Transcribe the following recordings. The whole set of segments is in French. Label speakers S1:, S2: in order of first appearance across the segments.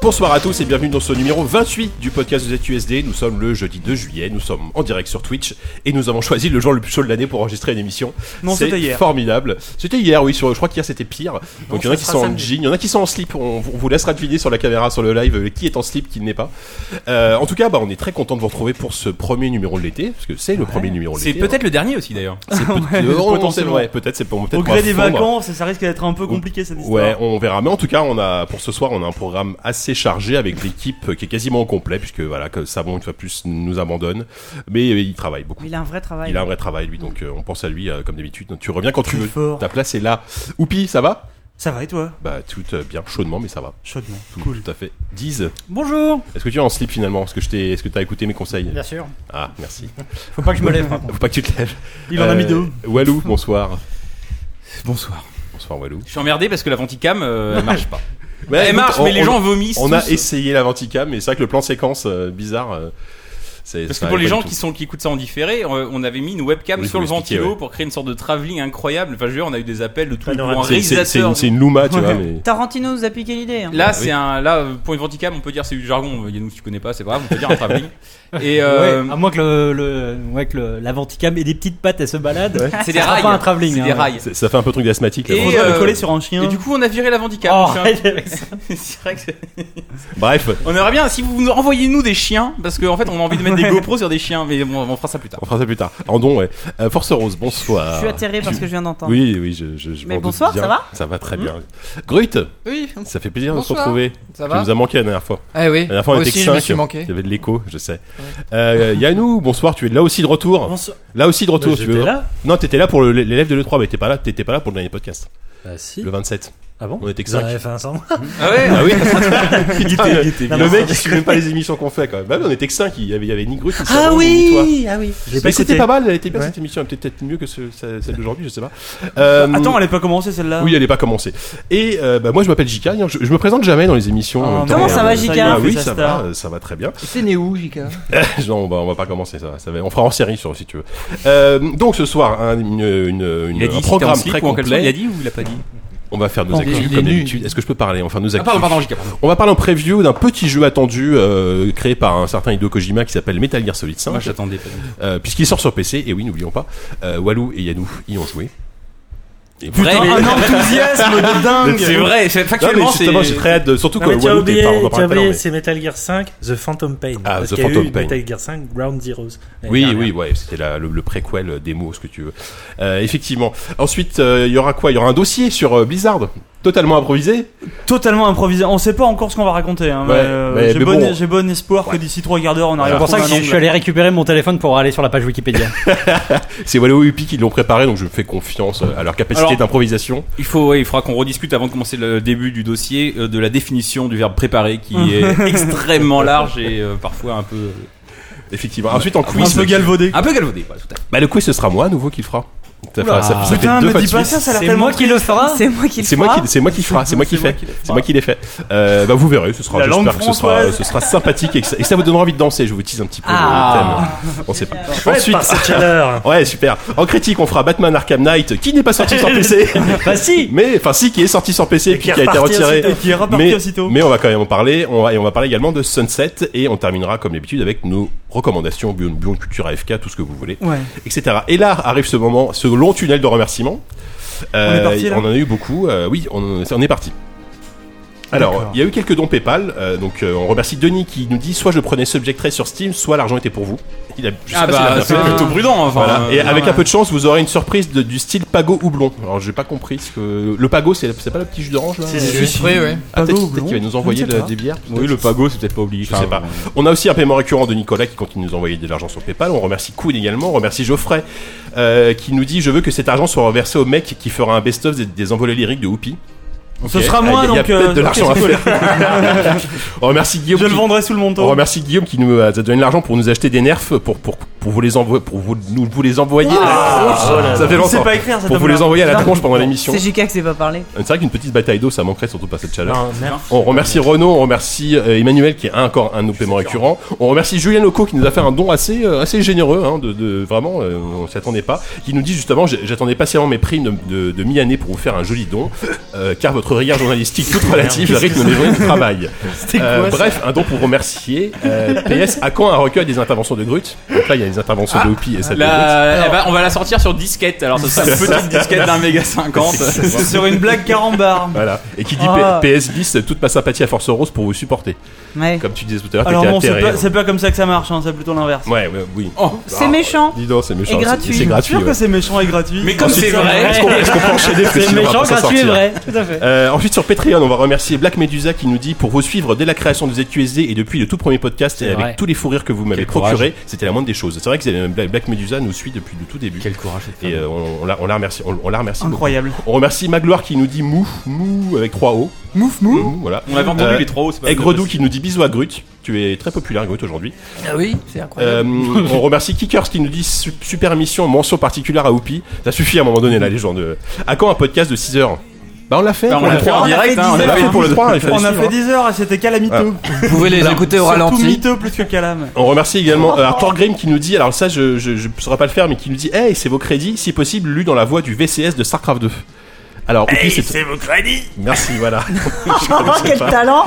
S1: Bonsoir à tous et bienvenue dans ce numéro 28 du podcast de ZQSD. Nous sommes le jeudi 2 juillet, nous sommes en direct sur Twitch et nous avons choisi le jour le plus chaud de l'année pour enregistrer une émission.
S2: Non,
S1: C'est
S2: c'était hier.
S1: Formidable. C'était hier, oui, sur, je crois qu'hier c'était pire. Donc il y en a
S2: ça
S1: qui
S2: sera
S1: sont en
S2: samedi.
S1: jean, il y en a qui sont en slip. On, on vous laissera deviner sur la caméra, sur le live, euh, qui est en slip, qui ne l'est pas. Euh, en tout cas, bah, on est très content de vous retrouver pour ce premier numéro de l'été, parce que c'est le premier numéro de
S3: C'est
S1: l'été.
S3: peut-être le dernier aussi d'ailleurs.
S1: hein. C'est peut-
S2: Ouais,
S1: on- on-
S2: potentiellement.
S1: ouais, peut-être, c'est pour
S2: Au
S1: peut-être
S2: gré
S1: qu'on
S2: des
S1: va fondre.
S2: vacances, ça risque d'être un peu compliqué cette histoire.
S1: Ouais, on verra. Mais en tout cas, on a pour ce soir, on a un programme assez chargé avec l'équipe qui est quasiment au complet, puisque voilà, que Savon une fois de plus nous abandonne, mais euh, il travaille beaucoup.
S4: Il a un vrai travail.
S1: Il a un vrai travail lui, donc euh, on pense à lui euh, comme d'habitude. Tu reviens quand tu
S2: Très
S1: veux.
S2: fort.
S1: Ta place est là. Oupi, ça va
S2: Ça va et toi
S1: Bah tout euh, bien chaudement, mais ça va.
S2: Chaudement.
S1: Tout,
S2: Cool.
S1: tout à fait. Diz,
S4: Bonjour
S1: est-ce que tu es en slip finalement Est-ce que je t'ai, est-ce que t'as écouté mes conseils
S5: Bien sûr.
S1: Ah, merci.
S5: Faut pas que je me
S4: hein.
S5: lève. par contre.
S1: Faut pas que tu te lèves.
S2: Il en a mis
S1: Euh,
S2: deux.
S1: Walou, bonsoir.
S3: Bonsoir.
S1: Bonsoir Walou.
S3: Je suis emmerdé parce que la venticam euh, elle marche pas.
S1: Bah,
S3: elle
S1: écoute,
S3: marche,
S1: on-
S3: Eh, mais les
S1: on-
S3: gens vomissent.
S1: On a
S4: euh,
S3: tous.
S1: essayé la venticam, mais c'est vrai que le plan séquence euh, bizarre. euh, c'est-
S3: Parce
S1: ça
S3: que pour
S1: allait
S3: les gens
S1: pas du tout.
S3: qui, sont, qui écoutent ça en différé, euh, on avait mis une webcam
S1: Oui,
S3: sur
S1: vous
S3: le
S1: l'expliquiez,
S3: ventilo
S1: ouais.
S3: pour créer une sorte de travelling incroyable. Enfin, je veux dire, on a eu des appels de tout
S5: Panorama.
S3: pour un
S1: C'est- c'est- c'est une,
S3: réalisateur.
S1: c'est une Luma, tu vois.
S2: Ouais.
S1: Mais...
S4: Tarantino nous a piqué l'idée.
S1: Ah
S4: hein.
S3: Là,
S5: Ah
S3: c'est un. Là, euh, pour une venticam, on peut dire c'est du jargon. Euh, Yannou, si tu connais pas, c'est pas grave, on peut dire un travelling. Et euh,
S5: Ouais, à moins que le, le ouais, que le- la venticam ait des petites pattes, elle se balade.
S3: c'est des
S5: Ce sera
S3: rails.
S5: pas un travelling,
S3: C'est
S5: hein,
S3: des
S5: ouais.
S3: rails.
S1: c'est- Ça fait un peu truc d'asthmatique. là,
S3: Et,
S1: bon.
S2: On doit le
S3: euh,
S2: coller sur un chien.
S3: Et du coup, on a viré la venticam.
S5: Oh,
S3: C'est un-
S5: arrête avec ça.
S3: c'est vrai que c'est-
S1: Bref,
S3: On aimerait bien, si vous nous envoyez nous des chiens, parce qu'en fait on a envie de mettre des GoPros sur des chiens, mais bon, on fera ça plus tard.
S1: on fera ça plus tard. Andon, ouais. Euh, Force Rose,
S4: Je
S1: bonsoir.
S4: suis atterré parce que je viens d'entendre.
S1: Oui, oui, je, je, je m'en
S4: Mais
S1: doute
S4: bonsoir,
S1: bien.
S4: ça va Mmh.
S1: Ça va très bien. Grut,
S6: Oui,
S1: ça fait plaisir de
S6: Bonsoir,
S1: se retrouver.
S6: ça
S1: Tu
S6: va.
S1: nous as manqué la dernière fois.
S6: Eh oui,
S1: La dernière fois, on
S6: moi
S1: était
S6: aussi
S1: que
S6: je me
S1: cinq.
S6: suis manqué.
S1: Il y avait de l'écho, je sais. Euh, Yannou, bonsoir, tu es là aussi de
S3: Oh.
S1: retour.
S2: Bonsoir.
S1: Là aussi de retour,
S7: Bah,
S1: tu
S7: j'étais
S1: veux.
S7: là
S1: Non, t'étais là pour le- l'élève de l'E3, mais t'étais pas là, t'étais pas là pour le dernier podcast.
S7: Bah si.
S1: Le 27.
S7: Ah bon
S1: On était que
S7: Vous en
S1: cinq.
S7: avez fait un ensemble
S3: Ah ouais
S1: Ah oui Il était- il était
S2: Non,
S1: Le
S2: non,
S1: mec, il suit même pas les émissions qu'on fait quand même. Bah oui, on était que 5, il y avait, il y avait ni Grut, ni
S7: Ah
S1: Savon, ni toi.
S7: oui Ah oui
S1: Je l'ai pas écouté. C'était pas mal, elle était bien
S7: Ouais.
S1: cette émission, elle était peut-être mieux que ce- ce- celle d'aujourd'hui, je sais pas. Euh,
S2: Attends, elle est pas commencée celle-là.
S1: oui, elle est pas commencée. Et euh, bah, moi, je m'appelle Jika, je, je me présente jamais dans les émissions. en
S2: Ah,
S1: même temps.
S4: Comment ça va,
S1: Euh,
S4: Jika
S1: Ah
S2: il
S1: oui,
S2: fait sa
S1: ça
S2: star.
S1: va, euh, ça va très bien.
S5: C'est né où, JK
S1: non, bah, on va pas commencer, ça va. ça va. On fera en série sur si tu veux. Euh, donc ce soir, un, une, une- une-
S3: Il a dit si t'es
S1: un
S3: en
S1: programme
S3: slip
S1: très
S3: ou en caleçon, Il a
S1: complet.
S3: dit ou il a pas dit
S1: On va faire nos
S5: Oh,
S1: actus
S5: il est
S1: comme
S5: nu.
S1: d'habitude. Est-ce que je peux parler Enfin, nos
S3: Ah
S1: actus.
S3: pardon, pardon, Jika, pardon.
S1: On va parler en preview d'un petit jeu attendu euh, créé par un certain Hideo Kojima qui s'appelle Metal Gear Solid 5.
S3: Moi j'attendais.
S1: Euh, puisqu'il sort sur PC, et oui, n'oublions pas, euh, Walou et Yanou y ont joué. Et
S3: Vrai,
S1: putain,
S3: mais-
S1: ah non,
S2: Enthousiasme de dingue
S3: C'est vrai, c'est-
S1: non, mais
S3: factuellement c'est.
S1: justement, j'ai très hâte, de- surtout
S7: Non,
S1: que
S7: mais tu as
S1: Walou, t'es
S7: oublié,
S1: pas, on va
S7: tu as
S1: parler tout à l'heure,
S7: oublié,
S1: mais-
S7: c'est Metal Gear 5, The Phantom Pain.
S1: Ah,
S7: parce
S1: The
S7: qu'il y a
S1: Phantom
S7: eu
S1: Pain.
S7: Metal Gear 5, Ground Zeroes. l'année
S1: Oui,
S7: dernière.
S1: oui, ouais, c'était la- le, le préquel euh, démo, ce que tu veux. Euh, effectivement. Ensuite, euh, il y aura quoi Il y aura un dossier sur euh, Blizzard, totalement improvisé.
S2: Totalement improvisé. On sait pas encore ce qu'on va raconter. hein, mais,
S1: Ouais,
S2: euh,
S1: mais-
S2: j'ai
S1: mais
S2: bon,
S1: bon.
S2: j'ai bon espoir que d'ici trois quarts d'heure on arrive.
S5: C'est
S2: à
S5: pour ça que
S2: trouver un
S5: je suis
S2: angle.
S5: allé récupérer mon téléphone pour aller sur la page Wikipédia.
S1: C'est Walou et Upi qui l'ont préparé, donc je me fais confiance euh, à leur capacité
S3: Alors-
S1: d'improvisation.
S3: Il faut, ouais, il faudra qu'on rediscute avant de commencer le début du dossier euh, de la définition du verbe préparer qui est extrêmement large et euh, parfois un peu
S1: Effectivement. Ensuite, en
S2: Un
S1: quiz,
S2: peu Ah, galvaudé.
S3: un peu galvaudé. voilà, tout à fait.
S1: bah, le quiz, ce sera moi à nouveau qui le fera. Ça fera- ça- ça fait
S2: Putain,
S1: deux
S2: me
S1: fois de
S2: dis pas
S1: suite.
S2: ça, ça a l'air
S5: C'est
S2: tellement.
S5: moi qui le fera
S4: C'est moi qui le
S1: C'est moi
S4: fera.
S1: qui, c'est moi qui le fera, c'est moi qui
S3: C'est
S1: fait,
S3: moi qui le fera.
S1: c'est moi qui l'ai fait. Euh, bah vous verrez, ce sera,
S2: La langue
S1: j'espère que ce sera,
S2: française.
S1: ce sera sympathique et que, ça, et que ça vous donnera envie de danser. Je vous tease un petit peu
S5: Ah.
S1: le thème. On sait pas.
S7: Ensuite,
S1: Ensuite,
S2: Bah,
S7: par cette chaleur.
S1: ouais super. En critique, on fera Batman Arkham Knight, qui n'est pas sorti sur PC,
S5: Bah si
S1: mais enfin si, qui est sorti sur PC et
S7: Et
S1: puis
S7: qui
S1: qui a
S7: est
S1: été
S7: reparti
S1: retiré.
S2: Et qui est reparti
S1: Mais,
S2: aussitôt.
S1: mais on va quand même en parler. On va, et on va parler également de Sunset et on terminera comme d'habitude avec nos recommandations Beyond, Beyond Culture AFK, tout ce que vous voulez,
S2: Ouais.
S1: etc. Et là arrive ce moment, ce long tunnel de remerciements. Euh,
S2: est parti, là
S1: on en a eu beaucoup. euh, oui, on, on est parti. Alors,
S2: D'accord.
S1: il y a eu quelques dons PayPal. euh, donc, euh, on remercie Denis qui nous dit soit je prenais Subject Ray sur Steam, soit l'argent était pour vous. Il a, je sais
S3: Ah
S1: pas s'il a
S3: bah
S1: bien
S3: c'est
S1: fait.
S3: plutôt prudent. Enfin,
S1: Voilà.
S3: euh,
S1: Et avec
S3: ouais.
S1: un peu de chance, vous aurez une surprise de- du style Pago houblon. Alors, j'ai pas compris ce que le Pago, c'est c'est pas le petit jus d'orange là
S7: C'est-
S6: Oui, oui.
S1: Ah,
S2: Pago
S1: peut-être
S2: houblon
S1: peut-être qu'il va nous
S2: Je
S1: envoyer
S2: ne sais
S1: de-
S2: pas.
S1: des bières.
S3: Oui, le pago c'est peut-être pas obligé.
S1: Je sais pas. On a aussi un paiement récurrent de Nicolas qui continue de nous envoyer de l'argent sur PayPal. On remercie Koun également. On remercie Geoffrey euh, qui nous dit Je veux que cet argent soit reversé au mec qui fera un best-of des, des envolées lyriques de Whoopi.
S2: Ce
S1: Ok.
S2: sera moi
S1: Ah, il y a-
S2: donc.
S1: Il y a peut-être
S2: euh,
S1: de l'argent à faire. on remercie Guillaume.
S2: Je le
S1: qui-
S2: vendrai sous le
S1: on
S2: manteau.
S1: euh, remercie Guillaume qui nous a donné l'argent pour nous acheter des nerfs pour, pour pour vous les envoyer, pour vous, nous vous les envoyer. à
S2: Ah,
S1: la
S2: oh
S1: tronche. ça fait
S2: C'est
S1: longtemps.
S2: pas éclair, ça
S1: Pour vous les envoyer à la tronche pendant l'émission.
S4: C'est JK que c'est pas parlé.
S1: C'est vrai qu'une petite bataille d'eau, ça manquerait surtout par cette chaleur.
S7: Non, merde.
S1: On remercie Renaud, on remercie euh, Emmanuel qui est un- encore un de nos paiements récurrents. On remercie Julien Loco qui nous a fait un don assez, euh, assez généreux, hein, de, de- vraiment, euh, on s'y attendait pas. Qui nous dit justement, j'- j'attendais patiemment mes primes de, de- de mi-année pour vous faire un joli don, euh, car votre regard journalistique toute relative rythme mes journées de travail. Euh, bref, un don pour remercier. Euh, PS, à quand un recueil des interventions de Grut Donc là, il y a les interventions de Hopi et
S2: Ah,
S1: celle de Grut.
S3: La- elle va- on va la sortir sur disquette. Alors, ce sera une petite disquette d'un méga 50.
S2: Sur une blague carambar.
S1: Voilà. Et qui dit
S2: Ah.
S1: P- PS bis, toute ma sympathie à Force Rose pour vous supporter.
S4: Ouais.
S1: Comme tu disais tout à l'heure,
S2: Alors
S1: t'étais
S2: bon, c'est
S1: atterré.
S2: pas, c'est pas comme ça que ça marche, hein, c'est plutôt l'inverse.
S1: Ouais, ouais, oui.
S3: Oh.
S4: C'est méchant.
S1: Dis donc, Bah, c'est méchant.
S4: Et
S1: c'est-
S4: gratuit.
S1: C'est gratuit.
S2: Sûr que
S1: ouais.
S2: c'est méchant et gratuit.
S3: Mais comme
S1: Ensuite,
S3: c'est vrai,
S1: Est-ce qu'on est-ce qu'on peut enchaîner parce que
S5: C'est
S1: sinon, on va
S5: méchant,
S1: pas s'en
S5: gratuit et
S1: sortir.
S5: vrai. Tout à fait.
S1: Euh, ensuite sur Patreon, on va remercier Black Medusa qui nous dit pour vous suivre dès la création de ZQSD et depuis le tout premier podcast et
S5: C'est
S1: avec
S5: vrai.
S1: tous les fous rires que vous m'avez
S3: Quel courage.
S1: procuré, c'était la moindre des choses. C'est vrai que euh, Black Black Medusa nous suit depuis le tout début
S3: Quel courage cette
S1: et
S3: femme.
S1: euh, on, on la, on la remercie. On, on la remercie. beaucoup.
S2: Incroyable.
S1: On remercie Magloire qui nous dit mou mou avec trois O.
S2: Mouf
S1: Mou, voilà.
S3: On avait entendu
S1: Euh,
S3: les trois hauts, c'est pas
S1: Et Gredou qui nous dit bisous à Grut. Tu es très populaire Grut aujourd'hui.
S4: Ah oui, c'est
S1: Euh, on remercie Kickers qui nous dit su- super mission, mention particulière à Oupi. Ça suffit à un moment donné là les gens de. À quand un podcast de 6 heures Bah on l'a fait.
S3: Bah, on
S1: pour
S3: l'a
S1: le
S3: fait en
S1: trois.
S3: direct, hein,
S1: On l'a fait pour le 3, il fallait
S2: On a
S1: suivre,
S2: fait
S1: hein.
S2: 10 heures et c'était
S4: Ah.
S2: calamiteux.
S6: Vous pouvez les écouter au
S2: Surtout
S6: ralenti.
S2: miteux plus que calam.
S1: On remercie également euh, Arthur Grimm qui nous dit, alors ça je, je, je saurais pas le faire, mais qui nous dit, hey, c'est vos crédits, si possible, lu dans la voix du VCS de StarCraft 2. Alors, Oupi, c'est
S7: vos crédits
S1: Merci, voilà.
S4: Oh, quel talent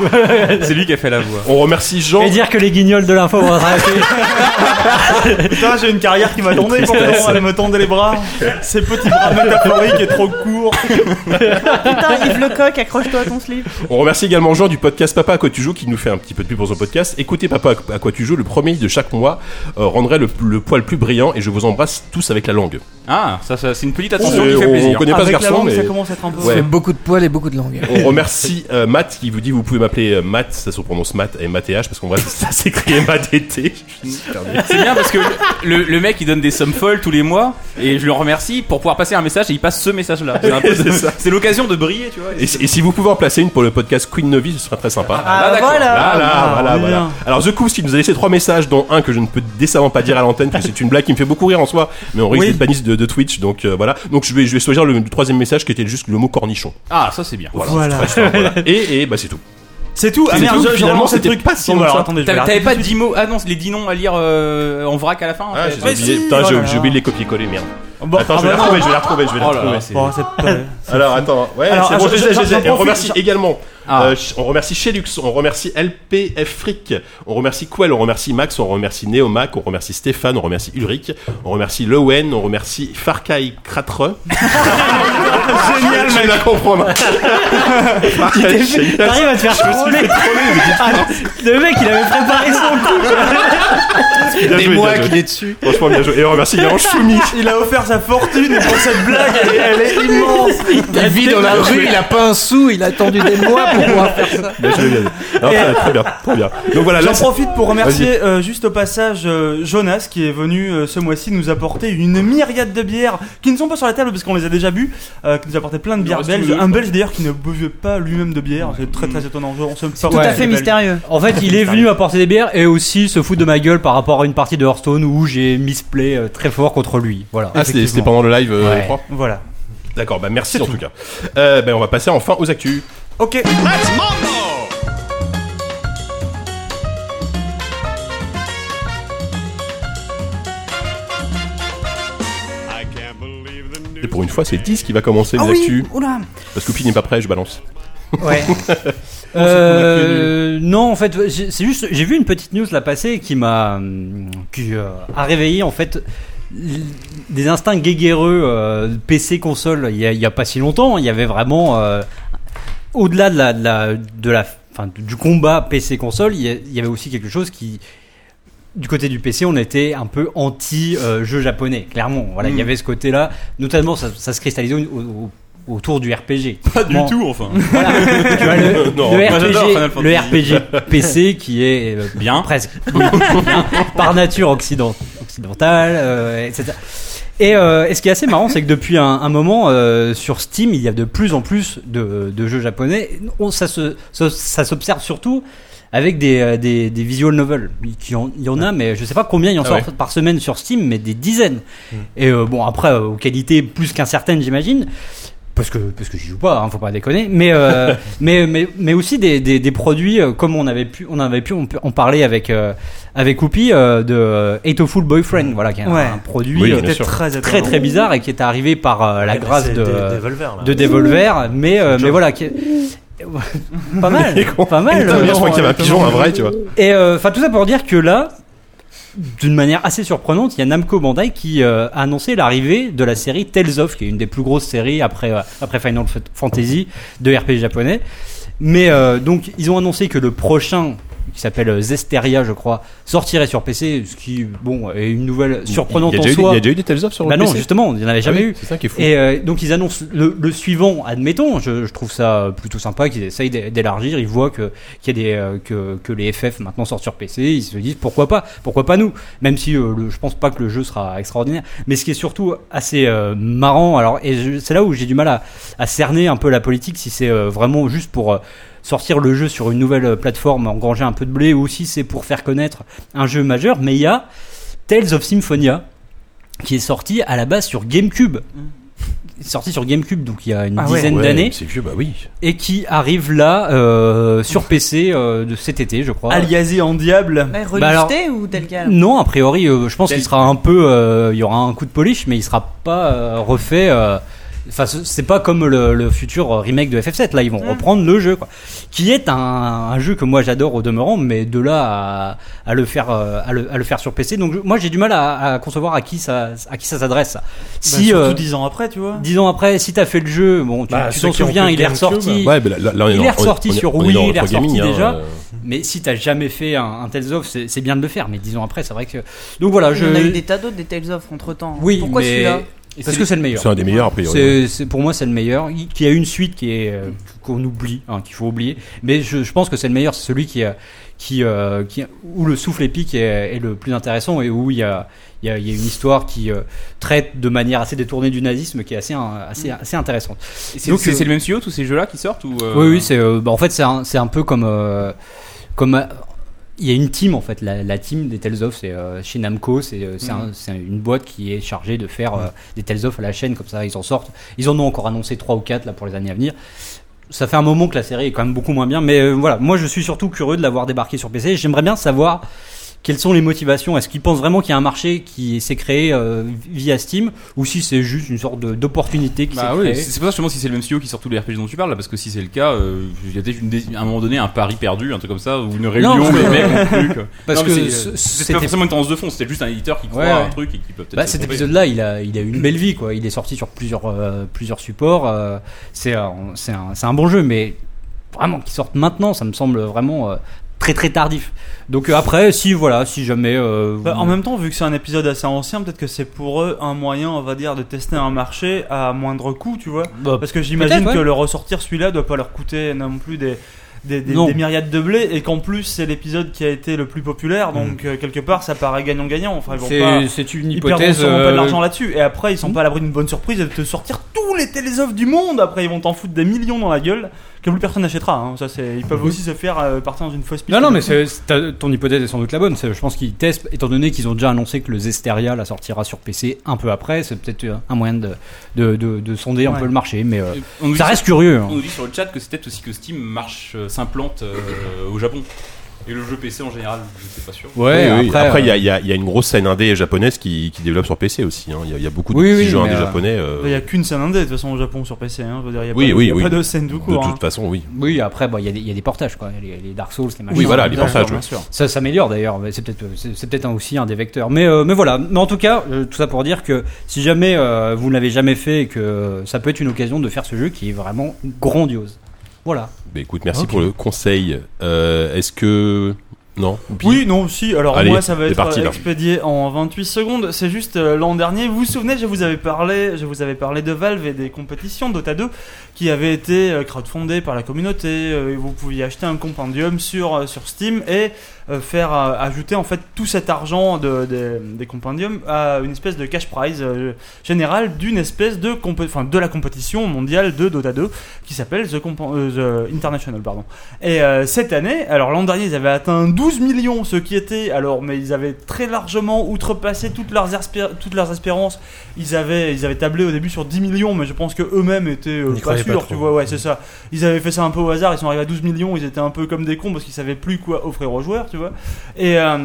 S3: C'est lui qui a fait la voix.
S1: On remercie Jean.
S2: Oh.
S5: Et dire que les guignols de l'info vont s'arrêter.
S2: Putain, j'ai une carrière qui m'a tourné pourtant. Elle me tendait les bras. Ces petits bras métaphoriques et trop courts.
S4: Putain, Yves Lecoq, accroche-toi à ton slip.
S1: On remercie également Jean du podcast Papa à quoi tu joues qui nous fait un petit peu de pub pour son podcast. Écoutez Papa à quoi tu joues, le premier de chaque mois euh, rendrait le, le poil plus brillant et je vous embrasse tous avec la langue.
S3: Ah, ça, ça c'est une petite
S1: Oh, On,
S3: attention qui fait
S1: on
S3: plaisir.
S1: connaît pas ce
S2: Avec la
S1: garçon,
S2: langue, ça
S1: mais
S2: commence à être un peu.
S1: Ouais.
S6: C'est beaucoup de poils et beaucoup de langues.
S1: on remercie euh, Matt qui vous dit vous pouvez m'appeler euh, Matt, ça se prononce Matt et Matt et H parce qu'on va ça s'écrit M A D T. Je suis perdu.
S3: C'est bien parce que le, le mec il donne des sommes folles tous les mois et je le remercie pour pouvoir passer un message et il passe ce message là. C'est un peu-
S1: C'est ça.
S3: C'est l'occasion de briller, tu vois.
S1: Et, si- et si vous pouvez en placer une pour le podcast Queen Novi, ce serait très sympa.
S4: Ah,
S3: d'accord.
S4: voilà.
S1: Voilà,
S2: Ah,
S1: voilà,
S2: bien.
S1: voilà. Alors The Coos qui nous a laissé trois messages, dont un que je ne peux décemment pas dire à l'antenne, parce que c'est une blague qui me fait beaucoup rire en soi, mais on risque
S2: Oui.
S1: d'être banni de, de Twitch, donc euh, voilà. Donc je vais, je vais choisir le, le troisième message qui était juste le mot cornichon.
S3: Ah, ça c'est bien.
S2: Voilà.
S1: Très simple, voilà. Et, et bah c'est tout.
S2: C'est tout. Ah
S1: C'est
S2: merde,
S1: tout,
S2: je- je
S1: finalement,
S2: relance le
S1: c'était
S2: truc.
S1: pas si
S2: Bon,
S1: long
S2: alors,
S1: que ça.
S2: attendez, je vais
S3: T'avais
S2: l'arrêter
S3: t'avais pas
S2: tout de suite.
S3: dix mots Ah non, c'est les dix noms à lire euh, en vrac à la fin. en
S1: Ah,
S3: fait.
S1: j'ai
S2: mais
S1: oublié,
S2: si,
S1: putain, j'ai-
S2: oh là
S1: j'ai
S2: là.
S1: oublié de les copier-coller, merde.
S2: Bon,
S1: attends, je vais
S2: ah
S1: la
S2: bah non.
S1: retrouver, je vais la retrouver, je vais la
S3: Oh là
S1: retrouver.
S3: là, c'est-
S2: Bon, c'est pas-
S1: Alors attends, ouais,
S2: Alors,
S1: c'est bon,
S2: ah,
S1: j'ai-
S2: je-
S1: j'ai-
S2: j'en
S1: j'ai- on
S2: profite,
S1: remercie
S2: j'en-
S1: également.
S3: Ah.
S1: euh, ch- on remercie Chelux, on remercie LPF Frick, on remercie Quell, on remercie Max, on remercie Neomac, on remercie Stéphane, on remercie Ulrich, on remercie Lowen, on remercie Farkai Kratre. Génial, je la comprends. pas. Farkai, génial.
S5: T'arrives à te faire troller. Le mec, il avait préparé son coup.
S1: Bien joué,
S6: Des
S1: bien
S6: mois
S1: joué.
S6: qu'il est dessus.
S1: Franchement, bien joué. Et on remercie également Choumi.
S2: Il a offert sa fortune et pour cette blague, elle est, elle est immense.
S6: Il vit dans la rue, il a pas un sou, il a attendu des mois pour pouvoir faire ça.
S1: Bien joué, bien joué. Non, Ah, très- très bien, très bien. Donc voilà, là,
S2: J'en profite pour remercier euh, juste au passage euh, Jonas qui est venu euh, ce mois-ci nous apporter une myriade de bières qui ne sont pas sur la table parce qu'on les a déjà bu, euh, qui nous apportait plein de bières
S3: reste
S2: belges.
S3: une autre,
S2: Un belge d'ailleurs qui ne buvait pas lui-même de bière, c'est très très étonnant. On se
S4: Tout à fait mystérieux.
S5: En fait, il est venu apporter des bières et aussi se foutre de ma gueule par rapport à une partie de Hearthstone où j'ai misplay euh, très fort contre lui. Voilà.
S1: Ah, c'était c'était
S5: effectivement.
S1: pendant le live, euh,
S5: Ouais.
S1: je crois.
S2: Voilà.
S1: D'accord, bah merci en tout cas. Euh, ben on va passer enfin aux actus.
S2: Ok.
S1: Et pour une fois, c'est 10 qui va commencer
S5: Ah
S2: Ah
S1: les actus.
S4: Oula.
S1: Parce que Pi n'est pas prêt, je balance.
S5: Ouais. Euh, non, en fait, j'ai- c'est juste, j'ai vu une petite news là passer qui m'a, hum, qui euh, a réveillé en fait l- des instincts guéguerreux euh, PC console. Il y, a, il y a pas si longtemps, hein. il y avait vraiment euh, au-delà de la, de la, de la enfin, du combat PC console, il y, a- il y avait aussi quelque chose qui du côté du PC, on était un peu anti euh, jeu japonais, clairement. Voilà, il y avait ce côté-là, notamment ça, ça se cristallisait au- au- autour du RPG.
S3: Pas du
S5: Bon.
S3: tout, enfin.
S5: Voilà. Tu vois, le,
S1: Non,
S5: le
S3: moi, j'adore Final
S5: RPG, le
S3: Fantasy.
S5: RPG PC qui est euh,
S3: Bien.
S5: presque bien, par nature occident, occidentale, euh, etc. Et, euh, et ce qui est assez marrant, c'est que depuis un, un moment euh, sur Steam, il y a de plus en plus de, de jeux japonais. On- ça se ça, ça s'observe surtout avec des, euh, des, des visual novels. Il y en, il y en a, mais je sais pas combien il y en
S1: Ah
S5: sort
S1: ouais.
S5: par semaine sur Steam, mais des dizaines. Et euh, bon, après, euh, aux qualités plus qu'incertaines, j'imagine. Parce que, parce que j'y joue pas, hein, faut pas déconner. Mais, euh, mais, mais, mais aussi des, des, des produits euh, comme on avait pu, on avait pu en, en parler avec, euh, avec Whoopi euh, de euh, Hateful Boyfriend, voilà, qui est un-
S2: Ouais.
S5: un produit
S1: Oui,
S5: euh,
S1: bien
S2: C'était
S1: sûr.
S2: très
S5: très
S2: étonnant.
S5: très bizarre et qui est arrivé par euh, la grâce de,
S7: Devolver. là.
S5: de Devolver, mais, euh, mais voilà. qui- pas mal, pas mal.
S1: Putain, mais je
S5: euh,
S1: crois qu'il y avait un pigeon, un vrai, tu vois.
S5: et euh, enfin tout ça pour dire que là, d'une manière assez surprenante, il y a Namco Bandai qui euh, a annoncé l'arrivée de la série Tales of, qui est une des plus grosses séries après, euh, après Final F- Fantasy de RPG japonais. Mais euh, donc ils ont annoncé que le prochain qui s'appelle euh, Zesteria, je crois, sortirait sur PC, ce qui bon est une nouvelle surprenante
S1: il y a
S5: en
S1: déjà eu,
S5: soi.
S1: il y a déjà eu des Tales of sur
S5: bah
S1: le
S5: non,
S1: PC
S5: justement, il n'y en avait
S1: Ah oui,
S5: jamais eu.
S1: C'est ça qui est fou.
S5: Et euh, donc ils annoncent le, le suivant, admettons, je, je trouve ça plutôt sympa qu'ils essayent d'é- d'élargir, ils voient que qu'il y a des euh, que, que les FF maintenant sortent sur PC, ils se disent pourquoi pas, pourquoi pas nous, même si euh, le- je pense pas que le jeu sera extraordinaire, mais ce qui est surtout assez euh, marrant, alors et je- c'est là où j'ai du mal à, à cerner un peu la politique si c'est euh, vraiment juste pour euh, sortir le jeu sur une nouvelle euh, plateforme, engranger un peu de blé, ou si c'est pour faire connaître un jeu majeur, mais il y a Tales of Symphonia qui est sorti à la base sur GameCube. Sorti sur GameCube, donc il y a une
S2: Mm. Ah ouais.
S5: dizaine
S1: Ouais,
S5: d'années,
S1: C'est vieux, bah oui.
S5: et qui arrive là euh, sur PC euh, de cet été, je
S2: Ah,
S5: crois.
S2: Aliasé en diable.
S4: Ouais,
S5: Bah alors-
S4: relisté ou tel quel
S5: Non, a priori, euh, je pense
S3: Tel-
S5: qu'il sera un peu, euh, il y aura un coup de polish, mais il sera pas euh, refait. euh, Enfin, ce- c'est pas comme le, le futur euh, remake de FF7. Là, ils
S4: Mm.
S5: vont reprendre le jeu, quoi. Qui est un, un jeu que moi j'adore au demeurant, mais de là à, à le faire, euh, à, le, à le faire sur PC. Donc, je- moi, j'ai du mal à, à concevoir à qui ça, à qui ça s'adresse.
S7: Bah,
S5: ça.
S2: Si,
S5: Si euh,
S2: surtout 10 ans après, tu vois.
S5: dix ans après, si t'as fait le jeu, bon, tu
S7: Bah,
S5: tu
S7: ceux
S5: t'en
S7: qui ont
S5: souviens,
S7: fait
S5: il est
S7: GameCube,
S5: ressorti.
S1: Ouais, mais là, là, là, on
S5: Il
S1: dans-
S5: est
S1: on
S5: ressorti
S1: on
S5: sur
S1: on
S5: Wii,
S1: dans
S5: il est
S1: retro gaming,
S5: ressorti
S1: hein,
S5: déjà.
S1: euh.
S5: Mais si t'as jamais fait un, un Tales of, c'est c'est bien de le faire. Mais dix ans après, c'est vrai que. Donc voilà, je.
S4: On a eu des tas d'autres des Tales of entre temps.
S5: Oui,
S4: Pourquoi
S5: mais-
S4: celui-là
S5: Parce que c'est le meilleur.
S1: euh, C'est un des meilleurs, a priori. hein.
S5: C'est, c'est- pour moi, c'est le meilleur. Il- Qui a une suite qui est euh, qu'on oublie, hein, qu'il faut oublier. Mais je, je pense que c'est le meilleur, c'est celui qui a, qui, euh, qui où le souffle épique est, est le plus intéressant et où il y a, il y a, il y a une histoire qui euh, traite de manière assez détournée du nazisme, qui est assez, hein,
S4: Mm.
S5: assez, assez intéressante.
S3: Et C'est
S5: Donc,
S3: c'est-
S5: euh,
S3: c'est le même studio tous ces jeux-là qui sortent ou euh,
S5: Oui, oui, c'est, euh, bah, en fait, c'est un, c'est un peu comme, euh, comme. euh, Il y a une team en fait, la, la team des Tales of, c'est euh, chez Namco, c'est euh, c'est un-
S3: Mhm.
S5: c'est une boîte qui est chargée de faire euh, des Tales of à la chaîne, comme ça ils en sortent. Ils en ont encore annoncé 3 ou 4 là, pour les années à venir. Ça fait un moment que la série est quand même beaucoup moins bien, mais euh, voilà, moi je suis surtout curieux de l'avoir débarqué sur PC. J'aimerais bien savoir quelles sont les motivations. Est-ce qu'ils pensent vraiment qu'il y a un marché qui s'est créé euh, via Steam, ou si c'est juste une sorte de- d'opportunité qui
S3: Bah
S5: s'est
S3: oui,
S5: créée
S3: c'est c'est pour ça justement si c'est le même studio qui sort tous les RPG dont tu parles là, parce que si c'est le cas, euh, il y a peut-être une dé- à un moment donné un pari perdu, un truc comme ça, ou une réunion,
S5: parce
S3: les
S5: que-
S3: mecs ont plus, quoi.
S5: Parce
S3: Non, mais
S5: que
S3: c'est-
S5: ce-
S3: c'est
S5: c'était-
S3: pas forcément une tendance de fond, c'était juste un éditeur qui croit
S5: Ouais,
S3: à un
S5: ouais.
S3: truc et qui peut peut-être.
S5: Bah,
S3: se
S5: cet
S3: tromper.
S5: épisode-là, il a, il a eu une belle vie, quoi. Il est sorti sur plusieurs, euh, plusieurs supports. euh, c'est un, c'est un, c'est un bon jeu, mais vraiment qu'il sorte maintenant, ça me semble vraiment euh, très très tardif. Donc euh, après, si voilà, si jamais. euh,
S2: Bah,
S5: vous-
S2: en même temps, vu que c'est un épisode assez ancien, peut-être que c'est pour eux un moyen, on va dire, de tester un marché à moindre coût, tu vois.
S5: bah,
S2: Parce que j'imagine
S5: Peut-être, ouais.
S2: que le ressortir celui-là doit pas leur coûter non plus des, des, des-
S5: Non.
S2: des myriades de blé et qu'en plus c'est l'épisode qui a été le plus populaire donc euh, quelque part ça paraît gagnant-gagnant. Enfin, ils vont pas.
S5: Mm. c'est c'est une
S2: Ils perdront
S5: hypothèse.
S2: sûrement pas
S5: euh, mm.
S2: de l'argent là-dessus. Et après, ils sont pas à l'abri d'une bonne surprise et de te sortir tous les télésoffres du monde. Après, ils vont t'en foutre des millions dans la gueule que plus personne n'achètera. hein. Ça, c'est, ils peuvent aussi se faire euh, partir dans une fausse piste.
S5: Mm.
S2: Mm.
S5: Non, non, mais c'est- c'est- t'as- ton hypothèse est sans doute la bonne. C'est- Je pense qu'ils testent, étant donné qu'ils ont déjà annoncé que le Zesteria la sortira sur PC un peu après. C'est peut-être euh, un moyen de, de, de- de sonder un
S2: Ouais.
S5: peu le marché, mais euh,
S3: Et on nous
S5: ça
S3: dit-
S5: reste curieux. hein.
S3: On nous dit sur le chat que c'est peut-être aussi que Steam marche, euh, s'implante euh, au Japon. Et le jeu PC en général, je suis pas sûr.
S5: Ouais,
S1: Oui, oui.
S5: après,
S1: Après, il
S5: euh,
S1: y a- il y, a- il y a une grosse scène indé japonaise qui, qui développe sur PC aussi. hein. Il y, a- il y a beaucoup de
S5: Oui,
S1: petits
S5: oui,
S1: jeux
S5: mais,
S1: indés
S5: euh,
S1: japonais. euh,
S2: Bah, Il n'y a qu'une scène indé de toute façon au Japon sur PC. Hein. Je veux dire, il n'y a,
S1: Oui,
S2: pas,
S1: oui,
S2: il y a
S1: oui.
S2: pas de scène tout
S1: de
S2: court. hein.
S1: toute façon, oui.
S5: Oui, après, bon, il y, a des- il y a des portages, quoi. Les, les Dark Souls, les machins.
S1: Oui, voilà, les
S2: Bien sûr,
S1: portages,
S2: bien
S1: oui.
S2: sûr.
S5: Ça s'améliore d'ailleurs, mais c'est peut-être c'est c'est peut-être un- aussi un des vecteurs. Mais, euh, mais voilà, mais en tout cas, euh, tout ça pour dire que si jamais euh, vous ne l'avez jamais fait, et que euh, ça peut être une occasion de faire ce jeu qui est vraiment grandiose. Voilà.
S1: Bah, écoute, merci pour le conseil. Euh, Est-ce que. Non Oupi
S2: Oui, non, si. Alors
S1: Allez,
S2: moi, ça va
S1: c'est
S2: être euh,
S1: parti, là.
S2: expédié en 28 secondes. C'est juste euh, l'an dernier. Vous vous souvenez, je vous avais parlé, je vous avais parlé de Valve et des compétitions Dota 2 qui avaient été euh, crowdfundées par la communauté. Euh, Vous pouviez acheter un compendium sur euh, sur Steam et euh, faire euh, ajouter en fait tout cet argent de, des- des compendiums à une espèce de cash prize euh, générale d'une espèce de compé- enfin de la compétition mondiale de Dota 2 qui s'appelle The, Compen- euh, The International pardon. Et euh, cette année, alors l'an dernier ils avaient atteint 12 millions, ce qui était alors mais ils avaient très largement outrepassé toutes leurs, espé- toutes leurs espérances. Ils avaient ils avaient tablé au début sur 10 millions, mais je pense que eux-mêmes étaient euh,
S7: Ils y
S2: pas
S7: croyaient pas
S2: sûrs,
S7: trop.
S2: tu vois, ouais, c'est ça. Ils avaient fait ça un peu au hasard, ils sont arrivés à 12 millions, ils étaient un peu comme des cons parce qu'ils savaient plus quoi offrir aux joueurs, tu vois. Et euh,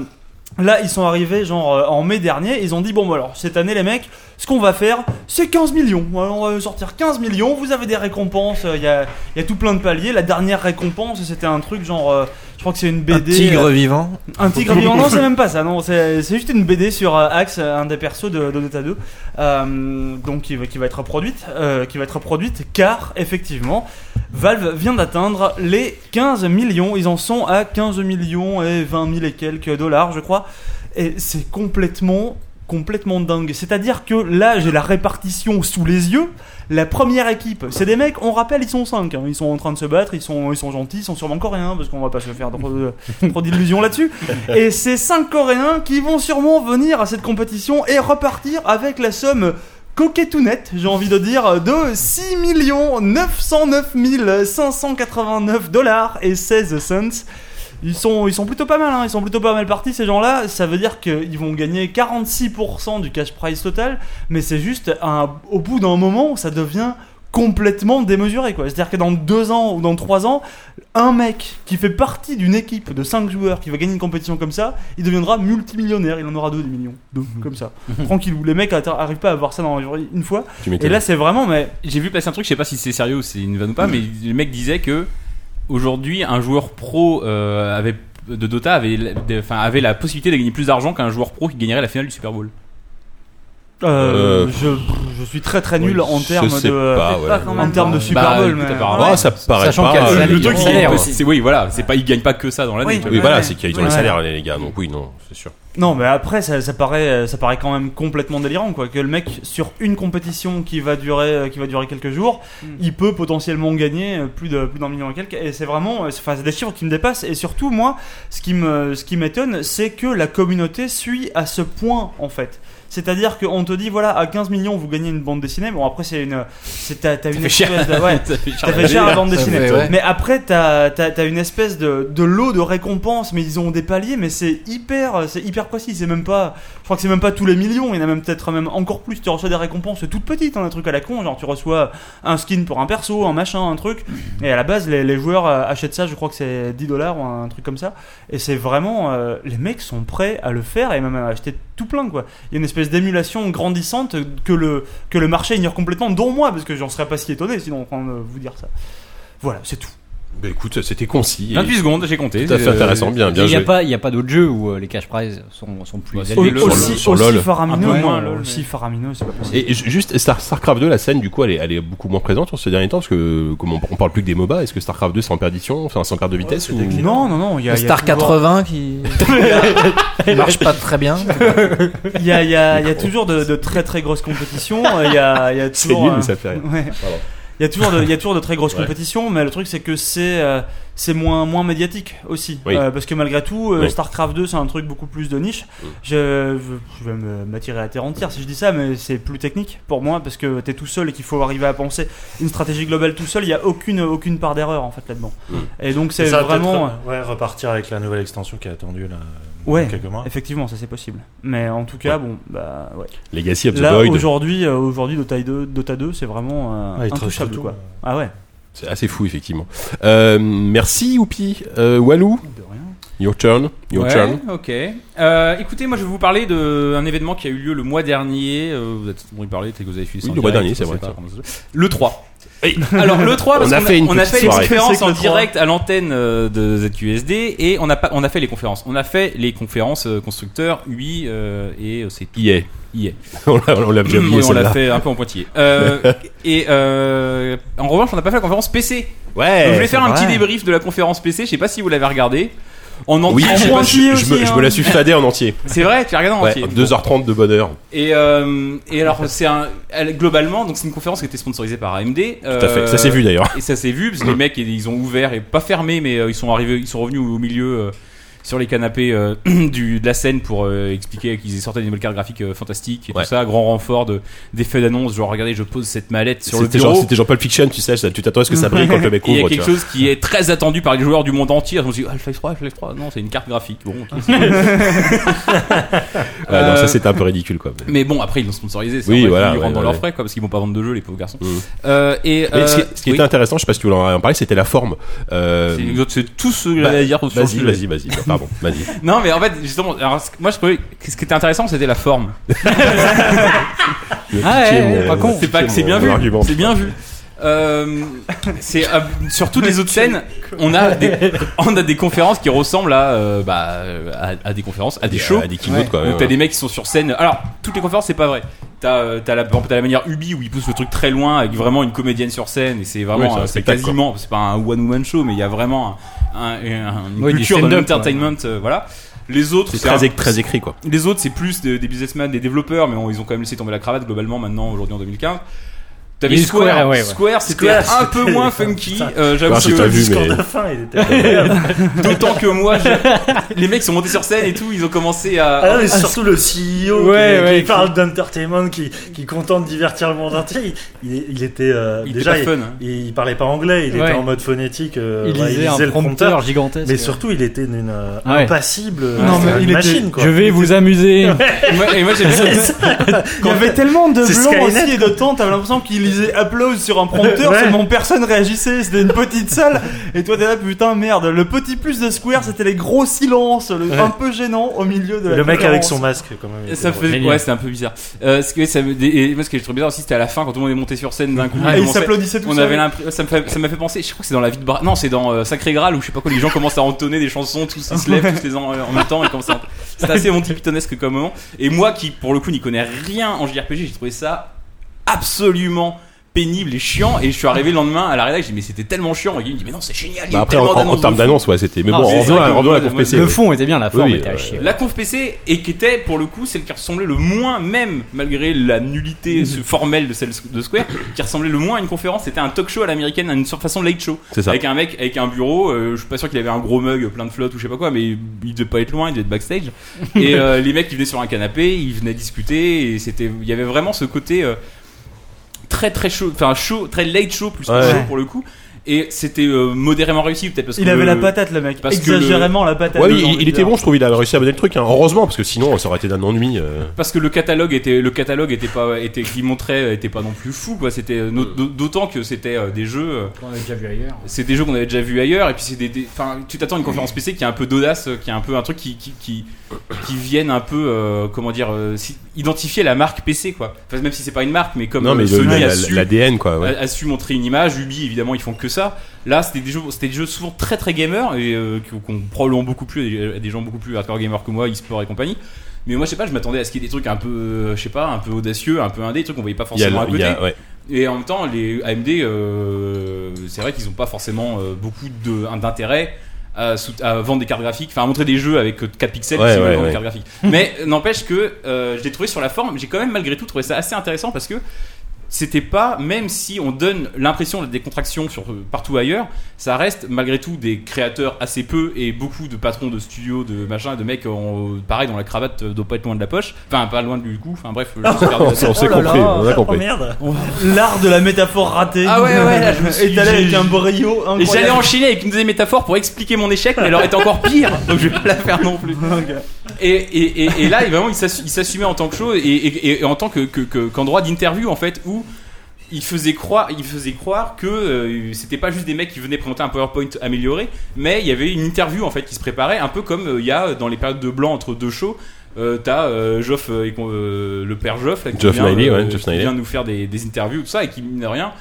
S2: Là, ils sont arrivés genre euh, en mai dernier. Ils ont dit bon, bah, alors cette année, les mecs, ce qu'on va faire, c'est 15 millions. Ouais, On va sortir 15 millions. Vous avez des récompenses. euh, Il y, a, y a tout plein de paliers. La dernière récompense, c'était un truc genre, euh, je crois que c'est une
S6: Un
S2: BD.
S6: tigre vivant.
S2: Un tigre vivant, non, c'est même pas ça, non, c'est c'est juste une BD sur euh, Axe, un des persos de, de Dota 2, euh, donc qui, va- qui va être reproduite, euh, qui va être reproduite, car effectivement, Valve vient d'atteindre les 15 millions, ils en sont à 15 millions et 20 000 et quelques dollars, je crois, et c'est complètement, complètement dingue. C'est-à-dire que là, j'ai la répartition sous les yeux. La première équipe, c'est des mecs, on rappelle, ils sont 5, ils sont en train de se battre, ils sont, ils sont gentils, ils sont sûrement coréens, parce qu'on va pas se faire trop de- trop d'illusions là-dessus. Et ces cinq Coréens qui vont sûrement venir à cette compétition et repartir avec la somme coquetounette, j'ai envie de dire, de 6 909 589 dollars et 16 cents. Ils sont, ils sont plutôt pas mal, hein, ils sont plutôt pas mal partis ces gens-là. Ça veut dire qu'ils vont gagner 46% du cash prize total, mais c'est juste un, au bout d'un moment, ça devient complètement démesuré quoi. C'est-à-dire que dans deux ans ou dans trois ans, un mec qui fait partie d'une équipe de 5 joueurs qui va gagner une compétition comme ça, il deviendra multimillionnaire, il en aura deux des millions, deux comme ça. Tranquillou, les mecs atta- arrivent pas à voir ça dans la vie une fois. Et
S1: Tu m'étonnes.
S2: là c'est vraiment mais
S3: J'ai vu passer un truc, je sais pas si c'est sérieux ou c'est une vanne ou
S1: Mm.
S3: pas, mais le mec disait que aujourd'hui un joueur pro euh, avait- de Dota avait, la- de- enfin, avait la possibilité de gagner plus d'argent qu'un joueur pro qui gagnerait la finale du Super Bowl.
S2: euh,
S1: Euh,
S2: je, je suis très très nul
S1: Oui,
S2: en
S1: je
S2: termes
S1: sais
S2: de euh,
S1: pas,
S4: peut-être
S1: ouais.
S4: pas quand
S2: en
S4: même.
S2: termes de Super
S3: Bah,
S2: Bowl
S3: écoute,
S2: mais
S3: apparemment,
S1: Ah, ça paraît
S5: Sachant
S1: pas.
S5: qu'elle
S1: euh,
S5: salaire,
S1: le truc,
S5: il y a
S1: c'est-
S5: salaire
S3: Oui,
S5: aussi.
S3: c'est- oui, voilà, c'est pas, ils gagnent pas que ça dans l'année.
S4: Oui.
S3: tu vois.
S1: Oui,
S4: Ouais.
S1: voilà, c'est qu'ils ont les
S2: Ouais.
S1: salaires, les les gars, donc oui, non, c'est sûr.
S2: Non, mais après, ça, ça paraît, euh, ça paraît quand même complètement délirant, quoi. Que le mec, sur une compétition qui va durer, euh, qui va durer quelques jours,
S4: Mm.
S2: il peut potentiellement gagner euh, plus de plus d'un million et quelques. Et c'est vraiment, euh, c'est- enfin, c'est des chiffres qui me dépassent. Et surtout, moi, ce qui me, ce qui m'étonne, c'est que la communauté suit à ce point, en fait. C'est-à-dire qu'on te dit, voilà, à 15 millions, vous gagnez une bande dessinée. Bon, après, c'est une, c'est t'as, t'as une
S3: fait cher.
S2: espèce de- ouais.
S3: Ça fait
S2: T'as
S3: cher.
S2: fait cher la bande
S6: Ça
S2: dessinée.
S6: fait, ouais.
S2: Mais après, t'as as, une espèce de, de lot de récompenses, mais ils ont des paliers, mais c'est hyper, c'est hyper précis. C'est même pas, je crois que c'est même pas tous les millions. Il y en a même peut-être même encore plus. Tu reçois des récompenses toutes petites, hein, un truc à la con, genre tu reçois un skin pour un perso, un machin, un truc. Et à la base, les, les joueurs euh, achètent ça. Je crois que c'est 10 dollars ou un truc comme ça. Et c'est vraiment, euh, les mecs sont prêts à le faire et même à acheter tout plein quoi. Il y a une espèce d'émulation grandissante que le que le marché ignore complètement, dont moi, parce que j'en serais pas si étonné sinon en train de vous dire ça. Voilà, c'est tout.
S1: Bah écoute, c'était concis. et
S3: 28 secondes, j'ai compté.
S1: Tout à fait
S3: Euh,
S1: intéressant, bien, bien
S5: Il n'y a
S1: joué.
S5: pas, il y a pas d'autres jeux où euh, les cash prizes sont, sont plus
S3: Bah, c'est
S5: élevés.
S3: le-
S5: que
S1: sur
S2: aussi,
S1: sur
S2: aussi
S1: LOL.
S2: faramineux,
S5: Un peu,
S2: moi,
S5: ouais,
S2: LOL,
S5: ouais.
S2: aussi faramineux, c'est pas possible.
S1: Et ju- juste, Star- StarCraft 2, la scène, du coup, elle est, elle est beaucoup moins présente sur ces derniers temps, parce que, comme on, on parle plus que des MOBA, est-ce que StarCraft 2 c'est en perdition, enfin, c'est en perte de vitesse ou...
S2: Non, non, non, il y a.
S6: Le
S2: il y a
S6: Star
S2: toujours-
S6: 80 qui qui marche
S2: Euh,
S6: pas très bien.
S2: Il y a, il y a- il y a toujours de, de très très grosses compétitions. euh, Il y a, il y a
S1: C'est
S2: toujours,
S1: nul,
S2: euh,
S1: mais ça fait rire.
S2: ouais.
S1: Pardon.
S2: Il y a toujours de, il y a toujours de très grosses
S1: Ouais.
S2: compétitions, mais le truc c'est que c'est euh, c'est moins moins médiatique aussi,
S1: Oui.
S2: Euh, parce que malgré tout, euh,
S1: Oui.
S2: Starcraft 2 c'est un truc beaucoup plus de niche.
S1: Mm.
S2: Je, je- je vais me- m'attirer à terre entière si je dis ça, mais c'est plus technique pour moi parce que t'es tout seul et qu'il faut arriver à penser une stratégie globale tout seul. Il y a aucune aucune part d'erreur en fait là-dedans.
S1: Mm.
S2: Et donc c'est
S8: Et ça va
S2: vraiment
S8: peut-être, ouais, repartir avec la nouvelle extension qui a attendu là,
S2: Ouais.
S8: dans quelques mois.
S2: effectivement ça c'est possible. Mais en tout cas bon bah ouais.
S1: Legacy of the
S2: Là
S1: Void,
S2: aujourd'hui euh, aujourd'hui Dota 2 Dota 2 c'est vraiment euh,
S8: Ouais, il te
S2: intouchable
S8: retrouve
S2: quoi.
S8: tout.
S2: Ah ouais.
S1: c'est assez fou, effectivement. Euh, merci, Oupi. Euh, Walou,
S2: De rien.
S1: your turn, your
S3: Ouais,
S1: turn.
S3: ok. Euh, écoutez, moi je vais vous parler d'un événement qui a eu lieu le mois dernier. Euh, vous êtes entendu parler, peut-être que vous avez suivi ça
S1: Oui,
S3: en
S1: le mois
S3: direct,
S1: dernier,
S3: je
S1: c'est
S3: sais
S1: vrai,
S3: pas
S1: ça.
S3: comment ça se- Le 3. Alors le 3, parce
S1: On a
S3: qu'on
S1: fait une
S3: on a
S1: petite
S3: fait
S1: soirée.
S3: l'expérience
S2: C'est que
S3: en
S2: le 3.
S3: direct à l'antenne euh, de ZQSD et on a, pas, on a fait les conférences. On a fait les conférences euh, constructeurs, UI euh, et euh, c'est tout.
S1: Yeah.
S3: Yeah.
S1: on l'a on l'a déjà oublié,
S3: Oui, on l'a
S1: celle-là.
S3: fait un peu en pointillé. Euh, et euh, en revanche, on n'a pas fait la conférence PC.
S1: Ouais.
S3: Donc, je vais faire un
S6: vrai.
S3: petit débrief de la conférence PC. Je sais pas si vous l'avez regardé. En
S1: Oui,
S3: entier, je sais
S1: je, je-
S3: pas si- hein.
S1: je me, je me la suis fadée en entier.
S3: c'est vrai, tu l'as regardé en
S1: Ouais,
S3: entier.
S1: 2h30 de bonne heure.
S3: Et, euh, et alors, c'est un. elle- Globalement, donc c'est une conférence qui était sponsorisée par AMD.
S1: Tout à fait. Ça s'est vu d'ailleurs.
S3: Et ça s'est vu, parce que les mecs, ils ont ouvert et pas fermé, mais euh, ils sont arrivés, ils sont revenus au milieu. euh, sur les canapés euh, du, de la scène pour euh, expliquer qu'ils sortaient des nouvelles cartes graphiques euh, fantastiques et
S1: Ouais.
S3: tout ça, grand renfort de- d'effets d'annonce, genre regardez je pose cette mallette sur le
S1: C'était
S3: bureau.
S1: genre, c'était genre Pulp Fiction, tu sais, ça- tu t'attends à ce que ça brille quand le mec
S3: Et il y a
S1: ouvre, tu
S3: quelque
S1: vois.
S3: chose qui est très attendu par les joueurs du monde entier. Je me suis dit, ah, Half-Life 3, Half-Life 3, non, c'est une carte graphique. Bon, ok, c'est-
S1: Ouais, non,
S3: Euh,
S1: ça c'était un peu ridicule, quoi. Mais-
S3: mais bon, après, ils l'ont sponsorisé. c'est en
S1: Oui,
S3: vrai,
S1: voilà,
S3: Ils
S1: ouais,
S3: rentrent dans
S1: ouais,
S3: leurs
S1: ouais.
S3: frais, quoi, parce qu'ils vont pas vendre de jeu, les pauvres garçons.
S1: Mm.
S3: Euh, et,
S1: Mais ce qui,
S3: euh,
S1: ce qui
S3: oui.
S1: était intéressant, je sais pas si tu voulais en parler, c'était la forme. Euh,
S3: C'est- C'est tout ce que
S1: bah,
S3: j'avais à dire sur le
S1: vas-y,
S3: sujet.
S1: vas-y, vas-y. Pardon, vas-y.
S3: Non, mais en fait, justement, alors, ce que- moi je trouvais que ce qui était intéressant, c'était la forme.
S5: Ah ouais,
S1: Piquer
S5: ouais,
S1: mon-
S5: pas con.
S3: C'est pas que c'est bien
S1: mon
S3: vu.
S1: argument.
S3: C'est bien vu. Euh, c'est euh, sur toutes les autres scènes, on a des, on a des conférences qui ressemblent à, euh, bah, euh, à, à des conférences, à des shows.
S1: Ah, Des keynotes, quoi.
S3: où
S1: ouais,
S3: t'as
S1: ouais.
S3: des mecs qui sont sur scène. Alors, toutes les conférences, c'est pas vrai. T'as euh, t'as la, par exemple, t'as la manière Ubi où ils poussent le truc très loin avec vraiment une comédienne sur scène et c'est
S1: Oui,
S3: vraiment,
S1: c'est un
S3: euh, c'est
S1: spectacle,
S3: quasiment, c'est pas un one woman show, mais il y a vraiment un, un- une
S5: Oui, du
S3: culture de
S5: stand-up,
S3: l'entertainment, euh, voilà. Les autres,
S1: C'est
S3: c'est un-
S1: très, é- très écrit, quoi.
S3: les autres, c'est plus de- des businessmen, des développeurs, mais on- ils ont quand même laissé tomber la cravate globalement maintenant, aujourd'hui en 2015. T'avais
S5: Il y a eu
S3: Square, Square,
S5: Square, ouais, ouais.
S3: c'était
S7: Square,
S3: un peu
S7: c'était-
S3: moins funky.
S7: Putain.
S3: euh, J'avoue
S1: Alors, Ah, j'ai
S3: que-
S1: pas vu,
S7: discours
S1: mais-
S7: de fin, il était incroyable.
S3: d'autant que moi, je- les mecs sont montés sur scène et tout, ils ont commencé à.
S7: Ah non, mais surtout le CEO qui-
S5: Ouais,
S7: qui,
S5: ouais, qui-
S7: parle d'entertainment, qui, qui est content de divertir le monde entier. Il, il- il était euh,
S3: Il était
S7: déjà,
S3: pas fun,
S7: il,
S3: hein.
S7: il parlait pas anglais, il
S5: Ouais.
S7: était en mode phonétique, euh,
S5: Il
S7: bah,
S5: lisait un
S7: le prompteur.
S5: prompteur gigantesque.
S7: Mais surtout, il était d'une euh,
S5: Ouais.
S7: impassible,
S2: Non, mais
S7: euh,
S2: il était-
S7: machine quoi.
S5: Je vais vous amuser.
S3: Et moi, et moi, j'ai vu-
S2: Il y avait tellement de
S7: C'est
S2: blancs
S7: Skynet.
S2: aussi et de temps, t'avais l'impression qu'ils lisaient applause sur un prompteur,
S7: Ouais.
S2: seulement personne réagissait, c'était une petite salle, et toi t'es là, putain, merde. Le petit plus de Square, c'était les gros silences, le-
S7: Ouais.
S2: un peu gênant au milieu de la
S7: Le mec avec son
S2: conférence.
S7: masque quand même. il était
S3: Ça
S7: drôle.
S3: faisait,
S5: Génial.
S3: ouais, c'était un peu bizarre. Euh, ce que ça me, et moi, ce que j'ai trouvé bizarre aussi, c'était à la fin quand tout le monde est monté sur scène d'un coup.
S2: Et
S3: ils
S2: ils
S3: commençaient-
S2: s'applaudissaient Ah, tout
S3: on
S2: seul.
S3: avait l'impression, ça me fait- ça m'a fait penser, je crois que c'est dans la vie de Bra, non, c'est dans euh, Sacré Graal ou je sais pas quoi, les gens commencent à entonner des chansons, tous ils se lèvent tous les ans euh, en même temps et commencent à. C'était assez antipitonesque comme moment. Et moi qui, pour le coup, n'y connais rien en JRPG, j'ai trouvé ça absolument pénible et chiant et je suis arrivé le lendemain à la rédaction j'ai dit mais c'était tellement chiant et il me dit mais non c'est génial il y a
S1: Bah,
S3: eu
S1: après,
S3: tellement
S1: en, en- en
S3: d'annonces de
S1: termes
S3: fou.
S1: d'annonce, ouais, c'était. Mais
S3: Non,
S1: bon,
S3: c'est
S1: en
S3: vrai que
S1: revenant à- revenons à la
S3: moi,
S1: conf PC.
S5: Le
S1: ouais.
S5: fond était bien, la forme
S1: Oui,
S5: était à
S1: euh,
S5: chier.
S3: La conf PC et qui était pour le coup celle qui ressemblait le moins même malgré la nullité ce- formelle de celle de Square qui ressemblait le moins à une conférence c'était un talk show à l'américaine une surfaçon late show
S1: C'est ça.
S3: avec un mec avec un bureau euh, je suis pas sûr qu'il avait un gros mug plein de flotte ou je sais pas quoi mais il devait pas être loin il devait être backstage et euh, les mecs ils venaient sur un canapé ils venaient discuter et c'était il y avait vraiment ce côté euh, très très chaud enfin chaud très late show plus que
S1: Ouais.
S3: chaud pour le coup et c'était euh, modérément réussi peut-être parce
S2: Il
S3: que
S2: avait
S3: le-
S2: la patate, le mec.
S3: parce que le-
S2: Exagérément la patate.
S1: Ouais,
S2: j'ai
S1: oui, il,
S2: envie
S1: il
S2: de
S1: était
S2: dire.
S1: bon, je trouve. Il avait réussi à mener le truc. hein. Heureusement, parce que sinon, ça aurait été d'un ennui. euh.
S3: Parce que le catalogue était le catalogue était pas était qui montrait était pas non plus fou quoi c'était euh, no- d'au-
S1: Mm.
S3: d'autant que c'était euh, des jeux euh,
S5: On avait déjà vu ailleurs.
S3: c'est des jeux qu'on avait déjà vu ailleurs et puis c'est des des- enfin tu t'attends à une conférence PC qui a un peu d'audace euh, qui a un peu un truc qui qui qui, qui vienne un peu euh, comment dire euh, si- identifier la marque PC quoi enfin, même si c'est pas une marque mais comme
S1: Non,
S3: euh,
S1: mais le-
S3: Sony a
S1: la-
S3: su
S1: l'ADN, quoi. ouais.
S3: a, a su montrer une image. Ubi, évidemment, ils font que ça. Là, c'était des jeux, c'était des jeux souvent très très gamers et euh, qui- qu'on probablement beaucoup plus à des gens beaucoup plus hardcore gamers que moi, e-sport et compagnie. Mais moi, je sais pas, je m'attendais à ce qu'il y ait des trucs un peu, euh, je sais pas, un peu audacieux, un peu indé, des trucs qu'on voyait pas
S1: Il y a
S3: forcément à
S1: le- il
S3: côté.
S1: y a- ouais.
S3: Et en même temps, les AMD, euh, c'est vrai qu'ils ont pas forcément euh, beaucoup de- d'intérêt à, sou- à vendre des cartes graphiques, enfin à montrer des jeux avec euh, 4 pixels
S1: Ouais,
S3: si on
S1: ouais,
S3: vend des
S1: ouais.
S3: cartes graphiques. Mais euh, n'empêche que euh, je l'ai trouvé sur la forme, j'ai quand même malgré tout trouvé ça assez intéressant parce que c'était pas, même si on donne l'impression de décontraction sur, euh, partout ailleurs, ça reste malgré tout des créateurs assez peu et beaucoup de patrons de studios, de machin, de mecs, en- pareil, dont la cravate euh, doit pas être loin de la poche, enfin pas loin du cou, enfin bref, je suis perdu.
S1: On s'est on s'est
S7: Oh là
S1: compris.
S7: là,
S1: On a
S7: Oh
S1: compris.
S7: merde.
S2: L'art de la métaphore ratée.
S3: Ah ouais, ouais, là, je me suis-
S2: Et t'allais avec
S3: j'ai-
S2: un brio
S3: Et j'allais
S2: incroyable.
S3: enchaîner avec une deuxième métaphore pour expliquer mon échec, mais elle aurait été encore pire, donc je vais pas la faire non plus. Et, et, et, et là, et vraiment, il s'assu- il s'assumait en tant que chose et, et, et en tant que, que, que- qu'endroit d'interview, en fait, où il faisait croire, il faisait croire que euh, c'était pas juste des mecs qui venaient présenter un PowerPoint amélioré, mais il y avait une interview, en fait, qui se préparait, un peu comme euh, il y a dans les périodes de blanc entre deux shows. Euh, t'as euh, Joff euh, et qu'on- euh, le père Joff là, qui,
S1: Geoff
S3: vient, euh,
S1: Neely, ouais, Geoff
S3: qui
S1: Neely.
S3: vient nous faire des, des interviews tout ça et qui mine de rien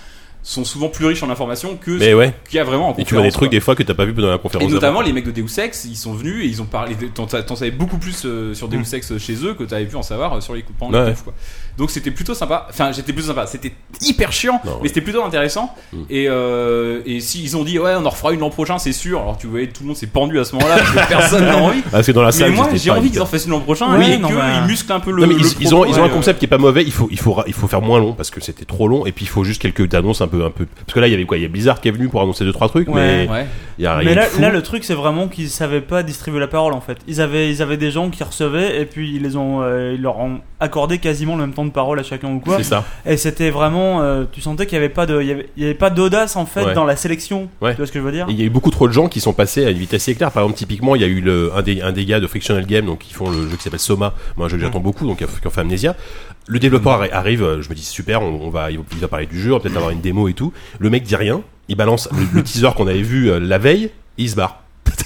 S3: sont souvent plus riches en informations que
S1: Mais ouais.
S3: qu'il y a vraiment en
S1: Et tu vois des
S3: conférence,
S1: trucs
S3: quoi.
S1: des fois que t'as pas vu pendant la conférence.
S3: Et
S1: d'avant.
S3: notamment les mecs de Deus Ex, ils sont venus et ils ont parlé. de- T'en t'en savais beaucoup plus euh, sur Deus Ex chez eux que t'avais pu en savoir euh, sur les coupants.
S1: Mm. Ouais.
S3: quoi. Donc c'était plutôt sympa. Enfin, j'étais plutôt sympa. C'était hyper chiant,
S1: Non,
S3: mais
S1: ouais.
S3: c'était plutôt intéressant.
S1: Mm.
S3: Et, euh, et si ils ont dit ouais, on en refera une l'an prochain, c'est sûr. Alors tu voyais tout le monde s'est pendu à ce moment-là parce que personne n'a envie.
S1: Ah, Parce que dans la
S3: Mais
S1: salle,
S3: moi,
S1: c'était
S3: j'ai
S1: pas
S3: envie qu'ils
S1: hyper-
S3: en fassent une l'an prochain
S2: Ouais,
S3: et
S2: non,
S3: qu'ils
S2: bah.
S5: euh,
S3: musclent un peu le.
S1: Non, mais
S3: le
S1: ils, ils ont,
S3: propos,
S1: ils ont un
S3: euh,
S1: concept qui est pas mauvais. Il faut, il faut, ra- il faut faire moins long parce que c'était trop long et puis il faut juste quelques annonces un peu peu, un peu. Parce que là, il y avait quoi Il y a Blizzard qui est venu pour annoncer deux trois trucs, mais
S2: Ouais.
S3: Ouais.
S1: Ah, il y a rien
S2: Mais là,
S1: de fou.
S2: là, le truc, c'est vraiment qu'ils savaient pas distribuer la parole en fait. Ils avaient, ils avaient des gens qui recevaient et puis ils, les ont, euh, ils leur ont accordé quasiment le même temps de parole à chacun ou quoi.
S1: c'est ça.
S2: Et c'était vraiment. euh, tu sentais qu'il n'y avait pas de- il y avait, il y avait pas d'audace en fait
S1: Ouais.
S2: dans la sélection.
S1: Ouais.
S2: Tu vois ce que je veux dire
S1: Et Il y a eu beaucoup trop de gens qui sont passés à une vitesse éclair. Par exemple, typiquement, il y a eu le, un, des, un des gars de Frictional Game, donc ils font le jeu qui s'appelle Soma. Moi, un jeu que
S3: Mm.
S1: j'attends beaucoup, donc qui a- qui ont fait Amnesia. Le développeur arri- arrive, euh, je me dis super, on, on va, il va parler du jeu, on va peut-être avoir une démo et tout. Le mec dit rien, il balance le, le teaser qu'on avait vu euh, la veille, et il se barre.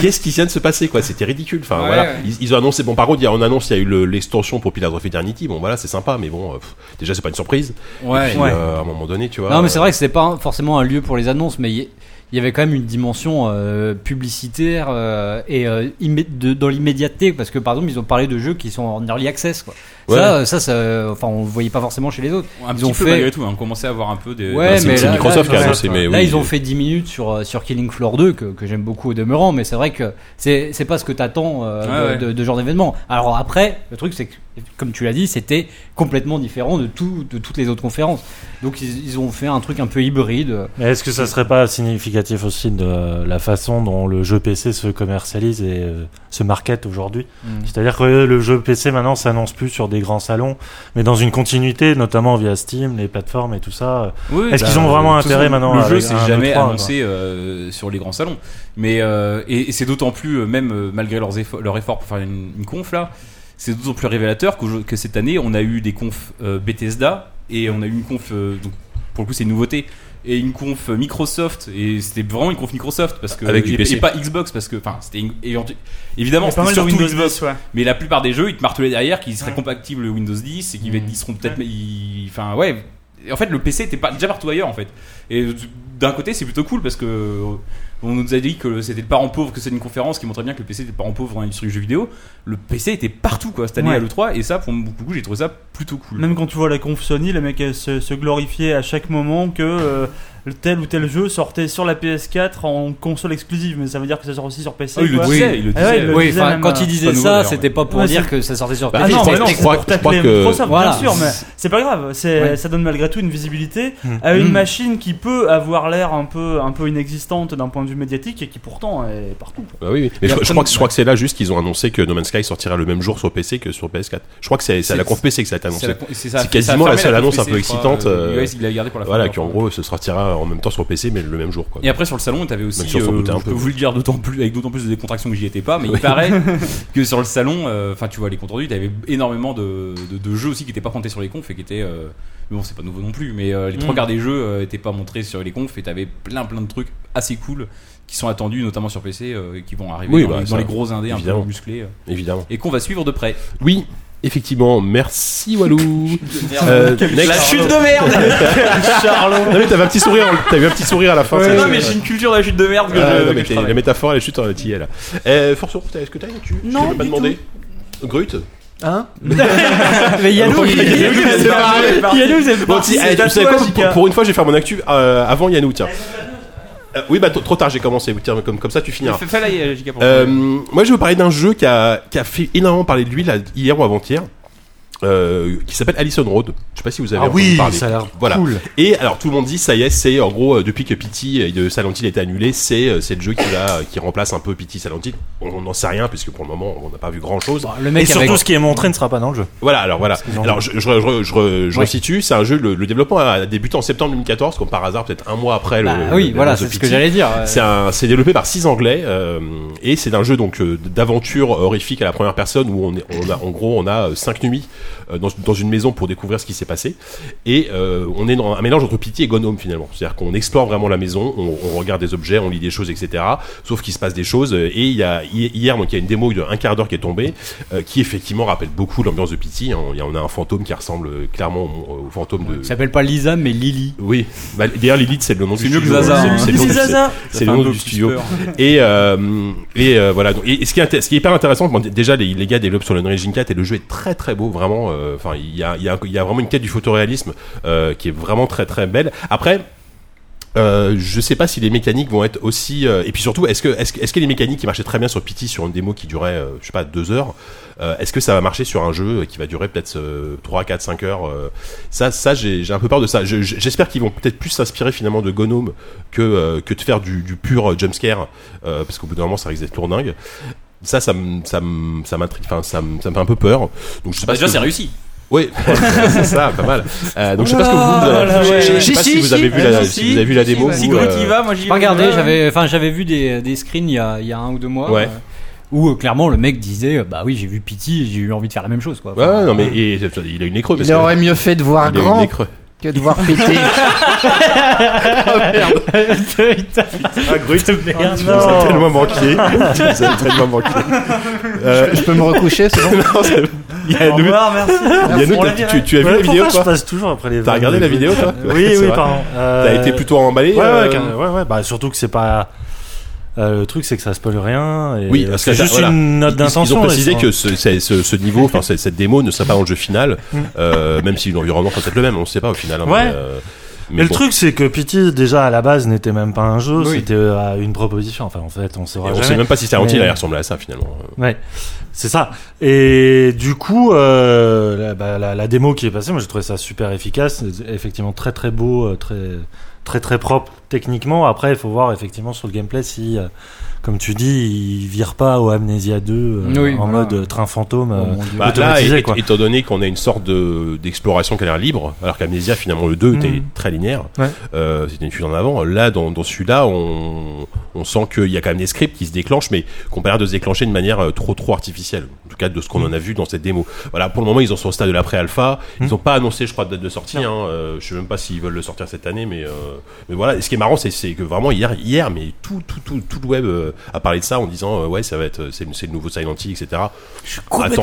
S1: Qu'est-ce qui vient de se passer quoi C'était ridicule. Enfin
S3: Mm. Ouais,
S1: voilà,
S3: ouais.
S1: Ils, ils ont annoncé. Bon par contre, il y a- on annonce il y a eu le- l'extension pour Pillars of Eternity. Bon voilà, c'est sympa, mais bon, euh, pff, déjà c'est pas une surprise. Et
S3: Ouais.
S1: puis,
S2: Ouais.
S1: euh, à un moment donné, tu vois.
S5: Non, mais c'est vrai que c'était pas forcément un lieu pour les annonces, mais il y- il y avait quand même une dimension euh, publicitaire euh, et euh, immé- de- dans l'immédiateté, parce que par exemple, ils ont parlé de jeux qui sont en early access. Quoi.
S1: Ouais.
S5: Ça, euh, ça, ça, euh, enfin, on le voyait pas forcément chez les autres.
S3: Un
S5: Ils
S3: petit
S5: ont
S3: peu
S5: fait-
S3: malgré tout, hein, on commençait à avoir un peu des.
S5: Ouais,
S1: Non, Bah, c'est-
S5: mais
S1: c'est
S5: là-
S1: Microsoft qui
S5: là,
S1: a
S5: ils ont-
S1: annoncé, mais
S5: Là,
S1: oui,
S5: ils ont fait 10 minutes sur, euh, sur Killing Floor 2, que, que j'aime beaucoup au demeurant, mais c'est vrai que c'est c'est pas ce que t'attends euh,
S3: Ouais,
S5: de,
S3: ouais.
S5: de- de genre d'événement. Alors après, le truc, c'est que, comme tu l'as dit, c'était complètement différent de, tout, de toutes les autres conférences. Donc ils, ils ont fait un truc un peu hybride. euh,
S8: Mais est-ce que ça serait pas significatif aussi de la façon dont le jeu PC se commercialise et euh, se market aujourd'hui C'est-à-dire que le jeu PC maintenant s'annonce plus sur des grands salons, mais dans une continuité, notamment via Steam, les plateformes et tout ça. euh,
S3: bah,
S8: Est-ce qu'ils ont vraiment intérêt maintenant
S3: Le
S8: à-
S3: jeu,
S8: à
S3: c'est
S8: un
S3: jamais
S8: E3, quoi
S3: annoncé euh, sur les grands salons. Mais euh, et, et c'est d'autant plus, euh, même euh, malgré leurs efforts, leur effort pour faire une, une conf là, c'est d'autant plus révélateur que, que cette année, on a eu des confs euh, Bethesda et on a eu une conf. euh, donc, pour le coup, c'est une nouveauté. Et une conf euh, Microsoft, et c'était vraiment une conf Microsoft parce que
S1: Avec du
S3: et,
S1: PC.
S3: et pas Xbox parce que enfin c'était une- éventu- évidemment
S2: Il y a
S3: c'était
S2: pas mal de
S3: surtout
S2: Windows
S3: Xbox
S2: 10, ouais.
S3: mais la plupart des jeux, ils te martelaient derrière qu'ils seraient
S2: Ouais. Mmh.
S3: compatibles Windows 10 et qu'ils va-
S5: Mm.
S3: ils seront peut-être.
S2: Ouais.
S3: ils- Enfin, ouais. Et En fait, le PC était pas, déjà partout ailleurs, en fait. Et d'un côté, c'est plutôt cool parce que. euh, On nous a dit que c'était le parent pauvre, que c'était une conférence qui montrait bien que le PC était le parent pauvre dans l'industrie du jeu vidéo. Le PC était partout, quoi, cette année
S2: Ouais.
S3: à l'E3. Et ça, pour beaucoup, j'ai trouvé ça plutôt cool.
S2: Même quand tu vois la conf Sony, les mecs euh, se, se glorifiaient à chaque moment que euh, tel ou tel jeu sortait sur la PS4 en console exclusive, mais ça veut dire que ça sort aussi sur PC.
S3: Ah, il le
S2: quoi.
S3: disait, il le
S2: Ah ouais,
S3: disait.
S2: il le
S5: oui,
S2: disait
S5: enfin,
S2: même,
S5: quand
S2: euh,
S5: il disait
S3: pas nouveau,
S5: ça,
S3: d'ailleurs,
S5: c'était
S3: ouais.
S5: pas pour
S2: Ouais,
S5: dire que ça sortait sur
S1: Bah,
S5: PC.
S2: Ah non, mais non,
S1: je
S2: c'est
S1: crois-
S2: pour
S1: je crois
S2: tacler
S1: que-
S2: Microsoft,
S5: Voilà.
S2: bien sûr, mais c'est pas grave. C'est,
S5: Ouais.
S2: Ça donne malgré tout une visibilité
S8: Mm.
S2: à une
S5: Mm.
S2: machine qui peut avoir l'air un peu, un peu inexistante d'un point de vue médiatique et qui pourtant est partout.
S1: Bah oui, oui. Mais je,
S3: Personne-
S1: je crois que, je crois que c'est là juste qu'ils ont annoncé que No Man's Sky sortira le même jour sur PC que sur PS4. Je crois que c'est c'est à la
S3: C'est-
S1: conf PC que ça a été
S3: C'est
S1: annoncé.
S3: la- ça-
S1: c'est quasiment
S3: ça a fermé
S1: la seule
S3: conf
S1: annonce un
S3: PC,
S1: peu
S3: je crois,
S1: excitante,
S3: euh,
S1: euh,
S3: US, il l'a gardé pour la fin.
S1: Voilà,
S3: encore.
S1: qui en gros se sortira en même temps sur PC, mais le même jour. Quoi.
S3: Et après sur le salon, t'avais
S1: Même
S3: aussi,
S1: si on s'en
S3: euh,
S1: doutait un
S3: je
S1: peu.
S3: peux vous le dire d'autant plus avec d'autant plus de décontraction que j'y étais pas, mais il paraît que sur le salon, euh, enfin tu vois les comptes rendus, t'avais énormément de, de, de jeux aussi qui étaient pas comptés sur les confs et qui étaient, euh, mais bon c'est pas nouveau non plus, mais euh, les trois quarts des jeux euh, étaient pas montrés sur les confs et t'avais plein plein de trucs assez cool qui sont attendus notamment sur PC euh, et qui vont arriver
S1: Oui,
S3: dans,
S1: bah,
S3: les-
S1: ça,
S3: dans les gros indés un
S1: évidemment.
S3: peu musclés euh,
S1: Évidemment.
S3: et qu'on va suivre de près.
S1: Oui, effectivement. Merci Walou. Euh, next.
S3: La chute de merde.
S1: Non mais t'avais un petit sourire, en- t'avais un petit sourire à la fin. c'est-
S3: Non mais j'ai une culture de la chute de merde que
S1: Ah,
S3: je.
S1: non,
S3: que
S1: mais
S3: je
S1: t'es-
S3: travaille.
S1: la métaphore elle est chute en tillée là. Euh, Force Ourf, t'as- est-ce que t'as une tu je
S4: Non,
S1: t'ai pas
S4: du
S1: demandé. Grut
S6: Hein
S5: mais Yannou,
S1: il- il- il- il-
S5: Yannou, c'est
S8: Bah,
S1: Bon, si, eh, tu savais quoi, pour, pour une fois, je vais faire mon actu euh, avant Yannou, tiens. Euh, oui, bah t- trop tard, j'ai commencé. tiens, comme, comme ça, tu finiras.
S3: Fais- Fais-la euh, JK, pour
S1: Euh, moi, je vais vous parler d'un jeu qui a, qui a fait énormément parler de lui là, hier ou avant-hier. euh, qui s'appelle Allison Road. Je sais pas si vous avez
S8: Ah
S1: entendu
S8: oui,
S1: parler.
S8: ça a l'air
S1: voilà.
S8: cool.
S1: Et alors tout le monde dit ça y est, c'est en gros euh, depuis que Pity et de Silent Hill été annulé, c'est euh, c'est le jeu qui va qui remplace un peu Pity Silent Hill. On on n'en sait rien puisque pour le moment on n'a pas vu grand chose.
S5: Le
S8: Et
S5: mec avec
S8: surtout, ce qui est montré ne sera pas dans le jeu.
S1: Voilà, alors voilà.
S8: qu'ils ont-
S1: Alors je, je, je, je, je, je
S8: Ouais.
S1: resitue, c'est un jeu, le, le développement a débuté en septembre 2014, comme par hasard, peut-être un mois après le.
S5: Bah
S1: le-
S5: oui,
S1: le-
S5: voilà,
S1: le-
S5: c'est ce que
S1: Pity.
S5: j'allais dire.
S1: euh,
S5: euh.
S1: C'est un- c'est développé par six Anglais euh, et c'est un jeu donc euh, d'aventure horrifique à la première personne où on est, on a, en gros on a euh, cinq nuits euh, dans, dans une maison pour découvrir ce qui s'est passé et euh, on est dans un mélange entre Pity et Gone Home finalement, c'est-à-dire qu'on explore vraiment la maison, on, on regarde des objets, on lit des choses, etc. Sauf qu'il se passe des choses euh, et il y a hi- hier donc il y a une démo d'un quart d'heure qui est tombée euh, qui effectivement rappelle beaucoup l'ambiance de Pity. hein. Il y a- On a un fantôme qui ressemble euh, clairement au, au fantôme de
S5: Il s'appelle pas Lisa, mais Lily.
S1: oui, Bah, d'ailleurs Lilith c'est le nom du
S3: C'est mieux que
S1: studio,
S3: Zaza,
S1: hein.
S3: hein.
S1: C'est le nom
S2: C'est
S1: du-
S2: Zaza
S1: c'est le nom du studio. Et, euh, et euh, voilà. Donc, et, et ce, qui est, inté- ce qui est hyper intéressant, bon, d- déjà les, les gars développent sur l'Unreal Engine 4 et le jeu est très très beau, vraiment. euh, Enfin, il y a, il y a- il y a vraiment une quête du photoréalisme euh, qui est vraiment très très belle. Après. Euh, je sais pas si les mécaniques vont être aussi. euh, et puis surtout, est-ce que, est-ce, que- est-ce que les mécaniques qui marchaient très bien sur Pity sur une démo qui durait, euh, je sais pas, deux heures, euh, est-ce que ça va marcher sur un jeu qui va durer peut-être euh, 3, 4, 5 heures euh, Ça, ça j'ai, j'ai un peu peur de ça. Je- je- j'espère qu'ils vont peut-être plus s'inspirer finalement de Gnome que, euh, que de faire du, du pur jumpscare, euh, parce qu'au bout d'un moment, ça risque d'être lourdingue. Ça, ça, me- ça, me- ça m'intrigue, enfin, ça, me- ça me fait un peu peur. Donc, je sais
S3: Bah,
S1: pas
S3: déjà,
S1: si-
S3: c'est réussi.
S1: oui, c'est ça, pas mal. Euh, donc je sais pas ce que vous, vous
S2: Voilà,
S1: avez- je- je- je
S2: ouais.
S1: sais pas
S6: Si,
S1: si
S6: si,
S1: vous avez
S6: si.
S1: vu la,
S3: Si,
S1: si
S3: si.
S1: vous avez vu la démo.
S3: Si
S1: vous,
S3: Groot
S1: euh,
S3: y va, moi j'y hein.
S5: J'ai
S3: vais.
S5: pas regardé,
S3: Ouais.
S5: j'avais, enfin, j'avais vu des, des screens il y, a, il y a un ou deux mois.
S1: Ouais.
S5: euh, où euh, clairement le mec disait euh, bah oui j'ai vu Pity j'ai eu envie de faire la même chose quoi.
S1: Ouais,
S5: Enfin, euh,
S1: ouais, non mais et- il a une écreux parce
S6: Il
S1: que Ah,
S6: aurait mieux fait de voir
S1: il a une
S6: grand
S1: écreux.
S6: que de voir péter.
S1: Ah Groot,
S7: merde.
S1: tu nous as tellement manqué. tu nous as tellement manqué. Euh,
S6: Je peux me recoucher, c'est bon
S1: non, c'est- il y a
S2: Au
S1: nous,
S2: revoir, merci.
S1: il y a nous,
S2: On la
S1: t'as-
S2: verra.
S1: tu, tu as vu
S7: Ouais,
S1: la vidéo
S7: pourquoi je
S1: toi
S7: passe toujours après les.
S1: T'as regardé la vidéo toi
S7: Oui,
S1: C'est
S7: oui,
S1: vrai.
S7: pardon.
S1: T'as été plutôt emballé.
S8: Ouais, ouais,
S1: euh,
S8: car- ouais, ouais, bah surtout que c'est pas. euh, le truc, c'est que ça spoil rien. Et euh,
S1: Oui, parce que
S8: c'est juste
S1: voilà.
S8: une note
S1: Ils- Ils
S8: d'intention.
S1: ont précisé
S8: et ça-
S1: que ce, c'est- ce, ce niveau, enfin c'est- cette démo ne sera pas dans le jeu final, euh, même si l'environnement sera peut-être le même, on sait pas au final. hein,
S8: Ouais.
S1: mais, euh,
S8: Mais,
S1: mais
S8: le
S1: bon.
S8: truc, c'est que Pity, déjà à la base, n'était même pas un jeu,
S5: Oui.
S8: c'était euh, une proposition. Enfin, en fait, on saura
S1: Et on
S8: jamais.
S1: sait même pas si c'est Hill
S8: Mais-
S1: elle ressemble à ça finalement.
S8: Ouais, c'est ça. Et du coup, euh, la, bah, la- la démo qui est passée, moi j'ai trouvé ça super efficace, effectivement très très beau, euh, très très très propre techniquement. Après, il faut voir effectivement sur le gameplay si, euh, comme tu dis, il vire pas au Amnesia 2 euh,
S5: Oui,
S8: en
S5: voilà.
S8: mode euh, train fantôme. euh,
S5: oh mon Dieu.
S1: Bah, là,
S8: Automatisé,
S1: et-
S8: quoi.
S1: étant donné qu'on a une sorte de- d'exploration qui a l'air libre, alors qu'Amnesia, finalement, le 2 était
S8: Mhm.
S1: très linéaire,
S8: Ouais.
S1: euh, c'était une fuite en avant. Là, dans, dans celui-là, on, on sent qu'il y a quand même des scripts qui se déclenchent, mais qu'on n'a pas l'air de se déclencher de manière euh, trop trop artificielle. En tout cas, de ce qu'on en a vu dans cette démo. Voilà, pour le moment, ils en sont au stade de l'après-alpha.
S4: Hmm.
S1: Ils n'ont pas annoncé, je crois, de date de sortie. Hein. Euh, je sais même pas s'ils veulent le sortir cette année, mais, euh, mais voilà. Et ce qui est marrant, c'est- c'est que vraiment, hier, hier, mais tout, tout, tout, tout le web euh, a parlé de ça en disant, euh, ouais, ça va être, c'est c'est le nouveau Silent Hill, etc.
S4: complètement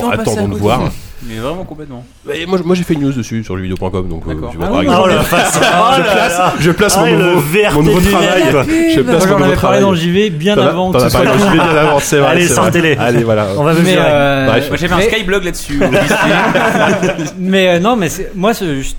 S1: Attends-
S4: passé à
S1: attendons de
S4: côté.
S1: voir.
S3: Mais vraiment complètement.
S1: Et moi, je- moi j'ai fait une news dessus sur jeuxvideo.com donc euh,
S3: D'accord.
S1: tu vois,
S3: Ah
S1: par
S3: oui,
S1: exemple,
S7: Oh la façon. Oh
S1: je
S7: là
S1: place,
S7: là.
S1: je place
S7: Ah,
S1: mon
S7: le
S1: nouveau,
S7: VRT
S1: mon nouveau
S7: du
S1: travail.
S7: net.
S1: Je
S5: Moi,
S1: place mon
S5: j'en
S1: nouveau
S5: avais parlé
S1: travail.
S5: dans JV bien
S1: T'en as-
S5: avant
S1: t'en
S5: que
S1: as
S5: ce
S1: parlé Bah,
S5: soit
S1: dans JV bien avant, c'est vrai.
S7: Allez,
S1: c'est vrai.
S7: sortez-les.
S1: Allez, voilà.
S7: On va
S5: Mais,
S7: mesurer.
S5: euh,
S1: Bref.
S3: Moi j'avais un
S5: mais-
S3: Skyblog là-dessus. au lycée.
S5: Mais euh, non, mais c'est- moi, ce- je-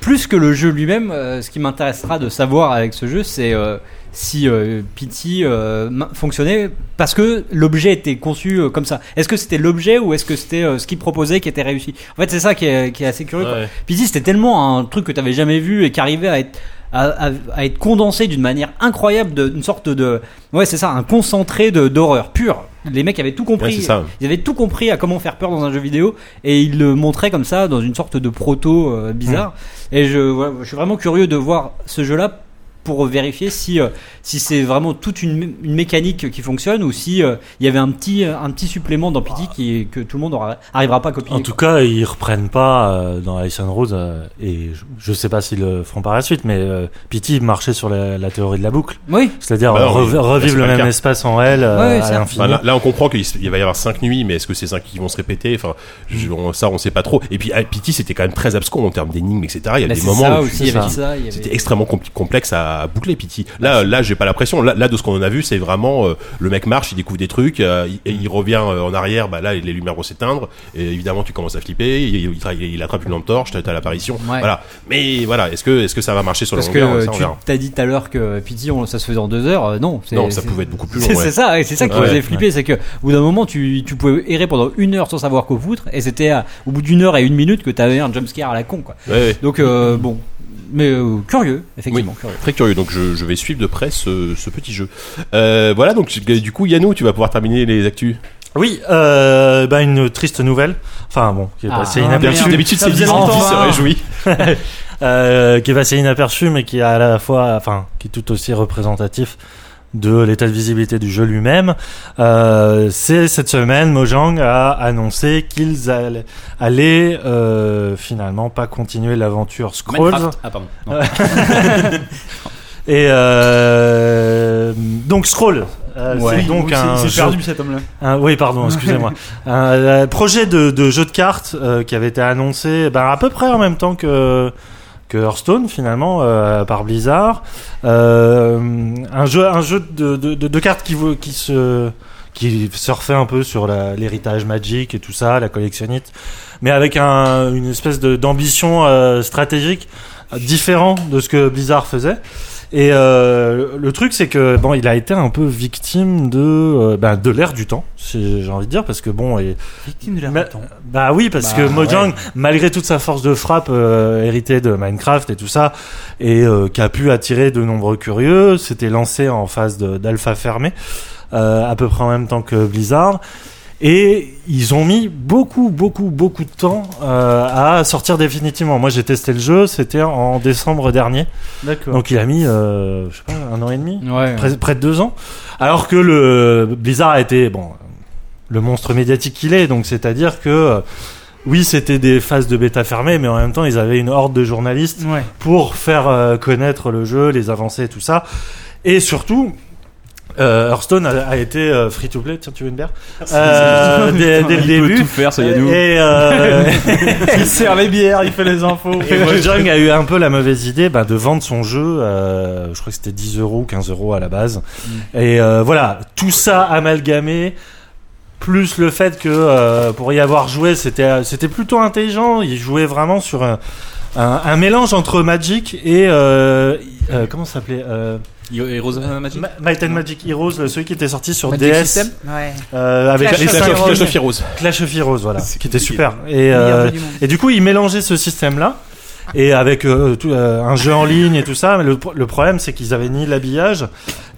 S5: plus que le jeu lui-même, euh, ce qui m'intéressera de savoir avec ce jeu, c'est euh, si euh, Pity euh, ma- fonctionnait parce que l'objet était conçu euh, comme ça. Est-ce que c'était l'objet ou est-ce que c'était euh, ce qu'il proposait qui était réussi En fait, c'est ça qui est, qui est assez curieux. quoi.
S1: Ouais.
S5: Pity, c'était tellement un truc que t'avais jamais vu et qui arrivait à être à, à- à être condensé d'une manière incroyable, de- d'une sorte de ouais c'est ça, un concentré de d'horreur pure. Les mecs avaient tout
S1: Ouais,
S5: compris.
S1: c'est ça.
S5: Ils avaient tout compris à comment faire peur dans un jeu vidéo et ils le montraient comme ça dans une sorte de proto euh, bizarre. Et je, voilà, je suis vraiment curieux de voir ce jeu-là pour vérifier si, euh, si c'est vraiment toute une, mé- une mécanique qui fonctionne ou si euh, il y avait un petit, un petit supplément dans Pity qui, que tout le monde aura- arrivera pas à copier.
S8: En tout cas, ils reprennent pas euh, dans Ice and Road, euh, et je, je sais pas s'ils le feront par la suite, mais euh, Pity marchait sur la, la théorie de la boucle.
S5: oui,
S8: C'est-à-dire
S1: Bah non,
S8: rev-
S1: mais- bah, c'est
S8: revivre
S1: pas
S8: le
S1: le
S8: même
S1: cas.
S8: espace en réel euh,
S5: Ouais, ouais,
S8: à
S5: ça.
S8: l'infini.
S1: Enfin, là, là, on comprend qu'il s- il va y avoir cinq nuits, mais est-ce que ces cinq qui vont se répéter Enfin, je- on- ça, on sait pas trop. Et puis, à Pity, c'était quand même très abscon en termes d'énigmes, etc. Il y a
S5: Bah,
S1: des
S5: c'est
S1: moments
S5: ça
S1: où
S5: aussi, il y avait
S8: ça.
S5: ça, Bah, il y avait-
S1: C'était extrêmement compli- complexe à, à boucler, Pity. Là, là, j'ai pas l'impression. Là, là, de ce qu'on en a vu, c'est vraiment euh, le mec marche, il découvre des trucs, euh, il, et il revient euh, en arrière. Bah là, les lumières vont s'éteindre. Et évidemment, tu commences à flipper. Il, il, tra- il attrape une lampe torche, t'as t'as l'apparition.
S5: Ouais.
S1: Voilà. Mais voilà, est-ce que, est-ce que ça va marcher sur
S5: Parce
S1: la
S5: que
S1: longueur
S5: euh,
S1: Ça, on
S5: tu
S1: verra.
S5: t'as dit tout à l'heure que Pity, on, ça se faisait en deux heures. euh, non, c'est-
S1: Non, ça
S5: c'est-
S1: pouvait être beaucoup plus
S5: C'est
S1: long.
S5: c'est
S1: ouais.
S5: ça, et c'est ça qui
S1: Ouais,
S5: me faisait
S1: ouais.
S5: flipper, c'est que au bout d'un moment, tu, tu pouvais errer pendant une heure sans savoir quoi foutre, et c'était à- au bout d'une heure et une minute que t'avais un jumpscare à la con, quoi.
S1: Ouais, ouais.
S5: Donc euh, bon, mais euh, curieux, effectivement,
S1: Oui.
S5: curieux.
S1: Très curieux, donc je, je vais suivre de près ce, ce petit jeu. Euh, voilà, donc du coup, Yannou, tu vas pouvoir terminer les actus.
S8: Oui, euh, bah, une triste nouvelle. Enfin bon, qui est
S5: Ah,
S8: passée
S5: ah,
S8: inaperçue.
S5: merde.
S1: D'habitude,
S2: Ça
S1: c'est
S2: faisait
S1: Vivendi
S2: longtemps,
S1: se
S2: hein.
S1: réjouit.
S8: euh, qui est passé inaperçu, mais qui est à la fois, enfin, qui est tout aussi représentatif de l'état de visibilité du jeu lui-même. Euh, c'est cette semaine, Mojang a annoncé qu'ils allaient, allaient, euh, finalement pas continuer l'aventure Scrolls.
S3: Minecraft. Ah, pardon. Non.
S8: Et euh, donc Scroll, euh,
S2: Oui,
S8: c'est donc
S2: oui,
S8: un
S2: Ah, c'est- C'est
S8: jeu
S2: perdu cet homme-là.
S8: un- Ah, oui, pardon, excusez-moi. un euh, projet de, de jeu de cartes euh, qui avait été annoncé ben, à peu près en même temps que, que Hearthstone, finalement, euh, par Blizzard. Euh, un jeu, un jeu de, de, de- de cartes qui, vou- qui se qui surfait un peu sur la- l'héritage magique et tout ça, la collectionnite, mais avec un- une espèce de- d'ambition euh, stratégique différent de ce que Blizzard faisait. Et euh, le truc, c'est que bon, il a été un peu victime de euh, bah, de l'ère du temps, si j'ai envie de dire, parce que bon, et
S2: Victime de la
S8: Mais-
S2: raton.
S8: bah oui, parce
S5: Bah,
S8: que Mojang, malgré toute sa force de frappe euh, héritée de Minecraft et tout ça, et euh, qui a pu attirer de nombreux curieux, s'était lancé en phase de- d'alpha fermée, euh, à peu près en même temps que Blizzard. Et ils ont mis beaucoup, beaucoup, beaucoup de temps euh, à sortir définitivement. Moi, j'ai testé le jeu, c'était en décembre dernier.
S2: D'accord.
S8: Donc, il a mis, euh, je sais pas, un an et demi
S5: Ouais.
S8: près, près de deux ans. Alors que le Blizzard a été bon, le monstre médiatique qu'il est, donc c'est-à-dire que euh, oui, c'était des phases de bêta fermées, mais en même temps, ils avaient une horde de journalistes
S2: Ouais.
S8: pour faire euh, connaître le jeu, les avancées, tout ça. Et surtout, euh, Hearthstone a, a été euh, free to play. Tiens, tu veux une bière Euh, dès, dès le
S3: Il peut tout
S8: début.
S3: faire, ça y
S8: Et euh,
S2: il sert les bières, il fait les infos.
S8: et Mojang a eu un peu la mauvaise idée bah, de vendre son jeu, euh, je crois que c'était 10 euros ou 15 euros à la base.
S2: Mm.
S8: Et euh, voilà, tout ça amalgamé, plus le fait que euh, pour y avoir joué, c'était euh, c'était plutôt intelligent. Il jouait vraiment sur un, un- un mélange entre Magic et... euh, euh, comment ça s'appelait euh,
S3: Heroes Magic
S8: Ma- Might and Magic Heroes, le- celui qui était sorti sur
S6: Magic
S8: DS
S6: System
S4: Ouais.
S8: euh, avec
S4: Clash
S8: les
S4: of
S8: cinq-
S4: Heroes.
S1: Clash of Heroes.
S8: Clash of Heroes, voilà,
S3: C'est
S8: qui était
S3: compliqué.
S8: super. Et,
S4: Meilleur
S8: euh,
S4: jeu du monde.
S8: et du coup, il mélangeait ce système-là. Et avec euh, tout, euh, un jeu en ligne et tout ça, mais le, pro- le problème c'est qu'ils avaient ni l'habillage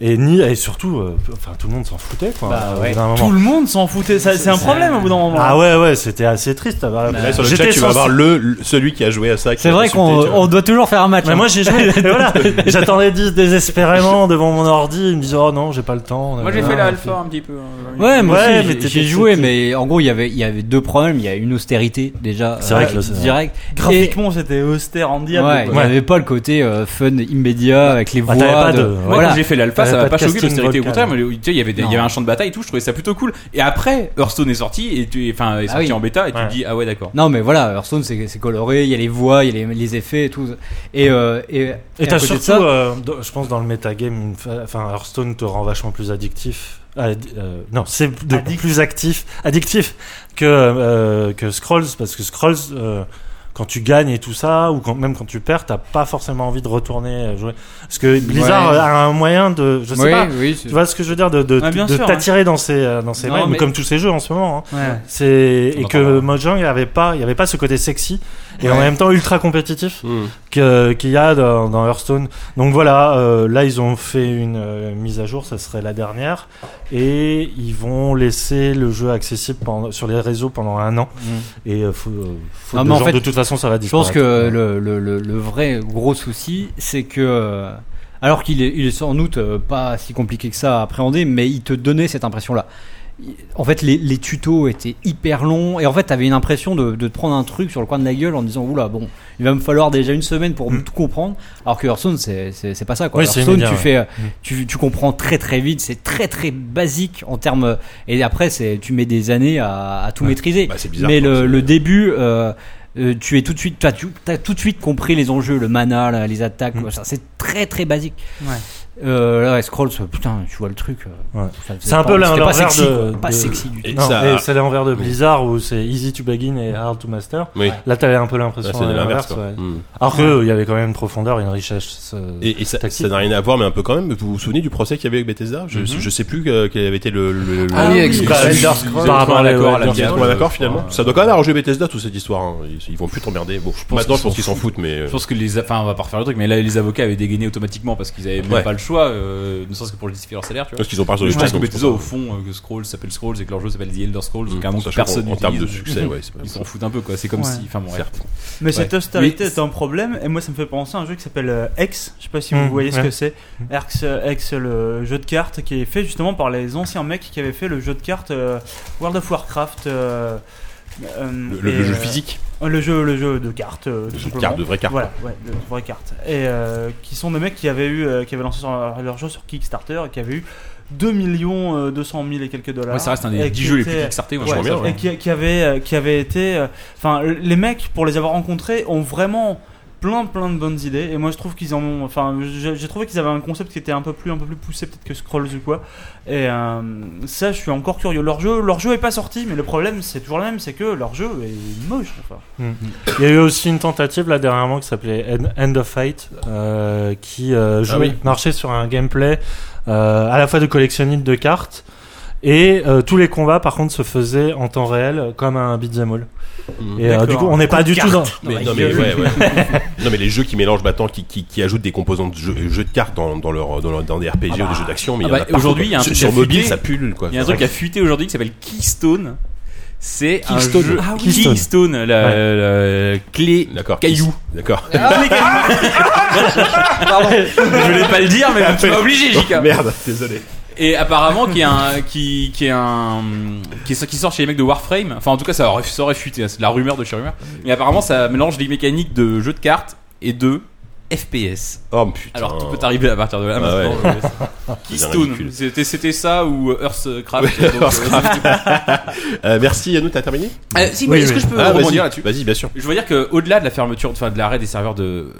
S8: et ni et surtout, euh, enfin tout le monde s'en foutait quoi.
S5: Bah,
S8: au bout
S5: ouais.
S8: d'un moment.
S2: Tout le monde s'en foutait. Ça, C'est un problème au bout d'un moment.
S8: Ah ouais ouais, c'était assez triste. Bah,
S1: Là, sur le chat,
S8: j'étais
S1: tu vas
S8: sensi-
S1: avoir le, le- celui qui a joué à ça. qui
S5: C'est
S1: a euh,
S5: vrai qu'on
S1: consulté, tu vois.
S5: on doit toujours faire un match.
S8: Mais
S5: hein.
S8: moi j'ai joué, et voilà, j'attendais 10 désespérément devant mon ordi, ils me disaient oh non j'ai pas le temps.
S3: Moi j'ai
S8: nanana.
S3: fait la alpha un petit peu. hein,
S5: Ouais, moi
S8: Ouais,
S5: aussi,
S8: mais
S5: j'ai-
S8: t'étais-
S5: j'ai joué,
S8: t'étais-
S5: mais en gros, il y avait, il y avait deux problèmes. Il y a une austérité, déjà. euh,
S8: C'est vrai que le-
S5: direct. Et-
S2: Graphiquement, c'était austère en diable.
S5: Ouais, il
S2: quoi.
S5: n'y avait pas le côté euh, fun immédiat avec les
S8: Bah,
S5: voix.
S8: t'avais pas de-
S3: Moi,
S5: Voilà.
S3: quand j'ai fait l'alpha,
S8: T'avais
S3: ça
S8: pas
S3: m'a
S8: de
S3: pas choqué
S8: casting
S3: l'austérité. Au
S8: vocal.
S3: contraire, mais, tu sais, il y avait des- il y avait
S5: Non.
S3: un champ de bataille et tout, je trouvais ça plutôt cool. Et après, Hearthstone est sorti, et tu, enfin, est
S5: Ah
S3: sorti
S5: oui.
S3: en bêta, et tu
S8: Ouais.
S3: te dis, ah ouais, d'accord.
S5: Non, mais voilà, Hearthstone, c'est c'est coloré, il y a les voix, il y a les, les effets et tout. Et, euh, et, et à
S8: Et t'as
S5: côté de
S8: surtout,
S5: ça-
S8: euh, dans- je pense, dans le metagame, une fa- enfin, Hearthstone te rend vachement plus addictif. Ah, di- euh, non, c'est de- plus actif, addictif que, euh, que Scrolls, parce que Scrolls, euh, quand tu gagnes et tout ça, ou quand, même quand tu perds, t'as pas forcément envie de retourner euh, jouer. Parce que Blizzard euh,
S5: Ouais.
S8: a un moyen de, je sais
S5: oui,
S8: pas,
S5: oui, c'est-
S8: tu vois ce que je veux dire, de, de,
S2: Ouais, bien
S8: de
S2: sûr,
S8: t'attirer dans ces, euh, dans ces
S5: hein. Non,
S8: mails,
S5: mais-
S8: comme tous ces jeux en ce moment. hein.
S2: Ouais.
S8: C'est et que Mojang avait pas, il y avait pas ce côté sexy et en
S5: Ouais.
S8: même temps ultra compétitif
S1: Mm.
S8: que qu'il y a dans, dans Hearthstone. Donc voilà, euh, là ils ont fait une euh, mise à jour, ça serait la dernière, et ils vont laisser le jeu accessible pendant- sur les réseaux pendant un an. Et euh, faut, euh, faut
S5: Non,
S8: de
S5: mais en
S8: genre,
S5: fait,
S8: de toute façon ça va
S5: Je pense
S8: disparaître.
S5: que le, le, le, le vrai gros souci, c'est que. euh, Alors qu'il est, il est sans doute euh, pas si compliqué que ça à appréhender, mais il te donnait cette impression-là. Il- En fait, les, les tutos étaient hyper longs, et en fait, t'avais une impression de, de te prendre un truc sur le coin de la gueule en disant Oula, bon, il va me falloir déjà une semaine pour
S8: Mm.
S5: tout comprendre. Alors que Hearthstone, c'est- c'est c'est pas ça quoi.
S8: Oui, c'est
S5: Hearthstone,
S8: immédiat,
S5: tu,
S8: ouais.
S5: fais, euh,
S8: Mm.
S5: tu, tu comprends très très vite, c'est très très basique en termes. euh, Et après, c'est- tu mets des années à, à tout maîtriser.
S1: Bah, c'est bizarre,
S5: Mais
S1: quoi,
S5: le,
S1: c'est-
S5: le début, euh, euh, tu es tout de suite, t'as, tu as tout de suite compris les enjeux, le mana, là, les attaques,
S8: Mm.
S5: quoi, ça, c'est très très basique.
S2: Ouais.
S5: Euh, là, ouais, Scrolls, euh, putain, tu vois le truc. euh,
S8: Ouais.
S5: ça faisait
S8: C'est un
S5: pas-
S8: peu l'un-
S5: c'était pas
S8: l'envers
S5: sexy,
S8: de-
S5: quoi, pas
S8: de-
S5: sexy du tout.
S1: Et
S8: Non,
S1: ça-
S8: et c'est l'envers de
S1: Oui.
S8: Blizzard où c'est easy to begin et hard to master.
S1: Oui.
S8: Là, t'avais un peu
S1: Là,
S8: l'impression
S1: ah, c'est
S8: de
S1: l'inverse.
S8: l'inverse.
S1: quoi.
S8: ouais.
S1: Mm.
S8: Alors que euh, il y avait quand même une profondeur, et une richesse. euh,
S1: Et, et ça
S8: tactile.
S1: ça n'a rien à voir, mais un peu quand même. Vous vous souvenez du procès qu'il y avait avec Bethesda je, je sais plus euh, quel avait été le. le, le-
S6: Ah oui, avec
S1: le-
S6: Scrolls.
S1: le-
S6: Elder
S1: le-
S6: Scrolls.
S1: le-
S8: Par rapport à la-
S1: le-
S8: ouais,
S1: le-
S8: Elder
S1: Ils sont
S8: Scrolls.
S1: d'accord finalement. Ça doit quand même arranger Bethesda toute cette histoire. hein. Ils, ils vont plus t'emmerder. Bon, maintenant je pense qu'ils s'en foutent, mais. euh,
S3: Je pense que les, enfin, on va pas refaire le truc, mais là, les avocats avaient dégainé automatiquement parce qu'ils avaient même
S1: Ouais.
S3: pas le choix, euh, ne serait-ce que pour justifier leur salaire, tu vois.
S1: Parce qu'ils ont pas sur
S3: Je
S1: les
S3: pense
S1: stats,
S3: que
S1: donc
S3: Bethesda,
S1: c'est
S3: au
S1: pour ça.
S3: fond, euh, que Scrolls s'appelle Scrolls et que leur jeu s'appelle The Elder Scrolls,
S1: Mm.
S3: donc un nom que
S1: Sachant qu'en-
S3: personne
S1: En termes de
S3: n'utilise.
S1: succès, ouais. c'est pas-
S3: Ils s'en foutent un peu, quoi. C'est comme
S2: Ouais.
S3: si, enfin, bon, bref.
S1: Certes.
S2: Mais cette austérité
S3: Oui.
S2: est un problème, et moi ça me fait penser à un jeu qui s'appelle euh, X, je sais pas si
S8: Mmh,
S2: vous voyez ce
S8: ouais.
S2: que c'est. X, euh, X, le jeu de cartes qui est fait justement par les anciens mecs qui avaient fait le jeu de cartes euh, World of Warcraft. euh, euh,
S1: Le, le-
S2: et,
S1: le jeu
S2: euh,
S1: physique,
S2: euh, Le jeu, le jeu de cartes, euh, tout
S1: le jeu de
S2: simplement.
S1: cartes, de vraies cartes.
S2: Voilà, ouais, de vraies cartes. Et euh, qui sont des mecs qui avaient eu, euh, qui avaient lancé sur leur, leur jeu sur Kickstarter et qui avaient eu 2 millions euh, 200 000 et quelques dollars.
S3: Ouais, ça reste un
S2: Et
S3: des 10
S2: qui
S3: jeux les
S2: était-
S3: plus kickstartés, moi, je
S2: Ouais,
S3: crois bien.
S1: ouais.
S2: euh, et qui, qui avait euh, qui avait été enfin les mecs pour les avoir rencontrés ont vraiment plein plein de bonnes idées et moi je trouve qu'ils en ont enfin j'ai j'ai trouvé qu'ils avaient un concept qui était un peu plus un peu plus poussé peut-être que Scrolls ou quoi et euh, ça je suis encore curieux leur jeu leur jeu est pas sorti mais le problème c'est toujours le même c'est que leur jeu est moche enfin
S8: Il y a eu aussi une tentative là dernièrement qui s'appelait End- End of Fight, euh, qui
S3: Ah
S8: euh, jouait-
S1: oui.
S8: marchait sur un gameplay euh, à la fois de collectionniste de cartes et euh, tous les combats par contre se faisaient en temps réel comme un beat'em all.
S1: Mhm.
S3: Mmh.
S8: Et euh,
S2: D'accord.
S8: du coup on n'est pas du tout dans.
S1: Mais, non, mais, ouais, ouais. non mais les jeux qui mélangent maintenant, qui, qui, qui ajoutent des composantes de jeux, jeux de cartes dans, dans, leur, dans, leur- dans des RPG ou des jeux d'action, mais
S3: Ah
S1: il y en a
S3: bah,
S1: partout,
S3: aujourd'hui, il y a
S1: quoi.
S3: un
S1: sur,
S3: truc
S1: sur
S3: à
S1: mobile
S3: fuiter.
S1: ça pulle quoi.
S3: Il y a un truc qui a fuité aujourd'hui qui s'appelle Keystone. C'est un
S8: Keystone.
S3: jeu
S8: Ah oui.
S3: Keystone, la,
S8: Ouais.
S3: la- la clé
S1: D'accord.
S3: caillou.
S1: D'accord.
S3: Je voulais pas le dire, mais tu m'as obligé, JK.
S1: Merde, désolé.
S3: Et apparemment, qui est un, qui, qui est un, qui, est- qui sort chez les mecs de Warframe. Enfin, en tout cas, ça aurait, ça aurait fuité. hein. C'est de la rumeur de chez rumeur. Mais apparemment, ça mélange les mécaniques de jeux de cartes et de FPS.
S1: Oh putain.
S3: Alors, tout peut arriver à partir de là.
S1: Ah ouais.
S3: maintenant. Keystone.
S1: ridicule.
S3: C'était, c'était ça ou Earthcraft. donc, euh,
S1: Euh, merci Yannou, t'as terminé
S3: Euh, si, mais
S8: Oui,
S3: est-ce
S8: oui.
S3: que je peux
S1: Ah, vas-y,
S3: rebondir là-dessus
S1: vas-y, bien sûr.
S3: Je veux dire que au-delà de la fermeture, enfin de l'arrêt des serveurs de euh,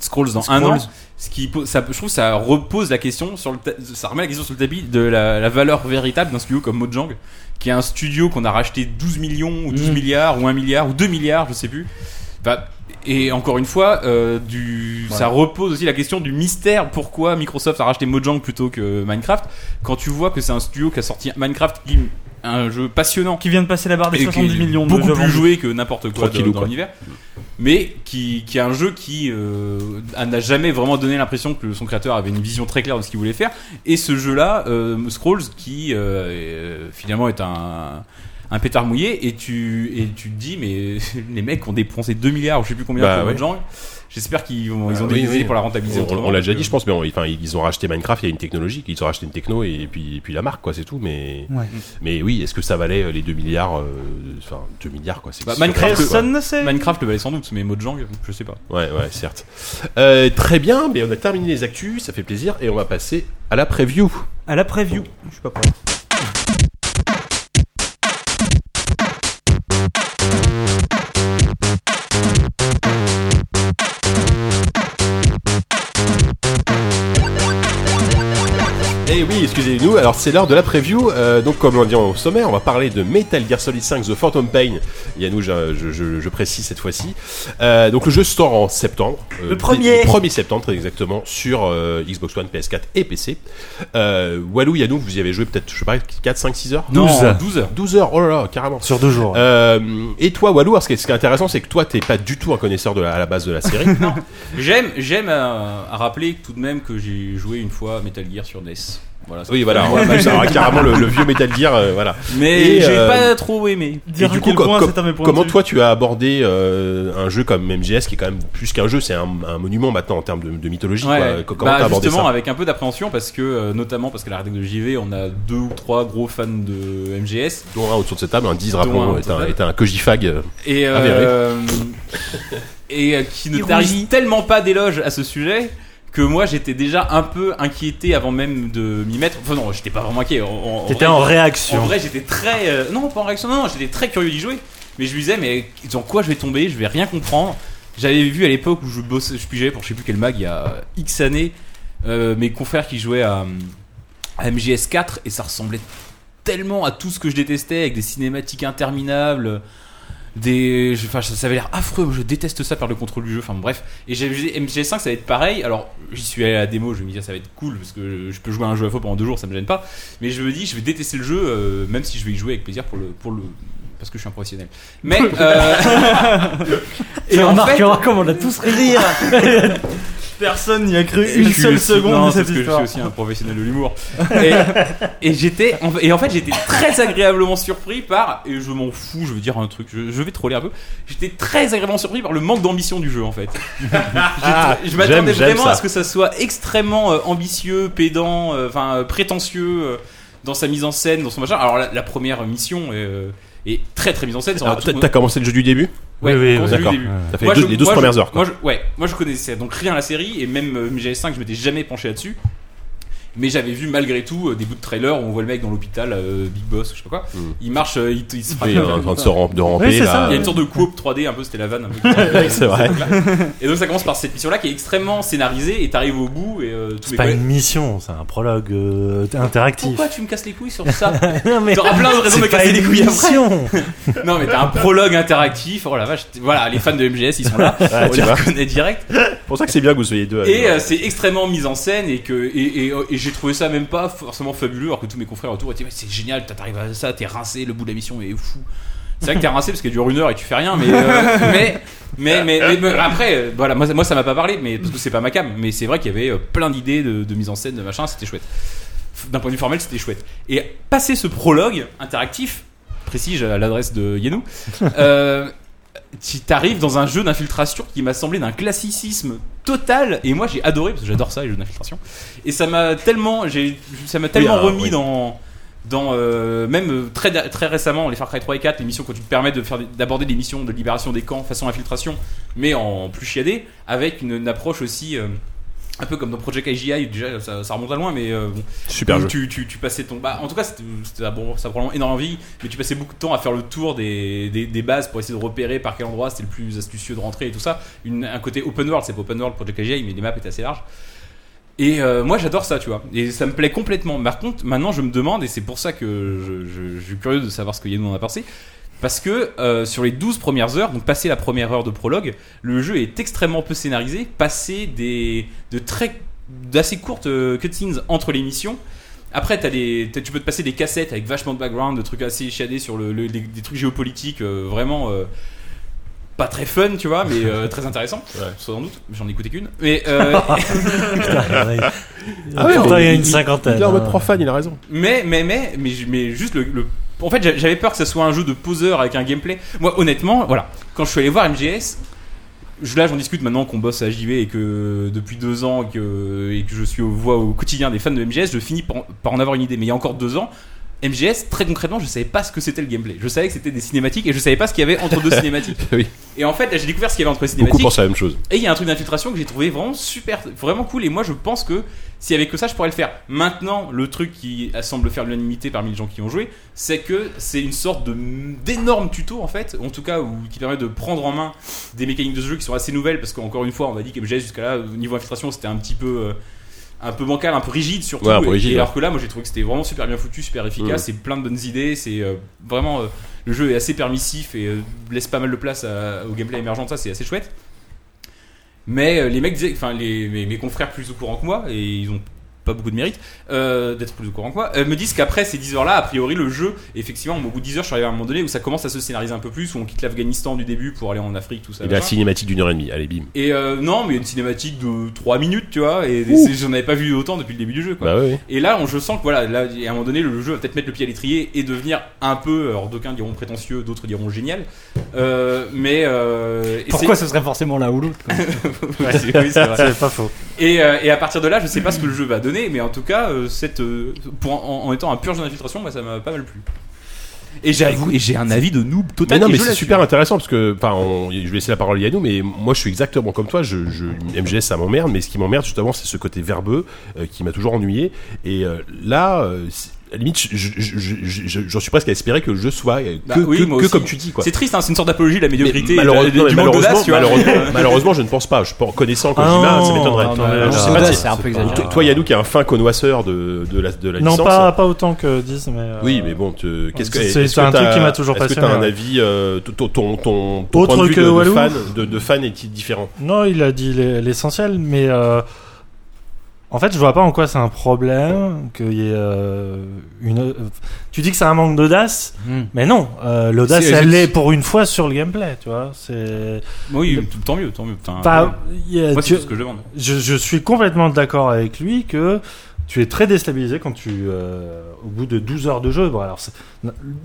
S3: Scrolls dans un
S8: Scrolls.
S3: an, ce qui po- ça, je trouve ça repose la question sur le ta- ça remet la question sur le tapis de la, la valeur véritable d'un studio comme Mojang, qui est un studio qu'on a racheté 12 millions ou 12 milliards ou 1 milliard ou 2 milliards, je sais plus. Bah, et encore une fois, euh, du, ça repose aussi la question du mystère pourquoi Microsoft a racheté Mojang plutôt que Minecraft. Quand tu vois que c'est un studio qui a sorti Minecraft, qui- un jeu passionnant,
S2: qui vient de passer la barre des
S3: et qui est
S2: 70 Ah, millions de
S3: beaucoup
S2: jeux
S3: plus
S2: vendus.
S3: joué que n'importe quoi dans,
S1: Tranquillou,
S3: dans
S1: quoi.
S3: l'univers mais qui, qui est un jeu qui euh, n'a jamais vraiment donné l'impression que son créateur avait une vision très claire de ce qu'il voulait faire et ce jeu là Scrolls qui euh, est- finalement est un un pétard mouillé et tu et tu te dis mais les mecs ont dépensé 2 milliards ou je sais plus combien
S1: Bah
S3: pour
S1: ouais.
S3: Mojang j'espère qu'ils vont- ils
S1: Bah
S3: ont
S1: oui,
S3: des idées
S1: oui.
S3: pour la rentabiliser
S1: On,
S3: autrement.
S1: on l'a déjà dit, je pense, mais on- enfin, ils ont racheté Minecraft, il y a une technologie, ils ont racheté une techno et puis, et puis la marque, quoi, c'est tout. Mais,
S5: Ouais.
S1: mais oui, est-ce que ça valait euh, les 2 milliards euh, Enfin, 2 milliards, quoi. c'est-
S3: Bah,
S1: c'est
S3: Minecraft,
S1: surprenant, quoi.
S2: Personne ne sait.
S3: Minecraft le valait sans doute mais Mojang je sais pas
S1: Ouais, ouais, certes. Euh, très bien, mais on a terminé les actus, ça fait plaisir, et on va passer à la preview.
S2: À la preview. Je suis pas prêt.
S1: Eh oui, excusez-nous, alors c'est l'heure de la preview. Euh, donc, comme on dit au sommaire, on va parler de Metal Gear Solid 5 The Phantom Pain. Yannou, je, je, je- je précise cette fois-ci. Euh, donc, le jeu sort en septembre. euh,
S2: Le premier.
S1: Le 1er septembre, très exactement, sur euh, Xbox One, PS4 et PC. Euh, Walou, Yannou, vous y avez joué peut-être, je sais pas, 4, 5, 6 heures
S8: 12.
S3: Non, 12 heures
S1: 12 heures, oh là là, carrément.
S8: Sur deux jours.
S1: Euh, et toi, Walou, alors, ce qui est, ce qui est intéressant, c'est que toi, t'es pas du tout un connaisseur de la- à la base de la série.
S3: J'aime, j'aime à, à rappeler tout de même que j'ai joué une fois à Metal Gear sur NES. Voilà.
S1: Oui, voilà, on va- ça aura carrément le, le vieux Metal Gear, euh, voilà.
S3: Mais
S1: Et,
S3: j'ai
S1: euh,
S3: pas trop aimé.
S2: Dire
S1: du
S2: à
S1: coup,
S2: quel
S1: com-
S2: point
S1: com-
S2: c'est un de mes points de
S1: Comment
S2: vue.
S1: toi, tu as abordé euh, un jeu comme MGS, qui est quand même plus qu'un jeu, c'est un, un monument maintenant en termes de, de mythologie. quoi.
S3: Ouais.
S1: Co- Comment
S3: Bah,
S1: t'as abordé
S3: justement,
S1: ça
S3: avec un peu d'appréhension parce que, euh, notamment parce qu'à la rédaction de JV, on a deux ou trois gros fans de MGS.
S1: Dont un autour de cette table, un 10
S3: euh, Dont un
S1: rappelons,
S3: autour
S1: est
S3: de
S1: un,
S3: la
S1: est un Kojifag. euh,
S3: Et, euh,
S1: Avéré.
S3: et euh, qui ne
S4: Il
S3: tarissent
S4: rougit.
S3: tellement pas d'éloges à ce sujet que moi j'étais déjà un peu inquiété avant même de m'y mettre. Enfin, non, j'étais pas vraiment inquiet. En- en-
S8: T'étais
S3: en En
S8: en réaction.
S3: vrai, j'étais très. euh, non, pas en réaction, non, non, j'étais très curieux d'y jouer. Mais je me disais, mais dans quoi je vais tomber Je vais rien comprendre. J'avais vu à l'époque où je bossais, je pigeais pour je sais plus quel mag il y a X années, euh, mes confrères qui jouaient à, à MGS4 et ça ressemblait tellement à tout ce que je détestais avec des cinématiques interminables. Des, je- enfin, ça, ça avait l'air affreux, je déteste ça par le contrôle du jeu, enfin bon, bref. Et j'avais dit MGS5, ça va être pareil. Alors, j'y suis allé à la démo, je me dis, ça va être cool parce que je peux jouer à un jeu à faux pendant deux jours, ça me gêne pas. Mais je me dis, je vais détester le jeu, euh, même si je vais y jouer avec plaisir pour le, pour le, parce que je suis un professionnel. Mais euh,
S5: Et on
S3: fait-
S5: remarquera comme on a tous rire.
S2: Personne n'y a cru
S3: Et
S2: une
S3: je suis
S2: seule
S3: aussi-
S2: seconde
S3: non,
S2: de
S3: c'est
S2: cette
S3: parce que
S2: histoire.
S3: je suis aussi un professionnel de l'humour. Et, et j'étais, en, et en fait, j'étais très agréablement surpris par, et je m'en fous, je veux dire un truc, je, je vais troller un peu. J'étais très agréablement surpris par le manque d'ambition du jeu, en fait. J'étais- je
S1: j'aime,
S3: m'attendais
S1: j'aime
S3: vraiment
S1: ça.
S3: à ce que ça soit extrêmement euh, ambitieux, pédant, euh, enfin euh, prétentieux euh, dans sa mise en scène, dans son machin. Alors la, la première mission est, euh, est très très mise en scène. ça aura
S1: Alors,
S3: tout-
S1: t'as t'as commencé le jeu du début
S3: Ouais,
S8: Oui, oui,
S3: on
S8: oui,
S3: s'est vu au
S1: d'accord.
S3: début.
S1: T'as fait
S3: Moi,
S1: les deux,
S3: je-
S1: les deux
S3: moi, je-
S1: premières heures, quoi.
S3: Moi, je, ouais, moi je connaissais donc rien à la série et même euh, MGS5, je m'étais jamais penché là-dessus. Mais j'avais vu malgré tout euh, des bouts de trailer où on voit le mec dans l'hôpital, euh, Big Boss, je sais pas quoi.
S1: Mm.
S3: Il marche, euh, il, il se frappe.
S1: Il est en train de se ramper, de ramper
S7: Oui, c'est
S1: là.
S7: ça.
S3: Il y a une sorte de coupe 3D un peu, c'était la vanne un peu.
S1: C'est vrai.
S3: Et donc ça commence par cette mission-là qui est extrêmement scénarisée et t'arrives au bout et euh, tous
S8: C'est
S3: mes
S8: pas
S3: collègues-
S8: une mission, c'est un prologue euh, interactif.
S3: Pourquoi tu me casses les couilles sur ça
S8: non, mais
S3: T'auras plein de raisons de me
S8: c'est pas
S3: casser les
S8: une
S3: couilles après.
S8: mission.
S3: Non mais t'as un prologue interactif. Oh la vache. t'es- Voilà, les fans de MGS ils sont là.
S1: Ouais,
S3: on
S1: tu
S3: les
S1: vois.
S3: reconnaît direct.
S1: C'est pour ça que c'est bien que vous soyez deux. à
S3: Et
S1: le
S3: euh,
S1: voir.
S3: c'est extrêmement mis en scène et que et, et- et j'ai trouvé ça même pas forcément fabuleux alors que tous mes confrères autour étaient mais c'est génial. t'as- T'arrives à ça, t'es rincé, le bout de la mission est fou. C'est vrai que t'es rincé parce qu'elle dure une heure et tu fais rien, mais euh, mais, mais, mais, mais- mais après, euh, voilà, moi, ça- moi ça m'a pas parlé, mais parce que c'est pas ma cam, mais c'est vrai qu'il y avait euh, plein d'idées de, de mise en scène, de machin, c'était chouette. F- D'un point de vue formel, c'était chouette. Et passer ce prologue interactif, précise à l'adresse de Yenou, euh, tu t'arrives dans un jeu d'infiltration qui m'a semblé d'un classicisme total, et moi j'ai adoré parce que j'adore ça les jeux d'infiltration, et ça m'a tellement, j'ai- ça m'a tellement
S1: alors,
S3: remis
S1: oui.
S3: dans dans euh, même euh, très très récemment les Far Cry 3 et 4 les missions quand tu te permets de faire des- d'aborder des missions de libération des camps façon infiltration mais en plus chiadé avec une, une approche aussi euh, un peu comme dans Project IGI déjà ça, ça remonte à loin mais euh, bon,
S1: super
S3: où
S1: jeu.
S3: tu, tu, tu passais ton bah en tout cas c'était c'était- bon, ça a probablement énormément envie mais tu passais beaucoup de temps à faire le tour des, des, des bases pour essayer de repérer par quel endroit c'était le plus astucieux de rentrer et tout ça Une- un côté open world c'est pas open world Project IGI mais les maps étaient assez larges et euh, moi j'adore ça, tu vois. Et ça me plaît complètement. Par contre, maintenant je me demande, et c'est pour ça que je, je- je suis curieux de savoir ce que Yannou en a pensé, parce que euh, sur les 12 premières heures, donc passé la première heure de prologue, le jeu est extrêmement peu scénarisé, passé des, de très d'assez courtes euh, cutscenes entre les missions. Après, t'as des, t'as- tu peux te passer des cassettes avec vachement de background, de trucs assez chiadés sur le, le- des, des trucs géopolitiques euh, vraiment euh, pas très fun, tu vois, mais euh, très intéressant,
S1: Ouais.
S3: sans doute. J'en ai écouté qu'une. Mais euh,
S1: Ah ouais,
S8: Pourtant, il y a
S1: mais
S8: une cinquantaine.
S1: Il est en mode
S8: hein.
S1: profane, il a raison.
S3: Mais, mais, mais, mais, je- mais juste le. le- En fait, j'a- j'avais peur que ça soit un jeu de poseur avec un gameplay. Moi, honnêtement, voilà. Quand je suis allé voir MGS, je, là, j'en discute maintenant qu'on bosse à JV et que depuis deux ans et que, et que je suis au, voix au quotidien des fans de MGS, je finis par, par en avoir une idée. Mais il y a encore deux ans, MGS, très concrètement, je savais pas ce que c'était le gameplay. Je savais que c'était des cinématiques et je savais pas ce qu'il y avait entre deux cinématiques.
S1: Oui.
S3: Et en fait, là, j'ai découvert ce qu'il y avait entre les
S1: Beaucoup
S3: cinématiques.
S1: pensent à la même chose.
S3: Et il y a un truc d'infiltration que j'ai trouvé vraiment super, vraiment cool. Et moi, je pense que s'il y avait que ça, je pourrais le faire. Maintenant, le truc qui semble faire l'unanimité parmi les gens qui ont joué, c'est que c'est une sorte de d'énorme tuto en fait, en tout cas, ou qui permet de prendre en main des mécaniques de ce jeu qui sont assez nouvelles, parce qu'encore une fois, on a dit qu'MGS jusqu'à là, au niveau infiltration, c'était un petit peu. euh, un peu bancal, un peu rigide surtout.
S1: Ouais, un peu rigide,
S3: et
S1: ouais. Mm.
S3: alors que là, moi j'ai trouvé que c'était vraiment super bien foutu, super efficace, c'est plein de bonnes idées, c'est euh, vraiment. euh, le jeu est assez permissif et euh, laisse pas mal de place à- au gameplay émergent, ça c'est assez chouette. Mais euh, les mecs disaient, enfin les, mes, mes confrères plus au courant que moi, et ils ont pas beaucoup de mérite euh, d'être plus au courant que moi, euh, me disent qu'après ces 10 heures-là, a priori le jeu, effectivement, au bout de 10 heures, je suis arrivé à un moment donné où ça commence à se scénariser un peu plus, où on quitte l'Afghanistan du début pour aller en Afrique, tout ça.
S5: Eh
S1: Il a la
S3: machin.
S1: cinématique d'une heure et demie. Allez, bim.
S3: Et euh, non, mais une cinématique de 3 minutes, tu vois, et c'est- j'en avais pas vu autant depuis le début du jeu, quoi.
S1: Bah oui.
S3: Et là, on, je sens que voilà, là, à un moment donné, le jeu va peut-être mettre le pied à l'étrier et devenir un peu, alors d'aucuns diront prétentieux, d'autres diront génial, euh, mais euh, et
S5: Pourquoi ce serait forcément l'un ou l'autre quoi
S3: c'est- Ouais, c'est- oui, c'est vrai.
S8: C'est pas faux.
S3: Et, euh, et à partir de là, je sais pas ce que le jeu va donner, mais en tout cas, euh, cette, euh, pour, en, en étant un pur jeu d'infiltration, moi, ça m'a pas mal plu. Et j'avoue, et j'ai un avis de noob
S1: Mais
S3: total.
S1: non,
S3: et
S1: mais
S3: je
S1: c'est
S3: l'assume.
S1: super intéressant parce que, enfin, on- je vais laisser la parole à Yannou, mais moi je suis exactement comme toi. Je, je- MGS ça m'emmerde, mais ce qui m'emmerde justement, c'est ce côté verbeux euh, qui m'a toujours ennuyé. Et euh, là, euh, c'est- à la limite, je- je- je- je- je- j'en suis presque à espérer que le jeu soit euh, que,
S3: Bah oui,
S1: que-
S3: moi
S1: que
S3: aussi.
S1: comme tu dis, quoi.
S3: C'est triste, hein, c'est une sorte d'apologie de la
S1: Mais
S3: médiocrité. et de-
S1: malheureux-
S3: du
S1: non, mais
S3: manque
S1: malheureusement,
S3: d'audace, tu vois.
S1: malheureusement, malheureusement, je ne pense pas. Je pense, connaissant Kojima,
S8: Ah
S1: ça
S8: non.
S1: m'étonnerait.
S8: Non, mais
S1: je
S8: alors,
S1: sais pas si-
S5: c'est un peu
S1: Toi-
S5: exagéré.
S1: Toi, Yannou, qui est un fin connoisseur de, de la, de la
S8: Non,
S1: licence.
S8: pas, pas autant que 10, mais. euh,
S1: Oui, mais bon, tu- qu'est-ce que
S8: c'est-
S1: est-ce
S8: c'est
S1: que
S8: un truc
S1: t'as-
S8: qui m'a toujours
S1: Est-ce que t'as
S8: passionné,
S1: un
S8: ouais.
S1: avis, euh, ton, ton, ton, ton- ton
S8: Autre
S1: point de vue
S8: que
S1: de, de
S8: Walou
S1: fan, de, de fan est-il différent
S8: Non, il a dit l'e- l'essentiel, mais euh, en fait, je vois pas en quoi c'est un problème qu'il y ait euh, une. euh, Tu dis que c'est un manque d'audace,
S5: Hmm.
S8: mais non, euh, l'audace,
S3: C'est-
S8: elle
S3: c'est-
S8: est pour une fois sur le gameplay, tu vois. C'est.
S1: Ah,
S3: Oui, tant mieux, tant mieux. putain.
S8: Enfin, il y a-
S3: moi, c'est
S8: tu-
S3: tout ce que je demande.
S8: je, je suis complètement d'accord avec lui que tu es très déstabilisé quand tu euh, au bout de 12 heures de jeu. Bon, alors c'est-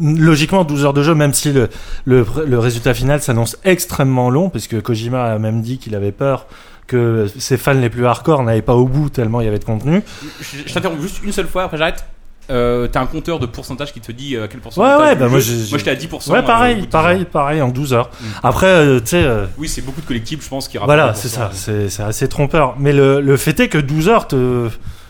S8: logiquement 12 heures de jeu même si le le, pr- le résultat final s'annonce extrêmement long parce que Kojima a même dit qu'il avait peur que ses fans les plus hardcore n'allaient pas au bout tellement il y avait de contenu.
S3: Je, je t'interromps juste une seule fois, après j'arrête. Euh, t'as un compteur de pourcentage qui te dit euh, à quel pourcentage.
S8: Ouais, ouais,
S3: du
S8: bah
S3: jeu.
S8: moi, j'ai-
S3: moi j'étais à 10%.
S8: Ouais,
S3: euh, au
S8: pareil,
S3: bout de
S8: pareil,
S3: 10.
S8: pareil en 12 heures.
S3: Mm.
S8: Après euh, tu sais euh,
S3: Oui, c'est beaucoup de collectifs, je pense, qui rappellent.
S8: Voilà,
S3: 10%.
S8: c'est ça, c'est c'est assez trompeur. Mais le, le fait est que 12 heures te,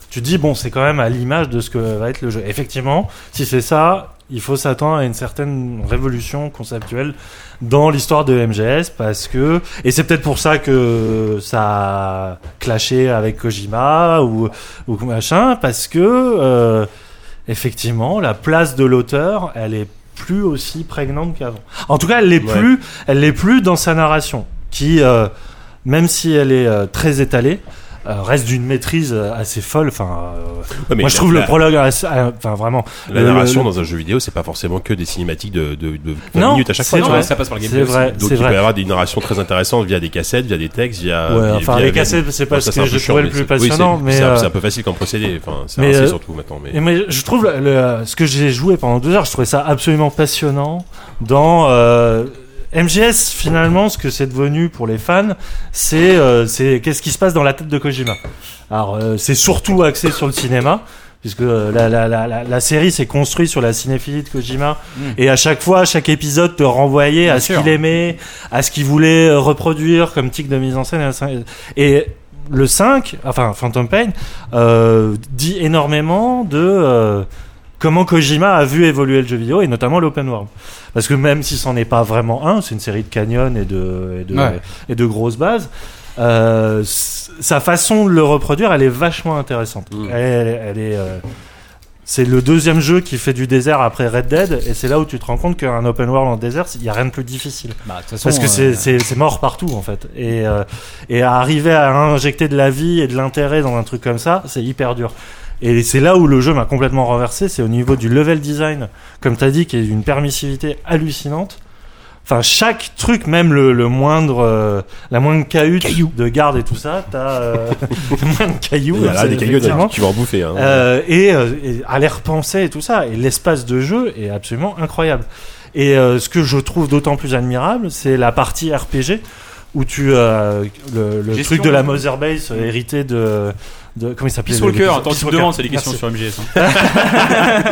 S8: tu te dis bon c'est quand même à l'image de ce que va être le jeu. Effectivement, si c'est ça, il faut s'attendre à une certaine révolution conceptuelle dans l'histoire de MGS parce que et c'est peut-être pour ça que ça a clashé avec Kojima ou ou machin parce que euh, effectivement la place de l'auteur elle est plus aussi prégnante qu'avant. En tout cas, elle l'est
S1: Ouais.
S8: plus, elle l'est plus dans sa narration qui euh, même si elle est euh, très étalée euh, reste d'une maîtrise euh, assez folle. Enfin, euh,
S1: Ouais, mais
S8: moi je
S1: la-
S8: trouve le
S1: la-
S8: prologue, assez- euh, enfin vraiment.
S1: La
S8: le-
S1: narration
S8: le-
S1: dans un jeu vidéo, c'est pas forcément que des cinématiques de, de, de 20
S8: Non,
S1: minutes à chaque
S8: c'est
S1: fois. tu
S8: vrai.
S1: vois.
S3: ça passe par le
S8: C'est
S3: gameplay. aussi.
S8: vrai,
S1: Donc
S8: c'est
S1: il peut y
S8: vrai.
S1: avoir des narrations très intéressantes via des cassettes, via des textes, via.
S8: Ouais,
S1: via-
S8: enfin
S1: via-
S8: les
S1: via-
S8: cassettes, c'est pas
S1: Bon,
S8: ce
S1: ça,
S8: que
S1: un
S8: j'ai
S1: peu
S8: trouvé le
S1: chiant,
S8: plus
S1: mais c'est- oui,
S8: passionnant,
S1: c'est-
S8: mais
S1: c'est un-
S8: euh,
S1: c'est un peu facile comme procédé. Enfin, c'est
S8: mais,
S1: ainsi
S8: euh,
S1: surtout maintenant. Mais
S8: Et mais je trouve le- le- ce que j'ai joué pendant deux heures, je trouvais ça absolument passionnant. Dans euh, MGS, finalement, ce que c'est devenu pour les fans, c'est euh, c'est qu'est-ce qui se passe dans la tête de Kojima. Alors, euh, c'est surtout axé sur le cinéma. Puisque euh, la, la, la, la- la série s'est construite sur la cinéphilie de Kojima, et à chaque fois, chaque épisode te renvoyait à ce
S3: sûr.
S8: qu'il aimait, à ce qu'il voulait euh, reproduire comme tic de mise en scène. Et le 5, enfin Phantom Pain, euh, dit énormément de euh, comment Kojima a vu évoluer le jeu vidéo et notamment l'open world. Parce que même si c'en est pas vraiment un, c'est une série de canyons et de, et de,
S5: Ouais.
S8: et de grosses bases. euh, s- sa façon de le reproduire, elle est vachement intéressante.
S1: Mm.
S8: Elle, elle- elle est, euh, c'est le deuxième jeu qui fait du désert après Red Dead, et c'est là où tu te rends compte qu'un open world en désert, il y a rien de plus difficile.
S5: Bah, de toute façon,
S8: Parce que
S5: euh,
S8: c'est- c'est c'est mort partout en fait. Et, euh, et à arriver à injecter de la vie et de l'intérêt dans un truc comme ça, c'est hyper dur. Et c'est là où le jeu m'a complètement renversé, c'est au niveau du level design, comme t'as dit, qui est d'une permissivité hallucinante. Enfin, chaque truc, même le, le moindre, euh, la moindre cahute de garde et tout ça, t'as euh, le moindre caillou.
S1: il y a
S8: hein,
S1: là
S8: c'est-
S1: des cailloux,
S8: effectivement.
S1: tu vas en bouffer. hein.
S8: Euh, et, euh, et à les repenser et tout ça. Et l'espace de jeu est absolument incroyable. Et euh, ce que je trouve d'autant plus admirable, c'est la partie RPG où tu euh, le, le
S3: Gestion.
S8: truc de la Mother Base euh, hérité de, de comment il s'appelle
S3: Peace Walker, attends, tu me demandes, c'est
S8: c'est
S3: des questions sur MGS. hein.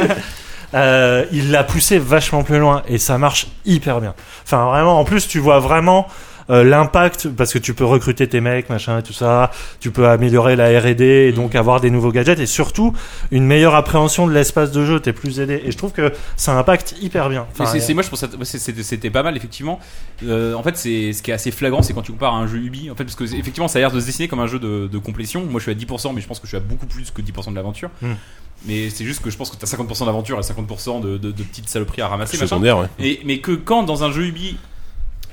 S8: euh, il l'a poussé vachement plus loin et ça marche hyper bien. Enfin, vraiment, en plus, tu vois vraiment euh, l'impact parce que tu peux recruter tes mecs, machin et tout ça. Tu peux améliorer la RD et
S3: Mm.
S8: donc avoir des nouveaux gadgets et surtout une meilleure appréhension de l'espace de jeu. T'es plus aidé et je trouve que ça impacte hyper bien.
S3: Mais
S8: Enfin,
S3: c'est-
S8: euh,
S3: c'est- moi je pense que ça- c'était c'était pas mal effectivement. Euh, en fait, c'est ce qui est assez flagrant, c'est quand tu compares à un jeu Ubi, en fait, parce que c'est- effectivement, ça a l'air de se dessiner comme un jeu de, de complétion. Moi, je suis à 10%, mais je pense que je suis à beaucoup plus que 10% de l'aventure.
S8: Hmm.
S3: Mais c'est juste que je pense que t'as 50% d'aventure et 50% de, de- de petites saloperies à ramasser. machin.
S1: Secondaire, ouais.
S3: Et, mais que quand dans un jeu Ubi,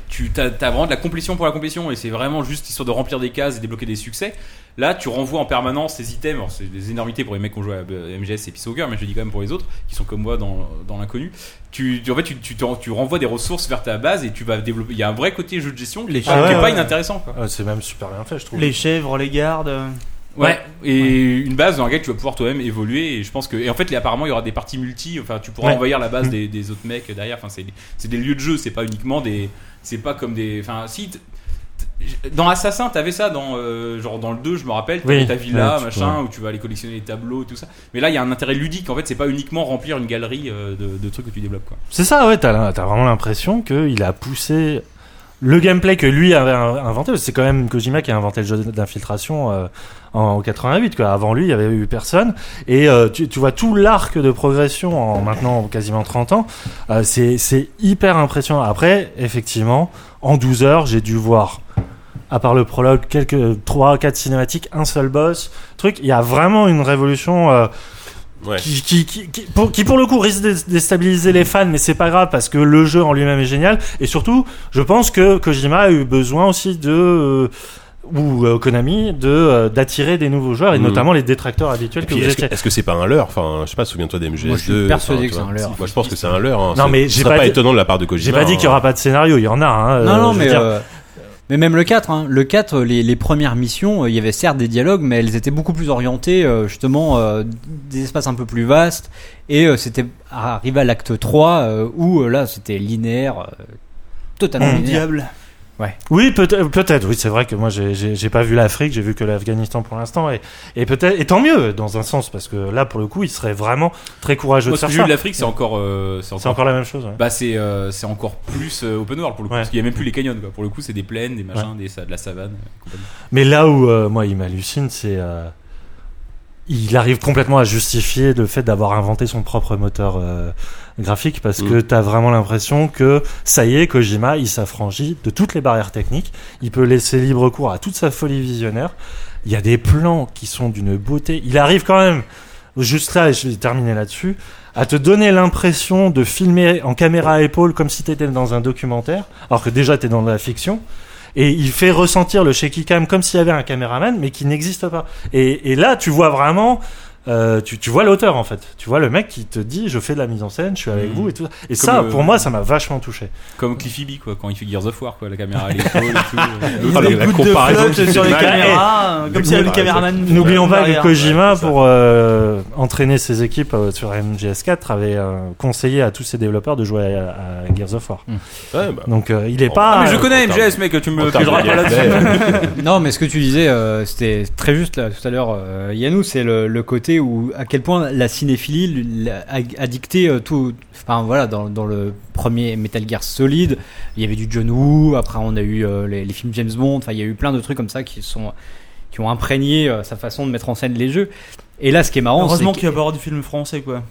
S3: tu as, vraiment de la complétion pour la complétion et c'est vraiment juste histoire de remplir des cases et débloquer des succès, là tu renvoies en permanence ces items. Alors, C'est des énormités pour les mecs qui ont joué à euh, MGS et Peace Walker, mais je le dis quand même pour les autres qui sont comme moi dans, dans l'inconnu. Tu, tu- en fait, tu, tu, te- tu renvoies des ressources vers ta base et tu vas développer. Il y a un vrai côté jeu de gestion
S2: Les
S3: qui
S8: Ah
S3: est
S8: ouais,
S3: pas
S8: ouais.
S3: inintéressant. Quoi.
S8: euh, c'est même super bien fait, je trouve.
S2: Les chèvres, les gardes. euh,
S3: Ouais. Et une base dans laquelle tu vas pouvoir toi-même évoluer. Et je pense que. Et en fait, là, apparemment, il y aura des parties multi. Enfin, tu pourras
S8: Ouais. Mm.
S3: envahir la base des, des autres mecs derrière. Enfin, c'est c'est des lieux de jeu. C'est pas uniquement des. C'est pas comme des. Enfin, si. t- t- Dans Assassin, t'avais ça dans euh, genre dans le 2, je me rappelle, t'avais
S8: Oui.
S3: ta villa,
S8: Ouais, tu
S3: machin, où tu vas aller collectionner les tableaux, tout ça. Mais là, il y a un intérêt ludique. En fait, c'est pas uniquement remplir une galerie euh, de, de trucs que tu développes. Quoi.
S8: C'est ça, ouais, t'as t'as vraiment l'impression qu'il a poussé le gameplay que lui avait in- inventé. C'est quand même Kojima qui a inventé le jeu d'infiltration euh, en 88, quoi. Avant lui, il y avait eu personne. Et euh, tu, tu vois tout l'arc de progression en maintenant quasiment 30 ans. Euh, c'est c'est hyper impressionnant. Après, effectivement, en 12 heures, j'ai dû voir. À part le prologue, quelques 3 quatre cinématiques, un seul boss, truc. Il y a vraiment une révolution euh,
S1: Ouais.
S8: qui, qui, qui, qui- pour, qui pour le coup risque de déstabiliser les fans, mais c'est pas grave parce que le jeu en lui-même est génial. Et surtout, je pense que Kojima a eu besoin aussi de euh, ou euh, Konami de euh, d'attirer des nouveaux joueurs et
S1: Mhm.
S8: notamment les détracteurs habituels que
S1: Puis
S8: vous
S1: Est-ce que
S8: étiez.
S1: est-ce que c'est pas un leurre Enfin, je sais pas, souviens-toi d'MGS2.
S5: Moi, je suis persuadé que c'est un leurre.
S1: Moi, je pense que c'est un leurre. hein.
S8: Non,
S1: C'est-
S8: mais
S1: ce
S8: j'ai
S1: serait
S8: pas
S1: pas
S8: dit-
S1: étonnant de la part de Kojima.
S8: J'ai pas dit
S1: hein.
S8: qu'il y aura pas de scénario, il y en a. Hein,
S5: Non,
S8: euh,
S5: non,
S8: je veux
S5: mais.
S8: dire.
S5: euh, Mais même le 4, hein. le 4, les, les premières missions, euh, il y avait certes des dialogues, mais elles étaient beaucoup plus orientées, euh, justement, euh, des espaces un peu plus vastes. Et euh, c'était arrivé à l'acte 3, euh, où euh, là, c'était linéaire, euh, totalement
S8: Mmh.
S5: linéaire.
S2: Diable.
S8: Oui, peut-être. peut-être. oui, c'est vrai que moi, j'ai- j'ai j'ai pas vu l'Afrique, j'ai vu que l'Afghanistan pour l'instant, et, et peut-être. Et tant mieux, dans un sens, parce que là, pour le coup, il serait vraiment très courageux
S3: Moi,
S8: de
S3: ce
S8: faire
S3: que j'ai eu
S8: ça.
S3: de l'Afrique, c'est encore, euh, c'est
S8: C'est
S3: encore
S8: encore la même chose. ouais.
S3: Bah c'est euh, c'est encore plus euh, open world pour le coup
S8: Ouais.
S3: parce qu'il y a même plus les canyons quoi. Pour le coup c'est des plaines, des machins, des sa- de la savane. euh, et compagnie.
S8: Mais là où euh, moi il m'hallucine, c'est euh, il arrive complètement à justifier le fait d'avoir inventé son propre moteur euh, graphique parce que t'as vraiment l'impression que ça y est, Kojima, il s'affranchit de toutes les barrières techniques. Il peut laisser libre cours à toute sa folie visionnaire. Il y a des plans qui sont d'une beauté. Il arrive quand même, juste là, et je vais terminer là-dessus, à te donner l'impression de filmer en caméra à épaule comme si t'étais dans un documentaire, alors que déjà t'es dans de la fiction. Et il fait ressentir le shaky cam comme s'il y avait un caméraman, mais qui n'existe pas. Et, et là, tu vois vraiment, euh, tu, tu vois l'auteur en fait. Tu vois le mec qui te dit, je fais de la mise en scène, je suis avec
S3: Mhm.
S8: vous et tout. Et ça,
S3: euh,
S8: pour moi, ça m'a vachement touché.
S3: Comme Cliffy B, quoi, quand il fait Gears of War, quoi, la caméra à l'épaule et tout.
S1: Ah, mais la
S2: Goutte de
S1: comparaison
S2: flotte
S1: qui fait
S2: sur les
S1: mal.
S4: Ah,
S2: caméras,
S1: Eh,
S2: comme s'il y avait le
S1: n'oublions pas,
S2: caméraman.
S8: N'oublions pas que
S2: derrière.
S8: Kojima, pour euh, entraîner ses équipes euh, sur MGS4, avait euh, conseillé à tous ses développeurs de jouer à, à Gears of War.
S1: Ouais, bah,
S8: Donc euh, il est
S1: Oh.
S8: pas.
S3: mais je connais
S1: en
S3: MGS, mec, tu me
S1: en termes
S3: piégeras
S1: de
S3: pas là-dessus.
S1: gameplay,
S5: Non, mais ce que tu disais, euh, c'était très juste là, tout à l'heure, euh, Yannou, c'est le, le côté où à quel point la cinéphilie l'a- a, a dicté euh, tout. Enfin voilà, dans, dans le premier Metal Gear Solid, il y avait du John Woo. Après, on a eu euh, les, les films James Bond. Enfin, il y a eu plein de trucs comme ça qui sont qui ont imprégné euh, sa façon de mettre en scène les jeux. Et là, ce qui est marrant, c'est
S2: Heureusement
S5: que-
S2: qu'il va pas avoir du film français, quoi.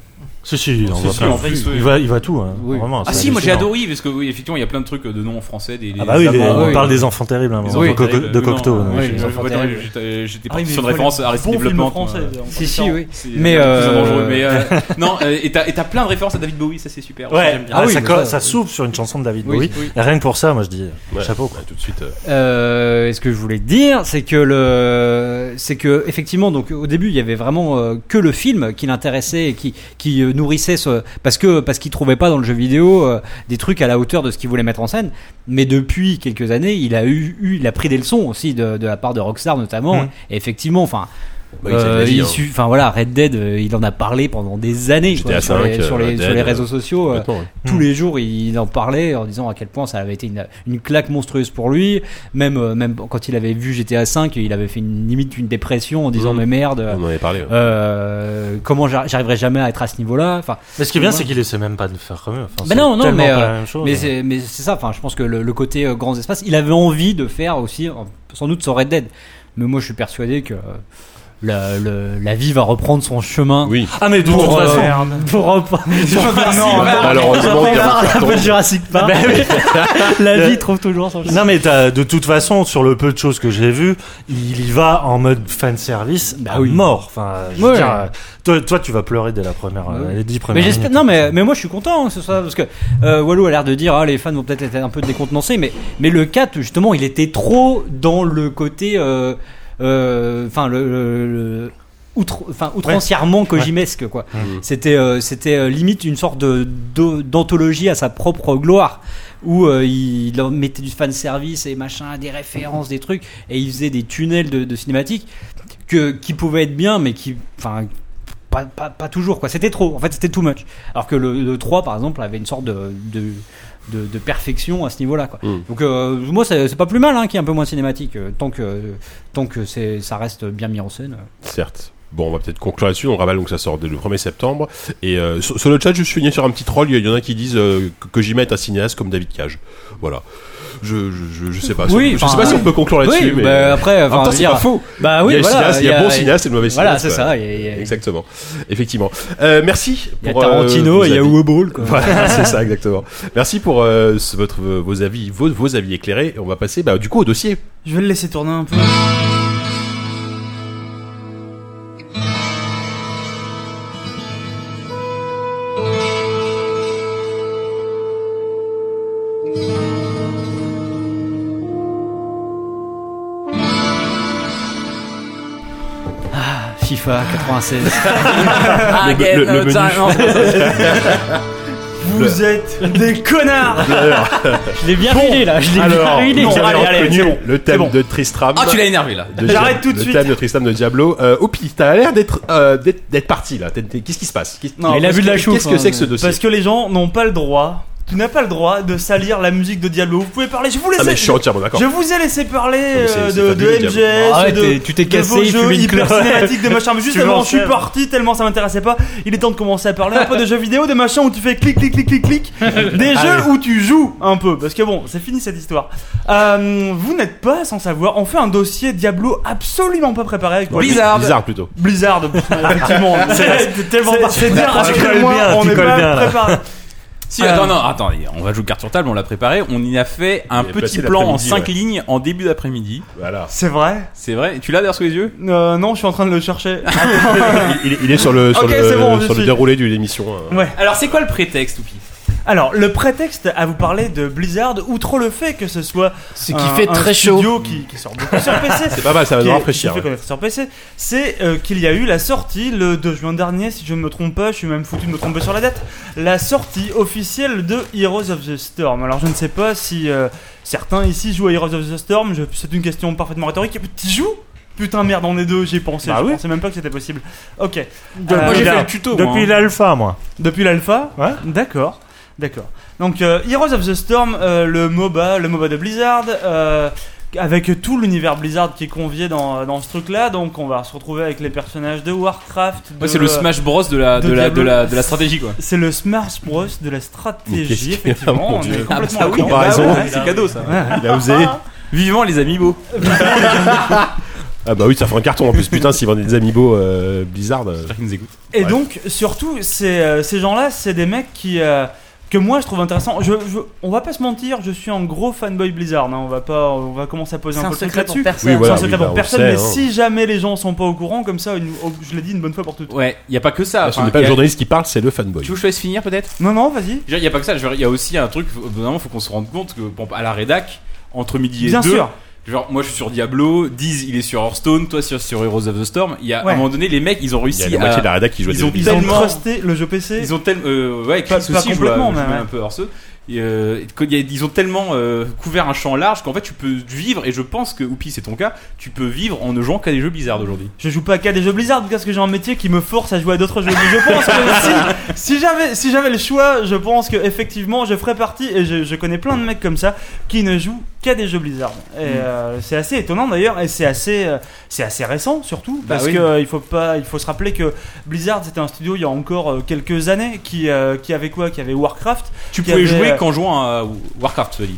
S8: Si, si, il en
S3: Si,
S8: voit
S3: si,
S8: plein.
S3: en fait,
S8: Il va, il va tout. hein.
S5: Oui.
S8: Vraiment,
S3: Ah
S8: c'est
S3: si, moi j'ai
S8: hallucinant.
S3: adoré, parce que oui, effectivement, il y a plein de trucs de noms en français. Des,
S8: Ah bah oui,
S3: des-
S8: les-
S5: Ah
S8: on
S5: oui.
S8: parle des enfants terribles, hein,
S3: des
S8: de,
S3: enfants
S8: Coco-
S3: terribles.
S8: de
S3: Oui, non,
S8: Cocteau. hein,
S3: oui,
S5: oui,
S8: je-
S3: je-
S5: les
S3: je-
S5: enfants
S3: ouais,
S5: terribles.
S3: j'étais- J'étais
S2: Ah oui,
S3: parti sur une
S2: mais il faut
S3: référence
S2: les
S3: à Arrested
S2: bons films
S3: Development.
S2: français,
S3: ouais.
S2: on
S5: Si,
S2: s'entend.
S5: si, oui.
S3: C'est-
S5: Mais,
S3: c'est plus
S5: euh,
S3: dangereux, mais, euh, non, euh, et t'as et t'as plein de références à David Bowie, ça c'est super.
S8: Ouais,
S3: j'aime bien.
S8: ah
S5: Ah
S8: oui,
S5: oui,
S8: ça,
S5: mais
S8: co-
S5: ça-
S8: ça s'ouvre sur une chanson de David
S5: Oui,
S8: Bowie.
S3: oui.
S8: Et rien que pour ça, moi je dis
S1: Ouais.
S8: chapeau. quoi.
S1: ouais, tout de suite. euh,
S5: Euh, et ce que je voulais te dire, c'est que le, c'est que effectivement, donc au début, il y avait vraiment euh, que le film qui l'intéressait et qui qui euh, nourrissait ce, parce que parce qu'il trouvait pas dans le jeu vidéo euh, des trucs à la hauteur de ce qu'il voulait mettre en scène. Mais depuis quelques années, il a eu, eu- il a pris des leçons aussi de, de la part de Rockstar notamment.
S8: Mhm.
S5: Et effectivement, enfin,
S1: bah, il s'est
S5: euh,
S1: dit,
S5: il
S1: hein.
S5: su- enfin voilà, Red Dead, euh, il en a parlé pendant des années
S1: GTA
S5: quoi, sur,
S1: V,
S5: les, sur, les,
S1: Red
S5: sur les
S1: Dead,
S5: réseaux sociaux. euh,
S1: Complètement, hein. ouais.
S5: tous les jours il en parlait en disant à quel point ça avait été une, une claque monstrueuse pour lui même euh, même quand il avait vu GTA V il avait fait une limite une dépression en disant
S1: Mhm.
S5: mais merde
S1: On en avait parlé. hein. ouais.
S5: euh, comment j'ar- j'arriverai jamais à être à ce niveau là enfin
S8: Mais ce qui est bien, c'est qu'il essaie même pas de faire comme eux. Enfin,
S5: Bah
S3: Ben
S8: c'est
S5: non, non,
S8: tellement
S5: mais,
S8: pas
S5: euh,
S8: la même chose. hein.
S5: mais c'est mais c'est ça enfin je pense que le, le côté euh, grands espaces il avait envie de faire aussi euh, sans doute son Red Dead mais moi je suis persuadé que euh, la, le- la vie va reprendre son chemin
S1: Oui.
S8: Ah mais de toute
S5: pour, euh,
S8: façon,
S5: pour reprendre
S1: Malheureusement, il y a un
S5: un
S1: carton.
S5: peu Jurassic
S8: Ben
S5: Park la vie trouve toujours son chemin
S8: Non mais t'as- de toute façon sur le peu de choses que j'ai vu, il y va en mode fan service
S5: Bah
S8: à
S5: oui.
S8: mort. Enfin, je veux
S5: Ouais.
S8: dire, euh, toi, toi, tu vas pleurer dès la première, euh,
S5: Ouais.
S8: les dix premières.
S5: Mais j'espère.
S8: minutes.
S5: Non, mais, mais moi je suis content hein, que ce soit parce que euh, Walou a l'air de dire ah les fans vont peut-être être un peu décontenancés, mais mais le 4 justement il était trop dans le côté, euh, euh, enfin le, le- le- outre, enfin outrancièrement Kojimesque quoi. C'était euh, c'était euh, limite une sorte de d'o- d'anthologie à sa propre gloire où euh, il en mettait du fan service et machin, des références, des trucs, et il faisait des tunnels de, de cinématiques que qui pouvaient être bien, mais qui, enfin, pas, pas, pas toujours quoi. C'était trop. En fait, c'était too much. Alors que le, le 3 par exemple avait une sorte de de, de, de perfection à ce niveau-là quoi.
S1: Mm.
S5: Donc euh, moi c'est c'est pas plus mal hein, qu'il y ait un peu moins de cinématique euh, tant que tant que c'est ça reste bien mis en scène.
S1: Certes. Bon, on va peut-être conclure là-dessus. On rappelle donc que ça sort dès le 1er septembre. Et euh, sur, sur le chat, je suis venu sur un petit troll. Il y- il y en a qui disent euh, que Kojima est un cinéaste comme David Cage. Voilà. Je, je, je, je sais pas. si-
S5: Oui,
S1: je sais
S5: enfin,
S1: pas si on peut conclure là-dessus.
S5: oui,
S1: mais
S5: bah, après
S1: en même temps,
S5: enfin, je veux
S1: c'est pas
S5: dire-
S1: faux.
S5: Bah
S1: il y
S5: oui,
S1: a, le
S5: voilà,
S1: cinéaste, il y a bon cinéaste et le mauvais
S5: Voilà,
S1: cinéaste.
S5: c'est
S1: quoi.
S5: ça. Il y a, il y a-
S1: Exactement. Effectivement. Euh, merci.
S5: il y a
S1: pour, euh,
S5: Tarantino
S1: vos
S5: et il y a
S1: avis.
S5: Wobble quoi.
S1: Voilà, c'est ça exactement. Merci pour euh, ce- votre vos avis vos, vos avis éclairés. Et on va passer bah, du coup au dossier.
S2: Je vais le laisser tourner un peu.
S5: FIFA 96.
S1: Le- le- le menu.
S2: Vous êtes des connards
S1: Alors,
S5: je l'ai bien ruiné là. Je l'ai bien
S1: alors,
S5: ruiné.
S1: vous
S5: Allez,
S1: avez
S5: allez,
S1: reconnu
S5: c'est bon.
S1: le thème
S5: bon.
S1: de Tristram.
S3: Ah, tu l'as énervé là.
S1: de
S2: J'arrête
S1: Dia-
S2: tout de
S1: le
S2: suite.
S1: thème de Tristram de Diablo. Euh, Oupi, t'as l'air d'être euh, d'être d'être parti là. T'es- t'es- Qu'est-ce qui se passe Qu'est-ce-
S2: Non,
S5: il a
S2: parce
S5: vu de la
S2: que-
S5: chou-
S1: Qu'est-ce que c'est que ce dossier
S2: Parce que les gens n'ont pas le droit Tu n'as pas le droit de salir la musique de Diablo. Vous pouvez parler, je vous laisse.
S1: Ah, mais je suis entièrement d'accord.
S2: Je vous ai laissé parler
S1: mais c'est-
S2: euh,
S1: c'est
S2: de,
S1: fabuleux,
S2: de MGS,
S5: Arrête,
S2: de,
S5: t'es- tu t'es
S2: de
S5: cassé,
S2: vos
S5: il
S2: jeux
S5: fume une
S2: hyper
S5: clope.
S2: cinématiques, de machin. Mais juste
S7: Tu
S2: avant, je suis
S7: l'enchaînes.
S2: parti tellement ça m'intéressait pas. Il est temps de commencer à parler un peu de jeux vidéo, des machins où tu fais clic, clic, clic, clic, clic. Des jeux où tu joues un peu. Parce que bon, c'est fini cette histoire. Euh, vous n'êtes pas sans savoir, on fait un dossier Diablo absolument pas préparé avec moi.
S4: Blizzard.
S1: Bizarre plutôt.
S2: Blizzard, effectivement. c'est tellement
S7: c'est-
S2: C'est bien,
S7: tu colles
S2: excusez-moi,
S7: bien,
S2: on
S7: tu
S2: n'est
S7: colles
S2: pas
S7: bien, là.
S2: préparé.
S3: Si, attends, non, attends, on va jouer carte sur table, on l'a préparé. On y a fait un
S1: Il est
S3: petit
S1: passé
S3: plan en
S1: l'après-midi,
S3: 5
S1: ouais.
S3: lignes en début d'après-midi.
S1: Voilà.
S2: C'est vrai
S3: C'est vrai. Tu l'as derrière sous les yeux
S2: Euh, Non, je suis en train de le chercher.
S1: Il, il est sur le, sur
S2: Ok,
S1: le, euh,
S2: c'est bon, on
S1: sur
S2: y
S1: le
S2: suis.
S1: déroulé de l'émission. hein.
S2: Ouais.
S3: Alors, c'est quoi le prétexte, Oupi
S2: Alors, le prétexte à vous parler de Blizzard, outre le fait que ce soit
S6: Ce
S2: un,
S6: qui fait
S2: un
S6: très chaud.
S2: studio qui, qui sort beaucoup sur PC,
S1: C'est pas mal, ça va
S2: qui
S1: nous
S2: est-
S1: rafraîchir.
S2: qui fait
S1: hein.
S2: connaître sur PC, c'est euh, qu'il y a eu la sortie le 2 juin dernier, si je ne me trompe pas, je suis même foutu de me tromper sur la date, la sortie officielle de Heroes of the Storm. Alors je ne sais pas si euh, certains ici jouent à Heroes of the Storm, je- c'est une question parfaitement rhétorique. Tu joues Putain merde, on est deux, j'y ai pensé,
S7: Bah
S2: je
S7: oui.
S2: pensais même pas que c'était possible. Ok. Euh, ben,
S7: Depuis
S2: moi, j'ai
S7: la-
S3: fait le tuto, moi,
S7: Depuis
S3: hein.
S7: l'alpha, moi.
S2: Depuis l'alpha
S7: Ouais.
S2: D'accord, d'accord. Donc euh, Heroes of the Storm, euh, le MOBA, le MOBA de Blizzard, euh, avec tout l'univers Blizzard qui est convié dans, dans ce truc-là, donc on va se retrouver avec les personnages de Warcraft. de-
S3: Ouais, c'est le Smash Bros de la, de,
S2: de
S3: la, de,
S2: Diablo.
S3: la, de la stratégie, quoi.
S2: C'est le Smash Bros de la
S1: Mais qu'est-ce
S2: stratégie,
S1: qu'il y a,
S2: effectivement.
S1: mon
S2: on
S1: Dieu.
S2: est complètement
S3: Ah oui,
S2: là-dedans.
S1: bah comparaison.
S2: ouais.
S3: c'est cadeau, ça.
S1: Il a osé.
S3: Vivement les amiibo.
S1: Ah bah oui, ça fait un carton en plus. Putain, s'ils vendent des amiibo euh, Blizzard. euh,
S3: J'espère qu'ils nous écoutent.
S2: Et
S1: Ouais.
S2: donc, surtout, ces, euh, ces gens-là, c'est des mecs qui. euh, que moi je trouve intéressant. Je, je- on va pas se mentir, je suis un gros fanboy Blizzard. hein, on va pas, on va commencer à poser
S4: C'est
S2: un
S4: un
S2: peu le truc
S4: secret pour
S2: là-dessus.
S4: personne.
S1: Oui, voilà.
S2: C'est un secret
S1: bah,
S2: pour
S1: on
S2: personne,
S1: sait,
S2: mais
S1: hein.
S2: si jamais les gens sont pas au courant, comme ça, une- oh, je l'ai dit une bonne fois pour toutes.
S3: Ouais, y a pas que ça.
S1: Là, ce
S3: Ah, Enfin,
S1: n'est pas le
S3: y a-
S1: journaliste qui parle, c'est le fanboy.
S3: Tu veux que je laisse finir, peut-être
S2: Non, non, vas-y.
S3: Il n'y a pas que ça, il y a aussi un truc, au bout d'un moment, faut qu'on se rende compte que bon, à la rédac, entre midi et
S2: Bien
S3: deux,
S2: sûr.
S3: genre moi je suis sur Diablo, Diz il est sur Hearthstone, toi sur, sur Heroes of the Storm, il y a à
S2: Ouais.
S3: un moment donné les mecs ils ont
S1: Il y a
S3: réussi
S1: la moitié de
S3: à...
S1: la rédac qui joue à
S3: euh,
S1: des
S3: ils ont-
S2: Ils ont
S3: tellement-
S2: trusté le jeu PC.
S3: Ils ont tellement... Euh, ouais,
S2: Pas-
S3: Chris
S2: pas
S3: aussi, je
S2: complètement,
S3: vois, je
S2: mais
S3: mets
S2: ouais.
S3: un peu hors Et, euh, quand il y a- ils ont tellement euh, couvert un champ large qu'en fait tu peux vivre, et je pense que, Oupi c'est ton cas, tu peux vivre en ne jouant qu'à des jeux bizarres d'aujourd'hui.
S2: Je joue pas qu'à des jeux Blizzard parce que j'ai un métier qui me force à jouer à d'autres jeux. Mais je pense que si, si j'avais si j'avais le choix, je pense que effectivement je ferais partie et je, je connais plein de mecs comme ça qui ne jouent qu'à des jeux Blizzard. Et euh, c'est assez étonnant d'ailleurs et c'est assez euh, c'est assez récent surtout
S3: Bah
S2: parce
S3: oui.
S2: que euh, il faut pas il faut se rappeler que Blizzard c'était un studio il y a encore euh, quelques années qui euh, qui avait quoi qui avait Warcraft.
S3: Tu
S2: Qui
S3: pouvais
S2: avait,
S3: jouer
S2: euh,
S3: qu'en jouant à Warcraft, je te dis.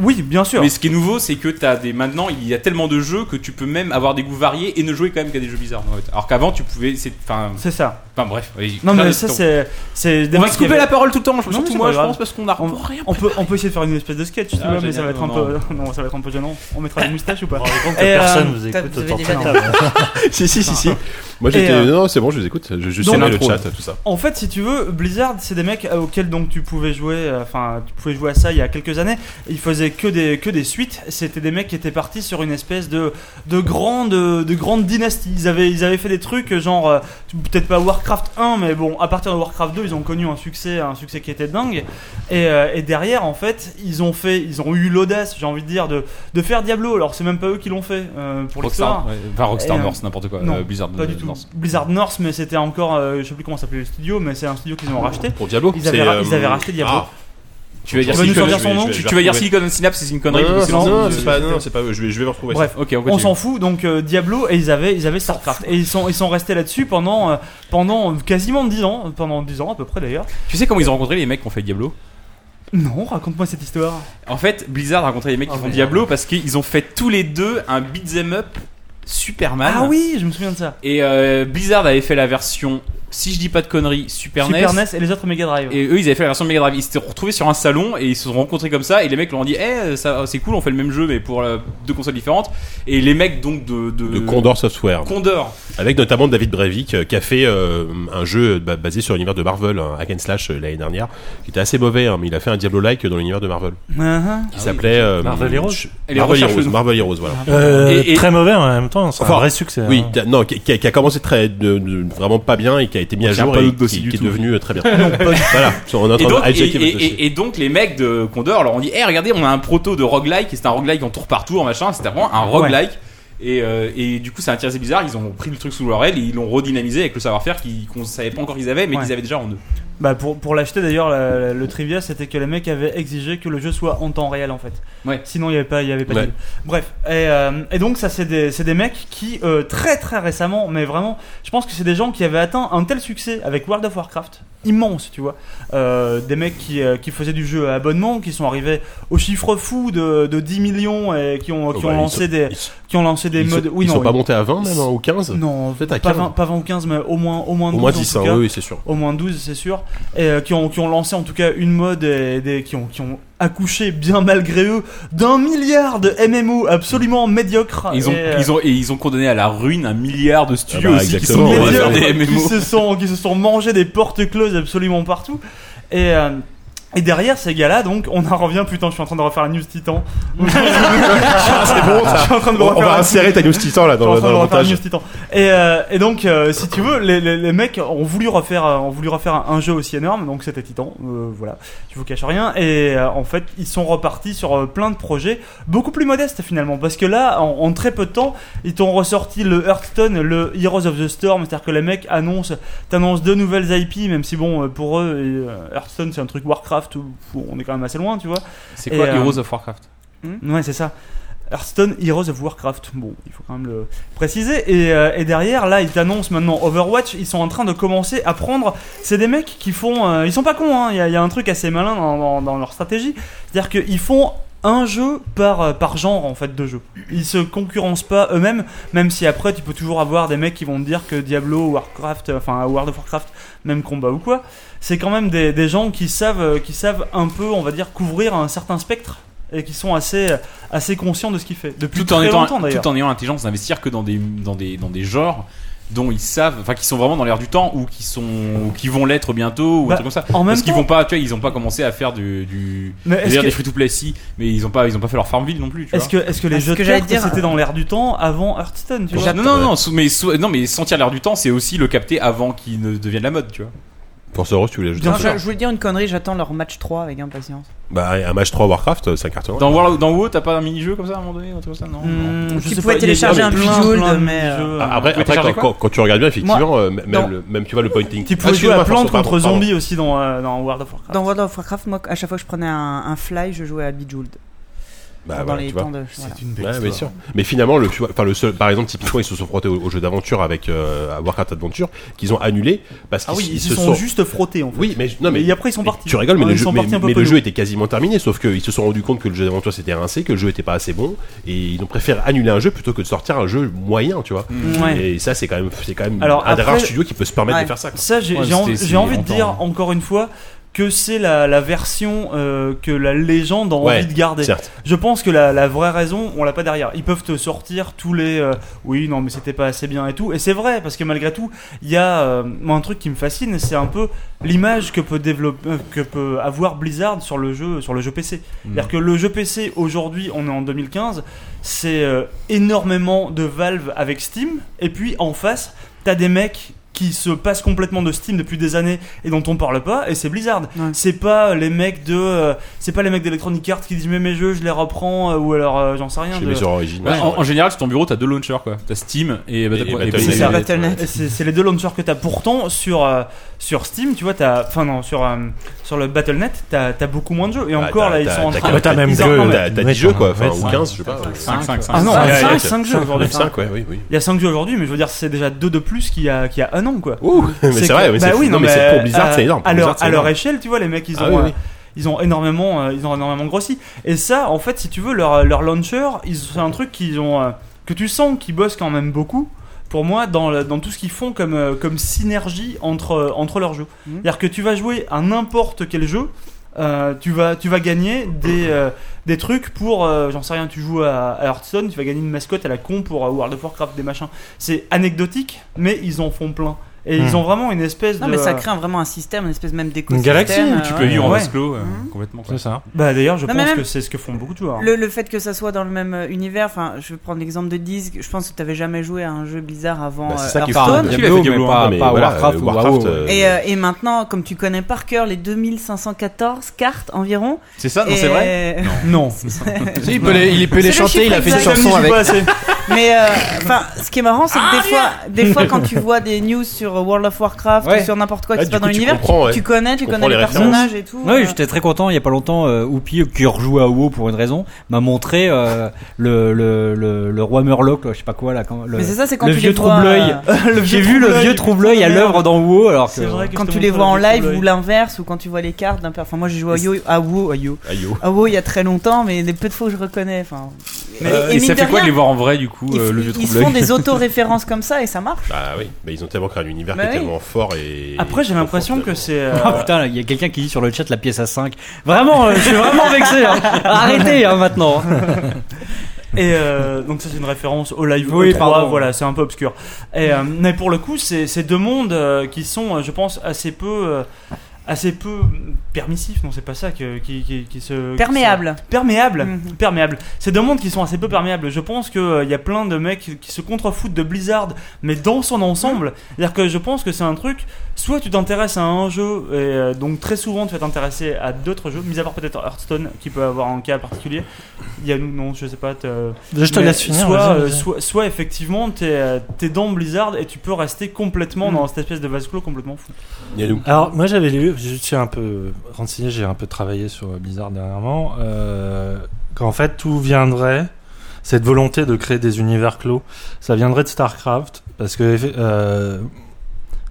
S2: Oui, bien sûr.
S3: Mais ce qui est nouveau, c'est que t'as des maintenant il y a tellement de jeux que tu peux même avoir des goûts variés et ne jouer quand même qu'à des jeux bizarres. en fait. Alors qu'avant tu pouvais, c'est enfin,
S2: C'est ça.
S3: enfin bref. vas-y,
S2: Non mais
S3: Regardez,
S2: ça
S3: ton-
S2: c'est c'est des
S3: On va
S2: mecs
S3: se
S2: qui
S3: couper
S2: avaient-
S3: la parole tout le temps. je-
S2: Non, mais
S3: Surtout
S2: c'est
S3: moi,
S2: pas
S3: je
S2: grave.
S3: pense parce qu'on a
S2: On,
S3: rien.
S2: on peut, on peut essayer de faire une espèce de sketch, tu
S3: Ah,
S2: vois, mais
S3: génial,
S2: ça va être un peu, non, ça va être un peu gênant. On mettra des moustaches ou pas
S7: On se rend compte que
S2: Et, euh,
S7: personne vous
S4: t'as-
S7: écoute
S4: vous avez
S7: autour de
S4: déjà
S7: la
S4: dit.
S7: table.
S1: si, si, si, si. Moi
S2: Et,
S1: j'étais.
S2: euh,
S1: Non, c'est bon, je vous écoute. Je, je
S2: donc-
S1: suis le
S3: l'intro,
S1: chat, tout ça.
S2: En fait, si tu veux, Blizzard, c'est des mecs auxquels donc tu pouvais jouer, euh, enfin, tu pouvais jouer à ça il y a quelques années. Ils faisaient que des que des suites. C'était des mecs qui étaient partis sur une espèce de de grande de grande dynastie. Ils avaient ils avaient fait des trucs euh, genre euh, peut-être pas Warcraft 1, mais bon, à partir de Warcraft 2, ils ont connu un succès un succès qui était dingue. Et, euh, et derrière, en fait, ils ont fait, ils ont eu l'audace, j'ai envie de dire, de de faire Diablo. Alors c'est même pas eux qui l'ont fait euh, pour l'histoire.
S3: Rockstar, ouais, enfin Rockstar
S2: Et, euh,
S3: North, n'importe quoi.
S2: non,
S3: euh, Blizzard,
S2: Pas
S3: euh,
S2: du tout.
S3: North.
S2: Blizzard North, mais c'était encore, euh, je sais plus comment s'appelait le studio, mais c'est un studio qu'ils ont racheté.
S1: Pour Diablo
S2: Ils avaient
S1: c'est,
S2: ra- ils avaient racheté Diablo.
S1: ah.
S3: Tu vas dire
S2: vas nous
S3: Silicon-
S2: sortir son nom
S1: je vais-
S3: tu-
S1: je vais
S3: tu vas dire
S1: retrouver.
S3: Silicon Synapse, c'est une connerie.
S1: Non,
S3: parce que
S1: non,
S3: c'est-
S1: non,
S3: c'est-
S1: c'est pas. Non, c'est pas. Je vais, je vais le retrouver.
S2: Bref,
S3: Ok, on
S2: on
S3: continue.
S2: s'en fout. Donc euh, Diablo et ils avaient, ils avaient Starcraft et ils sont, ils sont restés là-dessus pendant, euh, pendant quasiment 10 ans, pendant 10 ans à peu près d'ailleurs.
S3: Tu sais comment ils ont rencontré les mecs qui ont fait Diablo
S2: Non, raconte-moi cette histoire.
S3: En fait, Blizzard a rencontré les
S1: Ah,
S3: mecs qui
S6: Oh,
S3: font
S6: merde.
S3: Diablo parce qu'ils ont fait tous les deux un beat'em up Superman.
S2: Ah oui, je me souviens de ça.
S3: Et euh, Blizzard avait fait la version, si je dis pas de conneries, Super, E
S2: Super NES et les autres Mega Drive.
S3: Et eux, ils avaient fait la version Mega Drive. Ils s'étaient retrouvés sur un salon et ils se sont rencontrés comme ça. Et les mecs leur ont dit Eh, ça c'est cool, on fait le même jeu, mais pour euh, deux consoles différentes. Et les mecs, donc, de. De,
S1: De Condor Software,
S3: Condor.
S1: avec notamment David Breivik euh, qui a fait euh, un jeu euh, bah, basé sur l'univers de Marvel, un hack and slash euh, l'année dernière, qui était assez mauvais, hein, mais il a fait un Diablo-like dans l'univers de Marvel,
S2: Uh-huh.
S3: Ah
S1: qui s'appelait euh,
S8: Marvel Heroes
S1: je-
S3: Et les
S1: Marvel
S3: recherches
S1: Heroes,
S3: de-
S1: Marvel Heroes, voilà.
S3: Ah.
S8: Euh,
S3: Et- et-
S8: Très mauvais en même temps, c'est
S1: Enfin,
S8: un vrai succès.
S1: Oui,
S8: hein.
S1: qui a- non, qui, qui a, qui a commencé très de- de- vraiment pas bien et qui a été mis
S3: On
S1: à
S3: tient
S1: jour
S3: pas
S1: et
S3: notre dossier
S1: qui,
S3: du
S1: qui est
S3: tout.
S1: devenu euh, très bien. voilà, on est en
S3: Et
S1: train
S3: donc,
S1: de
S3: et,
S1: hijacker
S3: et-
S1: votre dossier.
S3: et- et donc, les mecs de Condor leur ont dit Eh, regardez, on a un proto de roguelike. Et c'était un roguelike en tour par tour, machin. C'était vraiment un roguelike. Et, euh, et du coup, ça a attiré Blizzard. Ils ont pris le truc sous leur aile et ils l'ont redynamisé avec le savoir-faire qu'ils- qu'on savait pas encore qu'ils avaient, mais
S2: Ouais.
S3: qu'ils avaient déjà en eux.
S2: Bah pour, pour l'acheter d'ailleurs, la- la- le trivia c'était que les mecs avaient exigé que le jeu soit en temps réel en fait.
S3: Ouais.
S2: Sinon il n'y avait pas, il y avait pas de
S1: Ouais.
S2: deal. Bref, et, euh, et donc ça c'est des, c'est des mecs qui euh, très très récemment, mais vraiment, je pense que c'est des gens qui avaient atteint un tel succès avec World of Warcraft, immense tu vois. Euh, des mecs qui, euh, qui faisaient du jeu à abonnement, qui sont arrivés au chiffre fou de, de 10 millions et qui ont, qui
S1: Oh, bah,
S2: ont
S1: ils
S2: lancé
S1: sont-
S2: des,
S1: ils sont-
S2: qui ont lancé des
S1: ils
S2: modes.
S1: sont, ils
S2: non,
S1: sont pas montés à 20 même hein, ou 15
S2: non,
S1: Peut-être à
S2: pas
S1: 15.
S2: 20, pas 20 ou 15, mais au moins, au moins
S1: Au moins
S2: 12, en
S1: 10,
S2: tout
S1: hein,
S2: cas.
S1: oui, oui, c'est sûr.
S2: Au moins 12, c'est sûr. Et euh, qui, ont, qui ont lancé en tout cas une mode et des, qui, ont, qui ont accouché, bien malgré eux, d'un milliard de MMO absolument médiocres.
S3: Ils ont,
S2: Et, euh,
S3: ils ont, et ils ont condamné à la ruine un milliard de studios
S1: Ah bah,
S3: aussi qui sont
S1: exactement,
S3: pour
S1: ouais,
S3: faire
S1: ouais.
S3: des
S2: qui
S3: MMO.
S2: se sont qui se sont mangés des portes closes absolument partout et euh, et derrière ces gars-là, donc, on en revient. Putain, je suis en train de refaire la news Titan.
S1: c'est bon,
S2: Je suis en train de
S1: On, on
S2: refaire
S1: va
S2: la-
S1: insérer ta news titan là dans,
S2: Je
S1: le-
S2: suis en
S1: dans le
S2: train de refaire
S1: montage.
S2: News Titan. Et, euh, et donc, euh, si tu veux, les, les- les mecs ont voulu refaire, euh, ont voulu refaire un, un jeu aussi énorme, donc c'était Titan. euh, voilà, je vous cache rien. Et euh, en fait, ils sont repartis sur euh, plein de projets beaucoup plus modestes finalement, parce que là, en, en très peu de temps, ils t'ont ressorti le Hearthstone, le Heroes of the Storm, c'est-à-dire que les mecs annoncent, t'annoncent deux nouvelles IP, même si bon, euh, pour eux, euh, Hearthstone c'est un truc Warcraft où où on est quand même assez loin, tu vois.
S3: C'est
S2: quoi,
S3: quoi
S2: Et, euh, Heroes
S3: Heroes of Warcraft
S2: Ouais, c'est ça. Hearthstone Heroes of Warcraft. Bon, il faut quand même le préciser. Et, euh, et derrière, là, ils annoncent maintenant Overwatch. Ils sont en train de commencer à prendre. C'est des mecs qui font. euh, ils sont pas cons, hein. Il y, a- il y a un truc assez malin dans, dans- dans leur stratégie. C'est-à-dire qu'ils font un jeu par, euh, par genre, en fait, de jeu. Ils se concurrencent pas eux-mêmes, même si après, tu peux toujours avoir des mecs qui vont te dire que Diablo, Warcraft, euh, enfin, World of Warcraft, même combat ou quoi. C'est quand même des, des gens qui savent, euh, qui savent un peu, on va dire, couvrir un certain spectre et qui sont assez, euh, assez conscients de ce qu'il fait. Depuis
S3: tout en,
S2: très
S3: étant,
S2: longtemps d'ailleurs.
S3: tout en ayant l'intelligence d'investir que dans des, dans, des, dans des genres dont ils savent, enfin qui sont vraiment dans l'air du temps ou qui, sont, ou qui vont l'être bientôt ou
S2: Bah,
S3: un truc comme ça.
S2: en même
S3: Parce qu'ils
S2: temps-
S3: vont pas, tu vois, ils ont pas commencé à faire du, du
S2: Mais est-ce
S3: c'est-à-dire
S2: que-
S3: des free to play si, mais ils ont pas, ils ont pas fait leur Farmville non plus. Tu
S2: Est-ce que, est-ce que les
S4: Parce
S2: jeux
S4: que
S2: de
S4: j'allais
S2: cartes
S4: te dire- euh,
S2: c'était dans l'air du temps avant Hearthstone tu
S3: vois.
S2: vois
S3: non, non, non, sou- mais, sou- non, mais sentir l'air du temps, c'est aussi le capter avant qu'il ne devienne la mode, tu vois.
S1: Force Rose, tu voulais ajouter
S4: Non,
S1: un truc
S4: je, je voulais dire une connerie, j'attends leur match 3 avec impatience.
S1: Bah, un match 3 Warcraft, c'est un carton.
S3: Dans World, dans WoW, t'as pas un mini-jeu comme ça à un moment donné, un truc comme ça, non, non.
S2: Hmm, je
S4: Tu
S2: sais pas,
S4: pouvais
S2: il y a
S4: télécharger
S2: plein,
S4: un
S2: plein,
S4: Bejeweled,
S2: plein de
S4: mais,
S2: jeux, euh,
S4: euh,
S1: Ah, Après,
S3: Vous pouvez
S1: après
S3: télécharger
S1: quand, quand- quand tu regardes bien, effectivement, euh, m-
S4: dans-
S1: même, le- même tu vois le pointing.
S2: Tu
S1: Ah,
S2: pouvais jouer
S1: excuse-moi,
S2: à Plante
S1: François, pardon,
S2: contre
S1: pardon.
S2: Zombie aussi dans, euh, dans World of Warcraft.
S4: Dans World of Warcraft, moi, à chaque fois que je prenais un, un fly, je jouais à Bejeweled.
S1: Bah,
S4: dans
S1: voilà,
S4: les
S1: tu vois.
S4: temps de. voilà.
S6: une belle
S1: Ouais, bien
S6: histoire.
S1: sûr. Mais finalement, le, tu vois, enfin, le seul, par exemple, typiquement, ils se sont frottés au, au jeu d'aventure avec euh, à Warcraft Adventure, qu'ils ont annulé parce qu'ils
S2: Ah oui,
S1: s-
S2: ils,
S1: se
S2: sont,
S1: sont.
S2: juste frottés en fait.
S1: Oui, mais non, mais
S2: Et après ils sont partis.
S1: Tu rigoles, mais,
S2: Ah,
S1: le,
S2: ils
S1: jeu,
S2: sont
S1: mais,
S2: partis un peu
S1: mais le
S2: penaud.
S1: jeu était quasiment terminé, sauf qu'ils se sont rendus compte que le jeu d'aventure c'était rincé, que le jeu était pas assez bon, et ils ont préféré annuler un jeu plutôt que de sortir un jeu moyen, tu vois.
S3: Hmm.
S2: Ouais.
S1: Et ça, c'est quand même, c'est quand même
S2: Alors,
S1: un des
S2: après-
S1: rares studios qui peut se permettre
S4: Ouais.
S1: de faire ça. quoi.
S2: Ça, j'ai
S3: Ouais,
S2: j'ai en-
S3: c'était-
S2: j'ai
S3: c'est
S2: envie de
S3: longtemps,
S2: dire
S3: hein.
S2: encore une fois que c'est la, la version euh, que la légende a
S1: Ouais,
S2: envie de garder.
S1: Certes.
S2: Je pense que la, la vraie raison, on l'a pas derrière. Ils peuvent te sortir tous les euh, oui, non, mais c'était pas assez bien et tout. Et c'est vrai, parce que malgré tout, il y a euh, moi, un truc qui me fascine, c'est un peu l'image que peut développer, euh, que peut avoir Blizzard sur le jeu, sur le jeu PC.
S3: Mm.
S2: C'est-à-dire que le jeu PC aujourd'hui, on est en 2015, c'est euh, énormément de Valve avec Steam, et puis en face, t'as des mecs qui se passent complètement de Steam depuis des années et dont on parle pas, et c'est Blizzard.
S4: Ouais.
S2: C'est pas les mecs de, euh, c'est pas les mecs d'Electronic Arts qui disent mais mes jeux, je les reprends, euh, ou alors euh, j'en sais rien.
S1: Chez
S2: de-
S1: Mesure Origin.
S3: Ouais, en, en général, sur ton bureau, t'as deux launchers, quoi. T'as Steam et Battle-
S1: Et-
S3: et-
S1: et Battle.net.
S3: et-
S4: C'est ça,
S3: et-
S4: Battle.net.
S2: Et C'est c'est les deux launchers que t'as pourtant sur euh, sur Steam, tu vois, t'as, enfin non, sur euh, sur le Battle.net, t'as t'as beaucoup moins de jeux. Et
S1: Bah,
S2: encore
S1: t'as-
S2: là, ils sont en
S1: t'as-
S2: train.
S8: Bah, t'as même
S2: ils en- non,
S8: que.
S2: mais-
S1: T'as t'as 10 jeux, quoi, enfin, ou 15, je sais pas.
S3: Cinq, cinq, cinq.
S2: Ah non,
S1: Ouais, ouais,
S2: 5,
S1: ouais,
S2: jeux aujourd'hui.
S1: Même 5, ouais, oui, oui.
S2: Il y a 5 jeux aujourd'hui, mais je veux dire, c'est déjà 2 de plus qu'il y, a- qu'il y a un an, quoi.
S1: Ouh, mais c'est
S2: que-
S1: vrai, mais
S2: bah
S1: c'est
S2: oui,
S1: fou. non, mais
S2: euh,
S1: c'est pour Blizzard,
S2: à-
S1: c'est énorme. Pour
S2: À
S1: Blizzard,
S2: leur,
S1: c'est
S2: à leur
S1: énorme.
S2: échelle, tu vois, les mecs, ils ont,
S1: Ah oui,
S2: euh,
S1: oui.
S2: ils ont énormément, euh, ils ont énormément grossi. Et ça, en fait, si tu veux, leur, leur launcher, ils- c'est un truc qu'ils ont, euh, que tu sens qu'ils bossent quand même beaucoup. Pour moi, dans, le- dans tout ce qu'ils font comme, euh, comme synergie entre, euh, entre leurs jeux.
S4: Mhm.
S2: C'est-à-dire que tu vas jouer à n'importe quel jeu, euh, tu, vas, tu vas gagner des, euh, des trucs pour, euh, j'en sais rien, tu joues à, à Hearthstone, tu vas gagner une mascotte à la con pour euh, World of Warcraft, des machins. C'est anecdotique, mais ils en font plein. Et ils ont vraiment une espèce
S4: Non,
S2: de. euh,
S4: mais ça crée un- vraiment un système, une espèce même d'écosystème.
S8: Une galaxie où
S4: euh,
S8: tu
S3: Tu
S4: ouais.
S3: peux vivre en
S2: Ouais.
S3: vase clos, euh, complètement. quoi.
S8: C'est ça.
S2: Bah d'ailleurs, je
S4: Non, mais
S2: pense
S4: même-
S2: que c'est ce que font beaucoup de joueurs.
S4: Le, le fait que ça soit dans le même euh, univers, enfin, je vais prendre l'exemple de Disque. Je pense que tu n'avais jamais joué à un jeu bizarre avant
S1: Bah, c'est ça
S4: euh,
S1: qui est fou.
S4: Hearthstone.
S3: Qui l'a fait,
S5: Diablo,
S3: Diablo,
S5: mais
S1: Ah,
S5: pas,
S1: mais
S5: pas
S1: voilà,
S5: Warcraft,
S1: euh,
S5: ou
S1: Warcraft,
S5: WoW.
S1: euh,
S4: Et, euh, et maintenant, comme tu connais par cœur les 2514 cartes environ.
S3: C'est ça, Ah, non,
S4: et- euh,
S3: c'est vrai
S2: Non.
S6: Si, il peut les, il peut les
S4: C'est le
S6: chanter, il a
S4: chiffre
S6: fait des
S4: exact.
S6: chansons avec.
S2: assez.
S4: Mais euh, enfin, ce qui est marrant, c'est que des fois, des fois, quand tu vois des news sur World of Warcraft
S5: Ouais.
S4: ou sur n'importe quoi qui
S1: Ah,
S4: se
S1: du
S4: passe
S1: coup,
S4: dans
S1: tu
S4: l'univers,
S1: comprends, ouais.
S4: tu connais,
S1: Tu
S4: tu connais
S1: comprends
S4: les,
S1: les références.
S4: personnages et tout.
S5: Oui,
S4: euh.
S5: j'étais très content il y a pas longtemps. euh, Oupi, qui rejoue à WoW pour une raison, m'a montré euh, le, le, le, le roi Murloc, là, je sais pas quoi là. Quand, le,
S4: Mais c'est ça, c'est quand
S5: le
S4: tu
S5: vieux
S4: les vois.
S5: trouble-œil.
S4: euh,
S5: J'ai vu le vieux trouble-œil à l'œuvre dans WoW, alors que.
S2: C'est vrai que
S4: Quand
S2: je te
S4: tu les
S2: montre
S4: vois en
S2: le vieux
S4: live
S2: tableau.
S4: ou l'inverse, ou quand tu vois les cartes d'un per- Enfin, moi j'ai joué à Yo, à WoW, à Yo,
S1: Aïe, oh.
S4: à WoW Ah il y a très longtemps, mais les peu de fois que je reconnais. Enfin,
S3: Euh, Et,
S4: et mine
S3: ça
S4: de
S3: fait quoi
S4: rien,
S3: de les voir en vrai du coup,
S4: ils,
S3: euh, le vieux
S4: ils
S3: trouble
S4: font des auto-références comme ça et ça marche.
S1: Bah oui, bah, ils ont tellement créé un univers
S4: Bah
S1: qui
S4: oui.
S1: est tellement fort et.
S2: Après, j'ai
S1: tellement
S2: l'impression
S1: fort,
S2: que
S1: tellement-
S2: c'est. euh,
S5: Ah putain, là, il y a quelqu'un qui dit sur le chat la pièce à 5. Vraiment, euh, je suis vraiment vexé. hein. Arrêtez hein, maintenant.
S2: Et euh, donc ça c'est une référence au live
S5: Oui,
S2: 3
S5: pardon.
S2: voilà, c'est un peu obscur. Et, euh, mais pour le coup, c'est c'est deux mondes euh, qui sont, euh, je pense, assez peu, euh, assez peu permissifs. Non, c'est pas ça que- qui, qui, qui se qui
S4: Perméable.
S2: se- perméable,
S4: Mhm.
S2: perméable. C'est deux mondes qui sont assez peu perméables. Je pense que euh, il y a plein de mecs qui se contrefoutent de Blizzard, mais dans son ensemble. C'est-à-dire que je pense que c'est un truc. Soit tu t'intéresses à un jeu, et euh, donc très souvent tu vas t'intéresser à d'autres jeux, mis à part peut-être Hearthstone qui peut avoir un cas particulier. Il y a nous, non, je sais pas. t'as-
S8: Je te
S2: mais
S8: laisse finir.
S2: Soit,
S8: vas-y,
S2: euh,
S8: vas-y.
S2: soit, soit effectivement, t'es euh, t'es dans Blizzard et tu peux rester
S8: Mm.
S2: complètement dans cette espèce de vase clos complètement fou.
S1: Il y a nous.
S8: Alors, moi j'avais lu, je suis un peu renseigné, j'ai un peu travaillé sur Blizzard dernièrement, euh, qu'en fait tout viendrait, cette volonté de créer des univers clos, ça viendrait de StarCraft, parce que euh,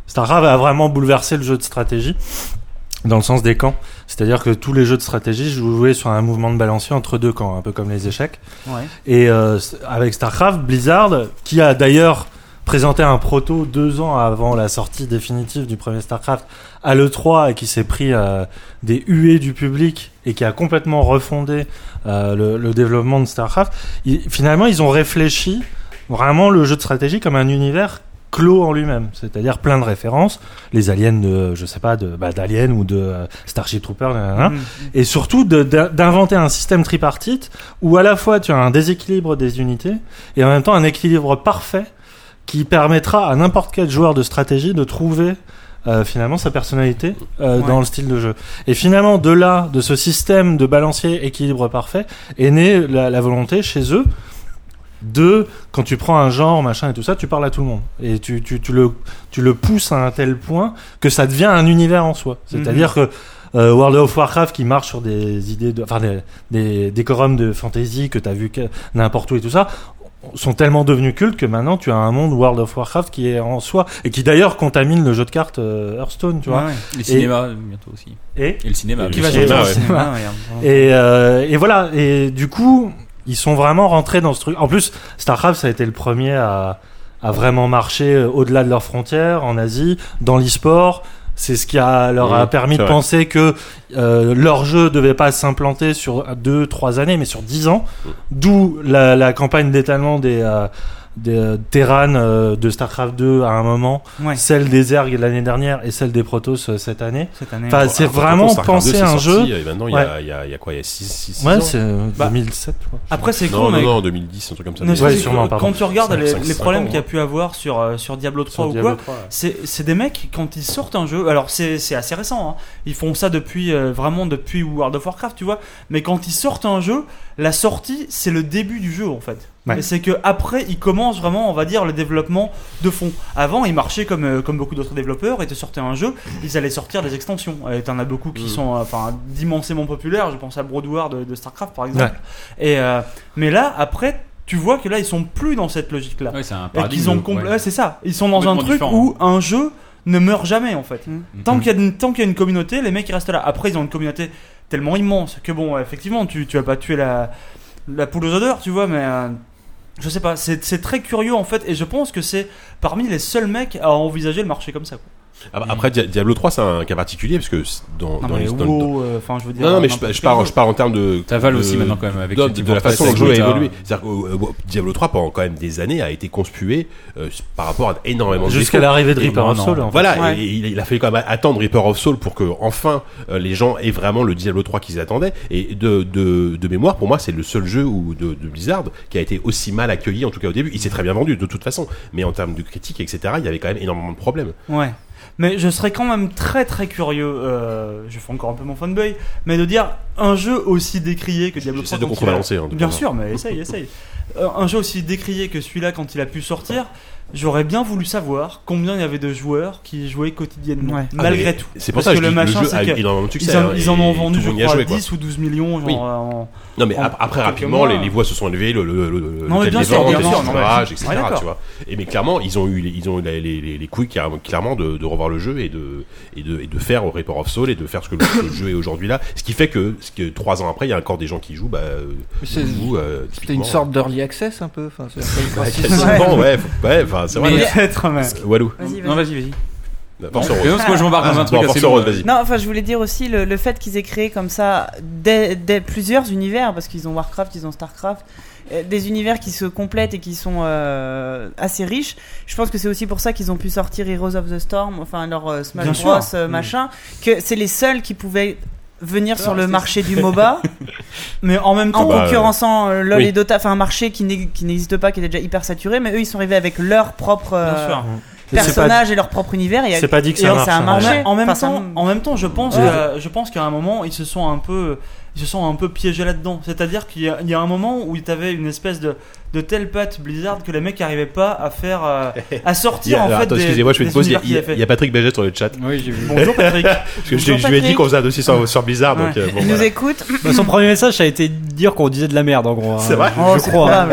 S8: StarCraft a vraiment bouleversé le jeu de stratégie dans le sens des camps. C'est-à-dire que tous les jeux de stratégie jouaient sur un mouvement de balancier entre deux camps, un peu comme les échecs. Et euh, s- avec StarCraft, Blizzard, qui a d'ailleurs présenté un proto deux ans avant la sortie définitive du premier StarCraft à l'E3 et qui s'est pris euh, des huées du public et qui a complètement refondé euh, le, le développement de StarCraft, ils- finalement ils ont réfléchi vraiment le jeu de stratégie comme un univers clos en lui-même, c'est-à-dire plein de références, les aliens de, je sais pas, de bah, d'Alien ou de euh, Starship Trooper, nanana
S2: Mhm.
S8: et surtout de- d'in- d'inventer un système tripartite où à la fois tu as un déséquilibre des unités et en même temps un équilibre parfait qui permettra à n'importe quel joueur de stratégie de trouver euh, finalement sa personnalité euh, dans le style de jeu. Et finalement, de là, de ce système de balancier équilibre parfait, est née la, la volonté chez eux de, quand tu prends un genre, machin et tout ça, tu parles à tout le monde. Et tu, tu, tu, le, tu le pousses à un tel point que ça devient un univers en soi. C'est-à-dire que euh, World of Warcraft qui marche sur des idées de, enfin des, des décorums de fantasy que t'as vu que- n'importe où et tout ça sont tellement devenus cultes que maintenant tu as un monde World of Warcraft qui est en soi et qui d'ailleurs contamine le jeu de cartes euh, Hearthstone, tu vois.
S3: Le cinéma euh, bientôt aussi.
S8: Et
S3: Et le cinéma.
S1: Et
S3: bien
S1: le
S3: sûr.
S1: cinéma.
S8: sortir
S1: ouais.
S8: au cinéma. Et, euh, et voilà. Et du coup, ils sont vraiment rentrés dans ce truc. En plus, Starcraft, ça a été le premier à, à vraiment marcher euh, au-delà de leurs frontières, en Asie, dans l'e-sport. C'est ce qui a, leur a
S1: Oui, Mmh,
S8: permis
S1: c'est
S8: de
S1: vrai.
S8: penser que euh, leur jeu devait pas s'implanter sur deux, trois années, mais sur dix ans. D'où la, la campagne d'étalement des, euh, des euh, Terran euh, de Starcraft 2 à un moment,
S2: Ouais.
S8: celle des Zerg l'année dernière et celle des Protoss euh, cette année.
S2: Cette année.
S8: Enfin, c'est
S1: Alors, par
S8: vraiment
S1: contre, StarCraft
S8: penser
S1: 2,
S8: à
S1: c'est
S8: un jeu.
S1: sorti, et maintenant, il y a- il y a- il y a quoi Il y a 6
S8: Ouais, c'est euh,
S2: Bah,
S8: 2007, je crois.
S2: Après, c'est
S1: Non,
S2: con,
S1: non,
S2: mais.
S1: non, en 2010, un truc comme ça.
S2: ne
S1: Mais-
S8: Ouais,
S2: serait-ce que
S8: sûrement, pardon.
S2: quand tu regardes
S1: Cinq-
S2: les,
S1: cinq-
S2: les
S1: cinq
S2: problèmes
S1: ans,
S2: qu'il y a pu avoir sur, euh, sur Diablo 3
S8: Sur
S2: ou
S8: Diablo
S2: quoi, c'est c'est des mecs, quand ils sortent un jeu, alors c'est c'est assez récent, hein. ils font ça depuis euh, vraiment depuis World of Warcraft, tu vois, mais quand ils sortent un jeu, la sortie, c'est le début du jeu en fait.
S8: Ouais.
S2: Et c'est que après, ils commencent vraiment, on va dire, le développement de fond. Avant, ils marchaient comme, euh, comme beaucoup d'autres développeurs et te sortaient un jeu, ils allaient sortir des extensions. Et t'en as beaucoup qui
S1: Mhm.
S2: sont euh, enfin d'immensément populaires, je pense à Broadward de, de StarCraft par exemple. Et, euh, mais là, après, tu vois que là, ils sont plus dans cette logique-là.
S3: Ouais, c'est un
S2: Et
S3: paradigme.
S2: qu'ils ont compl-
S3: ouais.
S2: ouais, c'est ça. Ils sont dans un
S3: Complètement
S2: truc
S3: différent.
S2: où un jeu ne meurt jamais en fait.
S4: Mm.
S2: Tant qu'il y a une- tant qu'il y a une communauté, les mecs ils restent là. Après ils ont une communauté tellement immense que bon, effectivement, tu tu vas pas tuer la la poule aux odeurs, tu vois, mais euh, je sais pas, c'est c'est très curieux en fait, et je pense que c'est parmi les seuls mecs à envisager le marché comme ça. Quoi.
S1: Ah bah, Après, Dia- Diablo 3, c'est un cas particulier parce que c'est dans,
S2: Non,
S1: dans
S2: mais
S1: les. dans-
S2: WoW, euh, enfin, je veux dire.
S1: Non, non, mais je,
S2: n'importe
S1: je pars,
S2: quel
S1: je pars en termes de.
S3: T'as Valve
S1: de-
S3: aussi maintenant quand même avec
S1: Euh, de,
S3: cette
S1: de la façon dont le jeu a
S3: portée,
S1: évolué.
S3: ça.
S1: C'est-à-dire que euh, euh, Diablo 3 pendant quand même des années a été conspué euh, par rapport à énormément de
S8: Jusqu'à
S1: défauts.
S8: l'arrivée de
S1: Et
S8: Reaper of
S3: non,
S8: Soul,
S3: non.
S8: en fait.
S1: Voilà,
S4: Ouais.
S1: et il, il a fallu quand même attendre Reaper of Soul pour que enfin euh, les gens aient vraiment le Diablo 3 qu'ils attendaient. Et de, de, de mémoire, pour moi, c'est le seul jeu où, de, de Blizzard qui a été aussi mal accueilli, en tout cas au début. Il s'est très bien vendu de toute façon, mais en termes de critiques, etc., il y avait quand même énormément de problèmes.
S2: Ouais. Mais je serais quand même très très curieux, euh, je fais encore un peu mon fanboy, mais de dire un jeu aussi décrié que Diablo 3.
S1: J'essaie de
S2: quand il
S1: contrebalancer,
S2: va-
S1: hein, de
S2: Bien
S1: prendre.
S2: sûr, mais essaye, essaye. euh, un jeu aussi décrié que celui-là quand il a pu sortir, j'aurais bien voulu savoir combien il y avait de joueurs qui jouaient quotidiennement,
S4: Ouais.
S1: Ah,
S2: malgré
S1: mais
S2: tout.
S1: C'est pour
S2: Parce
S1: ça
S2: que le machin,
S1: jeu
S2: c'est
S1: a eu
S2: que
S1: énormément de
S2: Ils,
S1: succès.
S2: en-
S1: hein,
S2: ils en
S1: et
S2: ont
S1: tout
S2: vendu,
S1: le
S2: je
S1: monde y a
S2: crois,
S1: joué, quoi.
S2: 10 ou 12 millions. Genre,
S1: Oui.
S2: en-
S1: Non mais
S2: en-
S1: ap- après
S2: quelques
S1: rapidement
S2: mois,
S1: les,
S2: hein.
S1: les voix se sont élevées, le, le, le, le-
S2: Non, mais
S1: le-
S2: bien
S1: les
S2: sûr,
S1: ventes,
S2: bien
S1: les
S2: sûr, non, mais-
S1: suffrages, etc.
S2: Ouais, d'accord.
S1: tu vois. Et mais clairement ils ont eu les- ils ont eu les, les, les, les couilles car- clairement de, de revoir le jeu et de et de, et de faire au Report of Soul et de faire ce que le, le jeu est aujourd'hui là. Ce qui fait que ce que trois ans après il y a encore des gens qui jouent. Bah, euh,
S6: Mais c'est-
S1: vous, euh,
S6: C'était une
S1: typiquement,
S6: sorte d'early access un peu. Enfin, c'est un peu
S1: Ouais,
S6: le principe.
S1: quasiment, ouais, faut- ouais, enfin, c'est vrai. Euh,
S3: Mais-
S2: Peut-être, mais.
S1: Walou,
S4: Vas-y, vas-y.
S3: Non, vas-y, vas-y.
S1: Force Rose. Ah,
S3: Non, parce que moi je m'embarque dans un truc
S1: Bon,
S3: assez
S1: Force
S3: long,
S1: Rose,
S3: euh,
S1: vas-y.
S4: Non, enfin, je voulais dire aussi le, le fait qu'ils aient créé comme ça des, des- plusieurs univers, parce qu'ils ont Warcraft, ils ont Starcraft, euh, des univers qui se complètent et qui sont euh, assez riches. Je pense que c'est aussi pour ça qu'ils ont pu sortir Heroes of the Storm, enfin leur euh, Smash
S2: Bien sûr.
S4: Bros, euh, machin, que c'est les seuls qui pouvaient
S2: Ah,
S4: venir sur le marché du MOBA
S2: Mais en même
S8: Ah,
S4: en
S2: temps,
S1: bah,
S4: concurrençant euh, LoL
S1: oui.
S4: et Dota, enfin un marché qui n'ex- qui n'existe pas, qui était déjà hyper saturé, mais eux ils sont arrivés avec leur propre euh,
S2: bien sûr.
S8: Et c'est pas-
S4: personnage et leur propre univers. et-
S8: C'est pas dit que
S4: et
S8: ça
S4: ça a
S8: marche, hein.
S4: marché.
S2: En même,
S4: Enfin, ça-
S2: temps, en même temps, je pense,
S8: Ouais.
S2: que- je pense qu'à un moment, ils se sont un peu, ils se sont un peu piégés là-dedans. C'est-à-dire qu'il y, a- il y a un moment où tu avais une espèce de, de telle patte Blizzard que les mecs n'arrivaient pas à faire, euh, à
S1: Il y
S2: sortir
S1: a-
S2: en
S1: alors,
S2: fait.
S1: attends,
S2: des-
S1: excusez-moi, je fais
S2: des
S1: une pause. Il y a-
S2: univers
S1: il
S2: qu'il a
S1: y, a-
S2: fait.
S1: il y a Patrick Béget sur le chat.
S5: Oui, j'ai vu.
S2: Bonjour Patrick.
S1: Parce que je, je lui ai dit qu'on faisait un dossier sur, sur Blizzard. Donc,
S2: Ouais.
S1: euh, bon,
S4: Ils nous
S1: voilà.
S4: écoutent.
S5: Bah, son premier message, ça a été de dire qu'on disait de la merde en gros. hein.
S1: C'est vrai
S6: Oh,
S5: Je- Je crois. hein.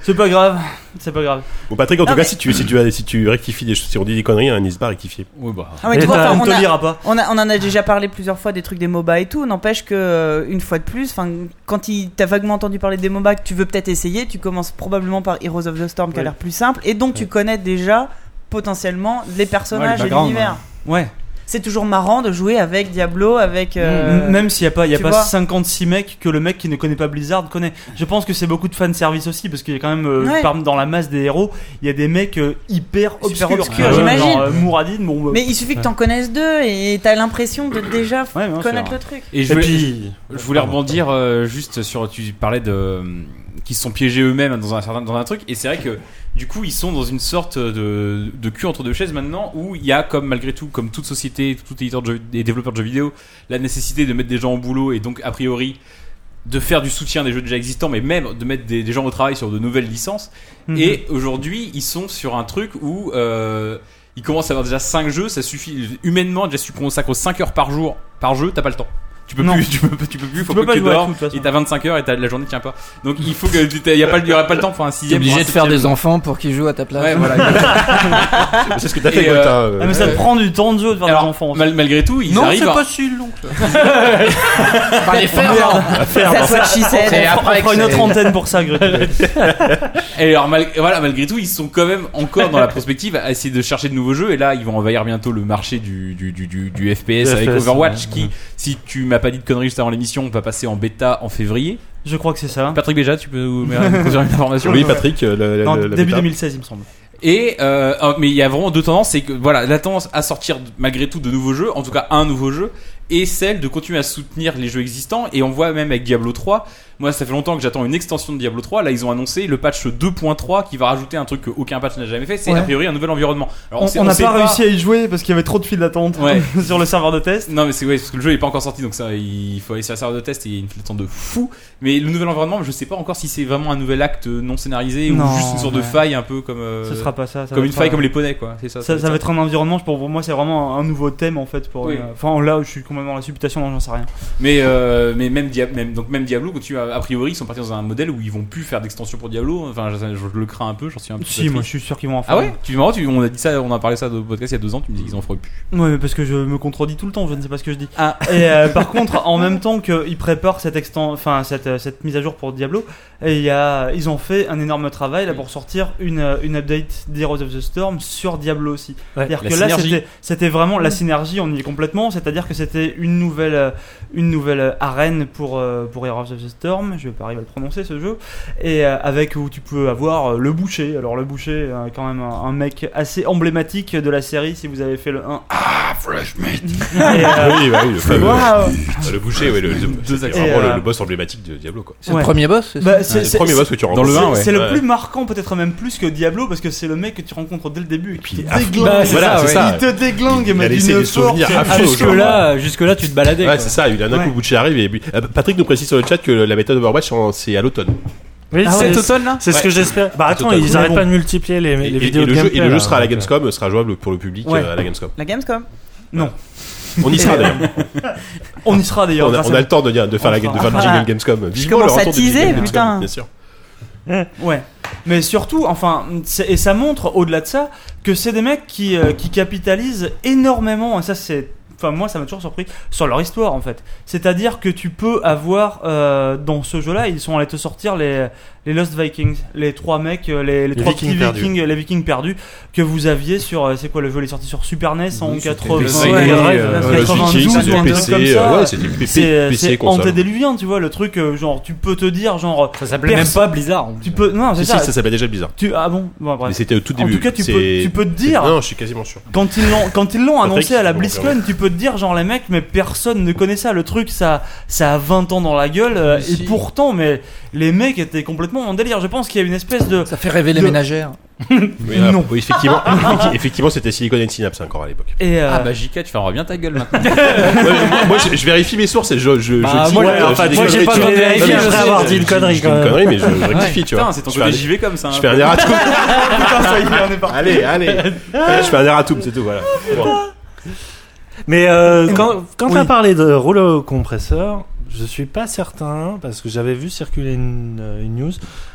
S2: C'est pas grave, c'est pas grave.
S1: Bon, Patrick, en tout
S4: Non,
S1: cas,
S4: mais-
S1: si tu, si, tu, as- si tu rectifies des choses, si on dit des conneries, hein, n'hésite pas à rectifier.
S5: Oui, bah.
S4: Ah ouais, tu
S8: Et
S4: vois,
S8: t'as-
S4: enfin,
S2: On
S4: on,
S2: te
S4: a,
S2: lira pas.
S4: on, a- on en a déjà parlé plusieurs fois des trucs des MOBA et tout. N'empêche que euh, une fois de plus, enfin, quand il- t'as vaguement entendu parler des MOBA que tu veux peut-être essayer, tu commences probablement par Heroes of the Storm qui a
S5: Ouais.
S4: l'air plus simple et donc tu connais déjà potentiellement les personnages
S5: Ouais, le
S4: et
S5: background,
S4: l'univers.
S2: Ouais.
S4: C'est toujours marrant de jouer avec Diablo, avec. euh,
S2: M- Mm, Même s'il n'y a pas, il y a
S4: tu
S2: pas
S4: vois.
S2: 56 mecs que le mec qui ne connaît pas Blizzard connaît. Je pense que c'est beaucoup de fanservice aussi, parce qu'il y a quand même, euh,
S4: Ouais.
S2: parmi- dans la masse des héros, il y a des mecs euh, hyper obscurs.
S4: obscurs,
S2: Genre,
S4: j'imagine.
S2: euh, Mouradine, bon. euh,
S4: Mais il suffit que t'en connaisses deux et t'as l'impression de déjà f-
S2: Ouais, bien sûr.
S4: connaître le truc.
S3: Et je
S8: Et
S3: voulais,
S8: puis,
S3: je voulais rebondir euh, juste sur. Tu parlais de. euh, qui se sont piégés eux-mêmes dans un certain dans un truc et c'est vrai que du coup ils sont dans une sorte de, de cul entre deux chaises maintenant où il y a comme malgré tout comme toute société tout éditeur de jeux, et développeur de jeux vidéo la nécessité de mettre des gens au boulot et donc a priori de faire du soutien des jeux déjà existants mais même de mettre des, des gens au travail sur de nouvelles licences
S2: Mhm.
S3: et aujourd'hui ils sont sur un truc où euh, ils commencent à avoir déjà 5 jeux ça suffit humainement déjà si tu consacres 5 heures par jour par jeu t'as pas le temps tu peux
S2: Non.
S3: plus tu peux, tu peux plus faut
S2: peux
S3: pas
S2: pas
S3: que tu
S2: jouer à
S3: dors
S2: tout, de toute façon.
S3: et t'as 25 heures et t'as la journée tient pas donc il faut que tu- t'as- y a pas y aura pas le temps pour un
S6: T'es
S3: sixième
S6: obligé de faire des
S3: enfants
S6: enfants pour qu'ils jouent à ta place.
S3: ouais voilà
S1: C'est ce que t'as fait,
S3: Et, euh,
S1: Golta, euh,
S2: Ah, mais ça te prend du temps de jeu de faire
S3: Alors,
S2: des enfants. en fait.
S3: mal- malgré tout ils
S6: Non, c'est
S3: arrivent à-
S6: pas si long. que ça. Par les faire, non.
S4: That's what she said.
S6: C'est
S2: On fera-
S6: après
S2: on fera
S6: que
S2: une
S3: euh,
S2: autre
S6: c'est-
S2: antenne pour ça, Greg.
S3: Et alors, mal- voilà, malgré tout, ils sont quand même encore dans la prospective à essayer de chercher de nouveaux jeux. Et là, ils vont envahir bientôt le marché du, du, du, du, du FPS
S8: Du
S3: avec
S8: FPS,
S3: Overwatch,
S8: ouais,
S3: qui,
S8: ouais.
S3: si tu m'as pas dit de conneries juste avant l'émission, va passer en bêta en février.
S2: Je crois que c'est ça.
S3: Patrick Béja, tu peux nous nous confirmer l'information
S1: Oui, Patrick, euh, la- la-
S2: Non,
S1: la- la
S2: début
S1: bêta.
S2: 2016, il me semble.
S3: Et euh, oh, mais il y a vraiment deux tendances, c'est que voilà, la tendance à sortir malgré tout de nouveaux jeux, en tout cas un nouveau jeu, et celle de continuer à soutenir les jeux existants. Et on voit même avec Diablo 3. Moi, ça fait longtemps que j'attends une extension de Diablo 3. Là, ils ont annoncé le patch 2.3 qui va rajouter un truc qu'aucun patch n'a jamais fait. C'est
S2: Ouais.
S3: a priori un nouvel environnement. Alors,
S2: On
S3: sait-
S2: on n'a
S3: sait
S2: pas réussi à y jouer parce qu'il y avait trop de files d'attente
S3: Ouais.
S2: sur le serveur de test.
S3: Non mais c'est ouais, parce que le jeu est pas encore sorti donc ça il faut aller sur la serveur de test et il y a une file d'attente de fou. Mais le nouvel environnement, je sais pas encore si c'est vraiment un nouvel acte non scénarisé
S2: Non,
S3: ou juste une sorte de
S2: ouais.
S3: faille un peu comme euh,
S2: Ce sera pas ça. ça
S3: comme
S2: va
S3: une
S2: être
S3: faille
S2: un-
S3: comme les poneys quoi. C'est ça.
S2: Ça,
S3: va
S2: ça
S3: être
S2: va être un environnement, je- pour moi, c'est vraiment un un nouveau thème en fait. pour
S3: Oui.
S2: une- Enfin, là, je suis complètement dans la supputation, non, j'en sais rien.
S3: Mais, euh, mais même, Dia- même, donc même Diablo, continue à- a priori, ils sont partis dans un modèle où ils vont plus faire d'extension pour Diablo. Enfin, je, je le crains un peu, j'en suis un petit peu.
S2: Si, moi,
S3: triste.
S2: je suis sûr qu'ils vont en faire.
S3: Ah ouais Tu marrant, tu, on a dit ça, on a parlé ça au podcast il y a deux ans, tu me dis qu'ils en feraient plus.
S2: Ouais, mais parce que je me contredis tout le temps, je ne sais pas ce que je dis. Et euh, par contre, en même temps qu'ils préparent cette, exten- enfin, cette, euh, cette mise à jour pour Diablo, et il y a, ils ont fait un énorme travail là pour sortir une, euh, une update d'Heroes of the Storm sur Diablo aussi. C'est-à-dire
S3: la
S2: que là,
S3: synergie.
S2: c'était- c'était vraiment la synergie, on y est complètement. C'est-à-dire que c'était une nouvelle, euh, une nouvelle euh, arène pour, euh, pour Heroes of the Storm. Je vais pas arriver à le prononcer ce jeu. Et euh, avec où tu peux avoir euh, le boucher. Alors, le boucher, euh, quand même, un, un mec assez emblématique de la série si vous avez fait le euh, 1. Ah, Fresh Meat
S1: Oui, bah oui, le fameux.
S2: Waouh
S1: euh, Le boucher, ouais, le, le- c'est
S3: accents.
S1: vraiment
S2: Et,
S1: le-
S2: Ah, euh,
S1: le boss emblématique de Diablo, quoi.
S6: C'est le
S2: Ouais.
S6: premier boss. c'est ça
S2: Bah, c'est-
S1: C'est le premier boss que tu rencontres.
S3: le
S2: c'est-
S3: un, ouais.
S2: c'est le
S1: Ouais.
S2: plus marquant, peut-être même plus que Diablo, parce que c'est le mec que tu rencontres dès le début. Et
S1: Puis,
S2: qui te
S1: aff-
S2: déglingue.
S5: Bah, c'est
S1: Voilà,
S5: ça,
S1: c'est
S5: ouais.
S1: ça.
S2: Il te déglingue,
S1: Il- il
S2: mais
S1: a laissé
S2: d'une
S1: des souvenirs
S2: force.
S1: affreux.
S5: Ah,
S1: Chaud,
S5: jusque là, jusque là, tu te baladais.
S1: Ouais,
S5: quoi.
S1: c'est ça, il y en a un
S2: Ouais.
S1: coup, le boucher arrive. Et puis, Euh, Patrick nous précise sur le chat que la bêta d'Overwatch, en- c'est à l'automne.
S8: Oui,
S2: Ah ouais,
S8: c'est
S2: c'est-
S8: automne là C'est ce que j'espère. Bah
S1: Cet
S8: attends,
S1: automne.
S8: ils
S1: Mais
S8: arrêtent
S1: bon.
S8: pas de multiplier les, les
S1: Et, et-
S8: vidéos
S1: et
S8: de
S1: le jeu, et le
S8: gameplay,
S1: jeu
S8: là,
S1: sera à la
S8: donc, euh.
S1: Gamescom, sera jouable pour le public
S2: Ouais.
S1: euh, à la Gamescom.
S4: La Gamescom
S1: On y sera d'ailleurs.
S2: On y sera d'ailleurs.
S1: On a,
S2: grâce
S1: on
S2: à-
S1: a le temps de, dire- de faire, la, de faire le
S4: Ah.
S1: jingle Gamescom. Vivement
S4: commence
S1: le
S4: à
S1: retour du jingle
S4: teaser,
S1: Gamescom,
S4: putain.
S1: Bien sûr.
S2: Ouais. Mais surtout, enfin, c'est- et ça montre au-delà de ça que c'est des mecs qui, euh, qui capitalisent énormément, et ça c'est. Enfin, moi ça m'a toujours surpris, sur leur histoire en fait. C'est-à-dire que tu peux avoir euh, dans ce jeu-là, ils sont allés te sortir les, les Lost Vikings, les trois mecs, euh, les, les trois
S8: Vikings
S2: petits
S8: perdus.
S2: Vikings, les Vikings perdus que vous aviez sur. euh, C'est quoi le jeu Il est sorti sur Super NES en
S9: Oui, c'était
S2: 80.
S9: le
S2: ouais,
S9: Mega Drive,
S2: euh,
S9: euh,
S2: 92,
S1: Vikings,
S2: ou un truc
S1: PC,
S2: comme ça.
S1: euh, ouais, c'était P-
S2: C'est-
S1: PC,
S2: C'est
S1: console.
S2: antédéluvian, tu vois, le truc, euh, genre, tu peux te dire, genre,
S5: Ça s'appelait même
S2: Perso-
S5: pas Blizzard. on-
S2: tu peux. Non, c'est
S1: Si, si,
S2: ça.
S1: ça s'appelait déjà bizarre.
S2: Tu, ah bon, bon bref.
S1: Mais c'était au tout
S2: En
S1: début.
S2: tout cas, tu
S1: C'est-
S2: peux, tu peux te dire,
S1: Non, je suis quasiment sûr.
S2: quand ils l'ont, quand ils l'ont
S1: Patrick,
S2: annoncé à la
S1: bon,
S2: BlizzCon,
S1: pardon.
S2: tu peux te dire, genre, les mecs, mais personne ne connaît ça. Le truc, ça, ça a 20 ans dans la gueule. euh,
S9: Si.
S2: Et pourtant, mais les mecs étaient complètement en délire. Je pense qu'il y a une espèce de.
S6: Ça fait rêver les
S2: Le-
S6: ménagères.
S1: Oui, là,
S2: Non.
S1: oui, effectivement, effectivement c'était Silicon and Synapse encore à l'époque.
S2: Et, euh,
S9: Ah bah JK, tu feras bien ta gueule maintenant.
S1: Ouais, moi, moi, je, je vérifie mes sources et je. je, je
S5: Bah,
S1: dis,
S5: moi,
S1: ouais,
S5: j'ai-
S1: je
S5: enfin,
S1: dis des
S5: moi, j'ai
S1: conneries,
S5: pas
S1: tu vois.
S5: bien
S1: Non, mais
S5: vérifié
S1: je-
S5: après
S1: je-
S5: avoir
S1: je-
S5: dit une
S1: je-
S5: connerie,
S1: je dis
S5: quand
S1: une
S5: même.
S1: connerie, mais je, je rectifie, tu vois.
S3: Putain, c'est ton
S1: je fais un,
S3: côté JV comme ça.
S1: je
S3: hein.
S1: fais un erratum.
S2: putain, ça y est, on est parti.
S1: allez, allez. je fais un erratum, c'est tout, voilà. Bon.
S8: Mais euh, quand, quand t'as parlé de rouleau compresseur, je suis pas certain parce que j'avais vu circuler une, euh, une news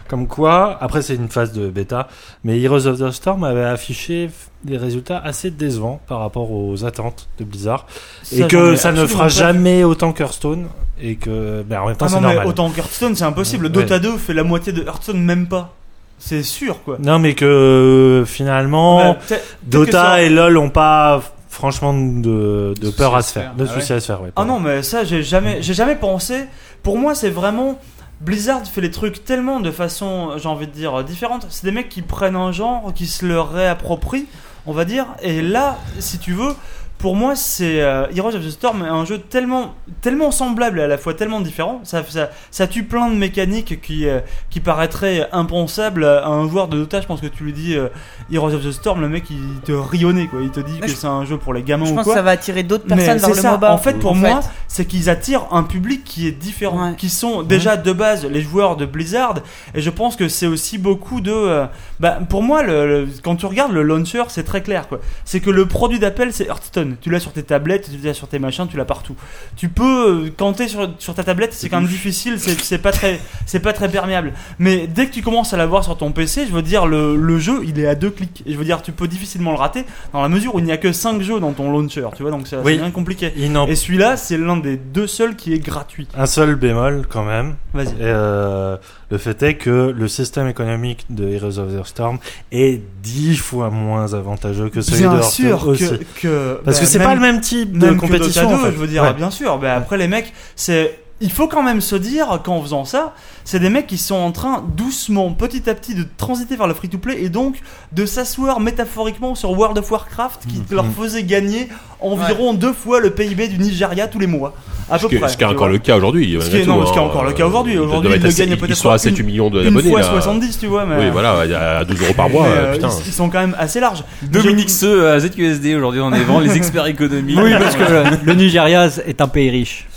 S8: comme quoi, après c'est une phase de bêta, mais Heroes of the Storm avait affiché des résultats assez décevants par rapport aux attentes de Blizzard et
S2: Ça, j'en
S8: que
S2: ai
S8: ça ne
S2: absolument
S8: fera
S2: pas-
S8: jamais autant qu'Hearthstone et que mais en même temps
S2: Ah
S8: c'est
S2: non, mais
S8: normal.
S2: autant que Hearthstone, c'est impossible.
S8: Ouais.
S2: Dota 2 fait la moitié de Hearthstone, même pas. C'est sûr, quoi. Bah,
S8: Non mais que euh, finalement
S2: Ouais, peut-être- peut-être que
S8: Dota
S2: ça-
S8: et LoL ont pas franchement de, de
S9: soucis
S8: peur
S9: à
S8: à
S9: se
S8: se faire,
S9: faire.
S8: de
S9: Ah
S8: soucis à se faire. ouais,
S2: Ah
S8: pardon.
S2: non, mais ça, j'ai jamais, j'ai jamais pensé. Pour moi, c'est vraiment. Blizzard fait les trucs tellement de façon, j'ai envie de dire, différente. C'est des mecs qui prennent un genre, qui se le réapproprient, on va dire. Et là, si tu veux, pour moi, c'est euh, Heroes of the Storm est un jeu tellement, tellement semblable et à la fois tellement différent. Ça, ça, ça tue plein de mécaniques qui, euh, qui paraîtraient impensables à un joueur de Dota. Je pense que tu lui dis euh, Heroes of the Storm, le mec il te rionne quoi. Il te dit
S4: Mais
S2: que
S4: je-
S2: c'est un jeu pour les gamins
S4: Je
S2: ou
S4: pense que
S2: quoi.
S4: ça va attirer d'autres
S2: Mais
S4: personnes vers
S2: c'est
S4: le
S2: ça.
S4: MOBA.
S2: En fait, pour moi, c'est qu'ils attirent un public qui est différent,
S4: Ouais.
S2: qui sont déjà de base les joueurs de Blizzard. Et je pense que c'est aussi beaucoup de. euh, bah, pour moi, le, le- quand tu regardes le launcher, c'est très clair. quoi. C'est que le produit d'appel, c'est Hearthstone. Tu l'as sur tes tablettes, tu l'as sur tes machins, tu l'as partout. Tu peux, euh, quand t'es sur, sur ta tablette, c'est quand même difficile, c'est c'est pas très, c'est pas très perméable. Mais dès que tu commences à l'avoir sur ton PC, je veux dire, le, le jeu, il est à deux clics. Et je veux dire, tu peux difficilement le rater dans la mesure où il n'y a que 5 jeux dans ton launcher. Tu vois, donc c'est
S8: Oui.
S2: bien compliqué.
S8: Il n'en-
S2: Et celui-là, c'est l'un des deux seuls qui est gratuit.
S8: Un seul bémol quand même.
S2: Vas-y.
S8: Et, euh, le fait est que le système économique de Heroes of the Storm est dix fois moins avantageux que celui de
S2: Bien
S8: Hearthstone
S2: sûr
S8: aussi.
S2: que, que-
S8: Parce
S2: bah,
S8: que c'est
S2: même-
S8: pas le même type de
S2: même que
S8: compétition.
S2: Dota
S8: en
S2: 2,
S8: fait.
S2: je veux dire,
S8: Ouais.
S2: bien sûr. Bah, après, les mecs, c'est. Il faut quand même se dire qu'en faisant ça, c'est des mecs qui sont en train doucement, petit à petit, de transiter vers le free-to-play et donc de s'asseoir métaphoriquement sur World of Warcraft qui leur faisait gagner environ deux fois le PIB du Nigeria tous les mois. À peu
S1: Ce qui
S2: près.
S1: est- ce qui est
S2: tu
S1: encore
S2: vois.
S1: le cas aujourd'hui.
S2: Ce qui
S1: malgré
S2: est- non,
S1: tout,
S2: ce qui est
S1: hein.
S2: encore le cas aujourd'hui.
S1: Ils
S2: Aujourd'hui,
S1: doivent
S2: ils
S1: être
S2: le
S1: assez-
S2: gagnent
S1: ils
S2: peut-être
S1: sont à
S2: une-
S1: 7 millions de-
S2: Une
S1: d'abonnés.
S2: fois
S1: là.
S2: 70, tu vois, mais.
S1: Oui, voilà, à 12 euros par mois,
S2: mais, euh,
S1: putain.
S2: ils, ils sont quand même assez larges.
S3: Dominique Seux
S5: euh,
S3: à ZQSD aujourd'hui, on est vraiment les experts économiques.
S5: Oui, parce que le Nigeria est un pays riche.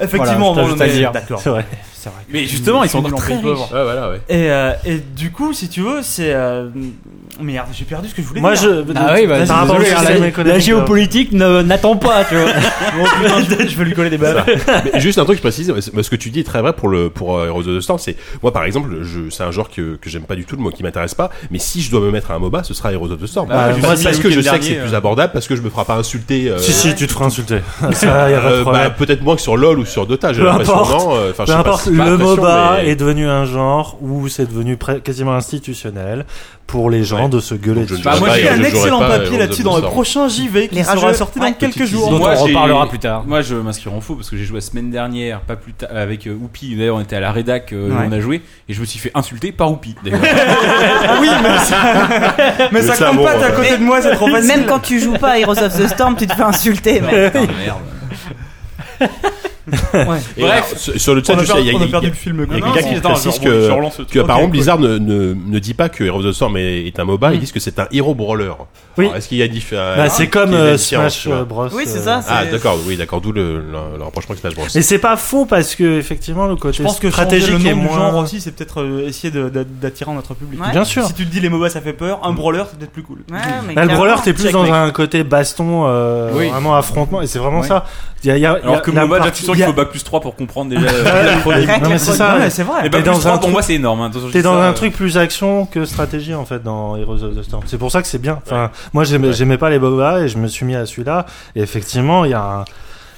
S2: Effectivement,
S5: Voilà, je
S2: bon,
S5: t'ajoute à
S2: mais-
S5: dire.
S2: D'accord.
S8: C'est vrai.
S3: Mais justement, ils sont encore très riches.
S1: Ouais, voilà, ouais.
S2: Et, euh, et du coup, si tu veux, c'est. euh, Merde, j'ai perdu ce que je voulais
S8: Moi,
S2: dire.
S8: je.
S5: Ah oui, bah,
S8: par
S5: c'est
S8: rapport au
S5: désolé, hein,
S8: système
S5: la- la,
S8: économique, euh,
S5: géopolitique ne- n'attend pas, tu vois.
S2: Oh, putain, je, je vais lui coller des balles.
S1: Mais juste un truc, je précise, mais ce que tu dis est très vrai pour le pour euh, Heroes of the Storm. C'est moi, par exemple, je, c'est un genre que, que j'aime pas du tout, le mot qui m'intéresse pas. Mais si je dois me mettre à un MOBA, ce sera Heroes of the Storm.
S3: Bah, je
S1: Parce-
S3: sais,
S1: parce
S3: le
S1: que je
S3: week-end
S1: sais que c'est
S3: dernier,
S1: plus
S3: euh,
S1: abordable, parce que je me ferai pas insulter. euh,
S8: Si, si, tu te feras insulter. Ça, il y a pas de
S1: euh,
S8: problème.
S1: bah, peut-être moins que sur LoL ou sur Dota. J'ai
S8: Peu
S1: l'impression
S8: importe.
S1: non. euh, Enfin, je
S8: Peu
S1: sais pas,
S8: importe,
S1: c'est pas
S8: le
S1: l'impression,
S8: MOBA
S1: mais-
S8: est devenu un genre où c'est devenu pre- quasiment institutionnel pour les gens
S1: Ouais.
S8: de se gueuler
S1: Donc, je
S8: dessus.
S1: ne
S3: Bah, moi,
S1: pas,
S3: j'ai
S2: J'ai
S1: je
S2: un
S1: jouerai
S2: excellent
S1: pas Heroes
S2: papier
S1: of
S2: là-dessus
S1: the
S2: dans le
S1: Storm.
S2: prochain JV qui
S4: Les
S2: sera
S4: rageux.
S2: sorti
S4: Ouais.
S2: dans quelques jours.
S5: Dont
S3: Moi,
S5: on
S3: j'ai-
S5: reparlera plus tard.
S3: Moi, je m'inscris en faux parce que j'ai joué la semaine dernière, pas plus tard, avec euh, Oupi. D'ailleurs, on était à la rédac, euh,
S2: Ouais.
S3: on a joué, et je me suis fait insulter par Oupi. d'ailleurs.
S2: Ah oui, mais ça, mais
S1: Le
S2: ça
S1: sabre,
S2: compte pas, t'es à
S1: ouais.
S2: côté de moi, c'est trop facile.
S3: Ah,
S4: Même quand tu joues pas à Heroes of the Storm, tu te fais insulter. mec.
S3: Putain, merde.
S1: Et alors, sur sur le chat,
S2: on a
S1: juste,
S2: perdu-
S1: il y a,
S2: on a
S1: il y a-
S2: perdu le film,
S1: il y a
S2: quoi.
S1: quelqu'un
S2: Non, si,
S1: qui
S3: attends,
S1: précise
S3: je relance- je relance
S1: que,
S3: le
S1: euh, que
S3: truc.
S1: apparemment
S2: Ok, Mm.
S1: Blizzard ne, ne, ne dit pas que Heroes of the Storm est, est un MOBA, ils disent que c'est un hero brawler.
S8: Oui.
S1: Alors, Est-ce qu'il y a différents.
S8: Bah, c'est comme euh, Smash euh, Bros.
S4: Oui, c'est
S8: euh,
S4: ça.
S1: Ah,
S4: c'est-
S1: d'accord, oui, d'accord, d'où le, le, le rapprochement avec Smash Bros.
S8: Mais c'est pas faux parce que effectivement le côté
S2: Je pense que stratégique
S8: stratégique
S2: le nom
S8: est
S2: du
S8: moins.
S2: genre aussi, c'est peut-être euh, essayer de- d'a- d'attirer notre public.
S4: Ouais.
S8: Bien sûr.
S2: Si tu te dis les MOBA ça fait peur, un brawler c'est peut-être plus cool.
S4: Ouais, mais
S8: Bah, le
S4: clairement.
S8: brawler, t'es plus
S2: Check,
S8: dans
S2: mec.
S8: un côté baston, euh,
S3: Oui.
S8: vraiment affrontement, et c'est vraiment
S2: Oui.
S8: ça. Il y a- il y a- il y a
S3: Alors que
S8: la
S3: MOBA, déjà,
S8: partie-
S3: tu sens
S8: il y
S3: qu'il
S8: a-
S3: faut bac plus 3 pour comprendre déjà. euh, la chronique.
S4: Très
S8: Non, mais
S4: clair.
S8: c'est
S2: Non, mais
S8: ça.
S2: c'est vrai.
S3: Et bac
S8: dans
S3: plus 3
S8: un
S3: pour
S8: truc-
S3: moi, c'est énorme. hein. Attention, je
S8: T'es
S3: dis
S8: dans
S3: ça,
S8: un
S3: euh,
S8: truc plus action que stratégie en fait dans Heroes of the Storm. C'est pour ça que c'est bien. Enfin, moi j'aimais j'aimais pas les MOBA et je me suis mis à celui-là. Et effectivement, il y a un-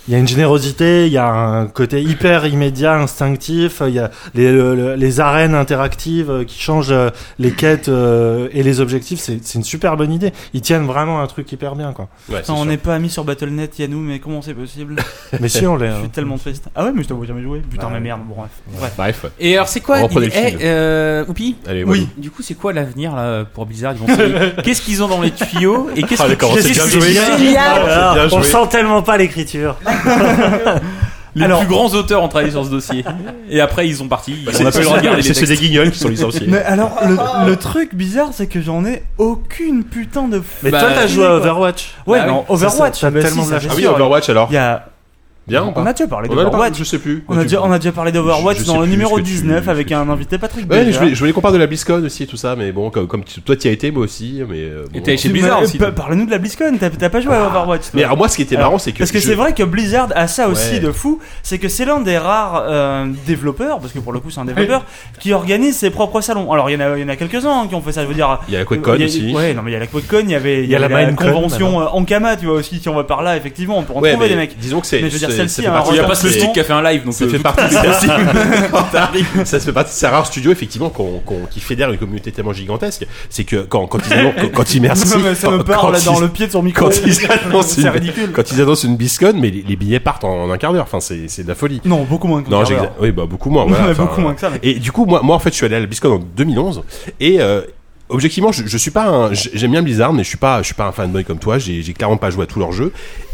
S8: il y a une générosité, il y a un côté hyper immédiat, instinctif. Il y a les, le- le- les arènes interactives euh, qui changent euh, les quêtes euh, et les objectifs. C'est c'est une super bonne idée. Ils tiennent vraiment un truc hyper bien quoi.
S1: Ouais, c'est
S2: Putain, on
S1: sûr.
S2: n'est pas amis sur Battle.net, Yannou, mais comment c'est possible
S8: Mais si on les.
S2: Je suis tellement triste. Ah ouais, mais je t'avoue jamais joué. Putain,
S8: Bah,
S2: mais merde, bon, bref. Bref.
S1: Bref,
S9: Et alors, c'est quoi
S1: On reprenait
S9: il-
S1: le fil.
S9: eh, euh, Oupi
S1: allez,
S9: Oui. Du coup, c'est quoi l'avenir là pour Blizzard Ils vont se- Qu'est-ce qu'ils ont dans les tuyaux et qu'est-ce
S1: Ah, d'accord,
S9: qu'est-ce
S1: c'est bien
S9: que-
S1: joué.
S4: Génial.
S1: voilà. C'est bien
S8: on
S1: joué.
S8: sent tellement pas l'écriture.
S9: Les
S2: Alors-
S9: plus grands auteurs ont travaillé sur ce dossier. Et après, ils sont partis.
S1: Bah,
S9: on
S1: c'est-
S9: n'a pas eu le droit de regarder les
S1: c'est- c'est
S9: textes.
S1: des guignols qui sont licenciés.
S2: Mais alors, le, le truc bizarre, c'est que j'en ai aucune putain de. f-
S8: Mais
S9: Bah,
S8: toi t'as joué à
S2: quoi.
S8: Overwatch.
S2: Ouais,
S9: Bah
S2: mais
S9: oui,
S2: en Overwatch,
S8: ça, ça
S2: bah
S8: tellement
S2: si, ça
S8: de la
S2: fait
S1: Ah oui,
S2: sûr.
S1: Overwatch alors
S2: Il y a-
S1: Bien ou
S2: On
S1: pas
S2: a déjà parlé
S1: On en a parlé,
S2: d'Overwatch.
S1: Je sais plus.
S2: On a, déjà, on a déjà parlé d'Overwatch
S1: Je- je
S2: dans
S1: sais
S2: le
S1: plus ce
S2: numéro
S1: que tu-
S2: 19
S1: ce
S2: avec
S1: que
S2: un
S1: tu-
S2: invité Patrick
S1: Ouais, mais je
S2: Béja.
S1: voulais, je voulais qu'on parle de la BlizzCon aussi, tout ça, mais bon, comme, comme tu- toi, tu y as été, moi aussi, mais. euh, bon,
S9: Et t'es chez
S2: Tu-
S9: Blizzard
S2: mais,
S9: aussi.
S2: pa- Parle-nous de la BlizzCon, t'as t'as pas joué à Overwatch. toi.
S1: Ah, Mais alors, moi, ce qui était
S2: Alors,
S1: marrant, c'est que.
S2: parce que
S1: je-
S2: c'est vrai que Blizzard a ça aussi
S1: Ouais.
S2: de fou, c'est que c'est l'un des rares euh, développeurs, parce que pour le coup c'est un développeur, qui organise ses propres salons. Alors il y en a, il y en a quelques-uns hein, qui ont fait ça, je veux dire.
S1: Il y a la QuakeCon
S2: il y a-
S1: aussi.
S2: Ouais, non mais il y a la QuakeCon, il y avait il
S8: y a la Minecon,
S2: convention euh, Ankama, tu vois aussi, si on va par là, effectivement, on peut en
S1: Ouais,
S2: trouver
S1: mais
S2: des mecs.
S1: Disons que c'est.
S2: Mais je veux dire,
S1: c'est-
S2: celle-ci
S1: ça fait
S2: a un
S1: partie-
S2: rôle
S3: Il n'y a pas
S2: c'est-
S3: ce stick qui a fait un live, donc
S1: Ça
S3: euh,
S1: fait
S3: tout-
S1: partie des quand t'arrives, ça fait partie de ces rares studios effectivement qu'on- qu'on- qui fédèrent une communauté tellement gigantesque. C'est que quand, quand ils annoncent, quand, quand ils merci,
S2: Non, mais ça me
S1: quand-
S2: parle
S1: quand
S2: dans
S1: ils-
S2: le pied de son micro.
S1: quand ils annoncent
S2: C'est
S1: une-
S2: ridicule.
S1: quand ils annoncent une biscone, mais les, les billets partent en, en un quart d'heure. Enfin, c'est c'est de la folie.
S2: Non, beaucoup moins que
S1: Non,
S2: ça.
S1: j'exa- oui, bah beaucoup moins. voilà.
S2: Ouais,
S1: Enfin,
S2: beaucoup moins que ça. mais-
S1: Et du coup, moi, moi en fait, je suis allé à la BlizzCon en 2011 et euh, objectivement, je, je suis pas un, j- j'aime bien Blizzard, mais je suis pas, je suis pas un fanboy comme toi. J'ai, j'ai clairement pas joué à tous leurs jeux,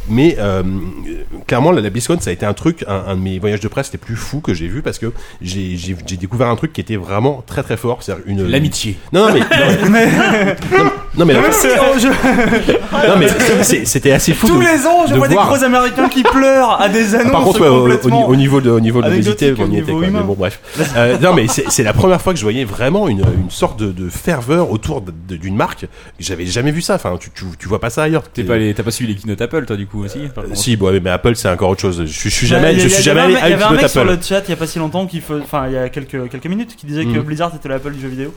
S1: mais euh, clairement, la, la BlizzCon, ça a été un truc, un, un de mes voyages de presse les plus fous que j'ai vu parce que j'ai, j'ai, j'ai découvert un truc qui était vraiment très très fort, c'est une
S9: L'amitié.
S1: Non, non mais, non, mais- non, mais, non, mais, non, mais c'est- c'était assez fou.
S2: Tous
S1: de-
S2: les ans, je
S1: de
S2: vois des
S1: voir- Ah,
S2: gros américains qui pleurent à des annonces
S1: par contre, ouais, au- au,
S2: complètement.
S1: au niveau de, au niveau de
S2: Anecdotique,
S1: l'obésité, on y
S2: au
S1: était.
S2: niveau
S1: quoi.
S2: humain.
S1: Mais bon, bref. Euh, non, mais c'est c'est la première fois que je voyais vraiment une, une sorte de, de ferveur autour de- de- d'une marque. J'avais jamais vu ça. Enfin, tu, tu, tu vois pas ça ailleurs. Euh,
S9: T'es pas allé- T'as pas, suivi les keynote Apple, toi, du coup aussi par contre
S1: Si, bon, mais, mais Apple, c'est encore autre chose. Je suis, je suis
S2: Bah,
S1: jamais,
S2: il y a-
S1: je
S2: il y
S1: suis
S2: avait
S1: jamais
S2: un
S1: allé
S2: mec-
S1: à
S2: Il y
S1: une
S2: avait un mec
S1: keynote
S2: sur
S1: Apple.
S2: le chat il y a pas si longtemps qui fait- enfin il y a quelques quelques minutes qui disait que
S1: Mm.
S2: Blizzard était l'Apple du jeu vidéo.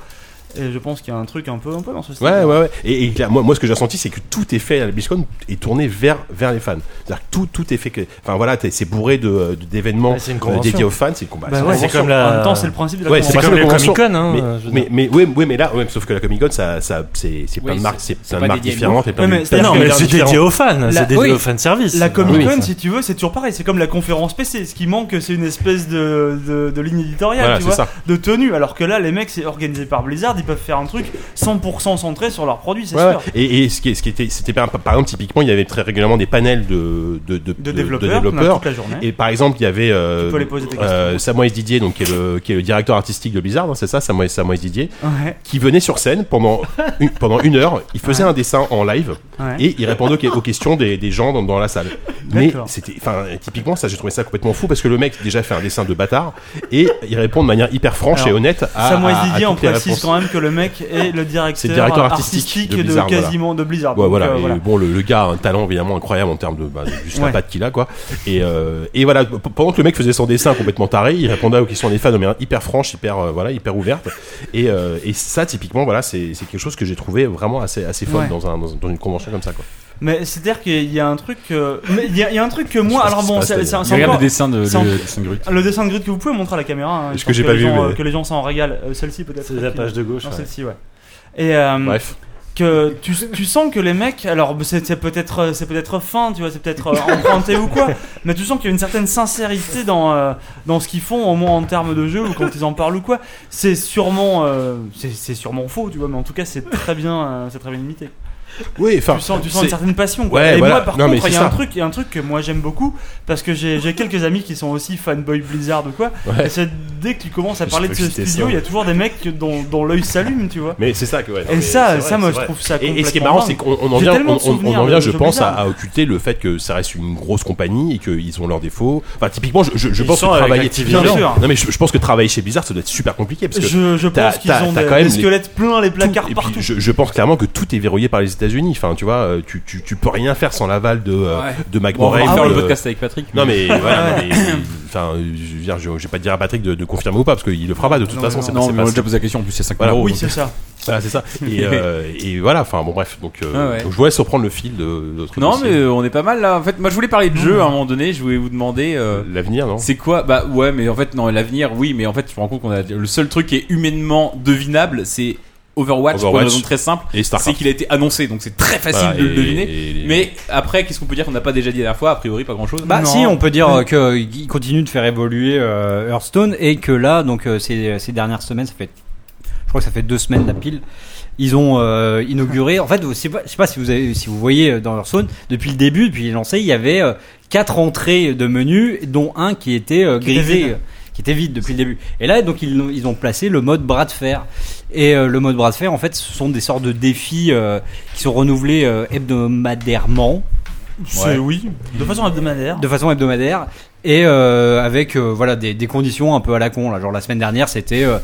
S2: Et je pense qu'il y a un truc un peu un peu dans ce style.
S1: Ouais, ouais, ouais. Et, et là, moi, moi, ce que j'ai ressenti, c'est que tout est fait à la BlizzCon et tourné vers, vers les fans. C'est-à-dire que tout, tout est fait. Que, enfin, voilà, t'es- c'est bourré de, euh, de- d'événements
S8: Ouais, c'est une
S1: euh,
S8: convention.
S1: dédiés aux fans. C'est une combat.
S8: Bah ouais, c'est comme la-
S2: Ah, En même temps, c'est le principe de la
S1: Ouais,
S2: convention.
S1: c'est comme
S8: les
S1: la convention.
S8: Comic-Con,
S2: Ah,
S8: hein,
S1: mais,
S8: euh, je veux dire.
S1: mais, mais, ouais, ouais, mais là, ouais, sauf que la Comic Con, ça, ça, c'est, c'est plein
S9: Oui,
S1: de marques,
S9: c'est- c'est
S1: c'est plein
S9: pas
S1: de marques
S9: dédié à une
S1: différentes et plein
S2: Ouais,
S1: de-
S2: mais
S1: plein de
S2: c'est-à-dire que
S8: Non, mais
S1: univers
S8: c'est
S1: différents.
S8: dédié aux fans,
S2: La-
S8: c'est dédié
S9: oui.
S8: au fan service.
S2: La Comic Con,
S1: Oui,
S2: si tu veux, c'est toujours pareil. C'est comme la conférence PC. Ce qui manque, c'est une espèce de, de, de ligne éditoriale,
S1: Voilà,
S2: tu
S1: c'est
S2: vois,
S1: ça.
S2: de tenue. Alors que là, les mecs, c'est organisé par Blizzard. Ils peuvent faire un truc 100% centré sur leurs produits, c'est
S1: Ouais,
S2: sûr.
S1: ouais. Et, et ce qui, est- ce qui était, c'était par, par exemple typiquement, il y avait très régulièrement des panels de de
S2: De
S1: de, de- de
S2: développeurs, on a
S1: développeurs.
S2: toute la journée.
S1: Et par exemple, il y avait euh,
S2: Tu peux les poser tes questions.
S1: euh, Samois Didier, donc qui est le qui est le directeur artistique de Blizzard, hein, c'est ça, Samois Samois Didier,
S2: Ouais,
S1: qui venait sur scène pendant une, pendant une heure, il faisait un dessin en live
S2: ouais.
S1: et il répondait aux, que- aux questions des, des gens dans, dans la salle. Mais
S2: D'accord.
S1: c'était, enfin, typiquement ça, j'ai trouvé ça complètement fou parce que le mec déjà fait un dessin de bâtard et il répond de manière hyper franche
S2: Alors,
S1: et honnête à,
S2: Samuel
S1: Ah, à- à
S2: Didier, on
S1: toutes les
S2: précise
S1: réponses.
S2: quand même que le mec est le directeur,
S1: C'est le directeur artistique de
S2: de,
S1: Blizzard, voilà.
S2: quasiment de Blizzard.
S1: Ouais,
S2: Donc,
S1: voilà,
S2: euh,
S1: et bon, le, le gars a un talent évidemment incroyable en termes de bah, de- juste
S2: Ouais.
S1: la patte qu'il a, quoi. Et, euh, et voilà, p- pendant que le mec faisait son dessin complètement taré, il répondait aux questions des fans de manière hyper franche, hyper euh, voilà, hyper ouverte. Et, euh, et ça, typiquement, voilà, c'est c'est quelque chose que j'ai trouvé vraiment assez assez fun
S2: Ouais.
S1: dans, un, dans, dans une convention comme ça, quoi.
S2: Mais c'est-à-dire qu'il y a un truc, que- mais il y, a- il y a un truc que moi,
S1: Je sais
S2: alors
S1: pas
S2: bon,
S1: ce qui
S2: c'est
S1: se
S2: c'est-
S3: Ah,
S1: passe
S2: c'est
S9: Regarde
S2: encore-
S9: le dessin de,
S2: c'est en-
S9: le, de Saint Grut.
S2: le dessin de grid que vous pouvez montrer à la caméra. hein.
S1: Parce
S2: Je
S1: que
S2: pense
S1: j'ai pas
S2: les
S1: vu,
S2: gens, euh,
S1: mais-
S2: Que les gens s'en régalent. Euh, Celle-ci peut-être.
S8: C'est la page de gauche.
S2: Non,
S8: ouais.
S2: celle-ci, ouais. Et euh,
S1: Bref,
S2: que tu, tu sens que les mecs, alors bah, c'est c'est peut-être euh, c'est peut-être fin, tu vois, c'est peut-être euh, emprunté ou quoi, mais tu sens qu'il y a une certaine sincérité dans euh, dans ce qu'ils font, au moins en termes de jeu ou quand ils en parlent ou quoi. C'est sûrement euh, c'est c'est sûrement faux, tu vois, mais en tout cas c'est très bien euh, c'est très bien limité.
S1: Oui, enfin.
S2: tu sens, tu sens une
S1: c'est-
S2: certaine passion. quoi.
S1: Ouais,
S2: et
S1: voilà.
S2: moi, par
S1: Non, mais
S2: contre,
S1: c'est
S2: il y a un
S1: ça.
S2: truc, il y a un truc que moi j'aime beaucoup parce que j'ai j'ai quelques amis qui sont aussi fanboy Blizzard ou quoi.
S1: Ouais.
S2: Et c'est dès que tu commences à
S1: Je
S2: parler de
S1: peux
S2: ce
S1: citer ça.
S2: studio, il y a toujours des mecs que- dont, dont l'œil s'allume, tu vois.
S1: Mais c'est ça que. ouais, non,
S2: Et
S1: mais
S2: ça,
S1: c'est
S2: ça,
S1: vrai,
S2: moi,
S1: c'est
S2: je
S1: vrai.
S2: trouve ça
S1: Et,
S2: complètement
S1: et ce qui est marrant,
S2: dingue.
S1: c'est qu'on on en
S2: J'ai
S1: vient,
S2: tellement
S1: on,
S2: de
S1: on- on
S2: souvenirs euh,
S1: en
S2: de
S1: vient, je
S2: jeux
S1: pense, à,
S2: bizarres.
S1: à occulter le fait que ça reste une grosse compagnie et qu'ils ont leurs défauts. Enfin, typiquement, je, je- je
S7: Ils
S1: pense que
S7: sont avec
S1: travailler.
S7: Activision.
S2: Bien sûr.
S1: Non, mais je, je pense que travailler chez Blizzard, ça doit être super compliqué parce que.
S2: Je, je
S1: t'as-
S2: pense qu'ils
S1: t'as-
S2: ont
S1: t'as
S2: des,
S1: quand même
S2: des
S1: les-
S2: squelettes pleins, les placards
S1: tout- et puis,
S2: partout.
S1: je, je pense clairement que tout est verrouillé par les États-Unis. Enfin, tu vois, euh, tu, tu, tu peux rien faire sans l'aval de, euh,
S3: Ouais.
S1: de Mac
S3: Bon, on va
S1: Morrell,
S9: Ah
S3: faire le
S1: euh,
S3: podcast avec Patrick.
S1: Non mais voilà, non, mais, enfin, je veux dire, je, je vais pas dire à Patrick de, de confirmer ou pas parce qu'il le fera pas de toute
S2: Non,
S1: façon.
S2: mais
S1: C'est pas,
S3: Non,
S1: c'est
S3: mais
S1: pas-
S3: on a déjà posé la question, en plus c'est 5
S1: Voilà.
S3: euros.
S2: Oui, c'est ça.
S1: voilà, Ah, c'est ça. Et, euh, et voilà, enfin bon bref, donc, euh,
S3: Ah ouais.
S1: donc je voulais surprendre le fil de notre
S3: Non,
S1: dossier.
S3: mais euh, on est pas mal là. En fait, moi je voulais parler de jeu à un moment donné, je voulais vous demander. euh,
S1: l'avenir, Hmm. non
S3: C'est quoi Bah ouais, mais en fait non, l'avenir, oui, mais en fait je me rends compte qu'on a le seul truc qui est humainement devinable, c'est Overwatch, pour
S1: Overwatch.
S3: une raison très simple,
S1: Et
S3: c'est
S1: Starcraft.
S3: qu'il a été annoncé, donc c'est très facile
S1: Voilà,
S3: de le
S1: et-
S3: deviner.
S1: et-
S3: Mais après, qu'est-ce qu'on peut dire qu'on n'a pas déjà dit la dernière fois A priori, pas grand-chose.
S5: Bah
S2: Non.
S5: si, on peut dire qu'il continue de faire évoluer euh, Hearthstone et que là, donc euh, ces, ces dernières semaines, ça fait, je crois que ça fait deux semaines la pile. Ils ont euh, inauguré. En fait, je sais pas, je sais pas si vous avez, si vous voyez euh, dans Hearthstone, depuis le début, depuis les lancé, il y avait euh, quatre entrées de menu, dont un qui était euh,
S2: était
S5: grisé,
S2: vide.
S5: euh, qui était vide depuis le début. Et là, donc ils, ont- ils ont placé le mode bras de fer. Et euh, le mode bras de fer, en fait, ce sont des sortes de défis euh, qui sont renouvelés euh, hebdomadairement.
S2: C'est- Oui, de façon hebdomadaire.
S5: De façon hebdomadaire et euh, avec euh, voilà des, des conditions un peu à la con là. Genre la semaine dernière c'était euh,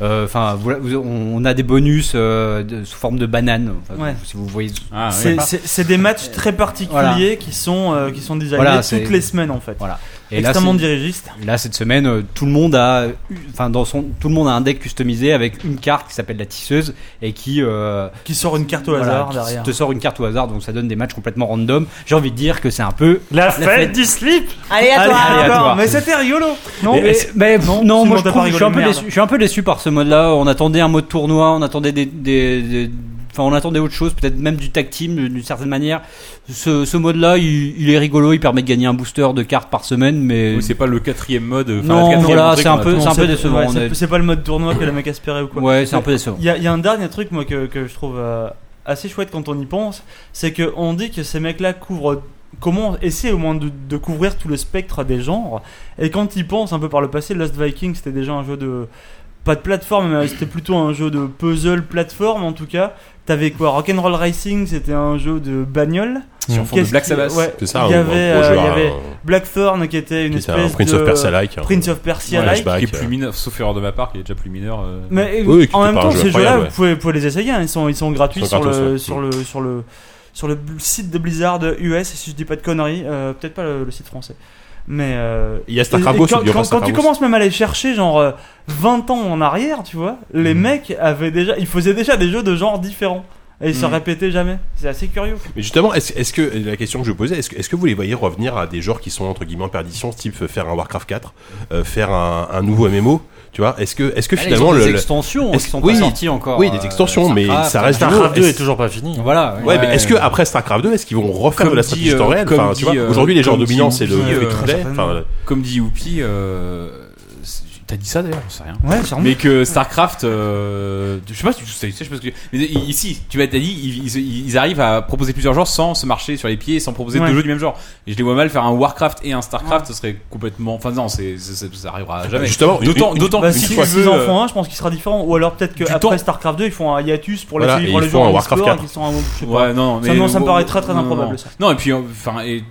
S5: euh, Enfin, voilà, vous- on on a des bonus euh, de- sous forme de bananes. Enfin,
S2: Ouais.
S5: Si vous voyez,
S3: Ah, ouais.
S2: C'est- C'est c'est des matchs très particuliers
S5: Voilà.
S2: qui sont euh, qui sont designés
S5: Voilà, c'est-
S2: toutes les semaines en fait.
S5: Voilà. et là,
S2: Extrêmement
S5: c'est-
S2: dirigiste.
S5: là, cette semaine, euh, tout le monde a, eu- enfin, dans son, tout le monde a un deck customisé avec une carte qui s'appelle la tisseuse et qui euh,
S2: qui sort une carte au
S5: voilà,
S2: hasard
S5: qui
S2: derrière.
S5: te sort une carte au hasard. Donc ça donne des matchs complètement random. J'ai envie de dire que c'est un peu
S7: La
S5: fête
S7: fête du slip
S4: Allez, à
S5: Allez, allez,
S4: toi
S5: à
S2: Ah, D'accord,
S5: toi.
S2: mais c'était rigolo.
S5: Non,
S2: Mais
S5: mais, mais- non,
S2: sinon
S5: moi
S2: t'as
S5: je,
S2: pas
S5: trouve- je suis un
S2: rigolé,
S5: peu
S2: merde.
S5: déçu, je suis un peu déçu par ce mode-là. On attendait un mode tournoi, on attendait des, des- des- enfin on attendait autre chose, peut-être même du tag team d'une certaine manière. Ce, ce mode-là, il, il est rigolo, il permet de gagner un booster de cartes par semaine, mais
S3: Oui, c'est pas le quatrième mode. euh, enfin, la
S5: non,
S3: quatrième
S5: voilà,
S3: entrée
S5: c'est un
S3: qu'on
S5: peu,
S3: attend.
S5: c'est un peu
S2: Ouais,
S5: décevant.
S2: ouais,
S5: on
S2: c'est
S5: est-
S2: c'est pas le mode tournoi que le mec espérait ou quoi.
S5: Ouais, c'est un peu décevant.
S2: Il y, a- il y a un dernier truc moi que, que je trouve euh, assez chouette quand on y pense, c'est que on dit que ces mecs-là couvrent comment essayer au moins de, de couvrir tout le spectre des genres. Et quand ils pensent un peu par le passé, Lost Vikings c'était déjà un jeu de pas de plateforme, mais c'était plutôt un jeu de puzzle plateforme en tout cas. T'avais quoi Rock'n'Roll Racing, c'était un jeu de bagnole.
S3: Sur fond de
S2: Qu'est-ce
S3: Black
S2: qui-
S3: Sabbath.
S2: ouais,
S1: C'est ça,
S2: Il y
S1: un- un
S2: avait,
S1: gros
S2: euh,
S1: jeu,
S2: il y
S1: un-
S2: avait Blackthorn qui était une
S1: qui était
S2: espèce
S1: un Prince
S2: de
S1: of Persia-like. hein.
S2: Prince of Persia
S1: Ouais,
S2: like.
S1: flashback,
S3: Qui est
S1: euh.
S3: plus mineur, sauf erreur de ma part, qui est déjà plus mineur. euh.
S2: Mais
S1: Oui, qui
S2: en
S1: était
S2: même
S1: pas un
S2: temps,
S1: jeu
S2: ces jeux-là,
S1: incroyable,
S2: vous,
S1: ouais.
S2: pouvez, vous pouvez les essayer. hein, Ils sont, ils sont gratuits
S1: Ils sont
S2: sur, le,
S1: gratos,
S2: sur, le, sur, le, sur le bl- site de Blizzard US, si je dis pas de conneries. euh, Peut-être pas le, le site français. Mais euh,
S1: Il y
S2: et-
S1: a
S2: et
S1: Starcraft
S2: quand,
S1: Ghost, il y aura
S2: quand- quand tu
S1: Starcraft
S2: commences même à aller chercher genre euh, 20 ans en arrière, tu vois, les
S1: Hmm.
S2: mecs avaient déjà, ils faisaient déjà des jeux de genres différents et ils se
S1: Hmm.
S3: Mm.
S2: répétaient jamais. C'est assez curieux.
S1: Mais justement, est-ce est-ce que la question que je posais, est-ce que, est-ce que vous les voyez revenir à des genres qui sont entre guillemets en perdition, type faire un Warcraft 4, euh, faire un, un nouveau MMO, tu vois Est-ce que, est-ce que
S5: Ah,
S1: finalement
S5: ils ont des
S1: le, le-
S5: extensions
S1: est-ce-
S5: qui sont
S1: oui,
S5: pas sorties encore.
S1: oui des
S5: euh,
S1: extensions, mais
S5: Starcraft.
S1: ça reste du
S7: Starcraft
S1: nouveau.
S7: 2 est toujours pas fini.
S5: Voilà.
S1: Ouais, mais
S3: Ouais.
S1: est-ce que après Starcraft 2, est-ce qu'ils vont refaire
S3: Comme
S1: de la
S3: dit,
S1: stratégie
S3: euh,
S1: en réel
S3: comme
S1: Enfin,
S3: dit,
S1: tu vois,
S3: euh,
S1: aujourd'hui les genres
S3: comme
S1: dominants,
S3: dit,
S1: c'est le
S3: euh,
S1: free to play.
S2: certainement.
S1: Enfin,
S3: Comme dit Youpi, euh, c'est- t'as dit ça d'ailleurs, j'en sais rien.
S2: Ah Ouais, sûrement.
S3: Mais que Starcraft, euh, je sais pas si tu sais, je sais pas ce que- mais ici, tu m'as t'as dit, ils, ils- ils arrivent à proposer plusieurs genres sans se marcher sur les pieds, et sans proposer
S2: Ouais. Ah.
S3: deux jeux du même genre. Et je les vois mal faire un Warcraft et un Starcraft, ce serait complètement, enfin non, c'est, c'est- c'est- ça arrivera jamais.
S1: Justement, une-
S3: d'autant,
S1: une-
S3: d'autant
S2: Bah,
S3: que
S2: si
S3: si
S2: tu-
S3: tu veux,
S2: s'ils en
S3: euh,
S2: font un, je pense qu'il sera différent. Ou alors peut-être
S3: du
S2: qu'après
S3: temps.
S2: Starcraft 2, ils font un hiatus pour
S1: Voilà,
S2: les,
S1: et
S2: pour les
S1: ils font
S2: gens
S1: un Warcraft 4.
S2: qui sont un- je sais pas.
S3: Ouais, non, mais
S2: Ça, non, ça me
S3: bon,
S2: paraît très, très
S3: non,
S2: improbable,
S3: non.
S2: ça.
S3: Non, et puis euh, enfin, et-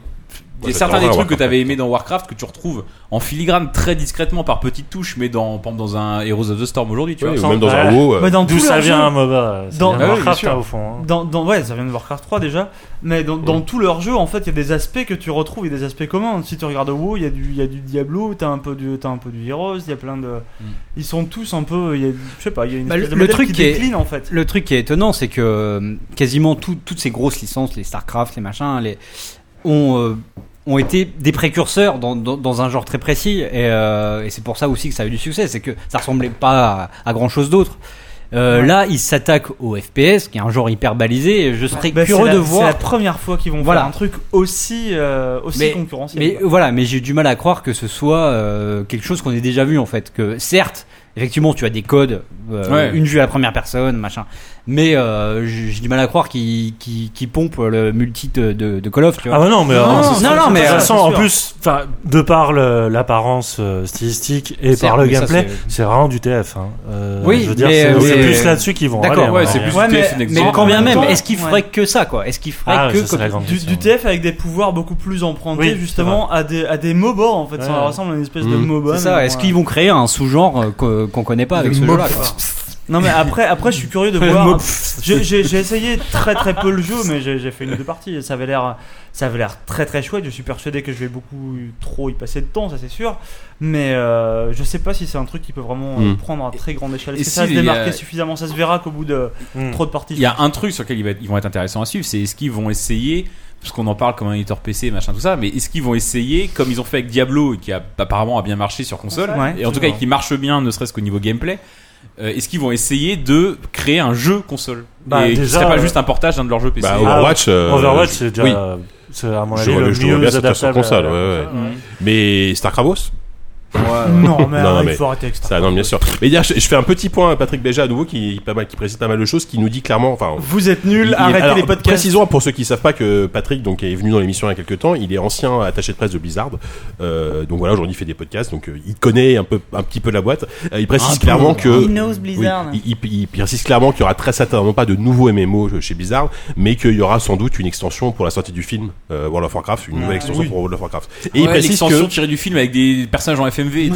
S3: il y a
S1: j'attends
S3: certains des
S1: vraiment
S3: trucs que
S1: Warcraft,
S3: t'avais aimé dans Warcraft que tu retrouves en filigrane très discrètement par petites touches, mais dans, par exemple, dans un Heroes of the Storm aujourd'hui, tu
S1: ouais,
S3: vois.
S1: ou
S3: sans-
S1: même dans
S7: Ouais.
S1: un WoW. euh,
S2: Bah, dans
S7: D'où
S2: tous
S7: ça
S2: leurs jeux,
S7: vient un MOBA ça
S2: Dans-
S7: vient de
S3: Ah oui, bien
S7: Warcraft
S3: sûr.
S7: hein, au fond. hein.
S2: Dans, dans- ouais, ça vient de Warcraft 3 déjà, mais dans, dans tous leurs jeux, en fait, il y a des aspects que tu retrouves, il y a des aspects communs. Si tu regardes WoW, il y, a du- il y a du Diablo, t'as un peu du, t'as un peu du Heroes, il y a plein de.
S8: Mm.
S2: Ils sont tous un peu, il y a, je sais pas, il y a une
S5: Bah,
S2: espèce
S5: le-
S2: de
S5: le
S2: modèle
S5: truc
S2: qui
S5: qui est-
S2: décline en fait.
S5: Le truc qui est étonnant, c'est que euh, quasiment tout- toutes ces grosses licences, les StarCraft, les machins, les, ont, euh, ont été des précurseurs dans, dans- dans un genre très précis. Et, euh, et c'est pour ça aussi que ça a eu du succès, c'est que ça ressemblait pas à, grand chose d'autre. Euh, Là, ils s'attaquent au FPS, qui est un genre hyper balisé. et Je serais
S2: Bah, c'est
S5: curieux
S2: la-
S5: de
S2: C'est
S5: voir.
S2: la première fois qu'ils vont
S5: Voilà.
S2: faire un truc aussi, euh, aussi
S5: Mais-
S2: concurrentiel.
S5: Mais
S2: quoi.
S5: voilà, mais j'ai du mal à croire que ce soit euh, quelque chose qu'on ait déjà vu en fait. Que certes, effectivement, tu as des codes, euh,
S3: Ouais.
S5: une vue à la première personne, machin. mais euh, j'ai j'ai du mal à croire qu'ils qu'ils- qu'ils pompent le multi de, de- de Call of, tu vois.
S8: Ah bah non, mais
S5: non,
S8: euh,
S5: non,
S8: c'est-
S5: non, non, mais,
S8: de toute
S5: euh,
S8: façon,
S5: c'est
S8: en
S5: sûr.
S8: plus, enfin, de par le- l'apparence euh, stylistique et
S5: C'est-
S8: par le
S5: mais ça,
S8: gameplay,
S5: c'est-
S8: c'est vraiment du TF. hein. Euh,
S5: Oui,
S8: je veux dire,
S5: mais,
S8: c'est
S5: euh,
S8: c'est
S5: mais-
S8: plus là-dessus qu'ils vont.
S5: D'accord,
S8: aller,
S3: ouais,
S8: en
S3: c'est
S8: vrai.
S3: plus
S2: Ouais,
S3: du
S2: mais-
S3: TF une
S5: Mais
S3: exigence.
S5: quand bien
S2: en même
S5: même,
S2: temps-
S5: est-ce qu'ils feraient que ça, quoi Est-ce qu'ils feraient
S8: Ah,
S5: que
S8: ça, c'est
S5: comme-
S8: la grande
S2: du,
S8: question,
S2: du TF avec des pouvoirs beaucoup plus empruntés
S8: Oui, c'est
S2: justement à des, à des MOBA en fait.
S8: Ouais.
S2: Ça ressemble à une espèce de
S1: Mm.
S2: MOBA.
S5: C'est ça,
S2: mais
S5: est-ce
S2: bon,
S5: qu'ils vont créer un sous-genre euh, que- qu'on connaît pas avec ce jeu-là quoi
S2: Non mais après, après je suis curieux de voir. J'ai- J'ai j'ai essayé très très peu le jeu, mais j'ai j'ai fait une ou deux parties. Ça avait l'air, ça avait l'air très très chouette. Je suis persuadé que je vais beaucoup trop y passer de temps, ça c'est sûr. Mais euh, je sais pas si c'est un truc qui peut vraiment euh,
S1: Mm.
S2: prendre à très grande échelle.
S3: Hmm. Et
S2: Est-ce que ça va
S3: si,
S2: se
S3: il y a- Hmm.
S2: démarquer suffisamment Ça se verra qu'au bout de
S8: Mm.
S2: trop de parties.
S3: Il y a un truc sur lequel ils, va être- ils vont être intéressants à suivre, c'est est-ce qu'ils vont essayer, parce qu'on en parle comme un éditeur PC, machin, tout ça, mais est-ce qu'ils vont essayer, comme ils ont fait avec Diablo, et qui a, apparemment a bien marché sur console,
S2: Ouais,
S3: et en tout cas qui marche bien, ne serait-ce qu'au niveau gameplay, euh, est-ce qu'ils vont essayer de créer un jeu console
S8: Bah,
S3: Et qui
S8: déjà,
S3: serait pas
S8: euh,
S3: juste un portage d'un de leurs jeux PC
S1: Bah,
S3: Ah,
S1: Overwatch. euh,
S8: Overwatch,
S1: je-
S8: c'est déjà,
S1: oui.
S8: euh, c'est à mon
S1: Je
S8: avis
S1: vois-
S8: le
S1: je vois bien
S8: mieux
S1: ça se passe sur
S8: adaptable.
S1: console,
S8: à-
S1: ouais, ouais.
S3: ouais.
S1: Mais Starkravos
S2: Non mais,
S1: Non,
S2: arrête,
S1: mais-
S2: il faut arrêter avec ça.
S1: Ça, non, bien sûr. Mais d'ailleurs, je, je fais un petit point à Patrick Béja à nouveau qui, pas mal- qui précise pas mal de choses, qui nous dit clairement, enfin,
S2: Vous êtes
S1: Il-
S2: nuls,
S1: il-
S2: arrêtez
S1: alors,
S2: les podcasts.
S1: Précisons pour ceux qui savent pas que Patrick donc est venu dans l'émission il y a quelques temps. Il est ancien attaché de presse de Blizzard. Euh, donc voilà, aujourd'hui il fait des podcasts, donc euh, il connaît un peu, un petit peu la boîte. Euh, il précise clairement que
S4: He knows Blizzard.
S1: oui, il, il- il précise clairement qu'il y aura très certainement pas de nouveaux MMO chez Blizzard, mais qu'il y aura sans doute une extension pour la sortie du film euh, World of Warcraft, une nouvelle extension pour World of Warcraft. Et il
S3: Ouais,
S1: précise
S3: l'extension
S1: que
S3: tirée du film avec des personnages en FMV et tout.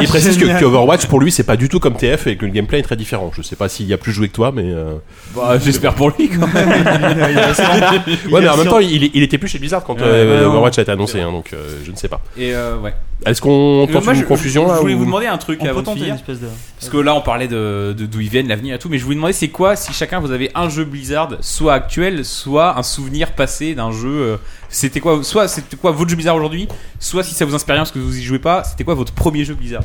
S1: il précise que, que Overwatch pour lui c'est pas du tout comme TF et que le gameplay est très différent. Je sais pas s'il y a plus joué que toi, mais euh,
S3: Bah, j'espère pour lui quand même.
S1: ouais, mais en même temps il, il était plus chez Blizzard quand
S3: Ouais,
S1: euh,
S3: ouais, non.
S1: Overwatch a été annoncé, hein, donc euh, je ne sais pas.
S3: Et euh, ouais.
S1: Est-ce qu'on
S3: Euh,
S1: tente
S3: moi,
S1: une
S3: je-
S1: confusion
S3: je,
S1: là
S3: voulais
S1: ou-
S3: vous demander un truc
S2: On
S3: avant
S2: peut
S3: de
S2: tenter une
S3: finir.
S2: espèce de.
S3: Parce que là, on parlait de de- d'où ils viennent, l'avenir et tout, mais je vous demandais c'est quoi si chacun vous avez un jeu Blizzard, soit actuel, soit un souvenir passé d'un jeu. euh, C'était quoi Soit c'était quoi votre jeu Blizzard aujourd'hui, soit si ça vous inspire rien parce que vous y jouez pas, c'était quoi votre premier jeu Blizzard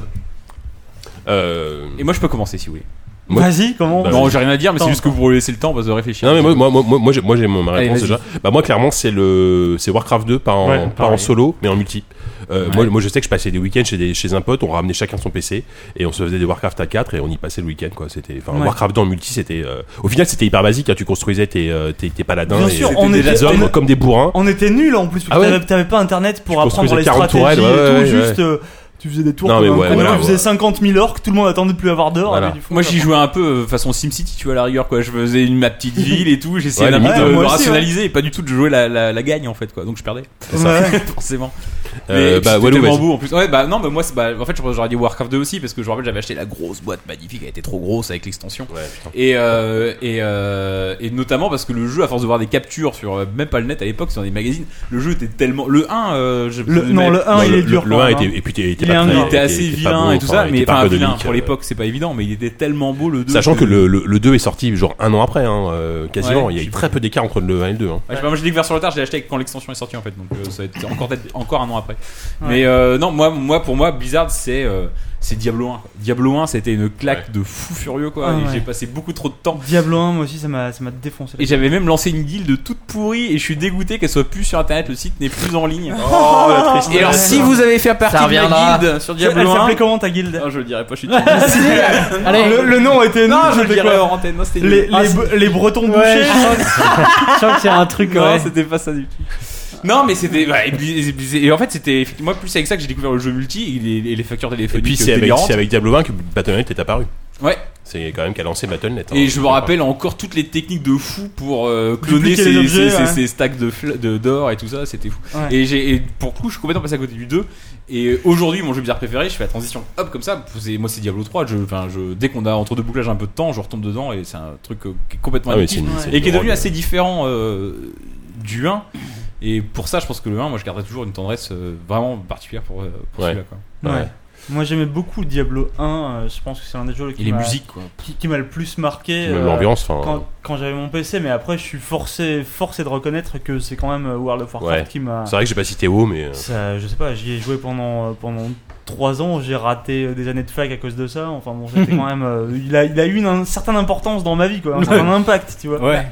S1: Euh,
S3: Et moi, je peux commencer si vous voulez.
S1: Moi-
S2: Vas-y, comment
S1: Bah,
S3: non, j'ai rien à dire, mais c'est
S2: Attends,
S3: juste que vous laissez le temps de réfléchir.
S1: Non mais moi moi moi moi j'ai moi j'ai ma
S3: Allez,
S1: réponse
S3: vas-y.
S1: déjà. Bah moi clairement c'est le c'est Warcraft 2 pas en
S8: Ouais,
S1: pas en
S8: pareil.
S1: solo mais en multi. Euh, moi moi je sais que je passais des week-ends chez des chez un pote on ramenait chacun son PC et on se faisait des Warcraft à 4 et on y passait le week-end quoi c'était enfin
S2: Ouais.
S1: Warcraft 2 en multi c'était euh, au final c'était hyper basique hein, tu construisais tes euh, tes, tes paladins
S2: Bien
S1: et
S2: sûr,
S1: euh,
S2: on
S1: tes
S2: était-
S1: hommes
S2: on-
S1: comme des bourrins
S2: On était nuls en plus, parce
S1: Ah
S2: que
S1: ouais.
S2: t'avais- t'avais pas internet pour
S1: Tu
S2: apprendre les
S1: construisais 40
S2: stratégies
S1: tourelles,
S2: et
S1: ouais,
S2: tout,
S1: ouais,
S2: juste euh, tu faisais des tours
S1: Non, mais
S2: comme un
S1: ouais,
S2: con,
S1: voilà,
S2: tu faisais
S1: voilà.
S2: 50 000 orques, tout le monde attendait de plus avoir d'or.
S1: Voilà.
S2: et puis du coup,
S3: Moi
S2: t'as-
S3: j'y jouais un peu euh, façon SimCity, tu vois, à la rigueur, quoi. Je faisais une, ma petite ville et tout, j'essayais
S1: Ouais,
S3: d'un
S1: limite,
S3: peu
S1: hein.
S3: de,
S2: ouais, moi
S3: me
S2: aussi, ouais.
S3: rationaliser et pas du tout de jouer la, la, la gagne en fait, quoi. Donc je perdais,
S1: c'est ça.
S2: Ouais.
S3: forcément.
S1: Euh,
S3: Mais
S1: bah
S3: bah,
S1: Walou,
S3: tellement
S1: vas-y.
S3: beau en plus. Ouais, bah non, mais moi, c'est- bah, en fait, j'aurais dit Warcraft 2 aussi parce que je me rappelle, j'avais acheté la grosse boîte magnifique, elle était trop grosse avec l'extension.
S1: Ouais, putain.
S3: Et, euh, et, euh, et notamment parce que le jeu, à force de voir des captures sur euh, même pas le net à l'époque, sur des magazines, le jeu était tellement. Le 1, euh, je-
S2: Le- non, le 1
S1: Non,
S2: il
S1: le-
S2: est dur.
S1: le
S2: quand
S1: 1
S2: même,
S1: était
S2: hein.
S1: et puis t'es- t'es
S2: Il
S1: pas
S2: est
S1: très-
S2: un-
S3: il était assez
S1: t'es- t'es pas
S3: vilain
S1: beau,
S3: et tout ça,
S1: enfin,
S3: mais
S1: t'es pas
S3: enfin, vilain,
S1: ergonomique,
S3: pour
S1: euh,
S3: l'époque, c'est pas évident, mais il était tellement beau le 2.
S1: Sachant que le, le, le 2 est sorti genre un an après, hein, euh, quasiment.
S3: Ouais,
S1: il y a
S3: je-
S1: eu très peu d'écart entre le 1 et le 2. Hein.
S3: Ouais, je sais pas, moi j'ai découvert sur le tard, j'ai acheté quand l'extension est sortie en fait, donc euh, ça va être encore, peut-être encore un an après. Mais euh, non, moi, moi pour moi, Blizzard c'est euh, c'est Diablo 1. quoi. Diablo 1 c'était une claque de fou furieux quoi,
S2: Ah,
S3: et
S2: ouais.
S3: j'ai passé beaucoup trop de temps.
S2: Diablo 1, moi aussi ça m'a ça m'a défoncé.
S3: Et j'avais même lancé une guilde toute pourrie et je suis dégoûté qu'elle soit plus sur internet, le site n'est plus en ligne. et alors si vous avez fait partie de la
S9: reviendra.
S3: guilde sur
S2: Elle
S3: Diablo 1,
S2: s'appelait comment ta guilde
S3: Non, je le dirai pas, je suis Euh,
S2: Allez, le, le nom était
S3: Non,
S2: nul,
S3: je le
S2: c'était
S3: dirai
S2: quoi
S3: hors antenne, non, c'était nul.
S2: les, les,
S3: Ah, c'était-
S2: bre- les Bretons
S5: Ouais,
S2: bouchés.
S5: Je sens que c'est un truc.
S3: Non,
S5: ouais.
S3: c'était pas ça du tout. Non, mais c'était. ouais, et, puis- et puis- et en fait, c'était effectivement plus avec ça que j'ai découvert le jeu multi et les, et les factures
S1: Et
S3: téléphoniques.
S1: puis c'est avec,
S3: délirantes.
S1: c'est avec Diablo 1 que Battle.net est apparu.
S3: Ouais.
S1: C'est quand même qui a lancé Battle.net. hein.
S3: Et je me rappelle encore toutes les techniques de fou pour euh, cloner
S2: Dupliquer les
S3: ces,
S2: objets,
S3: ces-
S2: ouais.
S3: ces- ces stacks de fl- de- d'or et tout ça, c'était fou.
S2: Ouais.
S3: Et, j'ai, et pour le coup, je suis complètement passé à côté du 2. Et aujourd'hui, mon jeu bizarre préféré, je fais la transition hop comme ça. c'est- moi, c'est Diablo 3. Je, enfin, je, dès qu'on a entre deux bouclages un peu de temps, je retombe dedans et c'est un truc euh, qui est complètement
S1: Ah oui,
S3: addictif.
S1: c'est une- c'est une
S3: et qui est devenu
S1: drogue.
S3: assez différent euh, du 1. Et pour ça, je pense que le 1, moi, je garderai toujours une tendresse euh, vraiment particulière pour, euh, pour
S1: Ouais.
S3: celui-là. quoi.
S1: Ouais.
S2: Ouais. Moi j'aimais beaucoup Diablo 1, euh, je pense que c'est l'un des jeux qui
S3: Et les
S2: m'a-
S3: musiques, quoi.
S2: qui qui m'a le plus marqué.
S1: Même
S2: euh,
S1: l'ambiance, enfin.
S2: quand, quand j'avais mon PC, mais après je suis forcé, forcé de reconnaître que c'est quand même euh, World of Warcraft
S1: Ouais.
S2: qui m'a.
S1: C'est vrai que j'ai pas cité WoW, mais. euh,
S2: Ça, je sais pas, j'y ai joué pendant, euh, pendant 3 ans, j'ai raté euh, des années de fac à cause de ça. Enfin bon, c'était quand même. euh, il, a, il a eu une, un- certaine importance dans ma vie, quoi, un certain impact, tu vois.
S3: Ouais.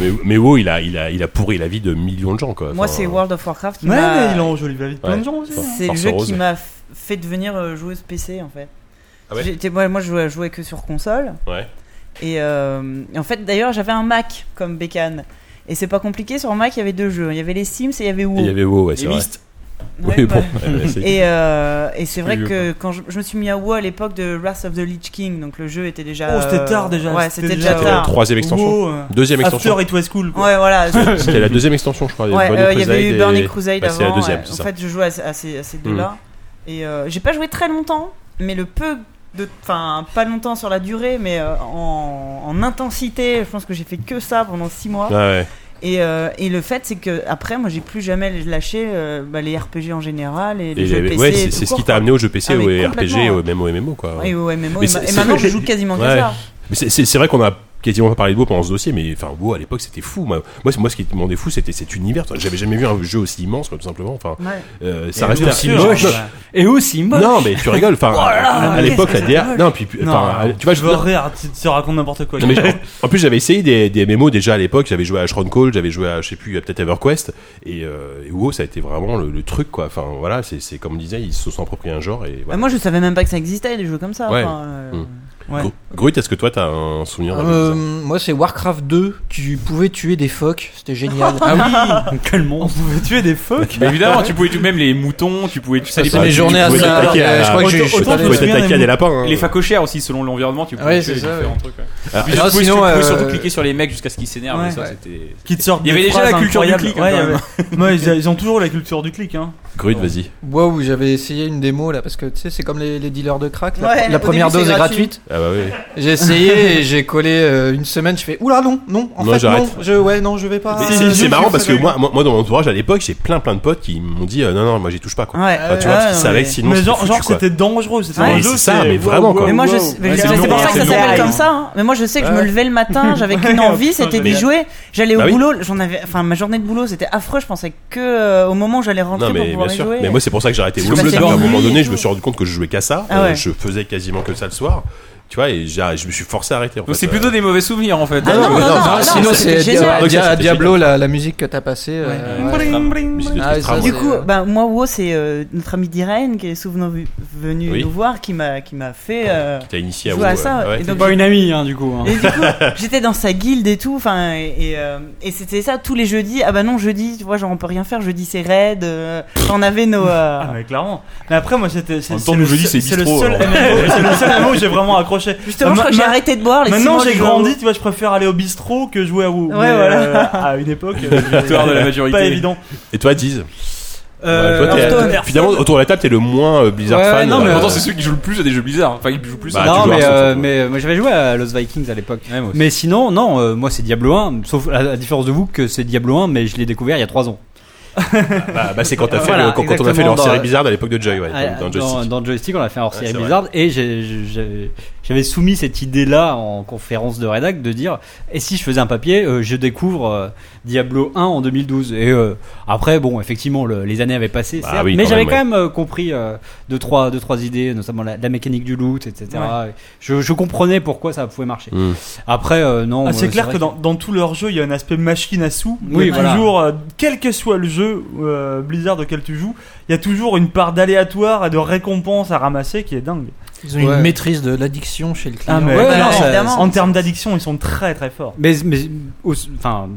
S1: Mais, mais WoW, il a, il, a, il a pourri la vie de millions de gens, quoi.
S4: Moi,
S1: Enfin,
S4: c'est World of Warcraft qui
S2: Ouais, mais
S4: m'a.
S2: il enjolive la vie de plein
S1: Ouais.
S2: de gens aussi. hein.
S4: C'est le
S1: Force
S4: jeu
S1: Rose,
S4: qui
S1: mais-
S4: m'a f- fait devenir euh, joueuse PC en fait.
S1: Ah ouais
S4: J'étais- moi, moi, je jouais, je jouais que sur console.
S1: Ouais.
S4: Et, euh, et en fait, d'ailleurs, j'avais un Mac comme bécane. Et c'est pas compliqué, sur Mac, il y avait deux jeux. Il y avait les Sims et il y avait WoW.
S1: Et Il y avait WoW, ouais, c'est
S3: Et
S1: vrai.
S3: Myst.
S4: Ouais,
S1: Oui,
S4: bah,
S1: bon. ouais, ouais, c'est-
S4: Et, euh, et c'est vrai
S1: vieux,
S4: que quand je, je me suis mis à WoW à l'époque de Wrath of the Lich King, donc le jeu était déjà.
S2: Oh, c'était
S4: euh,
S2: tard déjà,
S4: Ouais,
S2: c'était déjà
S4: c'était déjà
S1: C'était la
S4: tard.
S1: troisième extension.
S2: Wow, euh,
S1: Deuxième extension.
S2: After it was cool. quoi.
S4: Ouais, voilà. je-
S1: C'était la deuxième extension, je crois.
S4: Ouais,
S1: Burning
S4: euh, il y avait
S1: Crusade
S4: eu
S1: et-
S4: Burning Crusade
S1: bah,
S4: avant.
S1: c'est la deuxième,
S4: ouais.
S1: c'est
S4: en
S1: ça. Hmm.
S4: fait, je jouais à, à ces, à ces deux-là. Et euh, j'ai pas joué très longtemps, mais le peu de. Enfin, pas longtemps sur la durée, mais euh, en, en intensité, je pense que j'ai fait que ça pendant 6 mois.
S1: Ouais, ouais.
S4: Et, euh, et le fait, c'est que après, moi, j'ai plus jamais lâché euh, bah, les RPG en général et les
S1: Et
S4: jeux
S1: les-
S4: PC.
S1: ouais,
S4: et
S1: c'est
S4: tout
S1: c'est ce
S4: court,
S1: qui t'a
S4: quoi.
S1: amené au jeu PC,
S4: Ah, mais
S1: au
S4: complètement,
S1: RPG, au MMO, MMO, quoi.
S4: Et ouais, MMO,
S1: Ah Mais
S4: et, ma-
S1: c'est-
S4: et
S1: c'est-
S4: maintenant, je joue quasiment que
S1: Ouais.
S4: ça.
S1: Mais c'est- c'est c'est vrai qu'on a quasiment pas parlé de WoW pendant ce dossier, mais enfin WoW à l'époque c'était fou. Moi, moi, c'est- moi, ce qui me rendait fou c'était cet univers. J'avais jamais vu un jeu aussi immense, quoi, tout simplement. Enfin,
S4: Ouais.
S1: euh, ça
S9: Et
S1: restait
S9: aussi
S1: un-
S9: moche.
S1: Non,
S9: Et aussi moche.
S1: Non, mais tu rigoles. Enfin, à- à
S4: mais
S1: l'époque la
S4: qu'est-ce que
S1: DR. Non, puis puis-
S2: Non,
S1: enfin, euh, tu vois, je
S2: veux rire, tu tu racontes n'importe quoi.
S1: Non, mais je- en plus, j'avais essayé des, des MMO déjà à l'époque. J'avais joué à Ashron Call, j'avais joué à, je sais plus, à peut-être EverQuest. Et, euh, et WoW, ça a été vraiment le, le truc, quoi. Enfin, voilà, c'est c'est comme on disait, ils se sont appropriés un genre. Et
S4: Bah,
S1: voilà.
S4: moi, je savais même pas que ça existait, des jeux comme ça.
S1: Ouais.
S4: enfin, euh,
S1: Mm.
S2: ouais.
S1: Gru- Gruit, est-ce que toi, t'as un souvenir d'un jeu
S6: Euh,
S1: comme
S6: moi, c'est Warcraft 2. Tu pouvais tuer des phoques, c'était génial.
S9: Ah oui
S5: Quel
S2: On
S5: monstre
S2: pouvait tuer des phoques.
S3: Mais Bah, évidemment, tu pouvais tu même les moutons, tu pouvais tu
S6: Ça,
S3: sais,
S6: c'est
S1: pas,
S6: mes
S1: tu-
S6: journées
S1: tu
S6: à
S1: pouvais
S6: ça.
S1: t'attaquer à-
S6: euh, Je crois que
S2: autant-
S6: je- je suis
S2: autant
S6: pas
S1: ça
S2: je
S1: Tu
S2: me
S1: pouvais
S6: allé-
S2: souviens
S1: t'attaquer à
S2: des-
S1: des lapins. hein.
S3: les facochères aussi selon l'environnement, tu pouvais
S6: Ouais,
S3: tuer
S6: c'est ça,
S3: différents trucs. ouais. Et puis,
S6: non,
S3: tu pouvais-
S6: sinon,
S3: tu pouvais
S6: euh,
S3: surtout cliquer sur les mecs jusqu'à ce qu'ils s'énervent.
S2: Ouais.
S3: et ça,
S6: Ouais.
S3: c'était-
S2: Qui te sortent
S3: Il y
S2: des
S3: avait déjà
S2: phrases
S3: la culture du
S2: incroyables.
S3: clic, hein,
S2: Ouais,
S3: quand
S2: il y avait- Moi, ils, ils ont toujours la culture du clic. Hein.
S1: Gruit, vas-y.
S6: Waouh, j'avais essayé une démo là parce que tu sais, c'est comme les, les dealers de crack. La,
S4: Ouais,
S6: la
S4: au
S6: première
S4: début,
S6: dose
S4: c'est
S6: est
S4: gratuit.
S6: gratuite.
S1: Ah bah oui.
S6: J'ai essayé et j'ai collé euh, une semaine. Je fais oula non, non, en
S1: Non,
S6: fait non,
S1: j'arrête.
S6: je ouais non, je vais pas.
S1: Mais
S2: c'est
S1: C'est
S2: les
S1: c'est
S2: jeux
S1: marrant
S2: qui
S1: parce que
S2: font ça,
S1: moi, moi, moi, dans mon entourage à l'époque, j'ai plein plein de potes qui m'ont dit euh, non, non, moi j'y touche pas quoi. Enfin,
S4: Ouais.
S1: tu vois,
S4: Ouais,
S1: parce qu'ils
S4: non,
S1: savaient
S4: mais-
S1: que sinon
S2: Mais
S1: c'était
S2: genre,
S1: foutu,
S2: genre
S1: quoi.
S2: c'était dangereux, c'était
S1: Ouais,
S2: un jeu,
S1: c'est ça, mais vraiment, quoi.
S4: Mais moi, je,
S2: wow.
S4: mais
S2: Ouais,
S4: je-
S2: c'est
S4: mais c'est pour
S2: lourd,
S4: ça que
S2: c'est
S4: ça s'appelle
S2: lourd.
S4: comme ça. hein. Mais moi, je sais que je me levais le matin, j'avais qu'une envie, c'était d'y
S1: Mais-
S4: jouer. J'allais au
S1: Bah oui.
S4: boulot, j'en avais, enfin, ma journée de boulot, c'était affreux. Je pensais que euh, au moment où j'allais rentrer
S1: Non
S4: pour
S1: mais bien
S4: pouvoir y
S1: sûr.
S4: jouer.
S1: Mais moi c'est pour ça que j'ai arrêté
S4: Je
S1: WoW
S4: passais
S1: parce qu'à
S4: mes
S1: un moment
S4: nuits et
S1: donné je me
S4: tout.
S1: suis rendu compte que je jouais qu'à ça.
S4: Ah
S1: euh,
S4: ouais.
S1: je faisais quasiment que ça le soir. Tu vois et j'ai- je me suis forcé à arrêter. En
S3: Donc
S1: fait,
S3: c'est
S1: euh,
S3: plutôt des mauvais souvenirs en fait.
S4: Ah non,
S1: mais
S4: non,
S1: non,
S4: non,
S1: non,
S4: non,
S6: sinon,
S4: c'était
S6: c'est Dia-
S4: génial.
S1: Donc, ça,
S6: Dia-
S1: c'était
S6: Diablo, la, la musique que t'as passée. euh, ouais.
S4: Bling,
S1: mais
S4: bling.
S1: c'est des trucs
S6: Ah, et ça,
S1: extra,
S6: c'est-
S4: Du coup, bah, moi, WoW, c'est euh, notre ami Diren qui est souvent venu
S1: Oui.
S4: nous voir, qui m'a, qui m'a fait euh,
S1: T'as initié à
S4: jouer
S1: WoW.
S4: à ça.
S1: ouais. Ouais.
S4: Et donc,
S5: Pas une amie, hein, du coup. hein.
S4: Et du coup, j'étais dans sa guilde et tout, enfin, et, et, euh, et c'était ça tous les jeudis. Ah bah non, jeudi, tu vois, genre on peut rien faire, jeudi c'est raid. Euh, on avait nos. euh,
S2: Ah, mais clairement. Mais après, moi, c'était. c'est-
S3: En même
S2: c'est
S3: temps,
S2: le
S3: nous, jeudi,
S2: seul-
S3: c'est
S2: c'est le
S3: bistrot,
S2: seul
S3: alors.
S2: MMO c'est le seul MMO où j'ai vraiment accroché.
S4: Justement,
S2: Euh,
S4: je crois que j'ai
S2: ma-
S4: arrêté de boire les six
S2: Maintenant,
S4: mois
S2: j'ai
S4: du
S2: grandi, tu vois, je préfère aller au bistrot que jouer à WoW.
S4: Ouais,
S2: Mais,
S4: voilà.
S2: euh, à une époque, euh,
S3: Victoire de la majorité.
S2: pas évident.
S1: Et toi Diz
S5: Euh,
S1: Ouais, toi, t'es-
S2: Hearthstone.
S1: Finalement autour de la table t'es le moins euh, Blizzard
S5: Ouais,
S1: fan.
S5: non, mais
S1: euh,
S3: Pourtant, c'est ceux qui jouent le plus à des jeux bizarres. Enfin, ils jouent plus
S1: Bah,
S3: à
S1: tu joues
S5: non,
S1: à
S5: mais,
S1: Hearthstone,
S5: euh,
S1: toi.
S5: mais moi, j'avais joué à Los Vikings à l'époque.
S3: Ouais, moi aussi.
S5: Mais sinon, non, euh, moi c'est Diablo 1, sauf à la différence de vous que c'est Diablo 1, mais je l'ai découvert il y a 3 ans.
S1: bah, bah, c'est quand t'as fait
S5: Euh, Voilà,
S1: le- quand, quand on a fait
S5: exactement,
S1: leur
S5: dans-
S1: série Blizzard à l'époque de Joy ouais,
S5: Ah,
S1: Bah, dans, dans Joystick. Ah,
S5: dans le joystick, on l'a fait hors série
S1: c'est vrai.
S5: Blizzard, et j'ai- j'ai- j'avais soumis cette idée-là en conférence de rédac de dire et si je faisais un papier, euh, je découvre euh, Diablo 1 en 2012. Et euh, après, bon, effectivement, le- les années avaient passé,
S1: Bah
S5: certes,
S1: oui,
S5: mais
S1: quand
S5: j'avais
S1: même,
S5: quand même euh, compris euh, deux, trois, deux, trois idées, notamment la, la mécanique du loot, etc. Je, je comprenais pourquoi ça pouvait marcher.
S1: Mm.
S5: Après, euh, non,
S2: Ah,
S5: euh,
S2: c'est clair
S5: vrai
S2: que dans, dans tout leur jeu, il y a un aspect machine à sous. Il y a
S5: Oui, voilà.
S2: toujours, euh, quel que soit le jeu euh, Blizzard auquel tu joues, il y a toujours une part d'aléatoire et de récompense à ramasser qui est dingue.
S6: Ils ont une
S5: Ouais.
S6: maîtrise de l'addiction chez le client.
S2: Ah, mais-
S5: Ouais,
S4: Bah,
S5: non, ça-
S4: évidemment.
S2: En termes d'addiction, ils sont très très forts.
S5: Mais, mais aussi- enfin,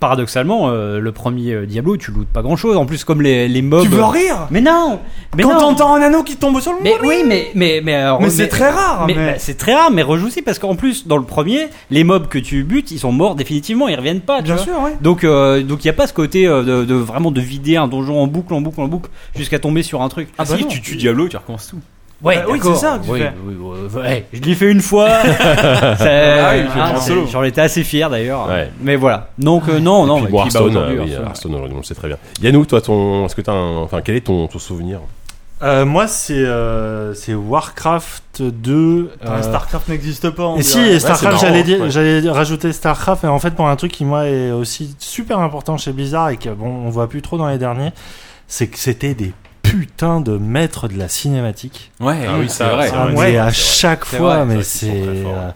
S5: paradoxalement, euh, le premier euh, Diablo, tu lootes pas grand chose. En plus, comme les, les
S3: Oh,
S5: mobs.
S2: tu
S3: bah.
S2: veux rire
S5: mais non Mais
S2: Quand
S5: non
S2: t'entends un anneau qui tombe sur le
S5: Mais oui, mais. Mais, euh, mais, alors,
S2: Mais c'est très rare.
S5: mais-
S2: mais-
S5: bah, c'est très rare, mais rejoue-y parce qu'en plus, dans le premier, les mobs que tu butes, ils sont morts définitivement, ils reviennent pas. tu
S2: Bien
S5: vois.
S2: sûr, ouais.
S5: Donc, euh, donc il y a pas ce côté euh, de, de vraiment de vider un donjon en boucle, en boucle, en boucle, jusqu'à tomber sur un truc.
S2: Ah bah
S3: Si
S2: non.
S3: tu tues Diablo, tu recommences tout.
S5: Ouais,
S2: Bah oui,
S5: d'accord.
S2: c'est ça que tu
S5: Oui,
S2: fais.
S5: oui, oui, ouais. je l'ai fait une fois. Ça-
S3: oui, je le prends
S5: hein,
S3: solo.
S5: J'en étais assez fier d'ailleurs.
S1: Ouais.
S5: Mais voilà. Donc euh, non, non.
S1: et puis,
S5: mais
S1: bon,
S5: puis, bah,
S1: Hearthstone,
S5: aujourd'hui,
S1: euh, oui,
S5: Hearthstone.
S1: Hearthstone, on le sait très bien. Yannou, toi, ton, est-ce que t'as un, enfin, quel est ton, ton souvenir
S7: Euh, moi, c'est euh, c'est Warcraft 2.
S2: Putain,
S7: euh,
S2: Starcraft n'existe pas. on
S7: Et
S2: dirait.
S7: si, et
S1: c'est marrant,
S7: Starcraft, j'allais dire-
S1: ouais.
S7: j'allais rajouter Starcraft, et en fait, pour un truc qui, moi, est aussi super important chez Blizzard et que, bon, on voit plus trop dans les derniers, c'est que c'était des putains de maîtres de la cinématique.
S3: Ouais,
S1: Ah oui, ça,
S3: c'est vrai.
S1: ça,
S7: Ah,
S1: ouais,
S7: mais
S1: c'est
S7: à
S1: vrai,
S7: chaque
S1: c'est
S7: fois,
S1: vrai,
S7: mais
S1: c'est vrai qu'ils sont
S7: c'est.
S1: très forts,
S7: euh,
S1: ouais.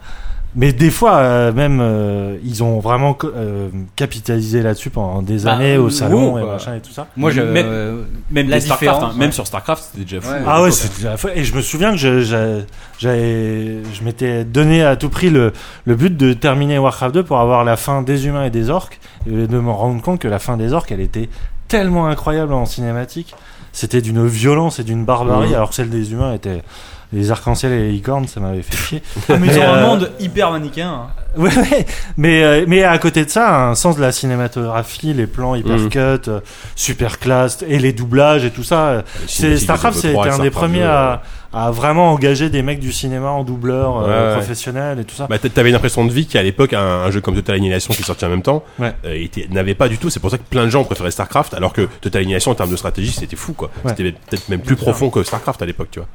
S8: Mais des fois, euh, même, euh, ils ont vraiment co- euh, capitalisé là-dessus pendant des
S3: Bah,
S8: années
S3: WoW,
S8: au salon et
S3: quoi.
S8: machin et tout ça.
S5: Moi, je-
S3: Même-
S5: euh,
S3: Même,
S5: La
S3: des Starcraft,
S5: différence,
S3: hein, même
S5: ouais.
S3: sur Starcraft, c'était déjà fou.
S5: Ouais.
S8: Ah ouais, c'était la fois. Et je me souviens que je, j'a- j'avais- je m'étais donné à tout prix le, le but de terminer Warcraft 2 pour avoir la fin des humains et des orques et de me rendre compte que la fin des orques, elle était tellement incroyable en cinématique. C'était d'une violence et d'une barbarie,
S1: Mhm.
S8: alors que celle des humains était les arcs-en-ciel et les licornes, ça m'avait fait chier.
S2: Mais
S8: Mais,
S2: ils ont un
S8: euh,
S2: monde hyper manichéen. hein.
S8: Ouais, ouais. mais euh, mais à côté de ça, un sens de la cinématographie, les plans hyper
S1: Mhm.
S8: cut, euh, super classe et les doublages et tout ça. euh, C'est Starcraft, euh, c'était un des
S1: euh,
S8: premiers à, à vraiment engager des mecs du cinéma en doubleur euh,
S1: Ouais, ouais.
S8: professionnel et tout ça.
S1: Bah, t'a- t'avais une impression de vie qui, à l'époque, un, un jeu comme Total Annihilation qui sortait en même temps,
S8: Ouais.
S1: euh, était- n'avait pas du tout. C'est pour ça que plein de gens préféraient Starcraft, alors que Total Annihilation, en termes de stratégie, c'était fou, quoi.
S8: Ouais.
S1: C'était peut-être même plus profond que Starcraft à l'époque, tu vois.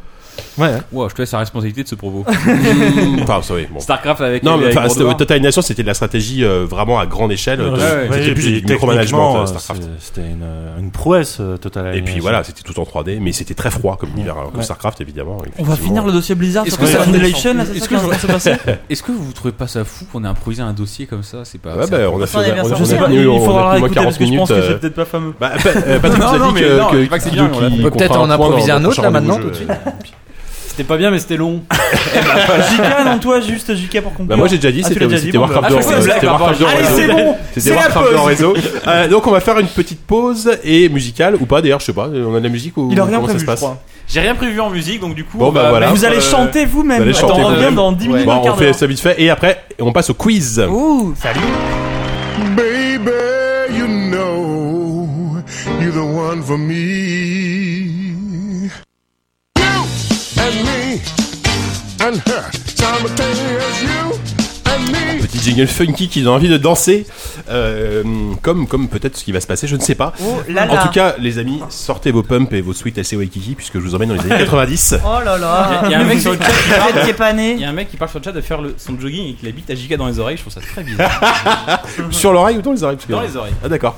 S8: Ouais. hein.
S3: Wow, je te laisse la responsabilité de ce propos.
S8: Mm.
S1: Enfin, ça, oui, bon.
S3: Starcraft avec.
S1: Non, mais
S3: avec
S1: enfin,
S3: Broadwar.
S1: c'était- oui, Total Annihilation, c'était de la stratégie euh, vraiment à grande échelle. de-
S8: Ouais,
S3: ouais.
S1: C'était
S8: et
S1: plus
S8: puis,
S1: du micromanagement,
S8: techniquement,
S1: euh,
S8: euh,
S1: Starcraft.
S8: c'est- C'était une, une prouesse euh, totale.
S1: Et puis voilà, c'était tout en 3D, mais c'était très froid comme univers, alors que
S8: Ouais.
S1: Starcraft,
S9: On
S1: évidemment.
S9: va
S1: effectivement,
S9: finir le dossier Blizzard
S3: Est-ce
S9: sur
S3: que ça-
S9: Annihilation, là, c'est
S3: est-ce
S9: ça
S3: que
S9: qui est en train de se passer
S3: Est-ce que vous trouvez pas ça fou qu'on ait improvisé un dossier comme ça C'est pas.
S1: Ouais,
S3: c'est-
S1: bah, on a
S4: Enfin,
S1: fait.
S4: les
S1: on a-
S4: versions
S1: on a
S4: séries.
S1: tenu-
S9: Il
S1: on a
S9: faudra
S1: tenu
S9: l'écouter
S1: 40
S9: parce que je pense que
S1: minutes,
S9: c'est
S1: euh,
S2: Peut-être pas fameux.
S1: Bah, pa- euh, Patrick
S3: Non,
S1: nous a
S3: non,
S1: dit
S3: mais
S1: que,
S3: non,
S1: que-
S3: je dis pas que c'est
S1: qu'il-
S3: bien, mais on l'a-
S1: qu'il-
S6: peut
S1: qu'on
S6: peut-être
S1: fera
S6: en
S1: point dans-
S6: improviser
S1: dans
S6: un
S1: le
S6: autre, là,
S1: prochain
S6: maintenant,
S1: jeu.
S6: tout de suite.
S5: C'était pas bien, mais c'était long.
S2: JK, non, toi, juste JK pour conclure.
S1: Bah, moi j'ai déjà dit,
S2: Ah, tu
S1: c'était
S2: l'as déjà
S1: c'était
S2: dit, bon,
S1: Warcraft
S2: bah.
S1: 2
S2: Ah,
S1: en
S2: je
S1: réseau.
S2: sais,
S1: C'était
S2: blague,
S1: Warcraft 2 en
S2: Allez,
S1: réseau.
S2: c'est bon
S1: C'était
S2: C'est la
S1: Warcraft 2 en
S2: pause.
S1: réseau. Euh, Donc on va faire une petite pause et musicale ou pas d'ailleurs, je sais pas, on a de la musique ou
S2: Il a rien
S1: comment ça
S2: prévu,
S1: se
S2: je
S1: passe
S2: crois.
S3: J'ai rien prévu en musique, donc du coup.
S1: Bon,
S3: on va
S1: bah, voilà.
S3: mettre,
S2: Vous allez
S3: euh,
S2: chanter
S1: Vous
S2: vous-même.
S1: allez chanter
S2: On revient
S1: vous-même.
S2: dans 10 minutes.
S1: Bon,
S2: un
S1: on
S2: quart
S1: fait
S2: d'heure.
S1: ça vite fait et après on passe au quiz.
S4: Ouh,
S10: Baby, you know you're the one for me. You and me and her simultaneous. You and me.
S1: Petit jingle funky qui donne envie de danser, euh, comme, comme peut-être ce qui va se passer, je ne sais pas.
S4: oh là là.
S1: En tout cas, les amis, sortez vos pumps et vos sweets assez Waikiki puisque je vous emmène dans les années 90.
S4: Oh là là.
S3: Il y a un mec sur le chat qui
S4: Peut-être
S3: parle.
S4: qu'il est pas né.
S3: Il y a un mec qui parle sur le chat de faire le- son jogging et qui la bite à giga dans les oreilles, je trouve ça très bizarre.
S1: Sur l'oreille ou dans les oreilles parce que-
S3: Dans les oreilles.
S1: Ah d'accord.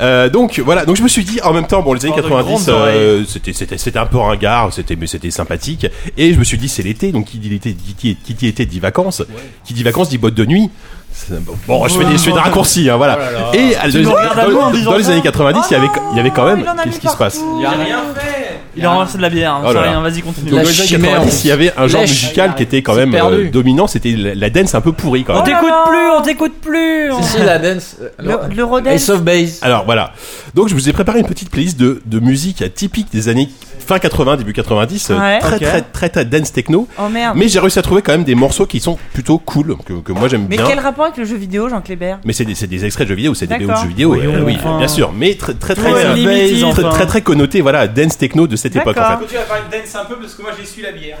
S1: Euh, donc voilà, donc je me suis dit en même temps bon les
S4: Oh,
S1: années
S3: Genre de grandes
S1: 90 euh, c'était c'était c'était un peu ringard, c'était mais c'était sympathique et je me suis dit c'est l'été donc qui dit l'été dit- qui, qui dit été dit vacances, qui dit vacances dit boîte de nuit. C'est- Bon, bon, je fais des, je
S4: Oh.
S1: fais des raccourcis, hein, voilà. Et à- dans, dans- dans les années 90, il y avait, il y avait quand même.
S4: Ah Oh, il en a
S1: Qu'est-ce
S4: mis
S1: qui se passe
S4: partout.
S3: Il y a rien fait.
S2: Il a renversé de la bière. hein,
S1: Oh là
S2: c'est
S1: là.
S2: rien, vas-y, continue.
S1: Donc,
S6: La
S1: dans les années
S6: chimère.
S1: 90, il y avait un genre
S6: Lèche.
S1: musical qui était quand
S6: C'est
S1: même euh,
S6: perdu.
S1: dominant. C'était la, la dance un peu pourrie quand même.
S4: On t'écoute plus, on t'écoute plus. on-
S6: Si, si, la dance. euh, alors,
S4: Oh Le- L'Eurodance.
S6: Ace of Base.
S1: Alors voilà. Donc je vous ai préparé une petite playlist de, de musique typique des années fin 80, début 90, euh,
S4: Ouais.
S1: très,
S4: Ok.
S1: très très très dance techno.
S4: Oh merde.
S1: Mais j'ai réussi à trouver quand même des morceaux qui sont plutôt cool, que, que moi j'aime
S4: Mais
S1: bien.
S4: quel rapport avec le jeu vidéo, Jean Kléber
S1: Mais c'est des, c'est des extraits de jeux vidéo, c'est des BO de
S4: D'accord.
S1: jeux vidéo,
S4: Oui,
S1: et, euh, oui,
S2: enfin.
S1: bien sûr. Mais très très très,
S2: Ouais,
S1: euh,
S2: Limited,
S1: très,
S2: enfin.
S1: très, très connoté, voilà, dance techno de cette époque en
S4: D'accord.
S1: fait.
S3: Tu vas parler de dance un peu parce que moi j'essuie la bière.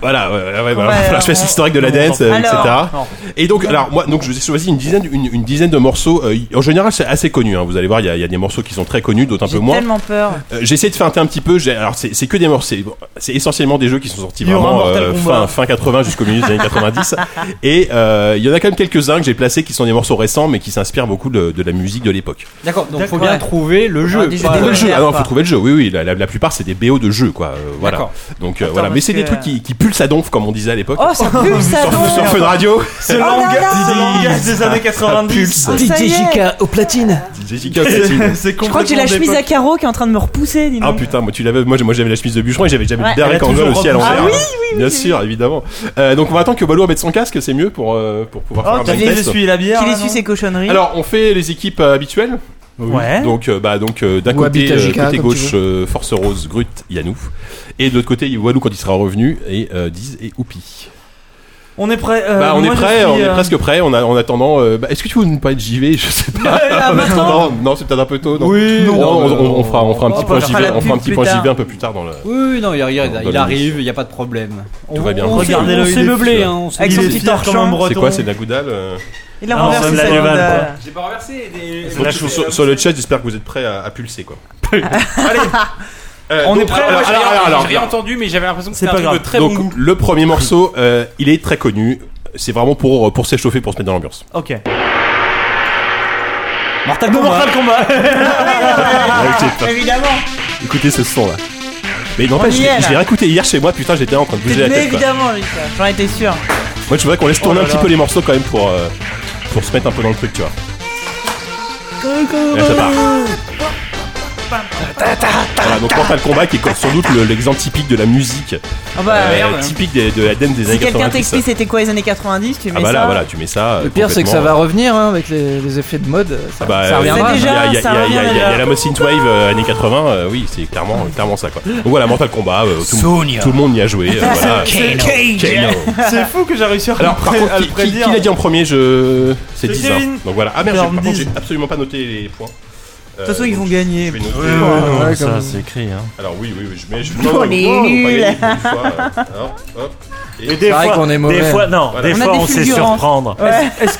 S1: Voilà, ouais, ouais, ouais, voilà.
S4: Ouais,
S1: Voilà, je fais
S4: on-
S1: l'historique de la dance, euh,
S4: bah, Alors,
S1: etc. Et donc, alors moi, donc je vous ai choisi une dizaine, une, une dizaine de morceaux. euh, en général, c'est assez connu. hein. Vous allez voir, il y, a- il y a des morceaux qui sont très connus, d'autres un peu
S4: J'ai
S1: moins.
S4: tellement peur.
S1: Euh, J'ai essayé de feinter un petit peu. j'ai- Alors c'est c'est que des morceaux. bon, C'est essentiellement des jeux qui sont sortis
S2: Il y aura
S1: vraiment
S2: Mortal
S1: euh,
S2: Kombat.
S1: fin, fin 80 jusqu'au milieu des années 90. Et euh, il y en a quand même quelques uns que j'ai placés qui sont des morceaux récents, mais qui s'inspirent beaucoup de, de la musique de l'époque.
S5: D'accord, donc faut
S4: D'accord,
S5: bien
S4: ouais.
S5: trouver le jeu.
S4: des jeux
S5: pas-
S1: Trouver le jeu. Ah non,
S4: pas.
S1: faut trouver le jeu. Oui, oui. La, la- la plupart c'est des BO de jeux, quoi. euh, voilà.
S5: D'accord.
S1: Donc euh,
S4: Attends,
S1: voilà. Mais
S4: parce
S1: c'est des
S4: que-
S1: trucs qui, qui pulsent à donf, comme on disait à l'époque.
S4: Oh, ça pue, ça
S1: sur,
S4: donc.
S1: sur Fun Radio.
S2: Ce langage ce langage des années 90.
S4: Ah, ça y est.
S6: au platine.
S1: Jessica Petit.
S4: Je crois que j'ai la chemise à carreaux qui est en train de me repousser, dis
S1: Ah
S4: donc.
S1: putain, moi tu l'avais, moi, j'ai- moi j'avais la chemise de bûcheron et j'avais jamais
S4: Ouais.
S1: Derek
S2: Elle a
S1: Angle
S2: toujours
S1: aussi à l'envers.
S4: repris. Ah oui,
S1: Bien sûr, évidemment. Euh, donc on va attendre que Walou mette son casque, c'est mieux pour euh, pour pouvoir
S2: Oh,
S1: faire un
S2: qui les
S1: blind test.
S2: essuie la bière
S4: Qu'il
S2: là,
S4: essuie
S2: non
S4: ses cochonneries.
S1: Alors on fait les équipes euh, habituelles.
S2: Ouais.
S1: Donc euh, bah donc euh, d'un
S6: Ou
S1: côté,
S6: Habitat
S1: euh,
S6: JK,
S1: côté
S6: comme
S1: gauche
S6: tu
S1: euh, Force Rose, Grut, Yanou, et de l'autre côté Walou quand il sera revenu et euh, Diz et Oupi.
S2: On est prêt. euh,
S1: bah on
S2: moi,
S1: est
S2: je
S1: prêt,
S2: suis,
S1: on est
S2: euh,
S1: presque prêt. On a en attendant. euh, bah, Est-ce que tu veux nous parler de JV Je sais pas.
S4: Ah,
S2: là, maintenant
S1: non, non, c'est peut-être un peu tôt. non.
S5: Oui,
S1: Non, on, on- on fera on fera un
S4: on
S1: petit
S4: va
S1: point
S4: faire
S1: JV,
S4: la
S1: on fera un
S4: pub
S1: petit
S4: plus
S1: point
S4: tard.
S1: JV un peu plus tard dans le.
S5: Oui, non, il, regarde,
S1: Dans
S5: il
S1: le
S5: arrive, il n'y a pas de problème.
S1: Tout va bien.
S5: On s'est-
S2: Regardez-le,
S5: on
S2: il
S5: s'est
S2: est
S5: meublé,
S1: fier.
S5: hein, on s'est
S4: Avec
S2: Il
S4: son
S2: est
S4: petit
S2: fier comme un
S4: torchon.
S2: breton.
S1: C'est quoi, c'est de la goudale euh
S4: Il a
S2: Ah, on
S4: renversé
S2: sonne la
S4: sa
S2: Yvonne,
S4: euh,
S2: quoi.
S3: J'ai pas renversé. Des...
S1: Donc, sur, sur- sur le chat, j'espère que vous êtes prêts à, à pulser quoi. Allez. Euh,
S2: On
S1: donc,
S2: est prêts,
S1: Alors,
S3: J'ai
S1: alors, alors, alors,
S3: rien entendu, mais j'avais l'impression que c'était un
S2: pas
S3: truc de
S2: grave.
S3: très
S1: donc,
S3: bon goût.
S1: le premier morceau, euh, il est très connu. C'est vraiment pour pour s'échauffer, pour se mettre dans l'ambiance.
S2: Ok.
S5: Mortal Kombat.
S4: Évidemment.
S1: Bah, Écoutez ce son là. Mais non,
S4: On y
S1: je
S4: est,
S1: l'ai
S4: là.
S1: je l'ai réécouté hier chez moi. Putain, j'étais en train de
S4: Tu
S1: bouger la
S4: l'es
S1: tête. quoi.
S4: évidemment, Richard. J'en étais sûr.
S1: Moi, je voudrais qu'on laisse tourner
S2: Oh
S1: un
S2: là
S1: petit
S2: là.
S1: peu les morceaux quand même pour, euh, pour se mettre un peu dans le truc, tu vois. Là, ça part. Voilà, donc Mortal Kombat qui est sans doute le- l'exemple typique de la musique. euh,
S4: Ah bah, merde.
S1: Typique des- de la dance des
S4: Si
S1: années
S4: quelqu'un
S1: 90.
S4: t'explique c'était quoi les années 90, tu mets
S1: Ah bah
S4: ça.
S1: là, voilà, tu mets ça.
S6: Le pire, c'est que ça va
S1: complètement.
S6: revenir hein, avec les, les effets de mode. Ça,
S1: Ah bah,
S6: ça
S1: euh,
S6: reviendra.
S1: il y a- il y a-
S4: ça
S1: il y a- il y a-
S4: revient
S1: il y a
S4: déjà.
S1: la Machine Wave euh, années 80, euh, oui, c'est clairement, clairement ça quoi. Donc voilà, Mortal Kombat, euh, tout,
S9: Sonya.
S1: tout le monde y a joué. euh, voilà.
S9: Kano.
S1: Kano.
S2: C'est fou que j'ai réussi à,
S1: Alors, par
S2: le pré-
S1: contre,
S2: à
S1: qui,
S2: le
S1: qui- qui
S2: prédire.
S1: l'a dit en premier je... C'est
S2: C'est
S1: 10 hein.
S2: Kevin
S1: Donc voilà. Ah merde, j'ai- par
S2: Burns.
S1: contre, j'ai absolument pas noté les points. Euh,
S4: De toute façon, ils
S1: donc,
S4: vont gagner.
S1: je vais noter.
S6: ouais, ouais,
S8: ça
S6: comme-
S8: c'est écrit. Hein.
S1: Alors oui, oui, oui, je mets. Je...
S4: On
S1: non,
S4: est
S1: non, non,
S4: nuls.
S1: pas gagné une fois, euh, alors, hop. Et-
S7: Et des
S6: C'est vrai
S7: fois,
S6: qu'on est
S7: des
S6: mauvais.
S7: fois, non,
S1: Voilà.
S7: des
S4: On a
S7: fois,
S4: des
S7: on sait
S4: fulgurances.
S7: surprendre.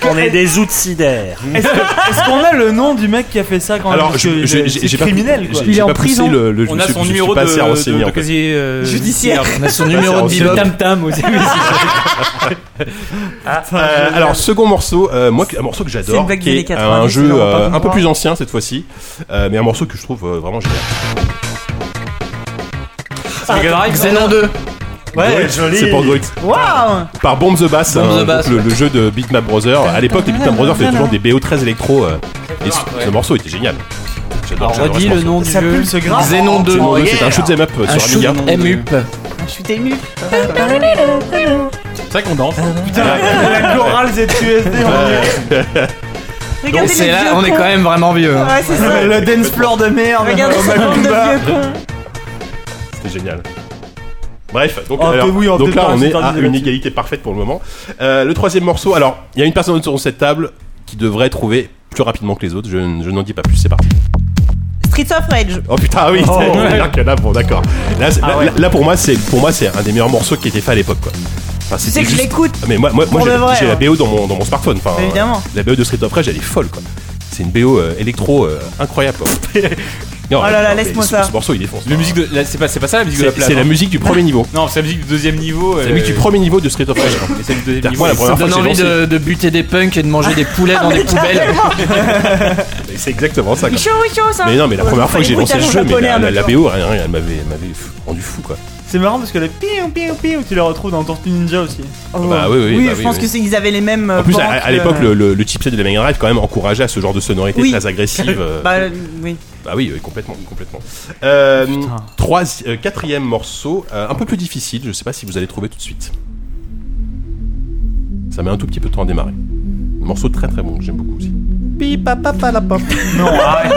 S7: On est des outsidaires.
S2: Est-ce que- est-ce qu'on a le nom du mec qui a fait ça quand même
S1: Alors,
S2: Parce
S1: je-
S2: que
S1: je-
S2: c'est
S1: j'ai j'ai pas-
S2: criminel quoi.
S1: j'ai- j'ai
S6: est en
S1: pas poussé
S6: prison.
S1: le- le- je
S3: On
S1: me
S3: a
S1: suis-
S3: son
S1: je suis
S3: numéro
S1: pas
S3: de,
S1: assez renseigné,
S3: de- de
S1: en fait.
S3: casier euh,
S4: Judiciaire.
S6: On a son
S1: Ouais,
S6: numéro
S1: Ah, c'est
S6: de bebop.
S1: ancien.
S9: Tam-tam aussi.
S1: Euh, alors second morceau, euh, moi un morceau que
S4: C'est
S1: j'adore,
S4: une blague
S1: qui
S4: des années
S1: est
S4: 90,
S1: un
S4: les
S1: jeu
S4: gens vont pas
S1: euh, un peu
S4: comprendre.
S1: plus ancien cette fois-ci, euh, mais un morceau que je trouve euh, vraiment génial.
S6: Xenon 2.
S7: Ouais,
S1: Druid,
S7: joli.
S1: C'est pour Druid.
S4: Waouh
S1: Par Bomb the Bass,
S6: Bomb the
S1: hein, donc
S6: Bass,
S1: le, le jeu de Beatmap Brothers. À l'époque, les Beatmap Brothers faisaient toujours des BO 13 électro. euh, et ce, ce morceau était génial. J'adore. j'adore
S5: Redis
S1: ce
S5: le
S1: morceau.
S5: nom du
S2: Ça
S5: jeu.
S2: pulse grave.
S6: Xenon 2.
S1: Xenon 2, C'est un shoot'em up euh,
S6: Un
S1: sur
S6: shoot
S1: Amiga.
S6: MUP.
S4: Je suis ému.
S9: C'est vrai qu'on danse.
S2: La chorale ZQSD. on
S1: Euh,
S4: Regardez
S6: C'est
S4: les
S6: là,
S4: vieux
S6: on est
S4: cons.
S6: quand même vraiment vieux. hein.
S4: Ouais, c'est ça.
S2: dit. Le dance floor de merde.
S4: Regardez ce monde de vieux cons.
S1: C'était génial. Bref, donc,
S2: Oh,
S1: alors,
S2: que oui, on
S1: donc
S2: peut
S1: là
S2: pas
S1: on est à
S2: s'interdire
S1: une
S2: là-dessus.
S1: égalité parfaite pour le moment. Euh, le troisième morceau, alors il y a une personne autour de cette table qui devrait trouver plus rapidement que les autres, je, n- je n'en dis pas plus, c'est parti.
S4: Streets of Rage.
S1: Oh putain, ah oui, c'est- c'est-à-dire que là, bon, d'accord. Là, c'est- là- là, pour moi, c'est pour moi c'est un des meilleurs morceaux qui était fait à l'époque, quoi. Enfin,
S4: Tu sais que je l'écoute.
S1: Ah, Mais moi, moi, moi,
S4: Pour
S1: j'ai
S4: de vrai,
S1: j'ai la
S4: hein.
S1: BO dans mon, dans mon smartphone. Enfin,
S4: Évidemment.
S1: euh, La BO de Street of Rage, elle est folle, quoi. C'est une BO euh, électro euh, incroyable, quoi. Non,
S4: Oh là là,
S1: mais
S4: laisse-moi
S1: ce-
S4: ça.
S1: Ce morceau, il défonce.
S3: Le musique de. la- C'est pas, c'est pas ça la musique de la
S1: C'est
S3: plage.
S1: c'est la
S3: hein.
S1: musique du premier niveau.
S3: Non, c'est la musique du deuxième niveau. euh,
S1: C'est la musique du premier niveau de Street of Rage.
S3: Mais c'est du deuxième
S1: C'est-à-dire,
S3: niveau.
S1: moi, la
S6: Ça
S1: première fois
S6: donne
S1: que j'ai
S6: envie
S1: lancé-
S6: de, de buter des punks et de manger des poulets dans des poubelles.
S1: C'est exactement ça. quoi.
S4: Michaud, Michaud, ça.
S1: Mais non, mais la première fois que j'ai
S4: Fallait
S1: lancé le
S4: brutalement
S1: jeu, mais
S4: japonais,
S1: la,
S4: un
S1: la- la
S4: autre
S1: BO, rien, rien, elle m'avait elle m'avait fou- rendu fou quoi.
S4: Euh,
S2: C'est marrant parce que les piou piou piou, tu les retrouves dans Tortue Ninja aussi.
S4: jour.
S1: Bah oui, oui, bah
S4: je
S1: oui,
S4: pense
S1: oui.
S4: que c'est- ils avaient les mêmes.
S1: En
S4: euh,
S1: plus, à,
S4: banques,
S1: à l'époque, le,
S4: euh,
S1: le, le chipset de la Mega Drive quand même encourageait à ce genre de sonorité
S4: Oui.
S1: très agressive. euh,
S4: Bah euh, oui.
S1: Bah oui, oui, complètement, complètement. Euh, trois- euh, quatrième morceau, euh, un peu plus difficile, je sais pas si vous allez trouver tout de suite. Ça met un tout petit peu de temps à démarrer. Morceau très très bon, que j'aime beaucoup aussi.
S2: Non, arrête.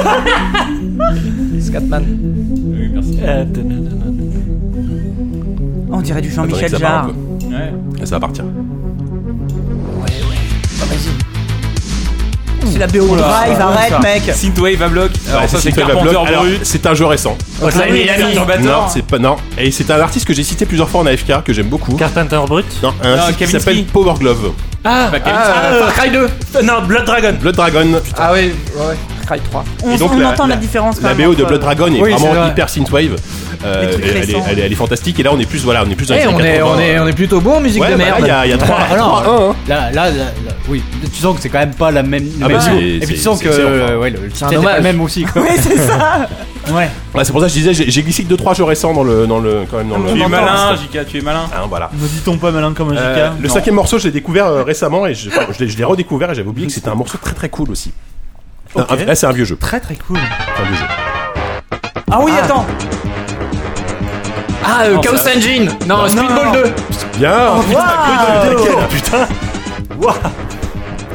S6: Scatman.
S4: On dirait du
S1: Attendez que ça
S4: Jean-Michel
S1: part un
S4: Jarre.
S1: peu.
S3: Ouais.
S1: euh, Et ça va partir.
S4: C'est la BO Drive, arrête, mec.
S3: Synthwave à bloc. Alors
S1: Ouais,
S3: ça c'est
S1: Synthwave à
S3: Carpenter
S1: bloc. Alors,
S3: Brut.
S1: C'est un jeu récent.
S3: Hotline Miami.
S1: Non,
S3: Turbator.
S1: c'est pas non. Et c'est un artiste que j'ai cité plusieurs fois en AFK que j'aime beaucoup.
S7: Carpenter Brut.
S1: Non, un
S3: Non,
S1: site qui
S3: Kavinsky.
S1: s'appelle Power Glove.
S3: Ah, bah, Kevin.
S6: Ah, euh, Far Cry 2.
S7: Non, Blood Dragon.
S1: Blood Dragon.
S6: Ah oui, ouais, ouais. Far Cry 3.
S4: On,
S1: Et donc,
S4: on
S1: la-
S4: entend la,
S1: la-
S4: différence. quand
S1: La
S4: même
S1: BO de
S4: entre-
S1: Blood Dragon est
S6: euh. Oui, c'est
S1: vraiment
S6: vrai.
S1: hyper synthwave. Euh,
S4: Les trucs
S1: elle, elle est,
S4: récents.
S1: elle est- elle est fantastique et là on est plus voilà on est plus dans les
S6: Eh,
S1: années
S6: on est,
S1: 80,
S6: on est,
S1: euh.
S6: on est plutôt bon en musique
S1: Ouais,
S6: de
S1: bah là,
S6: merde. Oh,
S1: il y a- il y a trois
S5: Ah non, là, là, là, là, oui, tu sens que c'est quand même pas la même. le
S1: Ah
S5: même
S1: bah,
S5: niveau.
S1: c'est-
S5: Et puis tu
S1: c'est-
S5: sens
S1: c'est
S5: que
S1: excellent,
S5: euh,
S1: enfin.
S5: ouais, le le
S6: un
S5: titre est pas
S6: dommage.
S5: le même aussi. Quoi.
S4: Oui, c'est ça.
S5: Ouais.
S1: Ouais, Bah, c'est pour ça que je disais j'ai j'ai glissé que deux trois jeux récents dans le dans le quand même dans le.
S3: Tu es malin, JK, tu es malin.
S1: Hein, voilà.
S2: Ne dit-on pas malin comme un JK
S1: Euh, le
S2: Non.
S1: cinquième morceau, je l'ai découvert euh, récemment et je, enfin, je l'ai- je l'ai redécouvert et j'avais oublié que c'était un morceau très très cool aussi. Un- un- là, c'est un vieux jeu.
S2: Très très cool.
S1: Un vieux jeu.
S4: Ah oui, attends.
S6: Ah, euh, Chaos Engine. Non, Speedball 2.
S1: Bien.
S4: Waouh.
S1: putain.